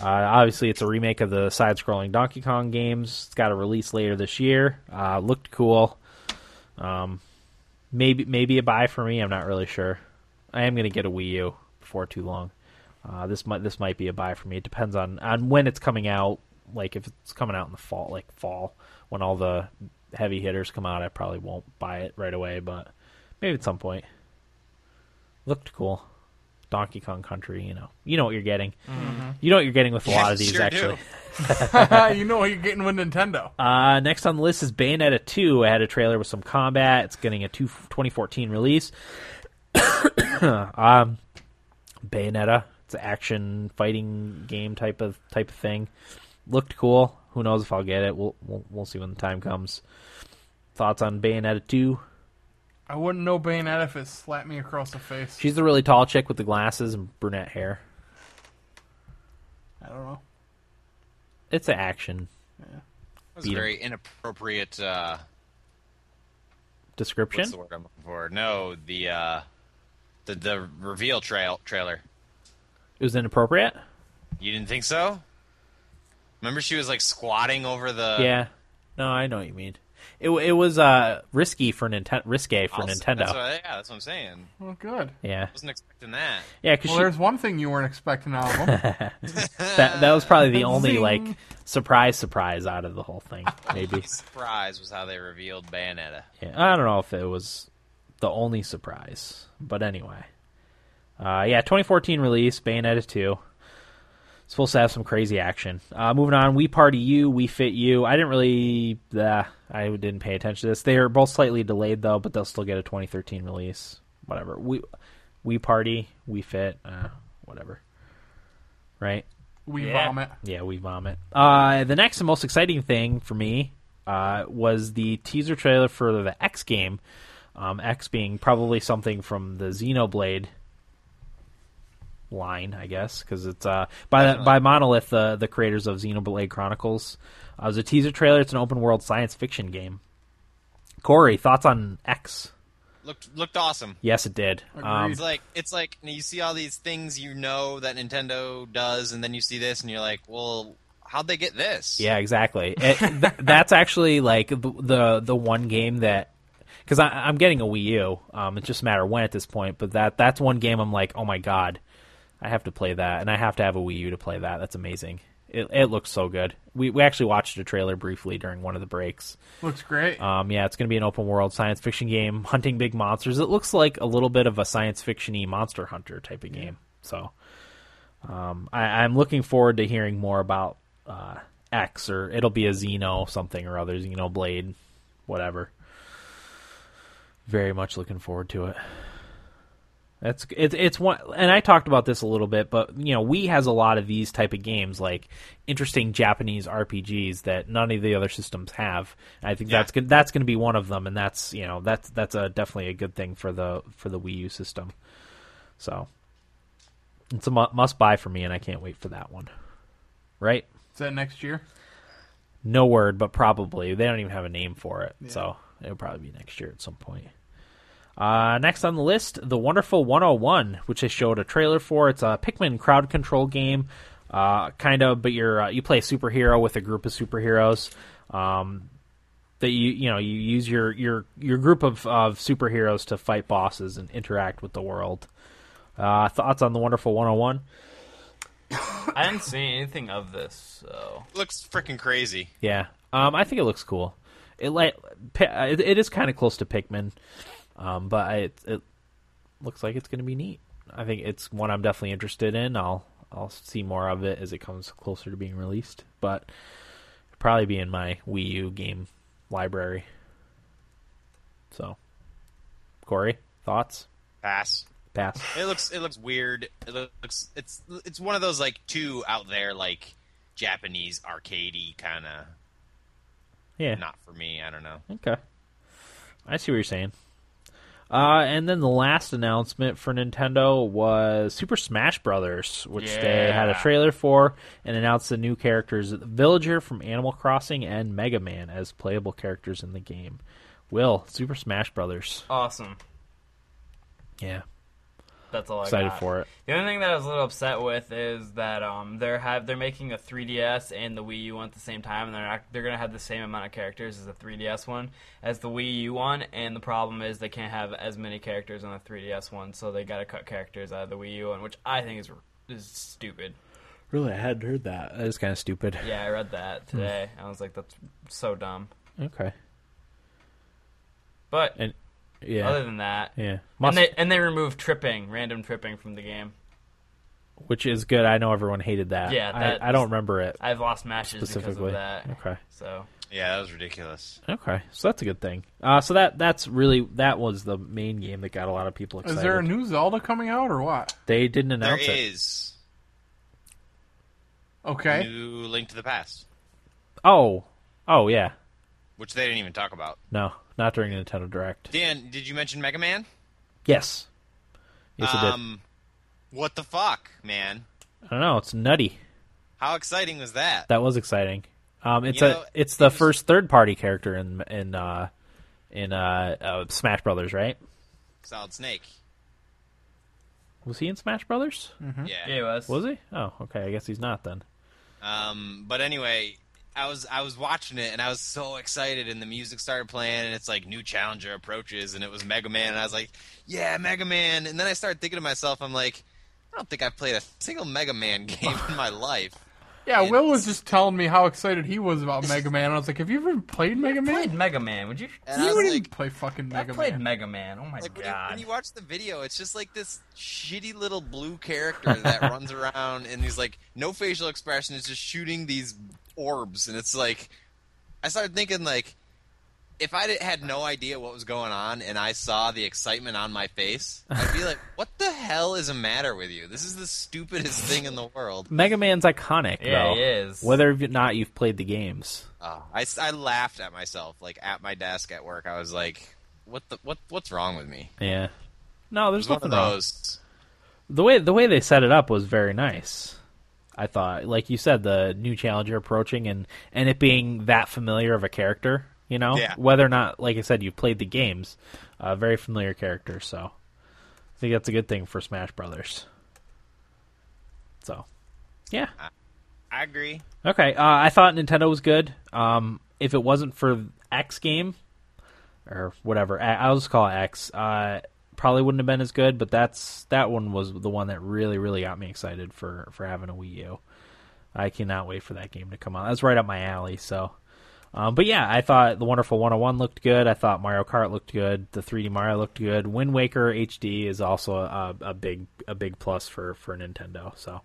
Speaker 3: Uh, obviously, it's a remake of the side-scrolling Donkey Kong games. It's got a release later this year. Uh, looked cool. Um, maybe maybe a buy for me. I'm not really sure. I am going to get a Wii U before too long. Uh, this might this might be a buy for me. It depends on on when it's coming out. Like if it's coming out in the fall, like fall when all the heavy hitters come out, I probably won't buy it right away. But maybe at some point. Looked cool. Donkey Kong Country, you know, you know what you're getting. You know what you're getting with a lot of these,
Speaker 6: Sure do.
Speaker 3: actually.
Speaker 4: Ah, you know what you're getting with Nintendo.
Speaker 3: Uh, next on the list is Bayonetta 2. I had a trailer with some combat. It's getting a two, 2014 release. um, Bayonetta. It's an action fighting game type of type of thing. Looked cool. Who knows if I'll get it? We'll we'll, we'll see when the time comes. Thoughts on Bayonetta 2?
Speaker 4: I wouldn't know Bayonetta if it slapped me across the face.
Speaker 3: She's the really tall chick with the glasses and brunette hair.
Speaker 4: I don't know.
Speaker 3: It's an action
Speaker 6: That was a
Speaker 3: Beat 'em.
Speaker 6: very inappropriate. Uh,
Speaker 3: description.
Speaker 6: what's the word I'm looking for? No, the uh, the the reveal trail trailer.
Speaker 3: It was inappropriate.
Speaker 6: You didn't think so? Remember, she was like squatting over the.
Speaker 3: yeah. No, I know what you mean. It w- it was uh risky for Nintendo. Risque for
Speaker 6: I'll s-
Speaker 3: Nintendo.
Speaker 6: That's what, I- yeah, that's what I'm saying.
Speaker 4: Well, good.
Speaker 3: Yeah,
Speaker 6: Wasn't expecting that.
Speaker 3: yeah, because
Speaker 4: Well, there's one thing you weren't expecting out of them.
Speaker 3: that that was probably the only
Speaker 4: Zing.
Speaker 3: like surprise surprise out of the whole thing. Maybe
Speaker 6: Surprise was how they revealed Bayonetta.
Speaker 3: Yeah, I don't know if it was the only surprise, but anyway, uh, yeah, 2014 release, Bayonetta 2. Supposed to have some crazy action. Uh, moving on, We Party You, We Fit You. I didn't really, uh, I didn't pay attention to this. They are both slightly delayed though, but they'll still get a 2013 release. Whatever. We We Party, We Fit, uh, whatever. Right.
Speaker 4: We
Speaker 1: Yeah.
Speaker 4: vomit.
Speaker 3: Yeah, we vomit. Uh, the next and most exciting thing for me uh, was the teaser trailer for the X game. Um, X being probably something from the Xenoblade line, I guess, because it's uh, by by Monolith, uh, the creators of Xenoblade Chronicles. Uh, it was a teaser trailer. It's an open world science fiction game. Corey, thoughts on X?
Speaker 6: Looked looked awesome.
Speaker 3: Yes, it did. Um,
Speaker 4: Agreed.
Speaker 6: It's like it's like you see all these things you know that Nintendo does, and then you see this, and you're like, well, how'd they get this?
Speaker 3: Yeah, exactly. It, th- that's actually like the the, the one game that because I'm getting a Wii U. Um, it's just a matter of when at this point. But that that's one game I'm like, oh my god, I have to play that, and I have to have a Wii U to play that. That's amazing. It, it looks so good. We we actually watched a trailer briefly during one of the breaks.
Speaker 4: Looks great.
Speaker 3: Um, yeah, it's going to be an open world science fiction game, hunting big monsters. It looks like a little bit of a science fictiony monster hunter type of game. So, um, I, I'm looking forward to hearing more about uh, X, or it'll be a Xeno something or other, Xenoblade, whatever. Very much looking forward to it. That's it's it's one, and I talked about this a little bit, but you know, we has a lot of these type of games, like interesting Japanese RPGs that none of the other systems have. And I think
Speaker 6: Yeah.
Speaker 3: that's good, that's going to be one of them, and that's you know that's that's a definitely a good thing for the for the Wii U system. So it's a mu- must buy for me, and I can't wait for that one. Right?
Speaker 4: Is that next year?
Speaker 3: No word, but probably. They don't even have a name for it. So it'll probably be next year at some point. Uh, next on the list, The Wonderful 101, which they showed a trailer for. It's a Pikmin crowd control game, uh, kind of, but you're uh, you play a superhero with a group of superheroes. Um, that you you know you use your your your group of, of superheroes to fight bosses and interact with the world. Uh, thoughts on the Wonderful 101?
Speaker 1: I didn't see anything of this, so
Speaker 6: Looks freaking crazy.
Speaker 3: Yeah, um, I think it looks cool. It like pi- uh, it, it is kind of close to Pikmin, um, but I, it, it looks like it's going to be neat. I think it's one I'm definitely interested in. I'll I'll see more of it as it comes closer to being released, but it'll probably be in my Wii U game library. So, Corey, thoughts?
Speaker 6: Pass.
Speaker 3: Pass.
Speaker 6: It looks it looks weird. It looks it's it's one of those like two out there like Japanese arcadey kind of
Speaker 3: Yeah.
Speaker 6: not for me. I don't know.
Speaker 3: Okay. I see what you're saying. Uh, and then the last announcement for Nintendo was Super Smash Brothers, which they had a
Speaker 1: Yeah.
Speaker 3: trailer for and announced the new characters Villager from Animal Crossing and Mega Man as playable characters in the game. Will Super Smash Brothers?
Speaker 1: awesome.
Speaker 3: Yeah,
Speaker 1: Oh That's all I
Speaker 3: excited
Speaker 1: got.
Speaker 3: for it.
Speaker 1: The only thing that I was a little upset with is that um, they're have they're making a 3DS and the Wii U one at the same time, and they're not, they're gonna have the same amount of characters as the 3DS one as the Wii U one. And the problem is they can't have as many characters on the 3DS one, so they gotta cut characters out of the Wii U one, which I think is is stupid.
Speaker 3: Really, I hadn't heard that. That is kind of stupid.
Speaker 1: Yeah, I read that
Speaker 3: Hmm.
Speaker 1: today. I was like, that's so dumb.
Speaker 3: Okay.
Speaker 1: But
Speaker 3: And yeah,
Speaker 1: other than that,
Speaker 3: yeah,
Speaker 1: and
Speaker 3: Must-
Speaker 1: they and they removed tripping, random tripping from the game.
Speaker 3: which is good. I know everyone hated that.
Speaker 1: Yeah,
Speaker 3: I, I
Speaker 1: that's-
Speaker 3: don't remember it
Speaker 1: I've lost matches because
Speaker 3: specifically.
Speaker 1: of that.
Speaker 3: Okay.
Speaker 1: So
Speaker 6: Yeah, that was ridiculous.
Speaker 3: Okay, so that's a good thing. Uh, so that that's really that was the main game that got a lot of people excited.
Speaker 4: Is there a new Zelda coming out or what?
Speaker 3: they didn't
Speaker 6: There
Speaker 3: announce it.
Speaker 6: is
Speaker 4: Okay.
Speaker 6: new Link to the Past,
Speaker 3: Oh, oh yeah,
Speaker 6: which they didn't even talk about.
Speaker 3: no, not during the Nintendo Direct.
Speaker 6: Dan, did you mention Mega Man?
Speaker 3: Yes, yes, it did.
Speaker 6: um, what the fuck, man?
Speaker 3: I don't know. It's nutty.
Speaker 6: How exciting was that?
Speaker 3: That was exciting. Um, it's
Speaker 6: You
Speaker 3: a
Speaker 6: know,
Speaker 3: it's the
Speaker 6: it was-
Speaker 3: first third party character in in uh, in uh, uh, Smash Brothers, right?
Speaker 6: Solid Snake.
Speaker 3: Was he in Smash Brothers?
Speaker 6: Yeah.
Speaker 1: yeah, it was.
Speaker 3: Was he? Oh, okay. I guess he's not then.
Speaker 6: Um, but anyway, I was I was watching it and I was so excited and the music started playing and it's like new challenger approaches and it was Mega Man and I was like, yeah, Mega Man. And then I started thinking to myself, I'm like, I don't think I've played a single Mega Man game in my life.
Speaker 4: Yeah, Will was just telling me how excited he was about Mega Man. I was like, "Have you ever played Mega
Speaker 1: I played
Speaker 4: Man?
Speaker 1: Mega Man. Would you?
Speaker 6: And I
Speaker 4: You
Speaker 6: was
Speaker 4: didn't
Speaker 6: like,
Speaker 4: play fucking
Speaker 1: I
Speaker 4: Mega
Speaker 1: played
Speaker 4: Man.
Speaker 1: Mega Man. Oh my
Speaker 6: like when you,
Speaker 1: god!
Speaker 6: when you watch the video, it's just like this shitty little blue character that runs around and he's like no facial expression, is just shooting these orbs, and it's like I started thinking like if I did, had no idea what was going on and I saw the excitement on my face, I'd be like, "What the hell is the matter with you? This is the stupidest thing in the world."
Speaker 3: Mega Man's iconic.
Speaker 1: Yeah,
Speaker 3: though.
Speaker 1: he is.
Speaker 3: Whether or not you've played the games,
Speaker 6: Oh, I, s- I laughed at myself like at my desk at work. I was like, "What the what what's wrong with me?"
Speaker 3: yeah. No, there's
Speaker 6: It's one
Speaker 3: nothing
Speaker 6: of
Speaker 3: wrong.
Speaker 6: those.
Speaker 3: the way the way they set it up was very nice. I thought, like you said, the new challenger approaching and and it being that familiar of a character, you know,
Speaker 6: Yeah.
Speaker 3: whether or not, like I said, you've played the games, a very familiar character. So I think that's a good thing for Smash Brothers. So, yeah.
Speaker 6: I agree.
Speaker 3: Okay, uh, I thought Nintendo was good. Um, if it wasn't for X game or whatever, I- I'll just call it X. Uh, probably wouldn't have been as good, but that's that one was the one that really, really got me excited for for having a Wii U. I cannot wait for that game to come out. That's right up my alley. So, um, but yeah, I thought the Wonderful 101 looked good. I thought Mario Kart looked good. The 3D Mario looked good. Wind Waker HD is also a, a big a big plus for for Nintendo. So,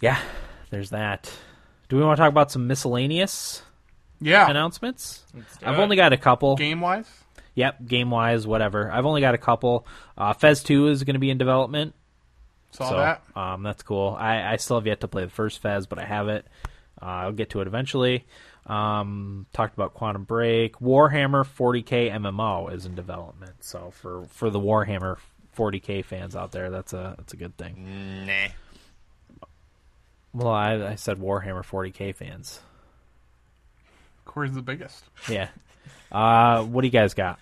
Speaker 3: yeah, there's that. Do we want to talk about some miscellaneous
Speaker 4: Yeah,
Speaker 3: announcements?
Speaker 1: do
Speaker 3: I've
Speaker 1: it.
Speaker 3: only got a couple.
Speaker 4: game wise.
Speaker 3: Yep, game wise, whatever. I've only got a couple. Uh, Fez Two is going to be in development,
Speaker 4: Saw
Speaker 3: so
Speaker 4: that.
Speaker 3: um, that's cool. I, I still have yet to play the first Fez, but I have it. Uh, I'll get to it eventually. Um, talked about Quantum Break, Warhammer 40k MMO is in development. So for for the Warhammer 40k fans out there, that's a that's a good thing.
Speaker 6: Nah.
Speaker 3: Well, I, I said Warhammer 40k fans.
Speaker 4: Corey's the biggest.
Speaker 3: Yeah. Uh, what do you guys got?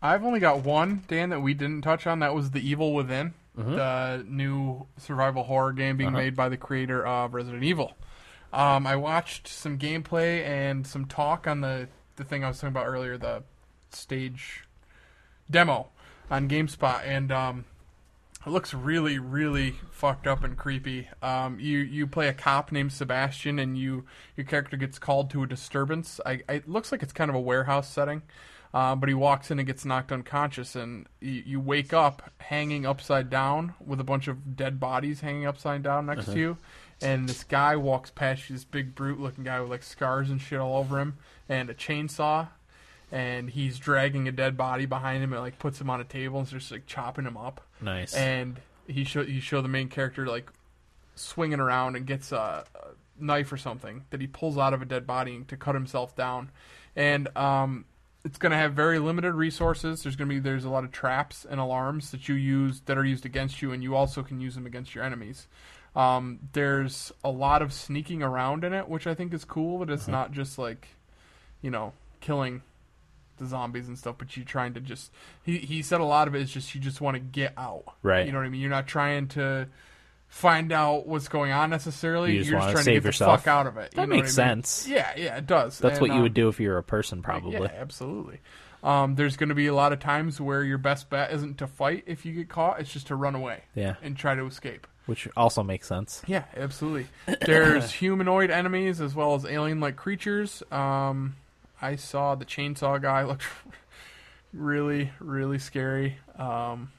Speaker 4: I've only got one, Dan, that we didn't touch on. That was The Evil Within, the new survival horror game being made by the creator of Resident Evil. Um, I watched some gameplay and some talk on the, the thing I was talking about earlier, the stage demo on GameSpot, and um, it looks really, really fucked up and creepy. Um, you you play a cop named Sebastian, and you your character gets called to a disturbance. I, I, it looks like it's kind of a warehouse setting, uh, but he walks in and gets knocked unconscious, and you, you wake up hanging upside down with a bunch of dead bodies hanging upside down next to you. And this guy walks past you, this big brute-looking guy with like scars and shit all over him, and a chainsaw and he's dragging a dead body behind him and like puts him on a table and starts like chopping him up.
Speaker 3: Nice.
Speaker 4: And he show you show the main character like swinging around and gets a, a knife or something that he pulls out of a dead body to cut himself down. And um, it's going to have very limited resources. There's going to be there's a lot of traps and alarms that you use that are used against you, and you also can use them against your enemies. Um, there's a lot of sneaking around in it, which I think is cool. That it's not just like, you know, killing the zombies and stuff, but you're trying to just. He he said a lot of it is just you just want to get out.
Speaker 3: Right.
Speaker 4: You know what I mean. You're not trying to find out what's going on necessarily.
Speaker 3: You just
Speaker 4: are just
Speaker 3: wanna
Speaker 4: trying
Speaker 3: save
Speaker 4: to get
Speaker 3: yourself.
Speaker 4: the fuck out of
Speaker 3: That
Speaker 4: it. you know what
Speaker 3: makes
Speaker 4: I mean?
Speaker 3: sense.
Speaker 4: Yeah, yeah, it does.
Speaker 3: That's what
Speaker 4: And,
Speaker 3: you
Speaker 4: uh,
Speaker 3: would do if you were a person, probably.
Speaker 4: yeah, absolutely. Um, there's going to be a lot of times where your best bet isn't to fight if you get caught; it's just to run away.
Speaker 3: Yeah.
Speaker 4: And try to escape.
Speaker 3: Which also makes sense.
Speaker 4: Yeah, absolutely. There's humanoid enemies as well as alien-like creatures. Um, I saw the chainsaw guy looked really, really scary. Um,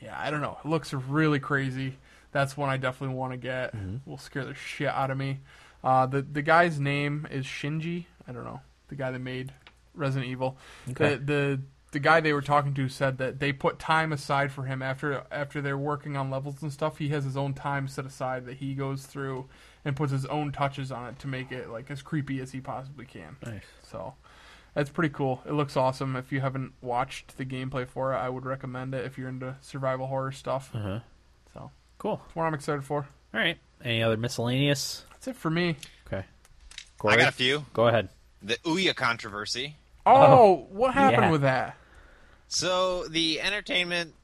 Speaker 4: yeah, I don't know. It looks really crazy. That's one I definitely want to get. Will scare the shit out of me. Uh, the the guy's name is Shinji. I don't know the guy that made Resident Evil. The, the the guy they were talking to said that they put time aside for him after after they're working on levels and stuff. He has his own time set aside that he goes through and puts his own touches on it to make it like as creepy as he possibly can. Nice. So that's pretty cool. It looks awesome. If you haven't watched the gameplay for it, I would recommend it if you're into survival horror stuff.
Speaker 3: Uh-huh.
Speaker 4: So
Speaker 3: Cool.
Speaker 4: that's what I'm excited for.
Speaker 3: All right. Any other miscellaneous?
Speaker 4: That's it for me.
Speaker 3: Okay.
Speaker 6: I
Speaker 3: Corey?
Speaker 6: got a few.
Speaker 3: Go ahead.
Speaker 6: The Ouya controversy.
Speaker 4: Oh, what happened
Speaker 3: Yeah.
Speaker 4: with that?
Speaker 6: So the Entertainment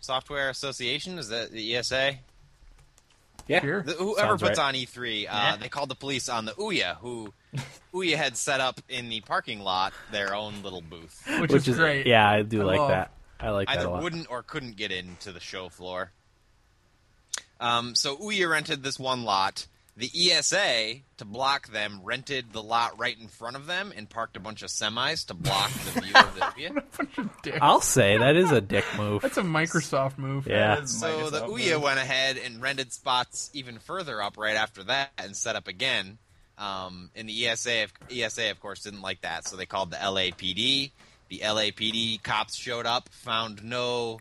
Speaker 6: Software Association is that the ESA?
Speaker 4: Here.
Speaker 6: The, whoever
Speaker 3: Sounds
Speaker 6: puts
Speaker 3: right.
Speaker 6: on E3, uh, they called the police on the Ouya, who Ouya had set up in the parking lot their own little booth.
Speaker 4: Which, is, great.
Speaker 3: Yeah, I do like
Speaker 4: love-
Speaker 3: that. I like that
Speaker 6: Either
Speaker 3: a lot.
Speaker 6: wouldn't or couldn't get into the show floor. Um, so Ouya rented this one lot. The ESA, to block them, rented the lot right in front of them and parked a bunch of semis to block the view of the Ouya.
Speaker 4: Dick.
Speaker 3: I'll say that is a dick move.
Speaker 4: That's a Microsoft move.
Speaker 3: yeah.
Speaker 6: So the Ouya went ahead and rented spots even further up right after that and set up again. Um, and the ESA, of- ESA of course, didn't like that, so they called the LAPD. The LAPD cops showed up, found no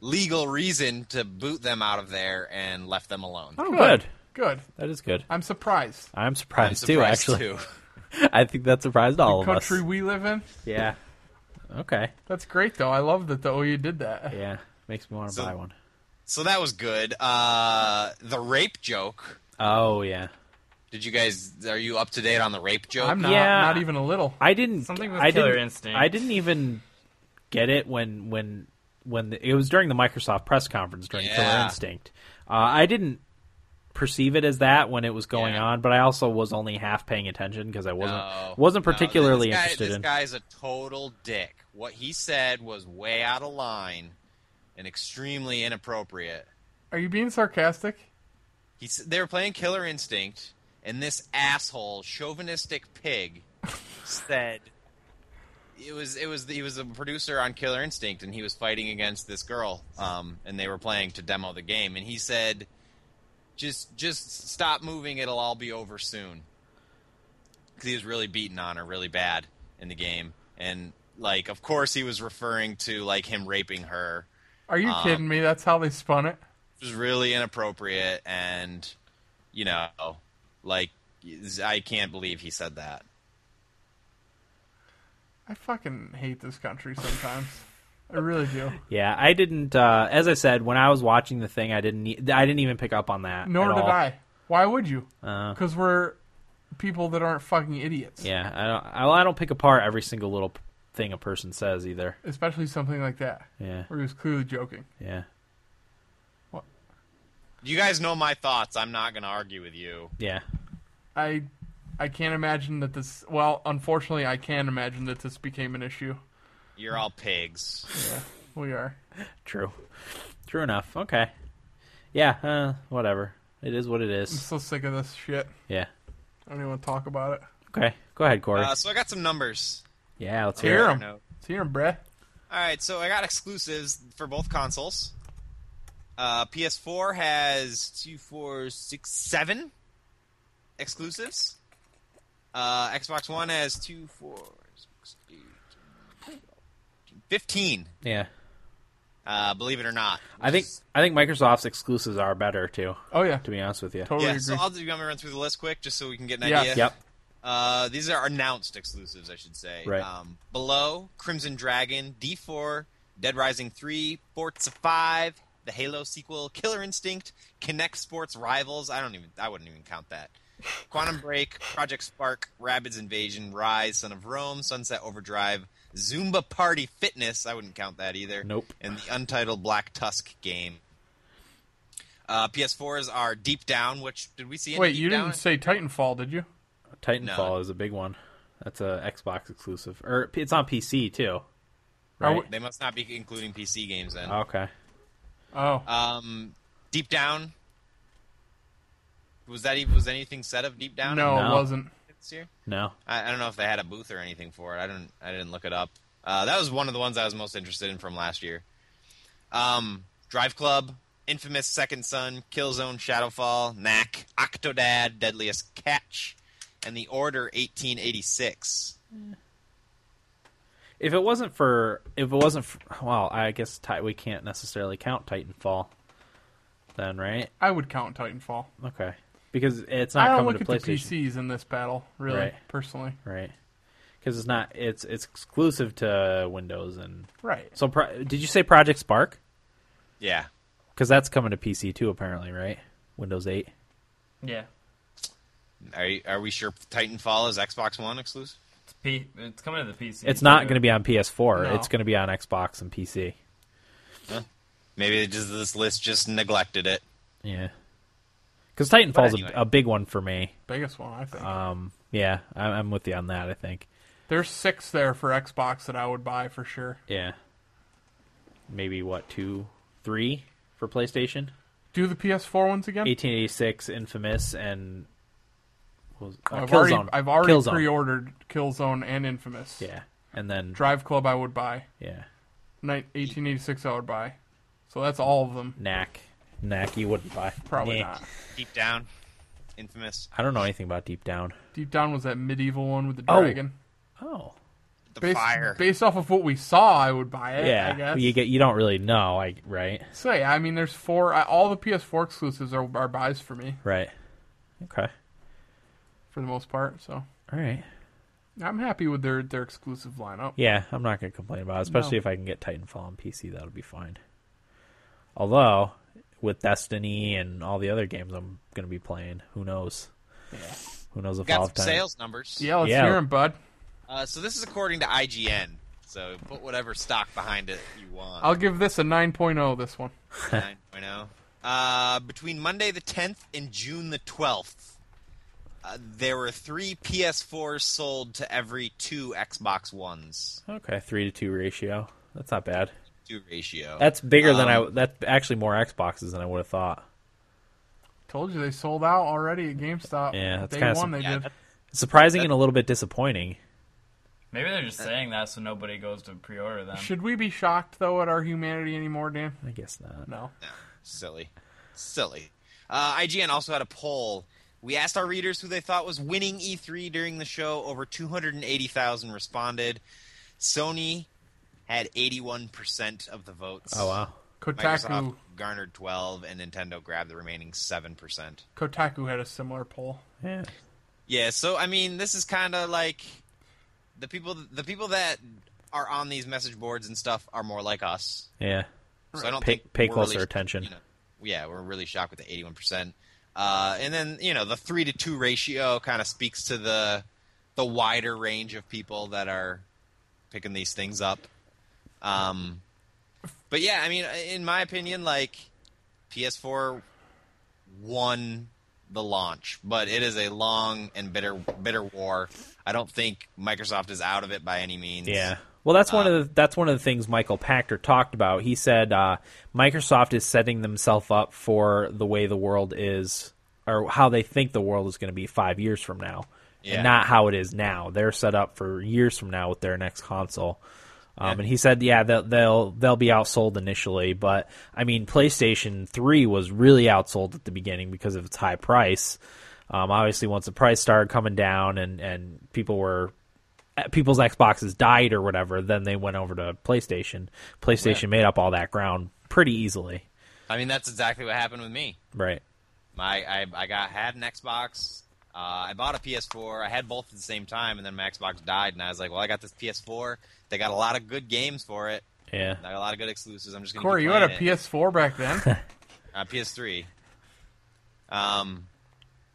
Speaker 6: legal reason to boot them out of there, and left them alone.
Speaker 3: Oh, good.
Speaker 4: Good.
Speaker 3: That is good.
Speaker 4: I'm surprised.
Speaker 3: I'm
Speaker 6: I'm
Speaker 3: surprised, too,
Speaker 6: surprised,
Speaker 3: actually.
Speaker 6: too.
Speaker 3: I think that surprised all of
Speaker 4: Country
Speaker 3: us.
Speaker 4: we live in.
Speaker 3: Yeah. Okay.
Speaker 4: That's great though. I love that the OU did that.
Speaker 3: Yeah. Makes me want to
Speaker 6: So-
Speaker 3: buy one.
Speaker 6: So that was good. Uh, the rape joke.
Speaker 3: Oh, yeah.
Speaker 6: Did you guys? Are you up to date on the rape joke?
Speaker 4: I'm not
Speaker 3: Yeah.
Speaker 4: not even a little.
Speaker 3: I didn't.
Speaker 1: Something with
Speaker 3: I
Speaker 1: Killer
Speaker 3: didn't,
Speaker 1: Instinct.
Speaker 3: I didn't even get it when when when the, it was during the Microsoft press conference during Killer
Speaker 6: Yeah.
Speaker 3: Instinct. Uh, I didn't perceive it as that when it was going
Speaker 6: Yeah.
Speaker 3: on, but I also was only half paying attention because I wasn't
Speaker 6: No.
Speaker 3: wasn't
Speaker 6: No,
Speaker 3: particularly
Speaker 6: this guy-
Speaker 3: interested
Speaker 6: This
Speaker 3: in.
Speaker 6: guy's a total dick. What he said was way out of line and extremely inappropriate.
Speaker 4: Are you being sarcastic?
Speaker 6: He s- they were playing Killer Instinct, and this asshole, chauvinistic pig, said it was it was he was a producer on Killer Instinct, and he was fighting against this girl, um, and they were playing to demo the game, and he said, "Just just stop moving; it'll all be over soon." Because he was really beaten on her really bad in the game, and like of course he was referring to like him raping her.
Speaker 4: Are you kidding me? That's how they spun it.
Speaker 6: It was really inappropriate and you know, like I can't believe he said that.
Speaker 4: I fucking hate this country sometimes. I really do.
Speaker 3: Yeah, I didn't. Uh, as I said, when I was watching the thing, I didn't. e- I didn't even pick up on that.
Speaker 4: Nor
Speaker 3: at
Speaker 4: did
Speaker 3: all.
Speaker 4: I. Why would you?
Speaker 3: Uh.
Speaker 4: Because we're people that aren't fucking idiots.
Speaker 3: Yeah, I don't. I, well, I don't pick apart every single little p- thing a person says either.
Speaker 4: Especially something like that,
Speaker 3: Yeah,
Speaker 4: where he was clearly joking.
Speaker 3: yeah,
Speaker 6: You guys know my thoughts. I'm not going to argue with you.
Speaker 3: yeah.
Speaker 4: I, I can't imagine that this. Well, unfortunately, I can imagine that this became an issue.
Speaker 6: You're all pigs.
Speaker 4: We are.
Speaker 3: True. True enough. Okay. Yeah. Uh, whatever. It is what it
Speaker 4: I'm
Speaker 3: is.
Speaker 4: so sick of this shit.
Speaker 3: Yeah.
Speaker 4: I don't even want to talk about it.
Speaker 3: Okay. Go ahead, Corey.
Speaker 6: Uh, so I got some numbers.
Speaker 3: yeah. Let's
Speaker 4: Hear
Speaker 3: hear. it.
Speaker 4: 'em.
Speaker 6: Note.
Speaker 4: Let's hear him, bruh.
Speaker 6: All right, so I got exclusives for both consoles. Uh, PS4 has two, four, six, seven exclusives. Uh, Xbox One has two, four, six, eight, 15.
Speaker 3: Yeah.
Speaker 6: Uh, believe it or not,
Speaker 3: I think I think Microsoft's exclusives are better too.
Speaker 4: Oh yeah,
Speaker 3: To be honest with you.
Speaker 4: totally
Speaker 6: Yeah,
Speaker 4: agree.
Speaker 6: so I'll do you want me to run through the list quick just so we can get an
Speaker 4: Yeah.
Speaker 6: idea.
Speaker 3: Yep.
Speaker 6: Uh, these are announced exclusives, I should say.
Speaker 3: Right.
Speaker 6: Um, Below, Crimson Dragon, D4, Dead Rising 3, Forza 5, the Halo sequel, Killer Instinct, Kinect Sports Rivals. I don't even. I wouldn't even count that. Quantum Break, Project Spark, Rabbids Invasion, Rise, Son of Rome, Sunset Overdrive, Zumba Party Fitness. I wouldn't count that either.
Speaker 3: Nope.
Speaker 6: And the Untitled Black Tusk game. Uh, PS4s are Deep Down, which did we see? Any
Speaker 4: Wait,
Speaker 6: Deep
Speaker 4: you
Speaker 6: Down?
Speaker 4: didn't say Titanfall, did you?
Speaker 3: Titanfall
Speaker 6: No.
Speaker 3: is a big one. That's a Xbox exclusive, or it's on PC too.
Speaker 4: Are
Speaker 3: Right.
Speaker 6: They must not be including PC games then.
Speaker 3: Okay.
Speaker 4: Oh,
Speaker 6: Um, Deep Down. Was that even, was anything said of Deep Down?
Speaker 4: no,
Speaker 3: No.
Speaker 4: it wasn't.
Speaker 6: this year?
Speaker 3: No.
Speaker 6: I, I don't know if they had a booth or anything for it. I didn't I didn't look it up. Uh, that was one of the ones I was most interested in from last year. Um, Drive Club, Infamous Second Son, Killzone Shadowfall, Knack, Octodad, Deadliest Catch, and The Order 1886.
Speaker 3: If it wasn't for, if it wasn't, for, well, I guess ti- we can't necessarily count Titanfall. Then right?
Speaker 4: I would count Titanfall.
Speaker 3: Okay. Because it's not
Speaker 4: I don't
Speaker 3: coming
Speaker 4: look
Speaker 3: to
Speaker 4: at the
Speaker 3: PlayStation,
Speaker 4: PCs in this battle, really,
Speaker 3: Right.
Speaker 4: personally.
Speaker 3: right? Because it's not. It's it's exclusive to Windows and.
Speaker 4: Right.
Speaker 3: So pro- did you say Project Spark?
Speaker 6: Yeah.
Speaker 3: Because that's coming to PC too, apparently, right? Windows 8.
Speaker 1: Yeah.
Speaker 6: Are you, are we sure Titanfall is Xbox One exclusive?
Speaker 1: It's, P- it's coming to the PC.
Speaker 3: It's not going to be on PS4.
Speaker 4: No.
Speaker 3: It's going to be on Xbox and PC.
Speaker 6: Maybe it just, this list just neglected it.
Speaker 3: Yeah. Because Titanfall's
Speaker 6: anyway.
Speaker 3: a, a big one for me.
Speaker 4: Biggest one, I think.
Speaker 3: Um, yeah, I, I'm with you on that. I think.
Speaker 4: There's six there for Xbox that I would buy for sure.
Speaker 3: Yeah. Maybe what two, three for PlayStation?
Speaker 4: Do the PS4 ones again?
Speaker 3: 1886, Infamous, and what was, uh,
Speaker 4: I've
Speaker 3: Killzone.
Speaker 4: already, I've already
Speaker 3: Killzone.
Speaker 4: pre-ordered Killzone and Infamous.
Speaker 3: Yeah, and then
Speaker 4: Drive Club I would buy.
Speaker 3: yeah,
Speaker 4: Night 1886 I would buy. So that's all of them.
Speaker 3: Knack. Knack, you wouldn't buy.
Speaker 4: Probably
Speaker 3: Nah.
Speaker 4: not.
Speaker 6: Deep Down, Infamous.
Speaker 3: I don't know anything about Deep Down.
Speaker 4: Deep Down was that medieval one with the
Speaker 3: Oh.
Speaker 4: dragon.
Speaker 3: Oh,
Speaker 6: The
Speaker 4: Based,
Speaker 6: fire.
Speaker 4: based off of what we saw, I would buy it. I
Speaker 3: yeah.
Speaker 4: guess.
Speaker 3: You get you don't really know, I right?
Speaker 4: So yeah, I mean, there's four. I, all the PS4 exclusives are, are buys for me
Speaker 3: Right. Okay.
Speaker 4: for the most part. So
Speaker 3: All right.
Speaker 4: I'm happy with their their exclusive lineup.
Speaker 3: Yeah, I'm not going to complain about it, especially
Speaker 4: No.
Speaker 3: if I can get Titanfall on PC. That'll be fine. Although, with Destiny and all the other games I'm going to be playing, who knows? Who knows if
Speaker 6: Got
Speaker 3: I'll
Speaker 6: some
Speaker 3: have time?
Speaker 6: sales numbers.
Speaker 4: Yeah, let's
Speaker 3: Yeah.
Speaker 4: hear him, bud.
Speaker 6: Uh, so this is according to IGN. So put whatever stock behind it you want.
Speaker 4: I'll give this a 9.0. This one.
Speaker 6: 9.0. Uh, between Monday the 10th and June the 12th, uh, there were three PS4s sold to every two Xbox Ones.
Speaker 3: Okay, three to two ratio. That's not bad.
Speaker 6: Two ratio.
Speaker 3: That's bigger than I.
Speaker 6: Um,
Speaker 3: That's actually more Xboxes than I would have thought.
Speaker 4: Told you they sold out already at GameStop.
Speaker 3: Yeah, that's
Speaker 4: day
Speaker 3: kinda
Speaker 4: one
Speaker 3: some-
Speaker 4: they
Speaker 6: yeah,
Speaker 4: did.
Speaker 6: that-
Speaker 3: Surprising and a little bit disappointing.
Speaker 1: Maybe they're just saying that so nobody goes to pre-order them.
Speaker 4: Should we be shocked though at our humanity anymore, Dan?
Speaker 3: I guess not.
Speaker 4: No.
Speaker 6: No, silly, silly. Uh, IGN also had a poll. We asked our E readers who they thought was winning E3 during the show. Over 280,000 responded. Sony had 81% of the votes.
Speaker 3: Oh wow.
Speaker 4: Kotaku
Speaker 6: Microsoft garnered 12 and Nintendo grabbed the remaining 7%.
Speaker 4: Kotaku had a similar poll.
Speaker 3: Yeah.
Speaker 6: Yeah, so I mean, this is kind of like the people the people that are on these message boards and stuff are more like us.
Speaker 3: Yeah.
Speaker 6: So I don't
Speaker 3: Pay-
Speaker 6: think
Speaker 3: pay
Speaker 6: we're
Speaker 3: closer
Speaker 6: really-
Speaker 3: attention.
Speaker 6: you know, yeah, we're really shocked with the eighty-one percent, uh, and then you know the three to two ratio kind of speaks to the the wider range of people that are picking these things up. Um, but yeah, I mean, in my opinion, like PS4 won the launch, but it is a long and bitter bitter war. I don't think Microsoft is out of it by any means.
Speaker 3: Yeah. Uh, Well, that's one of the, that's one of the things Michael Pachter talked about. He said uh, Microsoft is setting themselves up for the way the world is, or how they think the world is going to be five years from now,
Speaker 6: Yeah.
Speaker 3: and not how it is now. They're set up for years from now with their next console. Um, And he said, yeah, they'll, they'll they'll be outsold initially, but I mean, PlayStation Three was really outsold at the beginning because of its high price. Um, obviously, once the price started coming down and, and people were people's Xboxes died or whatever, then they went over to PlayStation. PlayStation made up all that ground pretty easily.
Speaker 6: I mean that's exactly what happened with me.
Speaker 3: Right.
Speaker 6: My I, I got had an Xbox. Uh, I bought a PS4. I had both at the same time, and then my Xbox died, and I was like, "Well, I got this PS4. They got a lot of good games for it.
Speaker 3: Yeah.
Speaker 6: They got a lot of good exclusives. I'm just gonna."
Speaker 4: Corey,
Speaker 6: keep
Speaker 4: you had a
Speaker 6: playing it.
Speaker 4: PS4 back then.
Speaker 6: uh, PS3. Um,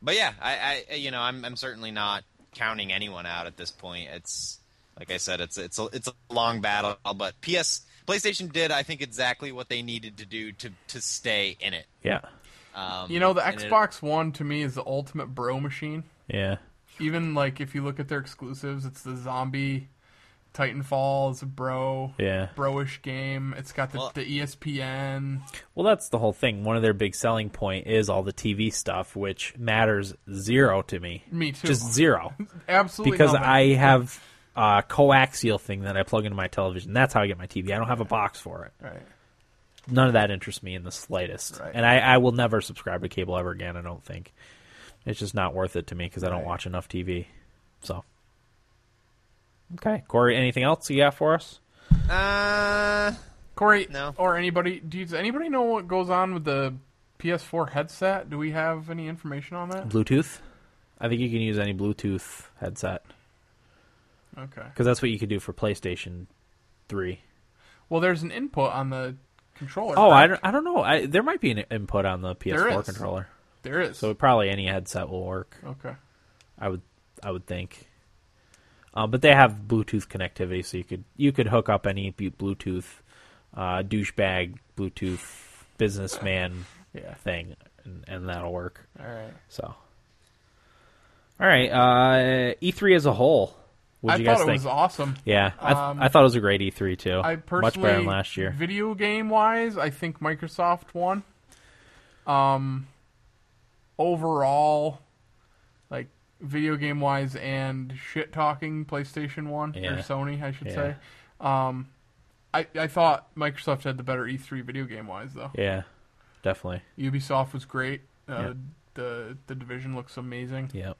Speaker 6: but yeah, I, I you know I'm I'm certainly not counting anyone out at this point. It's like I said, it's it's a it's a long battle, but PS PlayStation did I think exactly what they needed to do to to stay in it.
Speaker 3: Yeah.
Speaker 6: Um,
Speaker 4: you know, the
Speaker 6: and it-
Speaker 4: Xbox One to me is the ultimate bro machine.
Speaker 3: Yeah.
Speaker 4: Even like if you look at their exclusives, it's the zombie Titanfall. It's a bro,
Speaker 3: Yeah.
Speaker 4: broish game. It's got the,
Speaker 6: Well-
Speaker 4: the E ESPN.
Speaker 3: Well, that's the whole thing. One of their big selling point is all the TV stuff, which matters zero to me.
Speaker 4: Me too.
Speaker 3: Just zero.
Speaker 4: Absolutely,
Speaker 3: because
Speaker 4: nothing.
Speaker 3: I have a coaxial thing that I plug into my television. That's how I get my TV. I don't have a box for it.
Speaker 4: Right.
Speaker 3: None of that interests me in the slightest.
Speaker 4: Right.
Speaker 3: And I, I will never subscribe to cable ever again, I don't think. It's just not worth it to me because I don't watch enough TV. So. Okay. Corey, anything else you got for us?
Speaker 6: Uh,
Speaker 4: Corey,
Speaker 6: No.
Speaker 4: or anybody, do you, does anybody know what goes on with the PS4 headset? Do we have any information on that?
Speaker 3: Bluetooth? I think you can use any Bluetooth headset
Speaker 4: Okay.
Speaker 3: because that's what you could do for PlayStation 3.
Speaker 4: Well, there's an input on the controller.
Speaker 3: Oh, I
Speaker 4: correct?
Speaker 3: don't, I don't know. I, there might be an input on the PS4
Speaker 4: is.
Speaker 3: controller.
Speaker 4: There is.
Speaker 3: So probably any headset will work.
Speaker 4: okay.
Speaker 3: I would I would think. Uh, but they have Bluetooth connectivity, so you could you could hook up any bu- Bluetooth uh, douchebag Bluetooth businessman
Speaker 4: Yeah.
Speaker 3: thing, and, and that'll work.
Speaker 4: All right.
Speaker 3: So, all right, uh, E3 as a whole, what
Speaker 4: I
Speaker 3: would you
Speaker 4: thought
Speaker 3: guys
Speaker 4: it
Speaker 3: think?
Speaker 4: was awesome.
Speaker 3: yeah, I, th- I thought it was a great E3 too.
Speaker 4: I personally,
Speaker 3: much better than last year.
Speaker 4: Video game wise, I think Microsoft won. Um, overall, like video game wise and shit talking, PlayStation won
Speaker 3: Yeah.
Speaker 4: or Sony, I should
Speaker 3: Yeah.
Speaker 4: say. Um, I I thought Microsoft had the better E3 video game wise though.
Speaker 3: Yeah, definitely.
Speaker 4: Ubisoft was great. Uh,
Speaker 3: Yeah.
Speaker 4: The the division looks amazing.
Speaker 3: Yeah,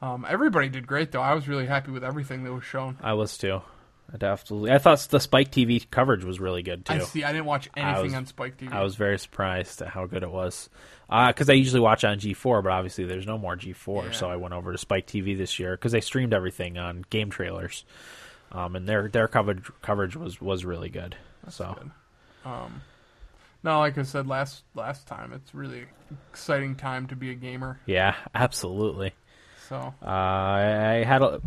Speaker 4: Um, everybody did great though. I was really happy with everything that was shown.
Speaker 3: I was too. I definitely. I thought the Spike TV coverage was really good too.
Speaker 4: I see. I didn't watch anything
Speaker 3: was-
Speaker 4: on Spike TV.
Speaker 3: I was very surprised at how good it was because I usually watch on G4, but obviously there's no more G4,
Speaker 4: Yeah.
Speaker 3: so I went over to Spike TV this year because they streamed everything on game trailers, um, and their their coverage coverage was was really good. so
Speaker 4: good. No, like I said last last time, it's really exciting time to be a gamer.
Speaker 3: yeah, absolutely.
Speaker 4: So
Speaker 3: Uh, I I had a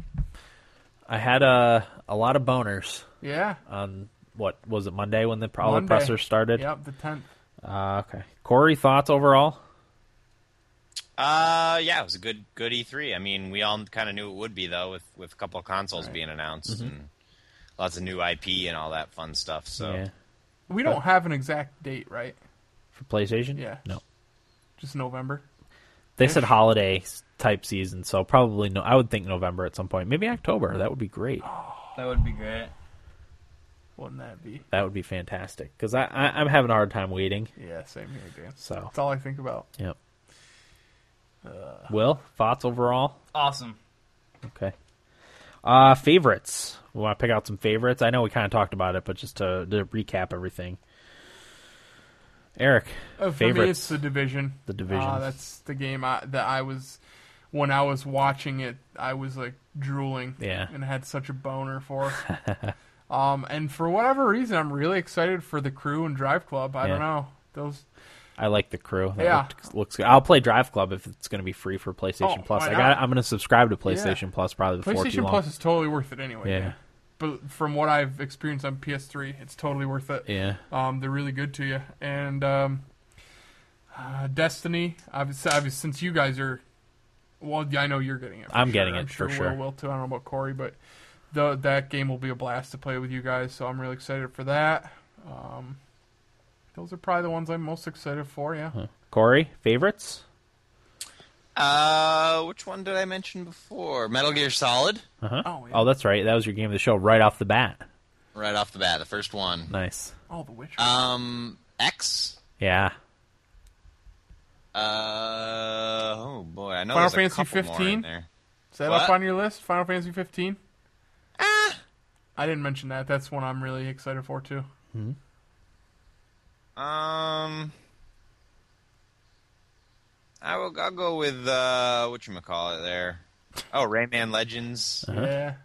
Speaker 3: I had a a lot of boners
Speaker 4: yeah,
Speaker 3: on what was it Monday when the all the
Speaker 4: Monday.
Speaker 3: pressers started.
Speaker 4: yep, the tenth.
Speaker 3: Uh, okay, Corey, thoughts overall?
Speaker 6: Uh, yeah, it was a good good E3. I mean, we all kind of knew it would be though, with with a couple of consoles being
Speaker 4: Mm-hmm.
Speaker 6: announced and lots of new IP and all that fun stuff. So
Speaker 3: Yeah,
Speaker 4: We don't have an exact date, right?
Speaker 3: for PlayStation.
Speaker 4: Yeah.
Speaker 3: no.
Speaker 4: Just November.
Speaker 3: They
Speaker 4: Hmm.
Speaker 3: said holiday s- type season, so probably no. I would think November at some point, maybe October. That would be great.
Speaker 1: That would be great.
Speaker 4: Wouldn't that be?
Speaker 3: That would be fantastic because I, I I'm having a hard time waiting.
Speaker 4: Yeah, same here, Dan.
Speaker 3: So
Speaker 4: That's all I think about.
Speaker 3: yep. Will thoughts overall?
Speaker 1: Awesome.
Speaker 3: Okay. Uh, favorites. We want to pick out some favorites. I know we kind of talked about it, but just to, to recap everything. Eric,
Speaker 4: Uh, for me,
Speaker 3: favorites.
Speaker 4: it's the division.
Speaker 3: The Division.
Speaker 4: Uh, that's the game I, that I was when I was watching it. I was like drooling.
Speaker 3: Yeah.
Speaker 4: and had such a boner for. um, and for whatever reason, I'm really excited for the crew and Drive Club. I don't
Speaker 3: Yeah.
Speaker 4: know those.
Speaker 3: I like the crew. That
Speaker 4: Yeah.
Speaker 3: looked- looks good. I'll play Drive Club if it's going to be free for PlayStation
Speaker 4: Oh,
Speaker 3: Plus.
Speaker 4: why
Speaker 3: I
Speaker 4: not?
Speaker 3: got. I'm going to subscribe to PlayStation Plus probably before too
Speaker 4: PlayStation
Speaker 3: long.
Speaker 4: Plus is totally worth it anyway.
Speaker 3: yeah,
Speaker 4: But from what I've experienced on PS3, it's totally worth it.
Speaker 3: yeah.
Speaker 4: Um, they're really good to you. And um, uh, Destiny, obviously, obviously, since you guys are, well, yeah, I know you're getting it. For
Speaker 3: I'm
Speaker 4: sure.
Speaker 3: getting
Speaker 4: I'm
Speaker 3: it for
Speaker 4: sure.
Speaker 3: sure.
Speaker 4: Will will too. I don't know about Corey, but the, that game will be a blast to play with you guys. So I'm really excited for that. Um, those are probably the ones I'm most excited for. Yeah.
Speaker 3: Corey, favorites.
Speaker 6: Uh, which one did I mention before? Metal Gear Solid,
Speaker 3: Uh-huh.
Speaker 4: Oh, yeah.
Speaker 3: oh, that's right. That was your game of the show right off the bat.
Speaker 6: right off the bat, the first one.
Speaker 3: Nice.
Speaker 4: Oh, The Witcher.
Speaker 6: Um, X.
Speaker 3: Yeah.
Speaker 6: Uh, oh boy, I know
Speaker 4: Final
Speaker 6: there's
Speaker 4: Fantasy
Speaker 6: a couple more
Speaker 4: 15?
Speaker 6: in there.
Speaker 4: is that
Speaker 6: what?
Speaker 4: up on your list? Final Fantasy 15. I didn't mention that. That's one I'm really excited for too.
Speaker 6: Um, I will. I'll go with uh, what you call it there. Oh, Rayman
Speaker 4: Uh,
Speaker 6: Legends
Speaker 4: Yeah.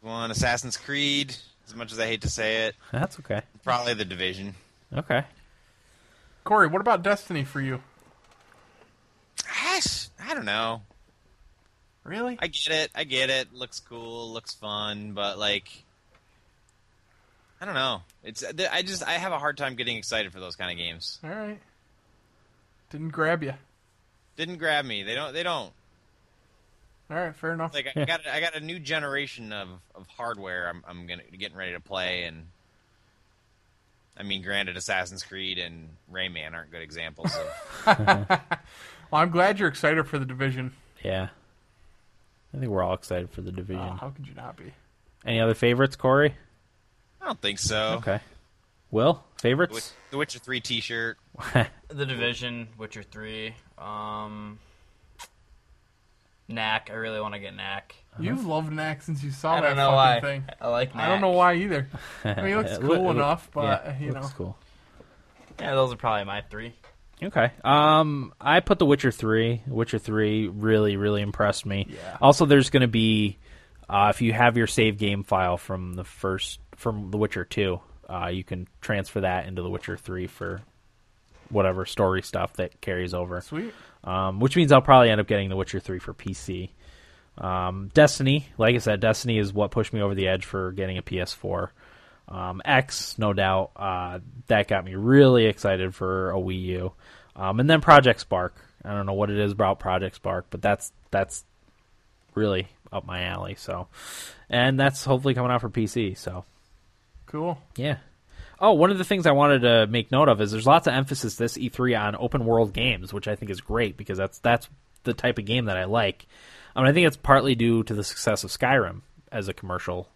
Speaker 6: one, Assassin's Creed. As much as I hate to say it,
Speaker 3: That's okay.
Speaker 6: probably the Division.
Speaker 3: Okay.
Speaker 4: Corey, what about Destiny for you?
Speaker 6: I s- I don't know.
Speaker 4: Really?
Speaker 6: I get it. I get it. Looks cool. Looks fun. But like, I don't know. It's I just I have a hard time getting excited for those kind of games.
Speaker 4: All right. Didn't grab you.
Speaker 6: Didn't grab me. They don't. They don't.
Speaker 4: All right, fair enough.
Speaker 6: Like
Speaker 3: Yeah.
Speaker 6: I got I got a new generation of, of hardware. I'm I'm gonna getting ready to play and. I mean, granted, Assassin's Creed and Rayman aren't good examples of.
Speaker 4: well, I'm glad you're excited for the division.
Speaker 3: Yeah. Uh, I think we're all excited for the division.
Speaker 4: Oh, how could you not be?
Speaker 3: Any other favorites, Corey?
Speaker 6: I don't think so.
Speaker 3: Okay. Will
Speaker 6: The Wit-
Speaker 3: favorites?
Speaker 6: The Witcher Three T-shirt.
Speaker 1: The Division, Witcher Three, um, Knack. I really want to get Knack.
Speaker 4: You've loved Knack since you saw
Speaker 1: I
Speaker 4: that
Speaker 1: don't know
Speaker 4: fucking
Speaker 1: why.
Speaker 4: thing.
Speaker 1: I like. Knack.
Speaker 4: I don't know why either. I mean, he looks
Speaker 3: It
Speaker 4: cool
Speaker 3: loo- it loo-
Speaker 4: enough, but
Speaker 3: yeah,
Speaker 4: you know,
Speaker 3: looks cool.
Speaker 1: Yeah, those are probably my three.
Speaker 3: Okay. Um, I put The Witcher Three. Witcher Three really, really impressed me.
Speaker 4: Yeah.
Speaker 3: Also, there's going to be, uh, if you have your save game file from the first from The Witcher Two, uh, you can transfer that into The Witcher Three for whatever story stuff that carries over.
Speaker 4: sweet.
Speaker 3: Um, which means I'll probably end up getting The Witcher Three for PC. Um, Destiny, like I said, Destiny is what pushed me over the edge for getting a PS4. Um, X, no doubt, uh, that got me really excited for a Wii U. Um, and then Project Spark. I don't know what it is about Project Spark, but that's that's really up my alley. So, and that's hopefully coming out for PC. So,
Speaker 4: Cool.
Speaker 3: yeah. Oh, one of the things I wanted to make note of is there's lots of emphasis this E3 on open world games, which I think is great because that's that's the type of game that I like. I mean, I think it's partly due to the success of Skyrim as a commercial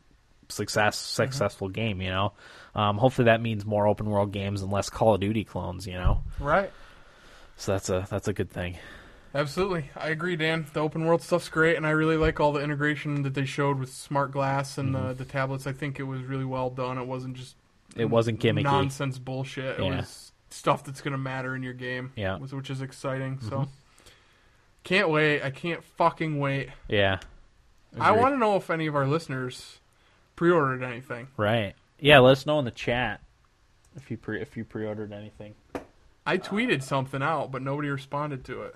Speaker 3: success successful game. You know, um, hopefully that means more open world games and less Call of Duty clones. You know,
Speaker 4: Right.
Speaker 3: so that's a that's a good thing.
Speaker 4: Absolutely. I agree, Dan. The open world stuff's great, and I really like all the integration that they showed with smart glass and
Speaker 3: Mm-hmm.
Speaker 4: uh, the, the tablets. I think it was really well done. It wasn't just
Speaker 3: It wasn't gimmicky.
Speaker 4: nonsense bullshit. It
Speaker 3: Yeah.
Speaker 4: was stuff that's going to matter in your game,
Speaker 3: Yeah. Mm-hmm.
Speaker 4: which- which is exciting. So, can't wait. I can't fucking wait.
Speaker 3: Yeah,
Speaker 4: I
Speaker 3: Agreed.
Speaker 4: want to know if any of our listeners pre-ordered anything.
Speaker 3: right. Yeah, let us know in the chat if you pre if you pre ordered anything.
Speaker 4: I tweeted something out, but nobody responded to it.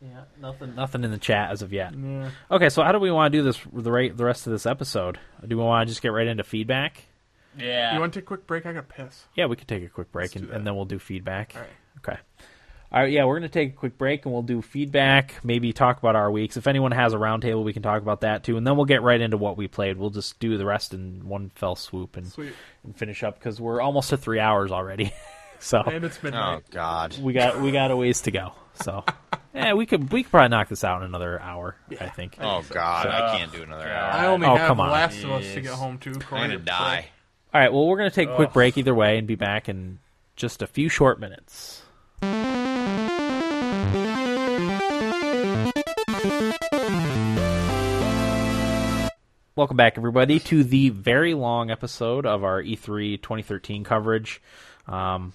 Speaker 3: Yeah, nothing nothing in the chat as of yet.
Speaker 4: Yeah.
Speaker 3: Okay, so how do we want to do this the right the rest of this episode? Do we want to just get right into feedback?
Speaker 1: Yeah.
Speaker 4: You
Speaker 6: Uh,
Speaker 4: want to take a quick break? I got piss.
Speaker 3: Yeah, we could take a quick break and,
Speaker 4: do that.
Speaker 3: and then we'll do feedback.
Speaker 4: All right.
Speaker 3: Okay. All right, yeah, we're going to take a quick break and we'll do feedback, maybe talk about our weeks. If anyone has a roundtable, we can talk about that too. And then we'll get right into what we played. We'll just do the rest in one fell swoop and,
Speaker 4: Sweet.
Speaker 3: and finish up because we're almost to three hours already. so
Speaker 4: And it's midnight.
Speaker 6: Oh, God.
Speaker 3: we got we got a ways to go. So yeah, we could we could probably knock this out in another hour. I think.
Speaker 6: Oh God, I can't do another hour.
Speaker 4: I only
Speaker 3: Oh,
Speaker 4: have
Speaker 3: come on.
Speaker 4: Last of Us to
Speaker 1: Jeez.
Speaker 4: get home to.
Speaker 6: I'm gonna die.
Speaker 3: All right, well, we're going to take a quick break either way and be back in just a few short minutes. Welcome back, everybody, to the very long episode of our E E3 2013 coverage. Um,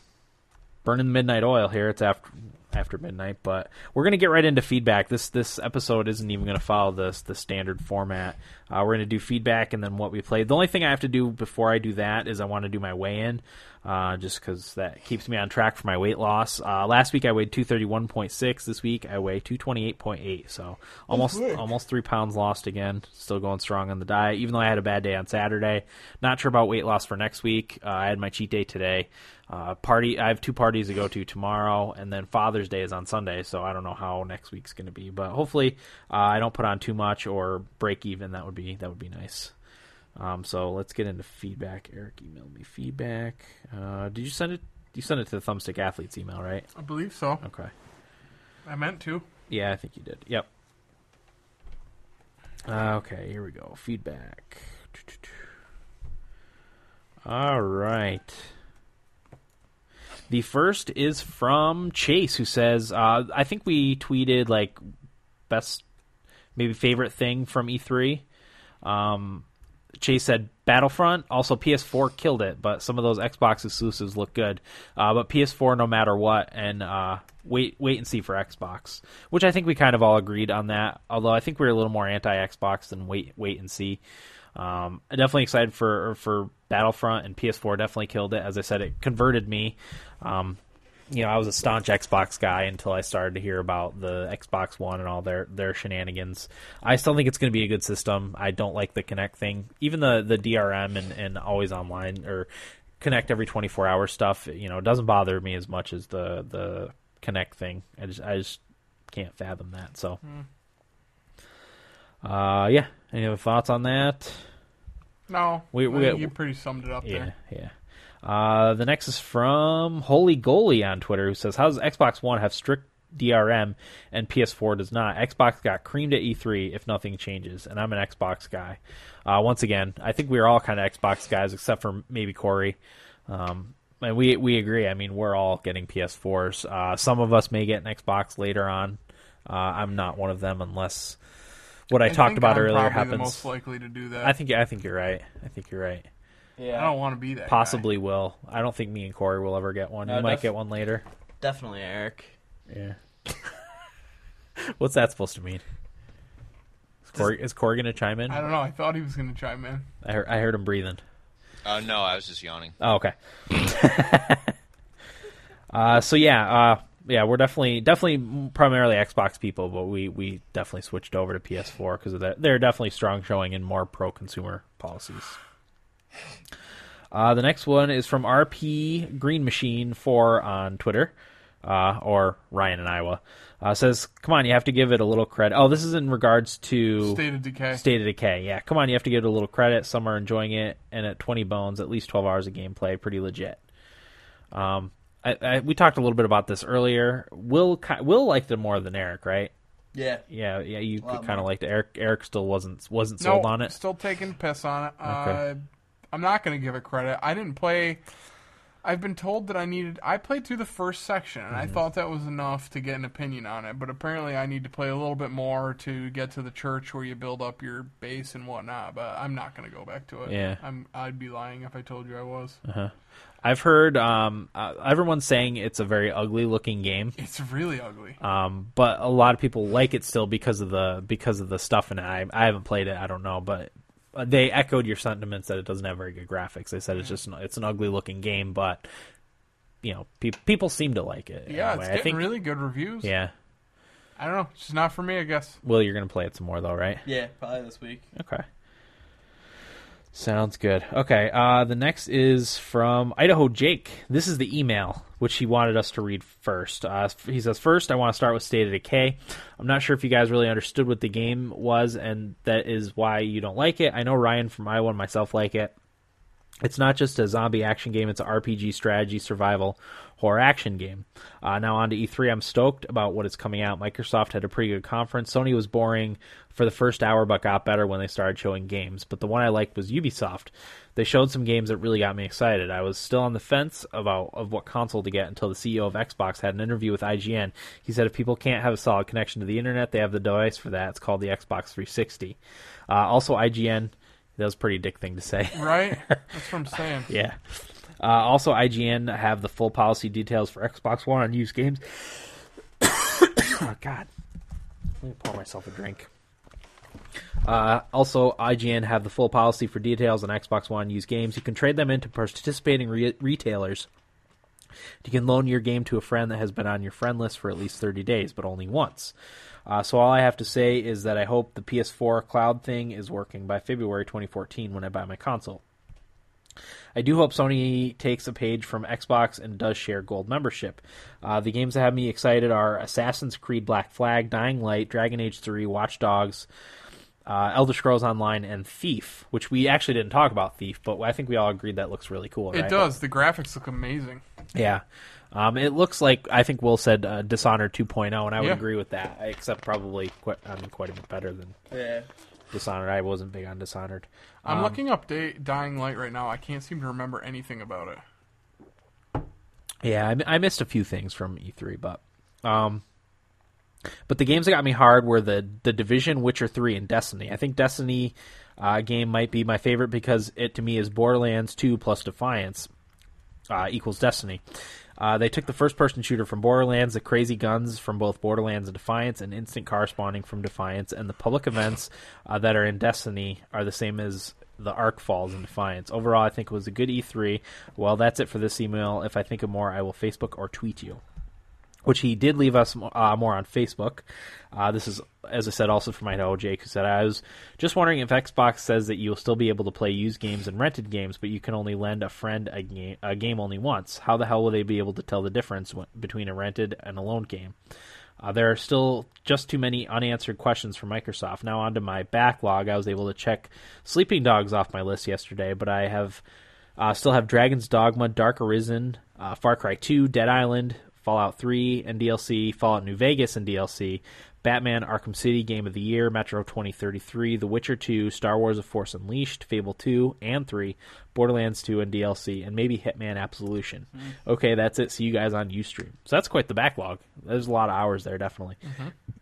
Speaker 3: burning midnight oil here. It's after after midnight, but we're gonna get right into feedback. This this episode isn't even gonna follow this the standard format. Uh, we're gonna do feedback and then what we played. The only thing I have to do before I do that is I want to do my weigh in, uh, just because that keeps me on track for my weight loss. Uh, last week I weighed two thirty one point six. This week I weigh two twenty eight point eight. So almost almost three pounds lost again. Still going strong on the diet, even though I had a bad day on Saturday. Not sure about weight loss for next week. Uh, I had my cheat day today uh, party. I have two parties to go to tomorrow, and then Father's Day is on Sunday, so I don't know how next week's going to be. But hopefully, uh, I don't put on too much or break even. That would be that would be nice. Um, so let's get into feedback. Eric emailed me feedback. Uh, did you send it? You sent it to the Thumbstick Athletes email, right?
Speaker 4: I believe so.
Speaker 3: Okay.
Speaker 4: I meant to.
Speaker 3: Yeah, I think you did. Yep. Uh, okay, here we go. Feedback. All right. The first is from Chase, who says, uh, "I think we tweeted like best, maybe favorite thing from E E3." Um, Chase said Battlefront. Also, PS4 killed it, but some of those Xbox exclusives look good. Uh, but PS4, no matter what, and uh, wait, wait and see for Xbox, which I think we kind of all agreed on that. Although I think we were a little more anti Xbox than wait, wait and see. Um, I'm definitely excited for for Battlefront and PS4. Definitely killed it. As I said, it converted me. Um, you know, I was a staunch Xbox guy until I started to hear about the Xbox One and all their their shenanigans. I still think it's going to be a good system. I don't like the Connect thing, even the the DRM and and always online or Connect every 24 hour stuff. You know, it doesn't bother me as much as the the Connect thing. I just I just can't fathom that. So, uh, yeah. Any other thoughts on that?
Speaker 4: No,
Speaker 3: We-
Speaker 4: we,
Speaker 3: we got-
Speaker 4: you pretty summed it up
Speaker 3: Yeah,
Speaker 4: there.
Speaker 3: yeah. Uh, the next is from Holy Goalie on Twitter, who says, "How does Xbox One have strict DRM and PS4 does not? Xbox got creamed at E3 if nothing changes, and I'm an Xbox guy. Uh, once again, I think we're all kind of Xbox guys, except for maybe Corey. Um, and we we agree. I mean, we're all getting PS4s. Uh, some of us may get an Xbox later on. Uh, I'm not one of them unless what I, talked
Speaker 4: think
Speaker 3: about
Speaker 4: I'm
Speaker 3: earlier
Speaker 4: probably The
Speaker 3: happens.
Speaker 4: most likely to do that.
Speaker 3: I think I think you're right. I think you're right.
Speaker 1: Yeah,
Speaker 4: I don't want to be that. guy.
Speaker 3: Possibly will. I don't think me and Corey will ever get one.
Speaker 1: No,
Speaker 3: you might
Speaker 1: def-
Speaker 3: get one later.
Speaker 1: definitely Eric.
Speaker 3: Yeah. What's that supposed to mean? Is Corey, is Corey gonna chime in?
Speaker 4: I
Speaker 3: I,
Speaker 4: don't know. I thought he was going to chime in.
Speaker 3: heard, I heard him breathing.
Speaker 6: Oh no, I was just yawning.
Speaker 3: Oh, okay. uh, so yeah, uh, yeah, we're definitely definitely primarily Xbox people, but we we definitely switched over to PS4 because of that. They're definitely strong showing and more pro consumer policies. Uh, the next one is from RP Green Machine Four on Twitter, uh, or Ryan in Iowa. Uh, says, "Come on, you have to give it a little credit." Oh, this is in regards to
Speaker 4: State of decay.
Speaker 3: State of Decay, yeah. Come on, you have to give it a little credit. Some are enjoying it, and at 20 bones, at least 12 hours of gameplay, pretty legit. Um, I, I, we talked a little bit about this earlier. Will ki- Will liked it more than Eric, right?
Speaker 1: Yeah,
Speaker 3: Yeah, yeah. You
Speaker 1: lot
Speaker 3: kind of
Speaker 1: more.
Speaker 3: liked it. Eric. Eric still wasn't wasn't
Speaker 4: no,
Speaker 3: sold on it.
Speaker 4: Still taking piss on it. Uh,
Speaker 3: Okay.
Speaker 4: I'm not going to give it credit. I didn't play. I've been told that I needed. I played through the first section, and
Speaker 3: Mm-hmm.
Speaker 4: I thought that was enough to get an opinion on it. But apparently, I need to play a little bit more to get to the church where you build up your base and whatnot. But I'm not going to go back to it.
Speaker 3: Yeah.
Speaker 4: I'm. I'd be lying if I told you I was.
Speaker 3: I've heard um, uh, everyone's saying it's a very ugly looking game.
Speaker 4: It's really ugly.
Speaker 3: Um, but a lot of people like it still because of the because of the stuff in it. I I haven't played it. I don't know, but uh, they echoed your sentiments that it doesn't have very good graphics. They said it's just an, it's an ugly looking game, but you know, pe- people seem to like it.
Speaker 4: yeah,
Speaker 3: anyway.
Speaker 4: it's
Speaker 3: I
Speaker 4: getting
Speaker 3: think.
Speaker 4: really good reviews.
Speaker 3: Yeah,
Speaker 4: I don't know. It's just not for me, I guess.
Speaker 3: Will, you're gonna play it some more though, right?
Speaker 1: yeah, probably this week.
Speaker 3: Okay. Sounds good. Okay. Uh, the next is from Idaho Jake. This is the email which he wanted us to read first. Uh, he says, First, I want to start with State of Decay. I'm not sure if you guys really understood what the game was, and that is why you don't like it. I know Ryan from Iowa and myself like it it's not just a zombie action game it's an rpg strategy survival horror action game uh, now on to e3 i'm stoked about what is coming out microsoft had a pretty good conference sony was boring for the first hour but got better when they started showing games but the one i liked was ubisoft they showed some games that really got me excited i was still on the fence about of what console to get until the ceo of xbox had an interview with ign he said if people can't have a solid connection to the internet they have the device for that it's called the xbox 360 uh, also ign That was a pretty dick thing to say.
Speaker 4: right? That's what I'm saying.
Speaker 3: yeah. Uh, also, IGN have the full policy details for Xbox One on used games. oh, God, let me pour myself a drink. Uh, also, IGN have the full policy for details on Xbox One used games. You can trade them into participating re- retailers. You can loan your game to a friend that has been on your friend list for at least 30 days, but only once. Uh, so all I have to say is that I hope the PS4 cloud thing is working by February 2014 when I buy my console. I do hope Sony takes a page from Xbox and does share gold membership. Uh, the games that have me excited are Assassin's Creed Black Flag, Dying Light, Dragon Age 3, Watch Dogs, uh, Elder Scrolls Online, and Thief, which we actually didn't talk about Thief, but I think we all agreed that looks really cool.
Speaker 4: It
Speaker 3: right?
Speaker 4: does. The graphics look amazing.
Speaker 3: Yeah. Um, it looks like I think Will said uh, Dishonored 2.0, and I would
Speaker 4: Yeah.
Speaker 3: agree with that. Except probably quite, I mean, quite a bit better than
Speaker 5: Yeah.
Speaker 3: Dishonored. I wasn't big on Dishonored.
Speaker 4: I'm looking up da- Dying Light right now. I can't seem to remember anything about it.
Speaker 3: Yeah, I, mi- I missed a few things from E3, but um, but the games that got me hard were the the Division, Witcher Three, and Destiny. I think Destiny uh, game might be my favorite because it to me is Borderlands Two plus Defiance uh, equals Destiny. Uh, they took the first person shooter from Borderlands, the crazy guns from both Borderlands and Defiance, and instant car spawning from Defiance, and the public events uh, that are in Destiny are the same as the Arc Falls in Defiance. Overall, I think it was a good E3. Well, that's it for this email. If I think of more, I will Facebook or tweet you which he did leave us uh, more on Facebook. Uh, this is, as I said, also from I know Jake, who said, I was just wondering if Xbox says that you'll still be able to play used games and rented games, but you can only lend a friend a, ga- a game only once. How the hell will they be able to tell the difference w- between a rented and a loaned game? Uh, there are still just too many unanswered questions from Microsoft. Now, onto my backlog. I was able to check Sleeping Dogs off my list yesterday, but I have uh, still have Dragon's Dogma, Dark Arisen, uh, Far Cry 2, Dead Island, Fallout 3 and DLC, Fallout New Vegas and DLC, Batman Arkham City Game of the Year, Metro 2033, The Witcher 2, Star Wars A Force Unleashed, Fable 2 and 3, Borderlands 2 and DLC, and maybe Hitman Absolution. Okay, that's it. See you guys on Ustream. So that's quite the backlog. There's a lot of hours there, definitely.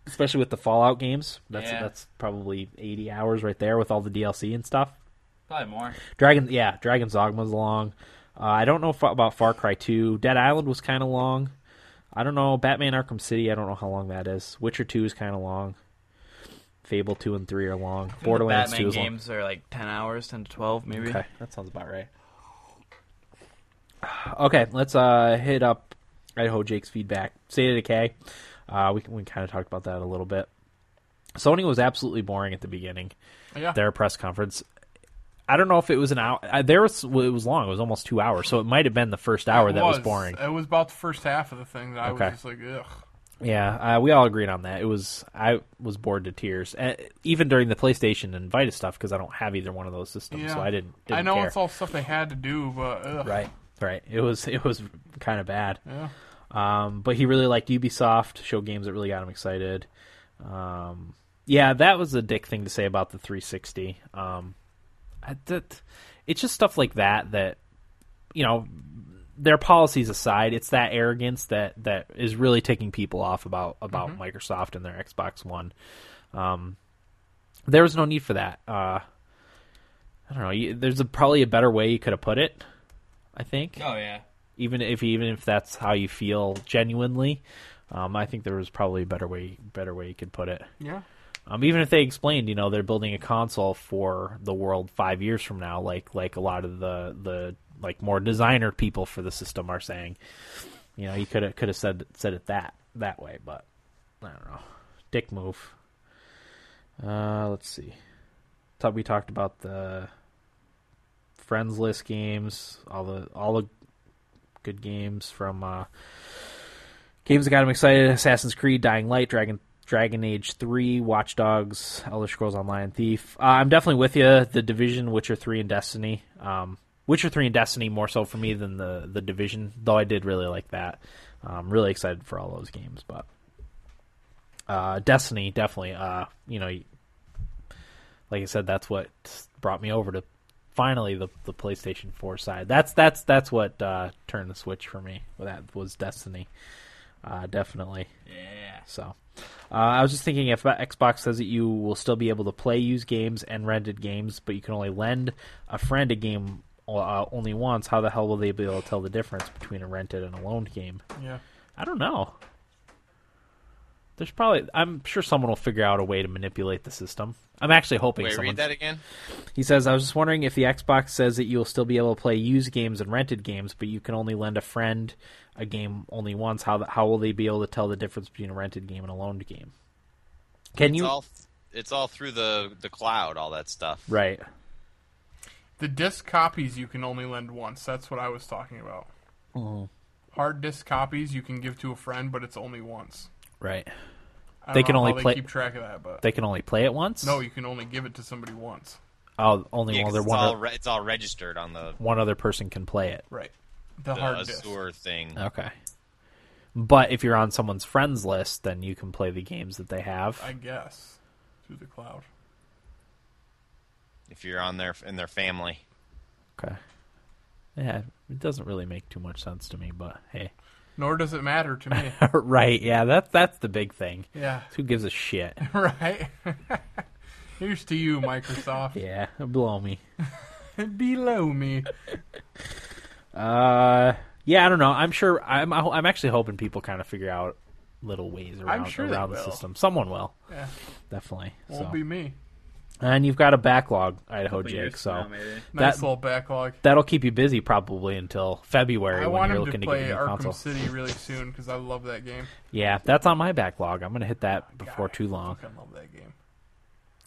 Speaker 3: Especially with the Fallout games. That's
Speaker 1: Yeah.
Speaker 3: that's probably 80 hours right there with all the DLC and stuff.
Speaker 1: Probably more.
Speaker 3: Dragon, yeah, Dragon's Dogma's long. Uh, I don't know fa- about Far Cry 2. Dead Island was kind of long. I don't know. Batman Arkham City, I don't know how long that is. Witcher 2 is kind of long. Fable 2 and 3 are long. Borderlands
Speaker 1: the
Speaker 3: 2
Speaker 1: Batman
Speaker 3: is long.
Speaker 1: games are like ten hours, ten to twelve, maybe.
Speaker 3: Okay, that sounds about right. Okay, let's uh, hit up Idaho Jake's feedback. State of Decay. Uh, we we kind of talked about that a little bit. Sony was absolutely boring at the beginning
Speaker 4: Yeah.
Speaker 3: their press conference. I don't know if it was an hour. I- There was well, it was long. It was almost two hours, so it might have been the first hour
Speaker 4: It
Speaker 3: that was boring.
Speaker 4: It was about the first half of the thing that I
Speaker 3: Okay.
Speaker 4: was just like, ugh.
Speaker 3: Yeah, uh, we all agreed on that. It was I was bored to tears, uh, even during the PlayStation and Vita stuff because I don't have either one of those systems,
Speaker 4: Yeah.
Speaker 3: so I didn't. didn't
Speaker 4: I know
Speaker 3: care.
Speaker 4: it's all stuff they had to do, but ugh.
Speaker 3: right. Right. It was it was kind of bad.
Speaker 4: Yeah.
Speaker 3: Um, but he really liked Ubisoft. Showed games that really got him excited. Um, yeah, that was a dick thing to say about the 360. Um, I- that, it's just stuff like that that you know their policies aside, it's that arrogance that that is really taking people off about about Microsoft and their Xbox One. Um, there was no need for that. Uh, I don't know. You, there's a, probably a better way you could have put it. I think
Speaker 1: Oh yeah.
Speaker 3: even if even if that's how you feel genuinely um, I think there was probably a better way better way you could put it.
Speaker 4: Yeah.
Speaker 3: Um, even if they explained, you know, they're building a console for the world five years from now, like like a lot of the the like more designer people for the system are saying, you know, you could have could have said said it that that way, but I don't know, dick move. Uh, let's see. Thought we talked about the friends list games, all the all the good games from uh, games that got him excited: Assassin's Creed, Dying Light, Dragon Dragon Age Three, Watch Dogs, Elder Scrolls Online, Thief. Uh, I'm definitely with you. The Division, Witcher Three, and Destiny. Um, Witcher Three and Destiny more so for me than the the Division, though I did really like that. I'm really excited for all those games, but uh, Destiny definitely. Uh, you know, like I said, that's what brought me over to finally the the PlayStation 4 side. That's that's that's what uh, turned the switch for me. That was Destiny. uh, definitely.
Speaker 1: Yeah.
Speaker 3: So, uh, I was just thinking if Xbox says that you will still be able to play used games and rented games, but you can only lend a friend a game uh, only once, how the hell will they be able to tell the difference between a rented and a loaned game?
Speaker 4: Yeah.
Speaker 3: I don't know. There's probably, I'm sure someone will figure out a way to manipulate the system. I'm actually hoping
Speaker 6: Wait,
Speaker 3: someone.
Speaker 6: read that again.
Speaker 3: He says, I was just wondering if the Xbox says that you'll still be able to play used games and rented games, but you can only lend a friend a game only once. How, how will they be able to tell the difference between a rented game and a loaned game? Can
Speaker 6: It's
Speaker 3: you?
Speaker 6: all it's all through the the cloud, all that stuff.
Speaker 3: Right.
Speaker 4: The disc copies you can only lend once. That's what I was talking about. Hard disk copies you can give to a friend, but it's only once.
Speaker 3: Right.
Speaker 4: I don't
Speaker 3: They can
Speaker 4: know
Speaker 3: only
Speaker 4: how
Speaker 3: play-
Speaker 4: They keep track of that, but
Speaker 3: They can only play it once?
Speaker 4: no, you can only give it to somebody once.
Speaker 3: Oh, only
Speaker 6: Yeah,
Speaker 3: one,
Speaker 6: 'cause
Speaker 3: other,
Speaker 6: it's
Speaker 3: one,
Speaker 6: all
Speaker 3: o-
Speaker 6: re- it's all registered on the,
Speaker 3: one other person can play it.
Speaker 4: Right. The,
Speaker 6: the
Speaker 4: hard disk.
Speaker 6: Azure thing.
Speaker 3: Okay. But if you're on someone's friends list, then you can play the games that they have.
Speaker 4: I guess through the cloud.
Speaker 6: If you're on their in their family,
Speaker 3: Okay. Yeah, it doesn't really make too much sense to me, but hey.
Speaker 4: Nor does it matter to me.
Speaker 3: right, yeah, that's that's the big thing.
Speaker 4: yeah.
Speaker 3: Who gives a shit?
Speaker 4: Right. Here's to you, Microsoft.
Speaker 3: Yeah, blow me.
Speaker 4: Below me.
Speaker 3: Uh, yeah, I don't know. I'm sure. I'm I'm actually hoping people kind of figure out little ways around
Speaker 4: sure they
Speaker 3: around the
Speaker 4: will.
Speaker 3: system. Someone will
Speaker 4: Yeah.
Speaker 3: definitely.
Speaker 4: Won't
Speaker 3: so.
Speaker 4: be me.
Speaker 3: And you've got a backlog, Idaho
Speaker 1: Couple years
Speaker 3: Jake.
Speaker 1: from
Speaker 3: So
Speaker 1: now, maybe.
Speaker 4: Nice
Speaker 3: That-
Speaker 4: little backlog.
Speaker 3: that'll keep you busy probably until February
Speaker 4: I
Speaker 3: when
Speaker 4: want
Speaker 3: you're
Speaker 4: him to
Speaker 3: looking to,
Speaker 4: play
Speaker 3: get a new
Speaker 4: Arkham
Speaker 3: console.
Speaker 4: City really soon because I love that game.
Speaker 3: Yeah, that's on my backlog. I'm gonna hit that before
Speaker 4: God,
Speaker 3: too long.
Speaker 4: I fucking love that game.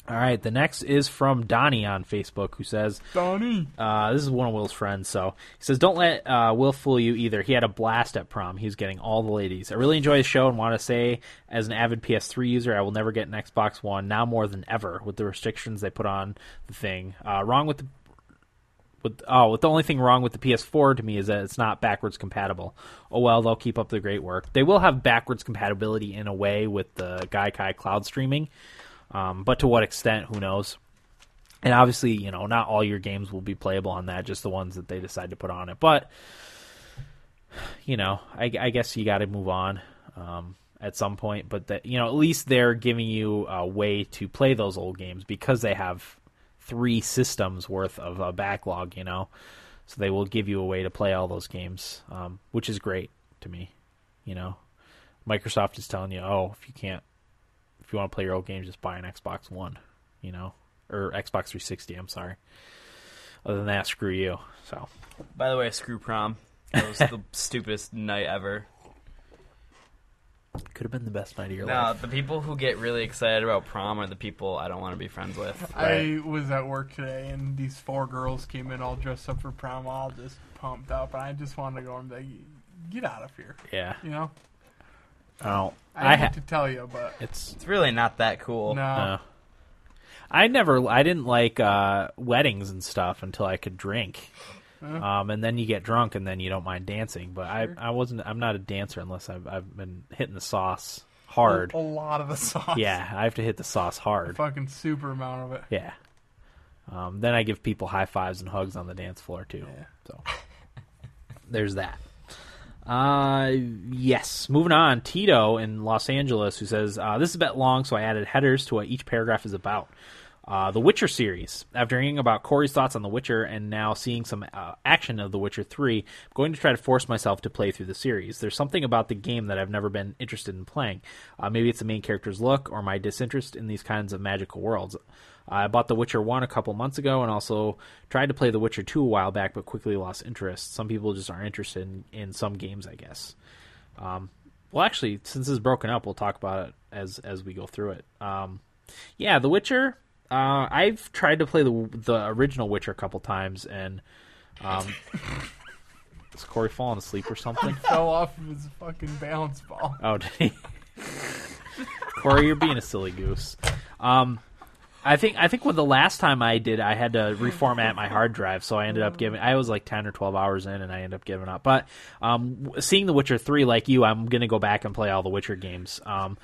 Speaker 3: All right, the next is from Donnie on Facebook who says,
Speaker 4: Donnie.
Speaker 3: Uh, this is one of Will's friends. So he says, "Don't let uh, Will fool you either. He had a blast at prom. He was getting all the ladies. I really enjoy his show and want to say, as an avid PS3 user, I will never get an Xbox One now more than ever with the restrictions they put on the thing. Uh, wrong with the." With, oh, with the only thing wrong with the PS4 to me is that it's not backwards compatible. Oh well, they'll keep up the great work. They will have backwards compatibility in a way with the Gaikai cloud streaming, um, but to what extent, who knows? And obviously, you know, not all your games will be playable on that, just the ones that they decide to put on it. But, you know, I, I guess you got to move on um, at some point. But, that, you know, at least they're giving you a way to play those old games because they have three systems worth of a backlog, you know. So they will give you a way to play all those games, um, which is great to me, you know. Microsoft is telling you, oh, if you can't, if you want to play your old games, just buy an Xbox One, you know, or Xbox 360. I'm sorry. Other than that, screw you. So
Speaker 1: By the way, screw prom. That was the stupidest night ever.
Speaker 3: could have been the best night of your
Speaker 1: No,
Speaker 3: life.
Speaker 1: the people who get really excited about prom are the people I don't want to be friends with.
Speaker 4: I was at work today and these four girls came in all dressed up for prom, all just pumped up, and I just wanted to go and be like, get out of here.
Speaker 3: Yeah.
Speaker 4: You know?
Speaker 3: Oh,
Speaker 4: I,
Speaker 3: I
Speaker 4: hate
Speaker 3: ha-
Speaker 4: to tell you, but
Speaker 3: it's
Speaker 1: It's really not that cool.
Speaker 4: no.
Speaker 3: uh, I never. I didn't like uh, weddings and stuff until I could drink. Um, and then you get drunk, and then you don't mind dancing. But I, I wasn't. I'm not a dancer unless I've, I've been hitting the sauce hard.
Speaker 4: A, a lot of the sauce.
Speaker 3: Yeah, I have to hit the sauce hard.
Speaker 4: Fucking super amount of it.
Speaker 3: Yeah. Um, then I give people high fives and hugs on the dance floor too. So there's that. Uh, yes. Moving on, Tito in Los Angeles, who says uh, this is a bit long, so I added headers to what each paragraph is about. Uh, the Witcher series. After hearing about Corey's thoughts on The Witcher and now seeing some uh, action of The Witcher 3, I'm going to try to force myself to play through the series. There's something about the game that I've never been interested in playing. Uh, maybe it's the main character's look or my disinterest in these kinds of magical worlds. I bought The Witcher 1 a couple months ago and also tried to play The Witcher 2 a while back, but quickly lost interest. Some people just aren't interested in, in some games, I guess. Um, Well, actually, since it's broken up, we'll talk about it as as we go through it. Um, yeah, The Witcher. Uh, I've tried to play the the original Witcher a couple times, and um, is Corey falling asleep or something?
Speaker 4: Fell off of his fucking balance ball.
Speaker 3: Oh, did he? Corey, you're being a silly goose. Um, I think I think when the last time I did, I had to reformat my hard drive, so I ended up giving. I was like ten or twelve hours in, and I ended up giving up. But um, w- seeing The Witcher three, like you, I'm gonna go back and play all the Witcher games. Um,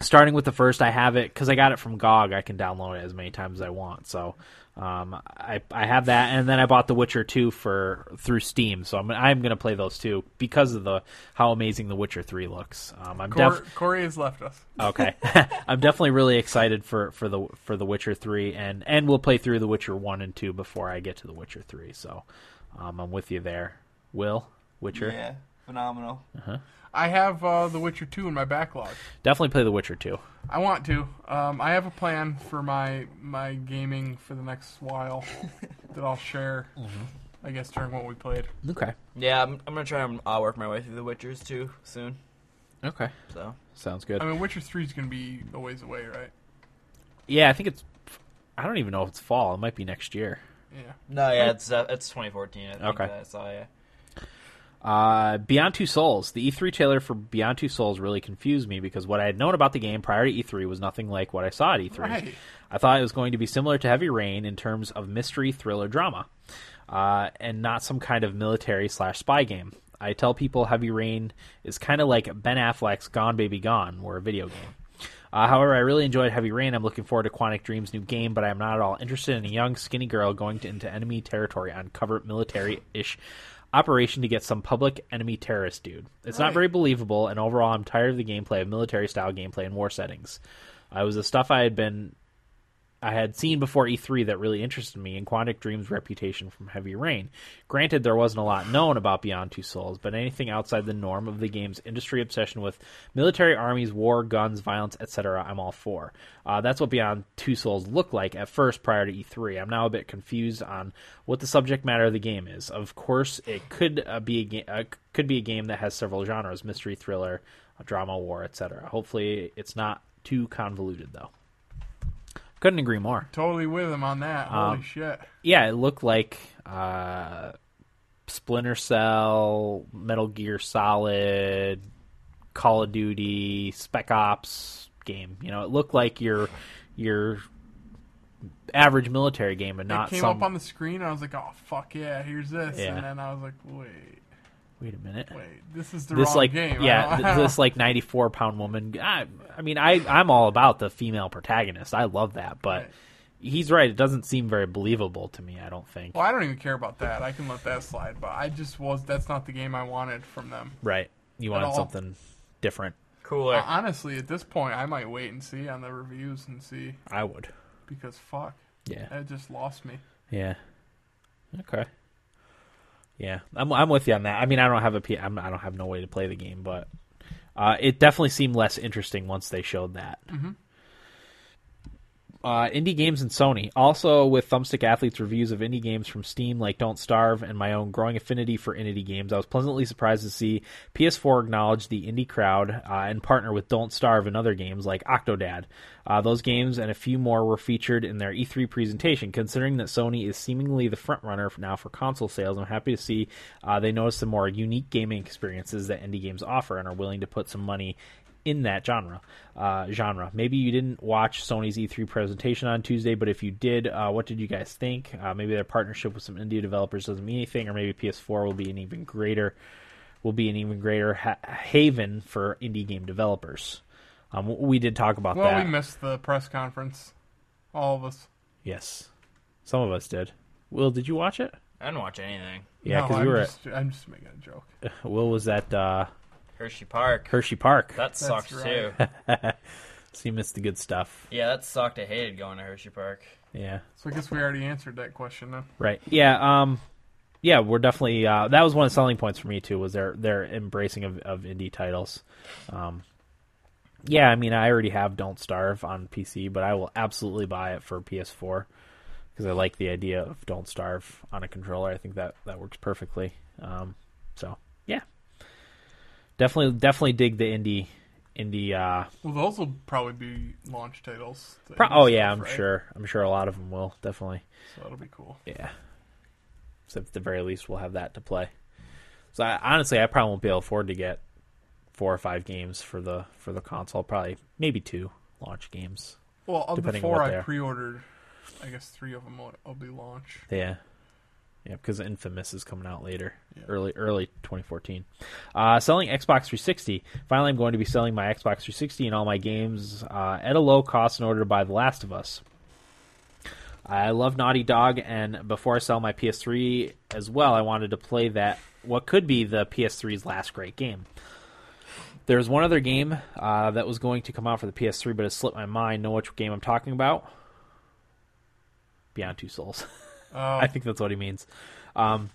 Speaker 3: starting with the first, I have it because I got it from GOG. I can download it as many times as I want. So Um, I I have that, and then I bought The Witcher Two for through Steam, so I'm I'm gonna play those two because of the how amazing The Witcher Three looks. Um, I'm
Speaker 4: Cor-
Speaker 3: def-
Speaker 4: Corey has left us.
Speaker 3: Okay, I'm definitely really excited for, for the for the Witcher three, and and we'll play through the Witcher one and two before I get to the Witcher three. So, um, I'm with you there, Will. Witcher,
Speaker 5: Yeah, phenomenal.
Speaker 4: I have uh, The Witcher 2 in my backlog.
Speaker 3: definitely play the Witcher two.
Speaker 4: I want to. Um, I have a plan for my my gaming for the next while that I'll share.
Speaker 3: Mm-hmm.
Speaker 4: I guess during what we played.
Speaker 3: Okay,
Speaker 1: Yeah, I'm, I'm gonna try and uh, work my way through The Witchers too soon.
Speaker 3: okay,
Speaker 1: So
Speaker 3: sounds good.
Speaker 4: I mean, Witcher 3 is going to be a ways away, right?
Speaker 3: yeah, I think it's. I don't even know if it's fall. It might be next year.
Speaker 4: Yeah.
Speaker 1: no, yeah, it's uh, it's 2014. I think
Speaker 3: Okay.
Speaker 1: that I saw yeah.
Speaker 3: Uh, Beyond Two Souls. The E3 trailer for Beyond Two Souls really confused me because what I had known about the game prior to E3 was nothing like what I saw at E3.
Speaker 4: Right.
Speaker 3: I thought it was going to be similar to Heavy Rain in terms of mystery, thriller, drama, uh, and not some kind of military slash spy game. I tell people Heavy Rain is kind of like Ben Affleck's Gone Baby Gone, were a video game. Uh, however, I really enjoyed Heavy Rain. I'm looking forward to Quantic Dream's new game, but I'm not at all interested in a young, skinny girl going to, into enemy territory on covert military ish operation to get some public enemy terrorist dude. It's not very believable, and overall, I'm tired of the gameplay of military style gameplay in war settings. Uh, it was the stuff I had been. I had seen before E3 that really interested me in Quantic Dream's reputation from Heavy Rain. Granted, there wasn't a lot known about Beyond Two Souls, but anything outside the norm of the game's industry obsession with military armies, war, guns, violence, etc., I'm all for. Uh, that's what Beyond Two Souls looked like at first prior to E3. I'm now a bit confused on what the subject matter of the game is. Of course, it could uh, be a ga- uh, could be a game that has several genres: mystery, thriller, drama, war, etc. Hopefully, it's not too convoluted though. Couldn't agree more
Speaker 4: Totally with him on that.
Speaker 3: Um,
Speaker 4: Holy shit.
Speaker 3: yeah, it looked like uh, Splinter Cell, Metal Gear Solid, Call of Duty, Spec Ops game. You know, it looked like your your average military game, but not
Speaker 4: it came
Speaker 3: some.
Speaker 4: up on the screen and I was like, oh, fuck yeah, here's this.
Speaker 3: Yeah.
Speaker 4: And then I was like, wait,
Speaker 3: Wait a minute.
Speaker 4: wait, this is the
Speaker 3: This
Speaker 4: wrong
Speaker 3: like
Speaker 4: game. I
Speaker 3: yeah,
Speaker 4: don't-
Speaker 3: th- this like ninety four pound woman. I, I mean, I I'm all about the female protagonist. I love that, but
Speaker 4: Right.
Speaker 3: he's right. It doesn't seem very believable to me. I don't think.
Speaker 4: Well, I don't even care about that. I can let that slide, but I just was, that's not the game I wanted from them.
Speaker 3: Right? You wanted
Speaker 4: all.
Speaker 3: something different.
Speaker 1: Cooler.
Speaker 4: Honestly, at this point, I might wait and see on the reviews and see
Speaker 3: I would.
Speaker 4: because fuck,
Speaker 3: Yeah.
Speaker 4: that just lost me.
Speaker 3: Yeah. Okay. Yeah, I'm I'm with you on that. I mean, I don't have a P. I'm, I don't have no way to play the game, but uh, it definitely seemed less interesting once they showed that. Uh, indie games and Sony also with Thumbstick Athletes reviews of indie games from Steam, like Don't Starve, and my own growing affinity for indie games. I was pleasantly surprised to see PS4 acknowledge the indie crowd uh, and partner with Don't Starve and other games like Octodad. Uh, those games and a few more were featured in their E3 presentation. Considering that Sony is seemingly the front runner now for console sales, I'm happy to see uh, they notice the more unique gaming experiences that indie games offer and are willing to put some money in that genre. Uh, genre. Maybe you didn't watch Sony's E3 presentation on Tuesday, but if you did, uh, what did you guys think? Uh, maybe their partnership with some indie developers doesn't mean anything, or maybe PS4 will be an even greater will be an even greater ha- haven for indie game developers. Um, we did talk about
Speaker 4: Well,
Speaker 3: that.
Speaker 4: we missed the press conference, all of us.
Speaker 3: yes, some of us did. Will, did you watch it?
Speaker 1: I didn't watch anything.
Speaker 3: Yeah,
Speaker 4: No,
Speaker 3: because
Speaker 4: I'm
Speaker 3: we were.
Speaker 4: Just, I'm just making a joke.
Speaker 3: At, Will was at uh,
Speaker 1: Hershey Park.
Speaker 3: Hershey Park.
Speaker 1: that sucked
Speaker 4: right.
Speaker 1: too.
Speaker 3: so you missed the good stuff.
Speaker 1: yeah, that sucked. I hated going to Hershey Park.
Speaker 3: Yeah.
Speaker 4: So I guess we already answered that question. Then.
Speaker 3: Right. Yeah. Um. Yeah, we're definitely. Uh, that was one of the selling points for me too. Was their their embracing of, of indie titles. Um. Yeah, I mean, I already have Don't Starve on PC, but I will absolutely buy it for PS4 because I like the idea of Don't Starve on a controller. I think that that works perfectly. Um. So yeah. Definitely, definitely dig the indie, indie. Uh,
Speaker 4: Well, those will probably be launch titles. that
Speaker 3: pro-
Speaker 4: you
Speaker 3: oh yeah,
Speaker 4: stuff,
Speaker 3: I'm
Speaker 4: right?
Speaker 3: sure. I'm sure a lot of them will definitely.
Speaker 4: So that'll be cool.
Speaker 3: Yeah. So at the very least, we'll have that to play. So I, honestly, I probably won't be able to afford to get four or five games for the for the console. Probably maybe two launch games.
Speaker 4: Well, of the
Speaker 3: Depending on
Speaker 4: four
Speaker 3: what
Speaker 4: I
Speaker 3: they are.
Speaker 4: pre-ordered, I guess three of them will, will be launch.
Speaker 3: Yeah. Yeah, because Infamous is coming out later,
Speaker 4: Yeah.
Speaker 3: early early 2014. Uh, selling Xbox 360. Finally, I'm going to be selling my Xbox 360 and all my games uh, at a low cost in order to buy The Last of Us. I love Naughty Dog, and before I sell my PS3 as well, I wanted to play that what could be the PS3's last great game. There was one other game uh, that was going to come out for the PS3, but it slipped my mind. Know which game I'm talking about? Beyond Two Souls.
Speaker 4: Uh,
Speaker 3: I think that's what he means. Um,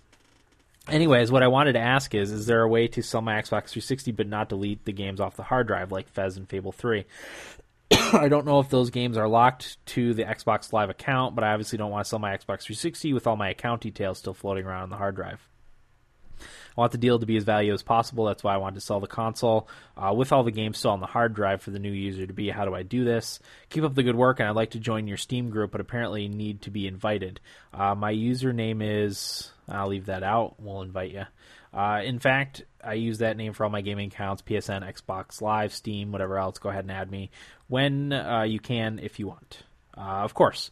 Speaker 3: anyways, what I wanted to ask is: Is there a way to sell my Xbox 360 but not delete the games off the hard drive, like Fez and Fable 3? I don't know if those games are locked to the Xbox Live account, but I obviously don't want to sell my Xbox 360 with all my account details still floating around on the hard drive. I want the deal to be as valuable as possible. That's why I wanted to sell the console uh, with all the games still on the hard drive for the new user to be. How do I do this? Keep up the good work, and I'd like to join your Steam group, but apparently need to be invited. Uh, my username is. I'll leave that out. We'll invite you. Uh, in fact, I use that name for all my gaming accounts PSN, Xbox Live, Steam, whatever else. Go ahead and add me when uh, you can if you want. Uh, of course.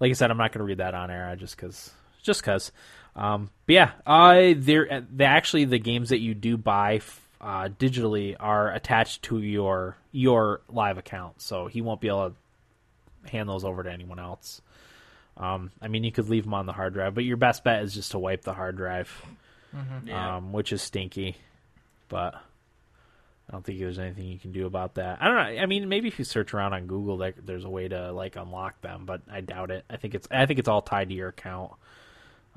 Speaker 3: Like I said, I'm not going to read that on air I just because. Just because. Um, but yeah, uh, they're, they actually the games that you do buy f- uh, digitally are attached to your your live account, so he won't be able to hand those over to anyone else. Um, I mean, you could leave them on the hard drive, but your best bet is just to wipe the hard drive,
Speaker 1: Yeah.
Speaker 3: um, which is stinky. But I don't think there's anything you can do about that. I don't know. I mean, maybe if you search around on Google, there, there's a way to like unlock them, but I doubt it. I think it's I think it's all tied to your account.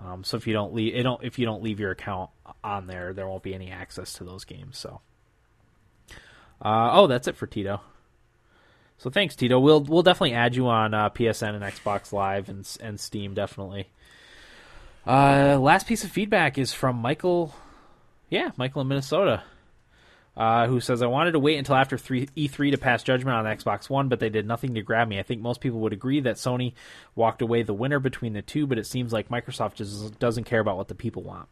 Speaker 3: Um, so if you don't leave, it don't if you don't leave your account on there, there won't be any access to those games. So, uh, oh, that's it for Tito. So thanks, Tito. We'll we'll definitely add you on uh, PSN and Xbox Live and s- and Steam definitely. Uh, last piece of feedback is from Michael. Yeah, Michael in Minnesota. Uh, who says I wanted to wait until after three, E3 to pass judgment on Xbox One, but they did nothing to grab me. I think most people would agree that Sony walked away the winner between the two, but it seems like Microsoft just doesn't care about what the people want.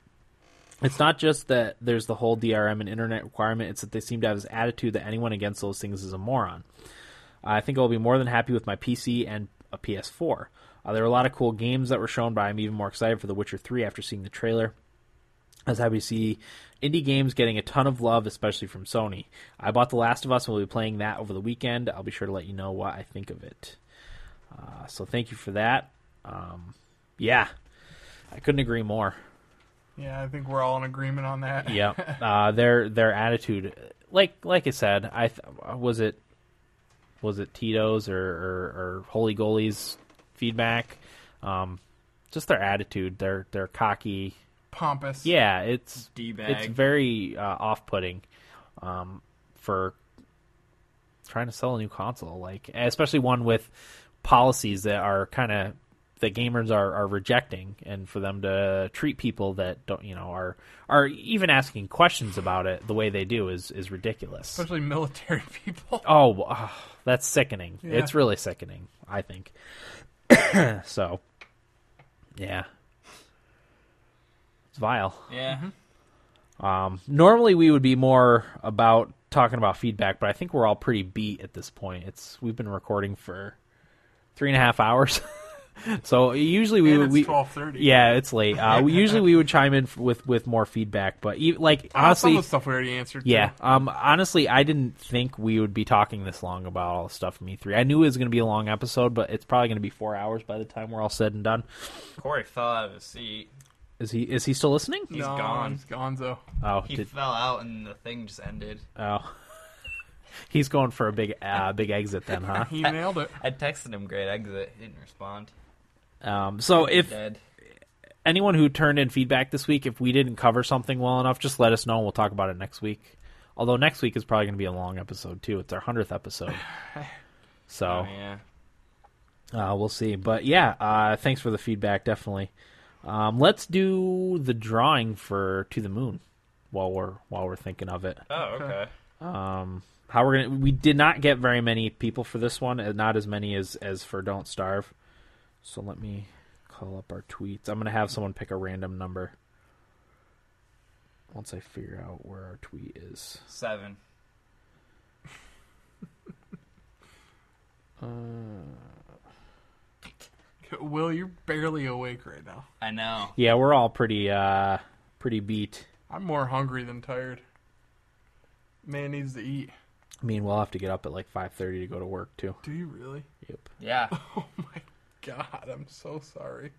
Speaker 3: It's not just that there's the whole DRM and internet requirement; it's that they seem to have this attitude that anyone against those things is a moron. I think I'll be more than happy with my PC and a PS4. Uh, there are a lot of cool games that were shown, but I'm even more excited for The Witcher 3 after seeing the trailer. I was happy to see indie games getting a ton of love, especially from Sony. I bought The Last of Us and will be playing that over the weekend. I'll be sure to let you know what I think of it. Uh, so thank you for that. Um, yeah, I couldn't agree more.
Speaker 4: Yeah, I think we're all in agreement on that.
Speaker 3: Yeah, uh, their their attitude, like like I said, I th- was it was it Tito's or, or, or Holy Goalies feedback, um, just their attitude, their their cocky.
Speaker 4: Pompous.
Speaker 3: Yeah, it's
Speaker 1: D-bag.
Speaker 3: it's very uh, off putting um, for trying to sell a new console, like especially one with policies that are kind of that gamers are, are rejecting, and for them to treat people that don't you know are are even asking questions about it the way they do is is ridiculous.
Speaker 4: Especially military people.
Speaker 3: Oh, ah, that's sickening.
Speaker 4: Yeah.
Speaker 3: It's really sickening, I think. so, yeah. It's vile.
Speaker 1: Yeah.
Speaker 3: Normally we would be more about talking about feedback, but I think we're all pretty beat at this point. It's we've been recording for three and a half hours. so usually we
Speaker 4: And
Speaker 3: would
Speaker 4: it's
Speaker 3: we
Speaker 4: 12:30.
Speaker 3: Yeah, it's late. Uh, we, usually we would chime in f- with with more feedback, but e- like
Speaker 4: Uh,
Speaker 3: honestly
Speaker 4: Some of the stuff we already answered.
Speaker 3: yeah.
Speaker 4: too.
Speaker 3: Um. Honestly, I didn't think we would be talking this long about all the stuff from E3. I knew it was going to be a long episode, but it's probably going to be four hours by the time we're all said and done.
Speaker 1: Corey fell out of his seat.
Speaker 3: Is he? Is he still listening?
Speaker 1: He's
Speaker 4: No,
Speaker 1: gone.
Speaker 4: He's gonzo.
Speaker 3: Oh,
Speaker 1: He
Speaker 3: did,
Speaker 1: fell out and the thing just ended.
Speaker 3: oh. He's going for a big, uh, big exit then, huh?
Speaker 4: He nailed it.
Speaker 1: I texted him great exit. He didn't respond.
Speaker 3: Um.
Speaker 1: Oh,
Speaker 3: So if
Speaker 1: Dead.
Speaker 3: anyone who turned in feedback this week, if we didn't cover something well enough, just let us know and we'll talk about it next week. Although next week is probably going to be a long episode too. It's our hundredth episode. So.
Speaker 1: Oh, yeah.
Speaker 3: Uh, we'll see. But yeah, uh, thanks for the feedback, definitely. Um, let's do the drawing for To the Moon while we're while we're thinking of it.
Speaker 1: Oh, okay.
Speaker 3: How we're gonna we did not get very many people for this one, and not as many as as for Don't Starve. So let me call up our tweets. I'm gonna have someone pick a random number. Once I figure out where our tweet is.
Speaker 1: Seven.
Speaker 4: Will, you're barely awake right now.
Speaker 1: I know.
Speaker 3: Yeah, we're all pretty uh pretty beat.
Speaker 4: I'm more hungry than tired. Man needs to eat.
Speaker 3: I mean, we'll have to get up at like 5:30 to go to work too.
Speaker 4: Do you really?
Speaker 3: Yep.
Speaker 1: Yeah.
Speaker 4: Oh my God, I'm so sorry.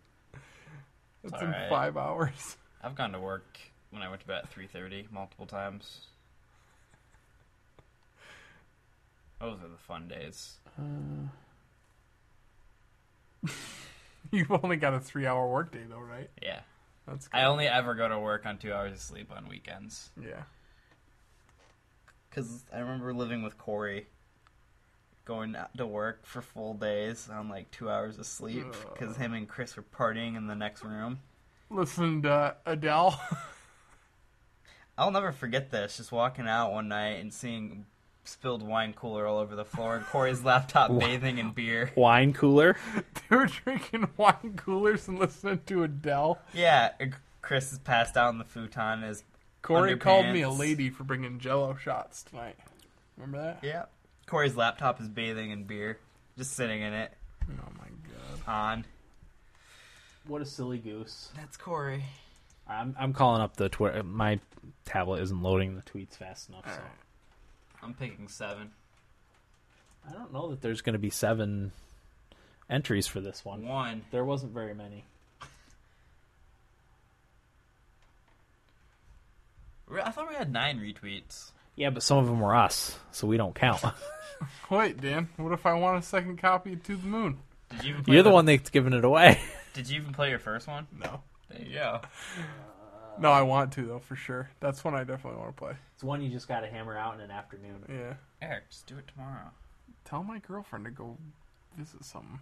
Speaker 4: It's
Speaker 1: It's
Speaker 4: in
Speaker 1: alright.
Speaker 4: five hours.
Speaker 1: I've gone to work when I went to bed at three thirty multiple times. Those are the fun days.
Speaker 4: You've only got a three-hour workday though, right?
Speaker 1: Yeah.
Speaker 4: That's good.
Speaker 1: I only ever go to work on two hours of sleep on weekends.
Speaker 4: yeah.
Speaker 1: Because I remember living with Corey, going out to work for full days on like two hours of sleep because him and Chris were partying in the next room.
Speaker 4: Listen to Adele.
Speaker 1: I'll never forget this. Just walking out one night and seeing spilled wine cooler all over the floor and Corey's laptop bathing in beer.
Speaker 3: Wine cooler.
Speaker 4: they were drinking wine coolers and listening to Adele.
Speaker 1: Yeah, and Chris is passed out on the futon. Is
Speaker 4: Corey called me a
Speaker 1: Underpants.
Speaker 4: lady for bringing Jello shots tonight. Remember that?
Speaker 1: yeah. Corey's laptop is bathing in beer, just sitting in it
Speaker 4: Oh my god.
Speaker 1: on.
Speaker 3: What a silly goose.
Speaker 1: That's Corey.
Speaker 3: I'm I'm calling up the Twitter. My tablet isn't loading the tweets fast enough. So
Speaker 1: I'm picking seven.
Speaker 3: I don't know that there's going to be seven entries for this one.
Speaker 1: One.
Speaker 3: There wasn't very many.
Speaker 1: Re- I thought we had nine retweets.
Speaker 3: Yeah, but some of them were us, so we don't count.
Speaker 4: Wait, Dan. What if I want a second copy of To the Moon?
Speaker 1: Did you even play
Speaker 3: You're the one that's giving it away.
Speaker 1: Did you even play your first one?
Speaker 4: No.
Speaker 1: There you go.
Speaker 4: No, I want to though for sure. That's one I definitely want to play.
Speaker 3: It's one you just got to hammer out in an afternoon.
Speaker 4: Yeah.
Speaker 1: Eric, just do it tomorrow.
Speaker 4: Tell my girlfriend to go visit something.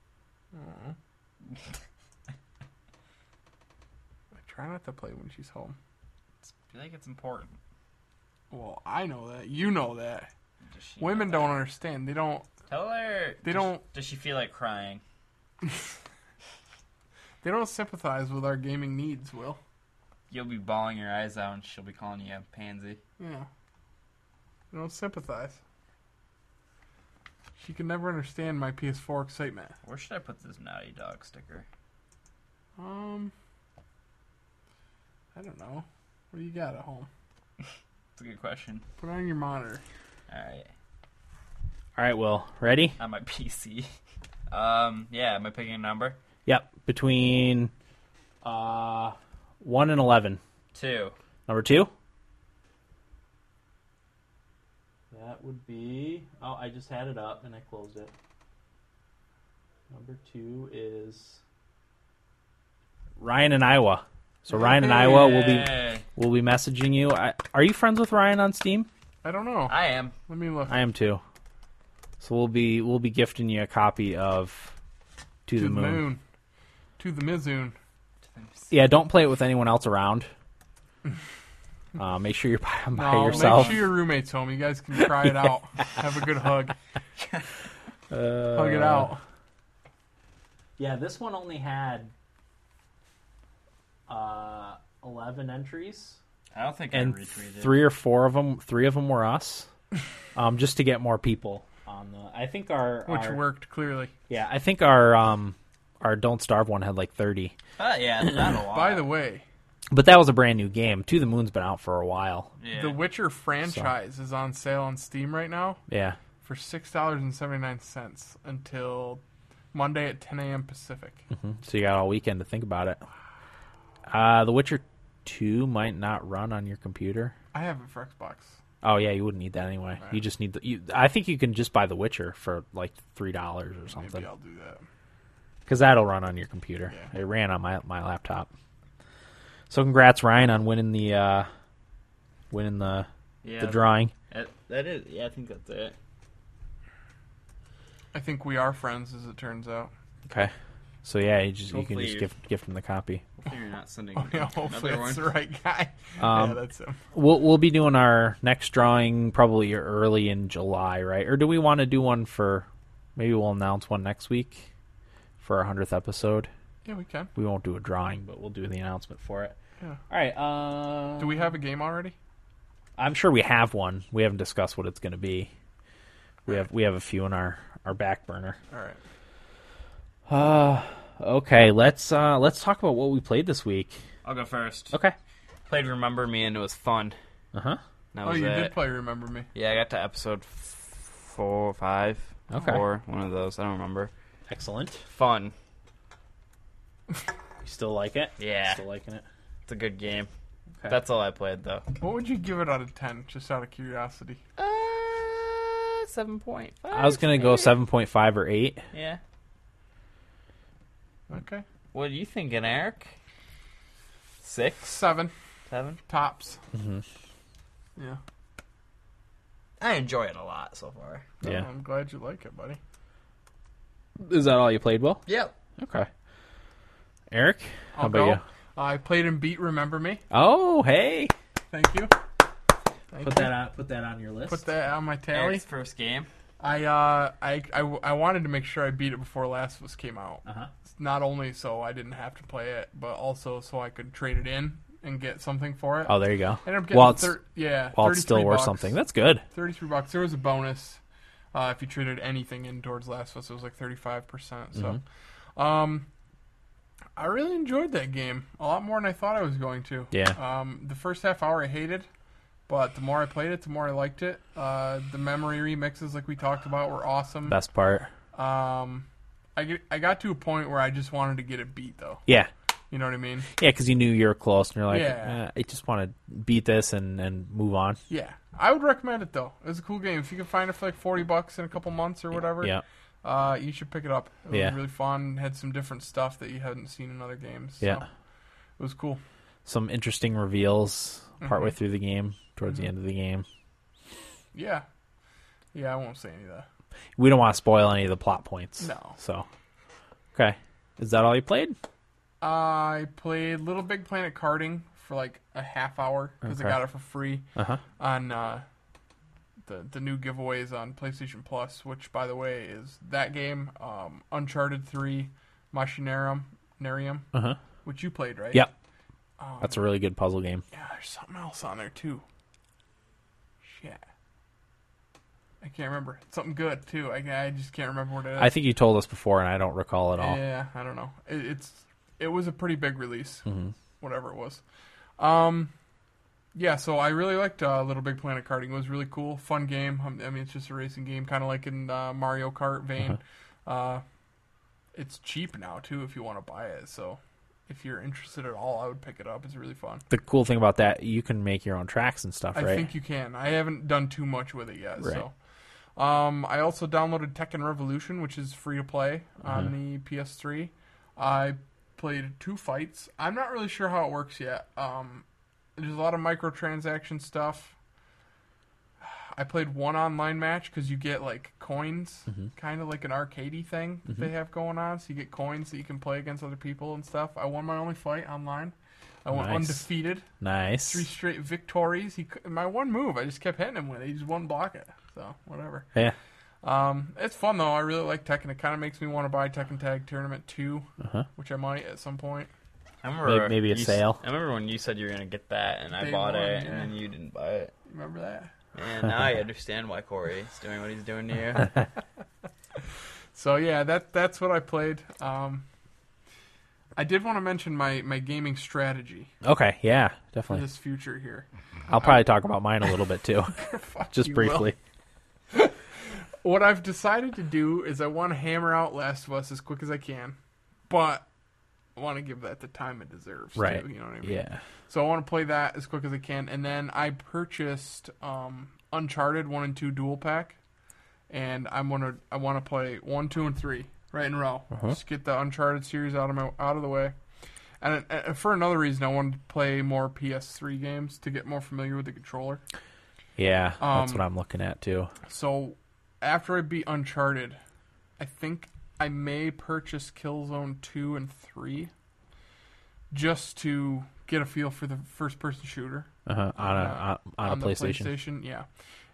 Speaker 4: I try not to play when she's home.
Speaker 1: I feel like it's important.
Speaker 4: Well, I know that. You know that.
Speaker 1: Does she
Speaker 4: Women
Speaker 1: know
Speaker 4: don't understand. They don't.
Speaker 1: that? Tell her.
Speaker 4: They
Speaker 1: does-
Speaker 4: don't-
Speaker 1: Does she feel like crying?
Speaker 4: They don't sympathize with our gaming needs. Will.
Speaker 1: You'll be bawling your eyes out, and she'll be calling you a pansy.
Speaker 4: Yeah. They don't sympathize. She can never understand my PS4 excitement.
Speaker 1: Where should I put this Naughty Dog sticker?
Speaker 4: Um. I don't know. What do you got at home?
Speaker 1: It's a good question.
Speaker 4: Put it on your monitor.
Speaker 1: All right,
Speaker 3: All right, Will, ready?
Speaker 1: on my PC. Um, yeah, am I picking a number?
Speaker 3: Yep, between uh one and eleven.
Speaker 1: Two.
Speaker 3: Number two. That would be. Oh, I just had it up and I closed it. Number two is Ryan in Iowa. So Ryan in Iowa will Oh, be
Speaker 1: Yay.
Speaker 3: will be messaging you. I, are you friends with Ryan on Steam?
Speaker 4: I don't know.
Speaker 1: I am.
Speaker 4: Let me look.
Speaker 3: I am too. So we'll be we'll be gifting you a copy of To,
Speaker 4: to
Speaker 3: the, moon.
Speaker 4: To the Mizoon.
Speaker 3: Yeah, don't play it with anyone else around. Uh, make sure you're by, by
Speaker 4: No,
Speaker 3: yourself.
Speaker 4: make sure your roommate's home. You guys can try it out. Have a good hug. hug
Speaker 3: Uh,
Speaker 4: it out.
Speaker 3: Yeah, this one only had uh, eleven entries,
Speaker 1: I don't think
Speaker 3: and
Speaker 1: I retweeted.
Speaker 3: three or four of them, three of them were us, um, just to get more people on the. I think our,
Speaker 4: Which
Speaker 3: our-
Speaker 4: worked clearly.
Speaker 3: yeah, I think our um, our Don't Starve one had like thirty,
Speaker 1: Oh yeah, not a lot.
Speaker 4: By the way,
Speaker 3: but that was a brand new game. To the Moon's been out for a while.
Speaker 1: yeah.
Speaker 4: the Witcher franchise is on sale on Steam right now
Speaker 3: Yeah,
Speaker 4: for six dollars and seventy nine cents until Monday at ten a.m. Pacific.
Speaker 3: so you got all weekend to think about it. Uh, the Witcher Two might not run on your computer.
Speaker 4: I have it for Xbox.
Speaker 3: Oh yeah, you wouldn't need that anyway. You just need the. You, I think you can just buy The Witcher for like three dollars or something.
Speaker 4: Maybe I'll do that.
Speaker 3: because that'll run on your computer.
Speaker 4: Yeah.
Speaker 3: It ran on my my laptop. So congrats, Ryan, on winning the uh, winning the
Speaker 1: yeah,
Speaker 3: the drawing.
Speaker 1: that- that is. Yeah, I think that's it.
Speaker 4: I think we are friends, as it turns out.
Speaker 3: Okay. So yeah, you just you can
Speaker 1: Hopefully
Speaker 3: just
Speaker 1: you-
Speaker 3: gift gift him the copy.
Speaker 1: Hopefully you're not sending
Speaker 4: Yeah, hopefully
Speaker 1: another
Speaker 4: that's
Speaker 1: one.
Speaker 4: the right guy. yeah,
Speaker 3: Um,
Speaker 4: that's him.
Speaker 3: We'll we'll be doing our next drawing probably early in July, right? Or do we want to do one for? Maybe we'll announce one next week for our hundredth episode.
Speaker 4: Yeah, we can.
Speaker 3: We won't do a drawing, but we'll do the announcement for it.
Speaker 4: Yeah.
Speaker 3: All right. Uh,
Speaker 4: Do we have a game already?
Speaker 3: I'm sure we have one. We haven't discussed what it's going to be. We have we have a few in our our back burner.
Speaker 4: All right.
Speaker 3: Uh okay, let's uh let's talk about what we played this week.
Speaker 1: I'll go first.
Speaker 3: Okay.
Speaker 1: Played Remember Me and it was fun.
Speaker 3: Uh-huh.
Speaker 1: That
Speaker 4: Oh,
Speaker 1: was
Speaker 4: you
Speaker 1: it.
Speaker 4: did play Remember Me.
Speaker 1: Yeah, I got to episode f- four, five,
Speaker 3: Okay.
Speaker 1: four, one of those. I don't remember.
Speaker 3: Excellent.
Speaker 1: Fun.
Speaker 3: You still like it?
Speaker 1: Yeah.
Speaker 3: Still liking it.
Speaker 1: It's a good game.
Speaker 3: Okay.
Speaker 1: That's all I played though.
Speaker 4: What would you give it out of ten, just out of curiosity?
Speaker 1: Uh, seven point five.
Speaker 3: I was gonna go
Speaker 1: maybe?
Speaker 3: seven point five or eight.
Speaker 1: Yeah.
Speaker 4: Okay,
Speaker 1: What are you thinking, Eric? Six,
Speaker 4: seven
Speaker 1: seven.
Speaker 4: tops.
Speaker 3: Mm-hmm.
Speaker 4: Yeah,
Speaker 1: I enjoy it a lot so far.
Speaker 4: No,
Speaker 3: Yeah.
Speaker 4: I'm glad you like it, buddy.
Speaker 3: Is that all you played, Will?
Speaker 1: Yep.
Speaker 3: Okay. Eric, how
Speaker 4: I'll
Speaker 3: about
Speaker 4: go.
Speaker 3: you?
Speaker 4: I played and beat. Remember me?
Speaker 3: Oh, hey.
Speaker 4: Thank you. Thank you.
Speaker 3: on. Put that on your list.
Speaker 4: Put that on my tally.
Speaker 1: Eric's first game.
Speaker 4: I, uh, I, I, I wanted to make sure I beat it before Last of Us came out.
Speaker 3: Uh-huh.
Speaker 4: Not only so I didn't have to play it, but also so I could trade it in and get something for it.
Speaker 3: Oh, there you go.
Speaker 4: I ended up getting
Speaker 3: While it's,
Speaker 4: thir- yeah,
Speaker 3: while it's still
Speaker 4: 33
Speaker 3: worth
Speaker 4: bucks.
Speaker 3: something, that's good.
Speaker 4: thirty-three bucks. There was a bonus uh, if you traded anything in towards Last of Us. It was like thirty-five percent. So,
Speaker 3: Mm-hmm.
Speaker 4: um, I really enjoyed that game a lot more than I thought I was going to.
Speaker 3: Yeah.
Speaker 4: Um, the first half hour I hated, but the more I played it, the more I liked it. Uh, the memory remixes, like we talked about, were awesome.
Speaker 3: Best part.
Speaker 4: Um, I get, I got to a point where I just wanted to get it beat though.
Speaker 3: Yeah.
Speaker 4: You know what I mean?
Speaker 3: Yeah, because you knew you were close, and you're like,
Speaker 4: Yeah.
Speaker 3: eh, I just want to beat this and, and move on.
Speaker 4: Yeah. I would recommend it though. It's a cool game. If you can find it for like forty bucks in a couple months or whatever,
Speaker 3: Yeah.
Speaker 4: uh, you should pick it up. It was
Speaker 3: Yeah.
Speaker 4: really fun. Had some different stuff that you hadn't seen in other games. so
Speaker 3: Yeah.
Speaker 4: it was cool.
Speaker 3: Some interesting reveals partway
Speaker 4: Mm-hmm.
Speaker 3: through the game, towards the end of the game.
Speaker 4: Yeah, yeah. I won't say any of that.
Speaker 3: We don't want to spoil any of the plot points.
Speaker 4: No.
Speaker 3: So, okay. Is that all you played?
Speaker 4: I played Little Big Planet karting for like a half hour because
Speaker 3: Okay.
Speaker 4: I got it for free
Speaker 3: Uh huh.
Speaker 4: on uh, the the new giveaways on PlayStation Plus, which by the way is that game, um, Uncharted Three, Machinarium, Narium,
Speaker 3: Uh huh.
Speaker 4: which you played right?
Speaker 3: Yep.
Speaker 4: Um,
Speaker 3: That's a really good puzzle game.
Speaker 4: Yeah, there's something else on there too. Shit. I can't remember. It's something good too. I, I just can't remember what it is.
Speaker 3: I think you told us before, and I don't recall at all.
Speaker 4: Yeah, I don't know. It, it's it was a pretty big release,
Speaker 3: Mm-hmm.
Speaker 4: whatever it was. Um, yeah, so I really liked uh, Little Big Planet Karting. It was really cool, fun game. Um, I mean, it's just a racing game, kind of like in uh, Mario Kart vein.
Speaker 3: Uh-huh.
Speaker 4: Uh, it's cheap now too if you want to buy it. So if you're interested at all, I would pick it up. It's really fun.
Speaker 3: The cool thing about that, you can make your own tracks and stuff,
Speaker 4: I
Speaker 3: right?
Speaker 4: think you can. I haven't done too much with it yet.
Speaker 3: Right.
Speaker 4: So, um, I also downloaded Tekken Revolution, which is free to play on
Speaker 3: Uh-huh.
Speaker 4: the PS3. I played two fights. I'm not really sure how it works yet. Um, there's a lot of microtransaction stuff. I played one online match because you get like coins,
Speaker 3: Mm-hmm.
Speaker 4: kind of like an arcadey thing that they have going on. So you get coins that you can play against other people and stuff. I won my only fight online. I went
Speaker 3: Nice.
Speaker 4: undefeated three
Speaker 3: nice.
Speaker 4: straight victories. He cou- my one move, I just kept hitting him with it. He just wouldn't block it. So whatever.
Speaker 3: Yeah.
Speaker 4: Um, it's fun though. I really like Tekken. It kind of makes me want to buy Tekken Tag Tournament 2
Speaker 3: Uh-huh.
Speaker 4: which I might at some point.
Speaker 1: I remember
Speaker 3: May- maybe a
Speaker 1: you s-
Speaker 3: sale.
Speaker 1: I remember when you said you were gonna get that, and I
Speaker 4: Day
Speaker 1: bought
Speaker 4: one,
Speaker 1: it,
Speaker 4: yeah.
Speaker 1: and then you didn't buy it.
Speaker 4: Remember that?
Speaker 1: And now I understand why Corey's doing what he's doing to you.
Speaker 4: So yeah, that that's what I played. Um, I did want to mention my my gaming strategy
Speaker 3: Okay. Yeah.
Speaker 4: for
Speaker 3: Definitely.
Speaker 4: this future here.
Speaker 3: I'll probably talk about mine a little bit too,
Speaker 4: Fuck
Speaker 3: just
Speaker 4: you, Will.
Speaker 3: briefly.
Speaker 4: What I've decided to do is I want to hammer out Last of Us as quick as I can, but I want to give that the time it deserves.
Speaker 3: Right.
Speaker 4: Too, you know what I mean?
Speaker 3: Yeah.
Speaker 4: So I want to play that as quick as I can, and then I purchased um, Uncharted one and two dual pack, and I'm gonna I want to play one, two, and three right in a row. Just get the Uncharted series out of my out of the way, and, and for another reason, I wanted to play more PS3 games to get more familiar with the controller.
Speaker 3: Yeah. that's
Speaker 4: Um,
Speaker 3: what I'm looking at too.
Speaker 4: So after I beat Uncharted, I think I may purchase Killzone 2 and 3 just to get a feel for the first person shooter
Speaker 3: Uh-huh. On a
Speaker 4: uh,
Speaker 3: on, on a
Speaker 4: the
Speaker 3: PlayStation.
Speaker 4: yeah.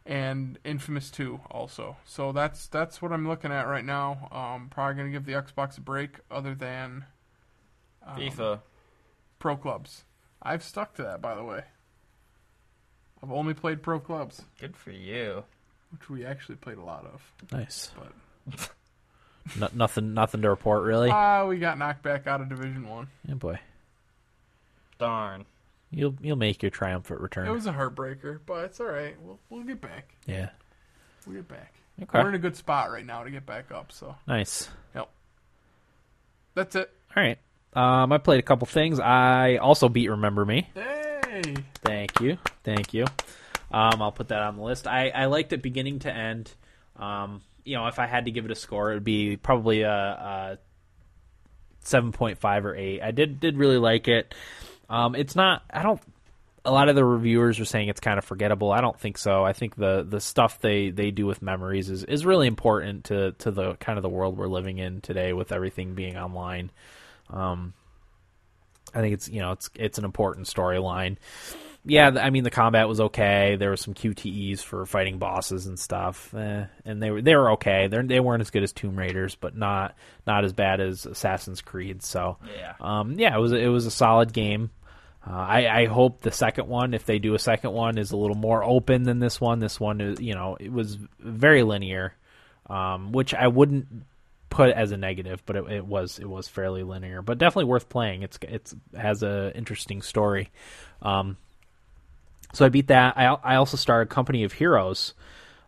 Speaker 4: And Infamous 2 also. So that's that's what I'm looking at right now. Um probably going to give the Xbox a break other than
Speaker 1: FIFA.
Speaker 4: Pro Clubs. I've stuck to that by the way. I've only played Pro Clubs,
Speaker 1: Good for you.
Speaker 4: which we actually played a lot of.
Speaker 3: Nice.
Speaker 4: But-
Speaker 3: no, nothing. Nothing to report really.
Speaker 4: Ah, we got knocked back out of Division 1.
Speaker 3: oh boy.
Speaker 1: Darn.
Speaker 3: You'll you'll make your triumphant return.
Speaker 4: It was a heartbreaker, but it's all right. We'll we'll get back.
Speaker 3: yeah.
Speaker 4: We'll get back.
Speaker 3: Okay.
Speaker 4: We're in a good spot right now to get back up. So
Speaker 3: Nice.
Speaker 4: yep. That's it.
Speaker 3: All right. Um, I played a couple things. I also beat Remember Me.
Speaker 4: Hey.
Speaker 3: Thank you. Thank you. Um, I'll put that on the list. I, I liked it beginning to end. Um, you know, if I had to give it a score, it would be probably uh, a, a 7.5 or 8. I did did really like it. Um, it's not, I don't, a lot of the reviewers are saying it's kind of forgettable. I don't think so. I think the, the stuff they, they do with memories is, is really important to, to the kind of the world we're living in today with everything being online. Um, I think it's, you know, it's, it's an important storyline yeah, th- I mean the combat was okay. There were some QTEs for fighting bosses and stuff, eh, and they were they were okay. They they weren't as good as Tomb Raiders, but not not as bad as Assassin's Creed. So
Speaker 1: Yeah.
Speaker 3: um, yeah, it was it was a solid game. Uh, I, I hope the second one, if they do a second one, is a little more open than this one. This one is, you know, it was very linear, um, which I wouldn't put as a negative, but it, it was it was fairly linear, but definitely worth playing. It's it's has a interesting story. Um, so I beat that. I I also started Company of Heroes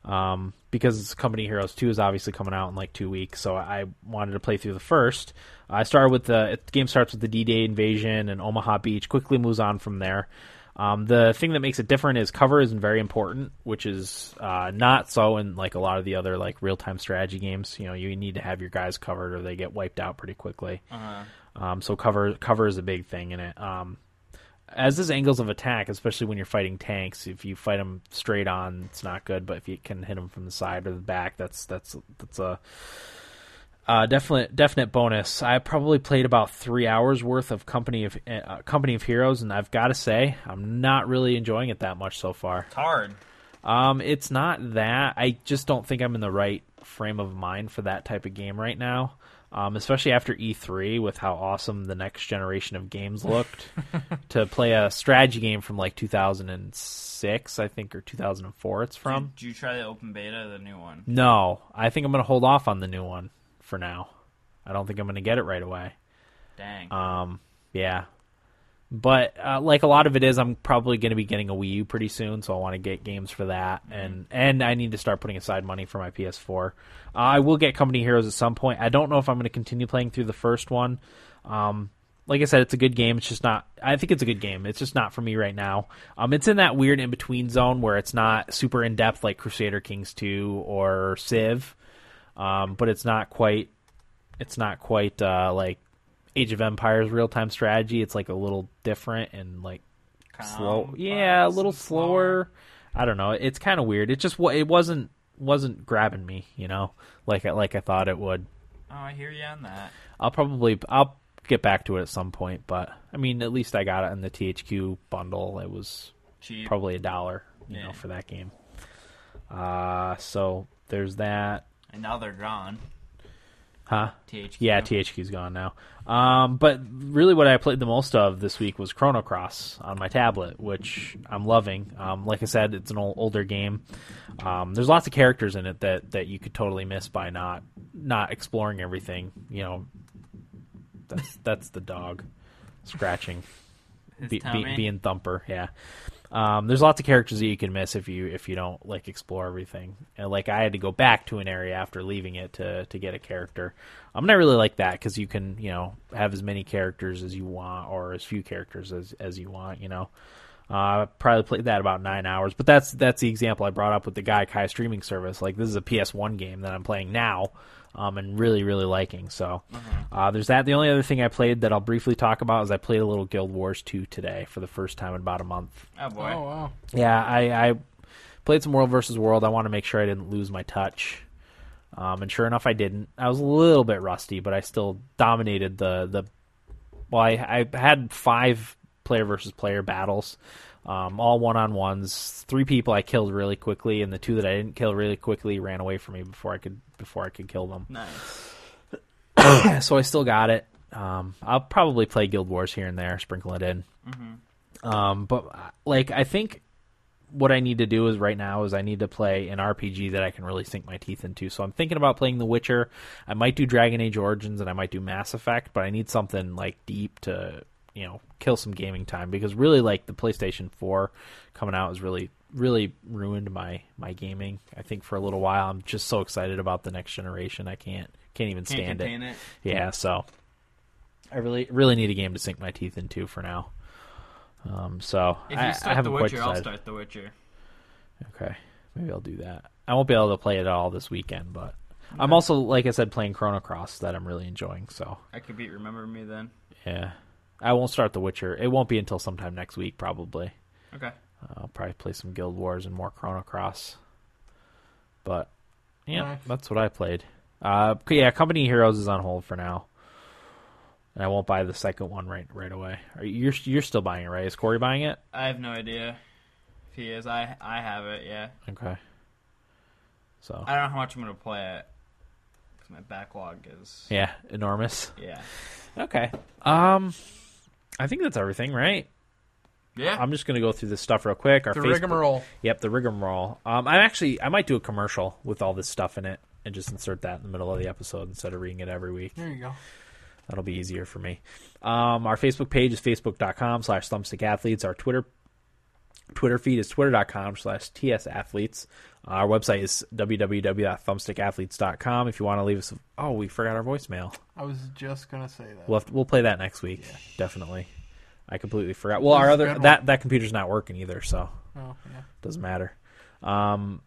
Speaker 3: um, because Company of Heroes Two is obviously coming out in like two weeks. So I wanted to play through the first. I started with the, the game starts with the D Day invasion and Omaha Beach. Quickly moves on from there. Um, the thing that makes it different is cover isn't very important, which is uh, not so in like a lot of the other like real time strategy games. You know, you need to have your guys covered or they get wiped out pretty quickly. Um, so cover cover is a big thing in it. Um, as is angles of attack, especially when you're fighting tanks. If you fight them straight on, it's not good. But if you can hit them from the side or the back, that's that's that's a uh, definite definite bonus. I probably played about three hours worth of Company of uh, Company of Heroes, and I've got to say, I'm not really enjoying it that much so far.
Speaker 1: It's hard.
Speaker 3: Um, it's not that. I just don't think I'm in the right frame of mind for that type of game right now. Um, especially after E3, with how awesome the next generation of games looked, to play a strategy game from like 2006, I think, or 2004. It's from.
Speaker 1: Did you try the open beta, the new one?
Speaker 3: No, I think I'm gonna hold off on the new one for now. I don't think I'm gonna get it right away.
Speaker 1: Dang.
Speaker 3: Um, yeah. But uh, like a lot of it is, I'm probably going to be getting a Wii U pretty soon, so I want to get games for that, and and I need to start putting aside money for my PS4. Uh, I will get Company Heroes at some point. I don't know if I'm going to continue playing through the first one. Um, like I said, it's a good game. It's just not. I think it's a good game. It's just not for me right now. Um, it's in that weird in between zone where it's not super in depth like Crusader Kings 2 or Civ, um, but it's not quite. It's not quite uh, like Age of Empires real time strategy. It's like a little different and like
Speaker 1: Oh,
Speaker 3: slow. Yeah, a little slower. I don't know. It's kind of weird. It just wa- it wasn't wasn't grabbing me, you know, like I like I thought it would.
Speaker 1: oh, I hear you on that.
Speaker 3: I'll probably I'll get back to it at some point, but I mean, at least I got it in the THQ bundle. It was
Speaker 1: Cheap.
Speaker 3: probably a dollar, you know,
Speaker 1: Yeah.
Speaker 3: for that game. Uh, so there's that.
Speaker 1: And now they're gone.
Speaker 3: Huh?
Speaker 1: THQ.
Speaker 3: Yeah, THQ's gone now. Um, but really, what I played the most of this week was Chrono Cross on my tablet, which I'm loving. Um, like I said, it's an old, older game. Um, there's lots of characters in it that, that you could totally miss by not not exploring everything. You know, that's that's the dog scratching,
Speaker 1: His
Speaker 3: be, be,
Speaker 1: tummy.
Speaker 3: being Thumper. Yeah. Um, there's lots of characters that you can miss if you if you don't like explore everything. And, like I had to go back to an area after leaving it to to get a character. I'm not really like that because you can you know have as many characters as you want or as few characters as as you want. You know, uh, I probably played that about nine hours. But that's that's the example I brought up with the Guy Kai streaming service. Like this is a PS1 game that I'm playing now. Um, and really, really liking. So, uh, there's that. The only other thing I played that I'll briefly talk about is I played a little Guild Wars 2 today for the first time in about a month.
Speaker 1: Oh boy.
Speaker 4: Oh wow.
Speaker 3: Yeah, I, I played some World versus World. I want to make sure I didn't lose my touch. Um, and sure enough, I didn't. I was a little bit rusty, but I still dominated the the. Well, I, I had five player versus player battles, um, all one on ones. Three people I killed really quickly, and the two that I didn't kill really quickly ran away from me before I could before I could kill them
Speaker 1: Nice.
Speaker 3: so I still got it. Um, I'll probably play Guild Wars here and there, sprinkle it in. Um, but uh, like, I think what I need to do is right now is I need to play an RPG that I can really sink my teeth into. So I'm thinking about playing The Witcher. I might do Dragon Age Origins and I might do Mass Effect, but I need something like deep to you know kill some gaming time because really like the PlayStation 4 coming out is really really ruined my my gaming. I think for a little while I'm just so excited about the next generation. I can't can't even
Speaker 1: Can't
Speaker 3: stand it.
Speaker 1: contain it.
Speaker 3: Yeah, so I really really need a game to sink my teeth into for now. Um, so
Speaker 1: If
Speaker 3: I,
Speaker 1: you
Speaker 3: I
Speaker 1: start The
Speaker 3: haven't quite
Speaker 1: Witcher, I'll
Speaker 3: decided.
Speaker 1: start The Witcher.
Speaker 3: Okay, maybe I'll do that. I won't be able to play it all this weekend, but I'm also, like I said, playing Chrono Cross that I'm really enjoying. So
Speaker 1: I could beat Remember Me then.
Speaker 3: yeah, I won't start The Witcher. It won't be until sometime next week probably.
Speaker 1: Okay.
Speaker 3: Uh, I'll probably play some Guild Wars and more Chrono Cross. But yeah,
Speaker 4: Nice.
Speaker 3: that's what I played. Uh, c- yeah, Company Heroes is on hold for now, and I won't buy the second one right right away. Are you, you're you're still buying it, right? Is Corey buying it?
Speaker 1: I have no idea if he is. I I have it. Yeah.
Speaker 3: Okay. So
Speaker 1: I don't know how much I'm gonna play it 'cause my backlog is.
Speaker 3: yeah, enormous.
Speaker 1: Yeah.
Speaker 3: Okay. Um, I think that's everything, right?
Speaker 1: Yeah.
Speaker 3: I'm just gonna go through this stuff real quick. Our
Speaker 4: The
Speaker 3: Facebook-
Speaker 4: rigmarole.
Speaker 3: Yep, the rigmarole. Um, I'm actually I might do a commercial with all this stuff in it and just insert that in the middle of the episode instead of reading it every week.
Speaker 4: There you go.
Speaker 3: That'll be easier for me. Um, our Facebook page is facebook.com slash thumbstickathletes. Our Twitter Twitter feed is twitter.com slash tsathletes. Our website is www.thumbstickathletes.com. If you want to leave us, a- oh, we forgot our voicemail.
Speaker 4: I was just gonna say that.
Speaker 3: We'll have to- we'll play that next week, definitely. I completely forgot. Well, our
Speaker 4: This is a
Speaker 3: other
Speaker 4: good
Speaker 3: that that computer's not working either, so
Speaker 4: Oh, yeah.
Speaker 3: doesn't matter. Um,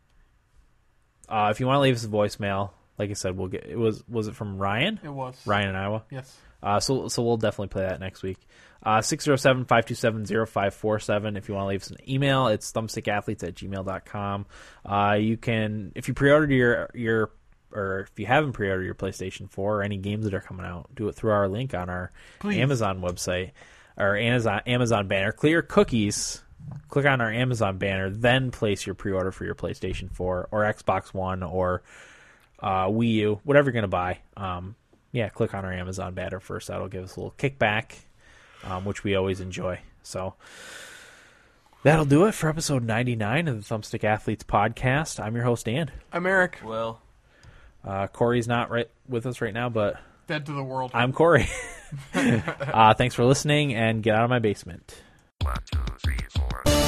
Speaker 3: uh, if you want to leave us a voicemail, like I said, we'll get. It was was it from Ryan?
Speaker 4: It was.
Speaker 3: Ryan in Iowa.
Speaker 4: Yes.
Speaker 3: Uh, so so we'll definitely play that next week. Uh, 607-527-0547. If you want to leave us an email, it's thumbstickathletes at gmail.com. Uh, you can, if you pre-ordered your, your or if you haven't pre-ordered your PlayStation 4 or any games that are coming out, do it through our link on our
Speaker 4: Please.
Speaker 3: Amazon website, our Amazon, Amazon banner. Clear cookies. Click on our Amazon banner, then place your pre-order for your PlayStation 4 or Xbox One or uh, Wii U, whatever you're gonna buy. Um, yeah, click on our Amazon banner first. That'll give us a little kickback, um, which we always enjoy. So that'll do it for episode 99 of the Thumbstick Athletes podcast. I'm your host Dan.
Speaker 4: I'm Eric.
Speaker 1: Will.
Speaker 3: Uh, Corey's not right with us right now, but
Speaker 4: Dead to the world.
Speaker 3: I'm Corey. uh, thanks for listening, and get out of my basement.
Speaker 7: One, two, three, four.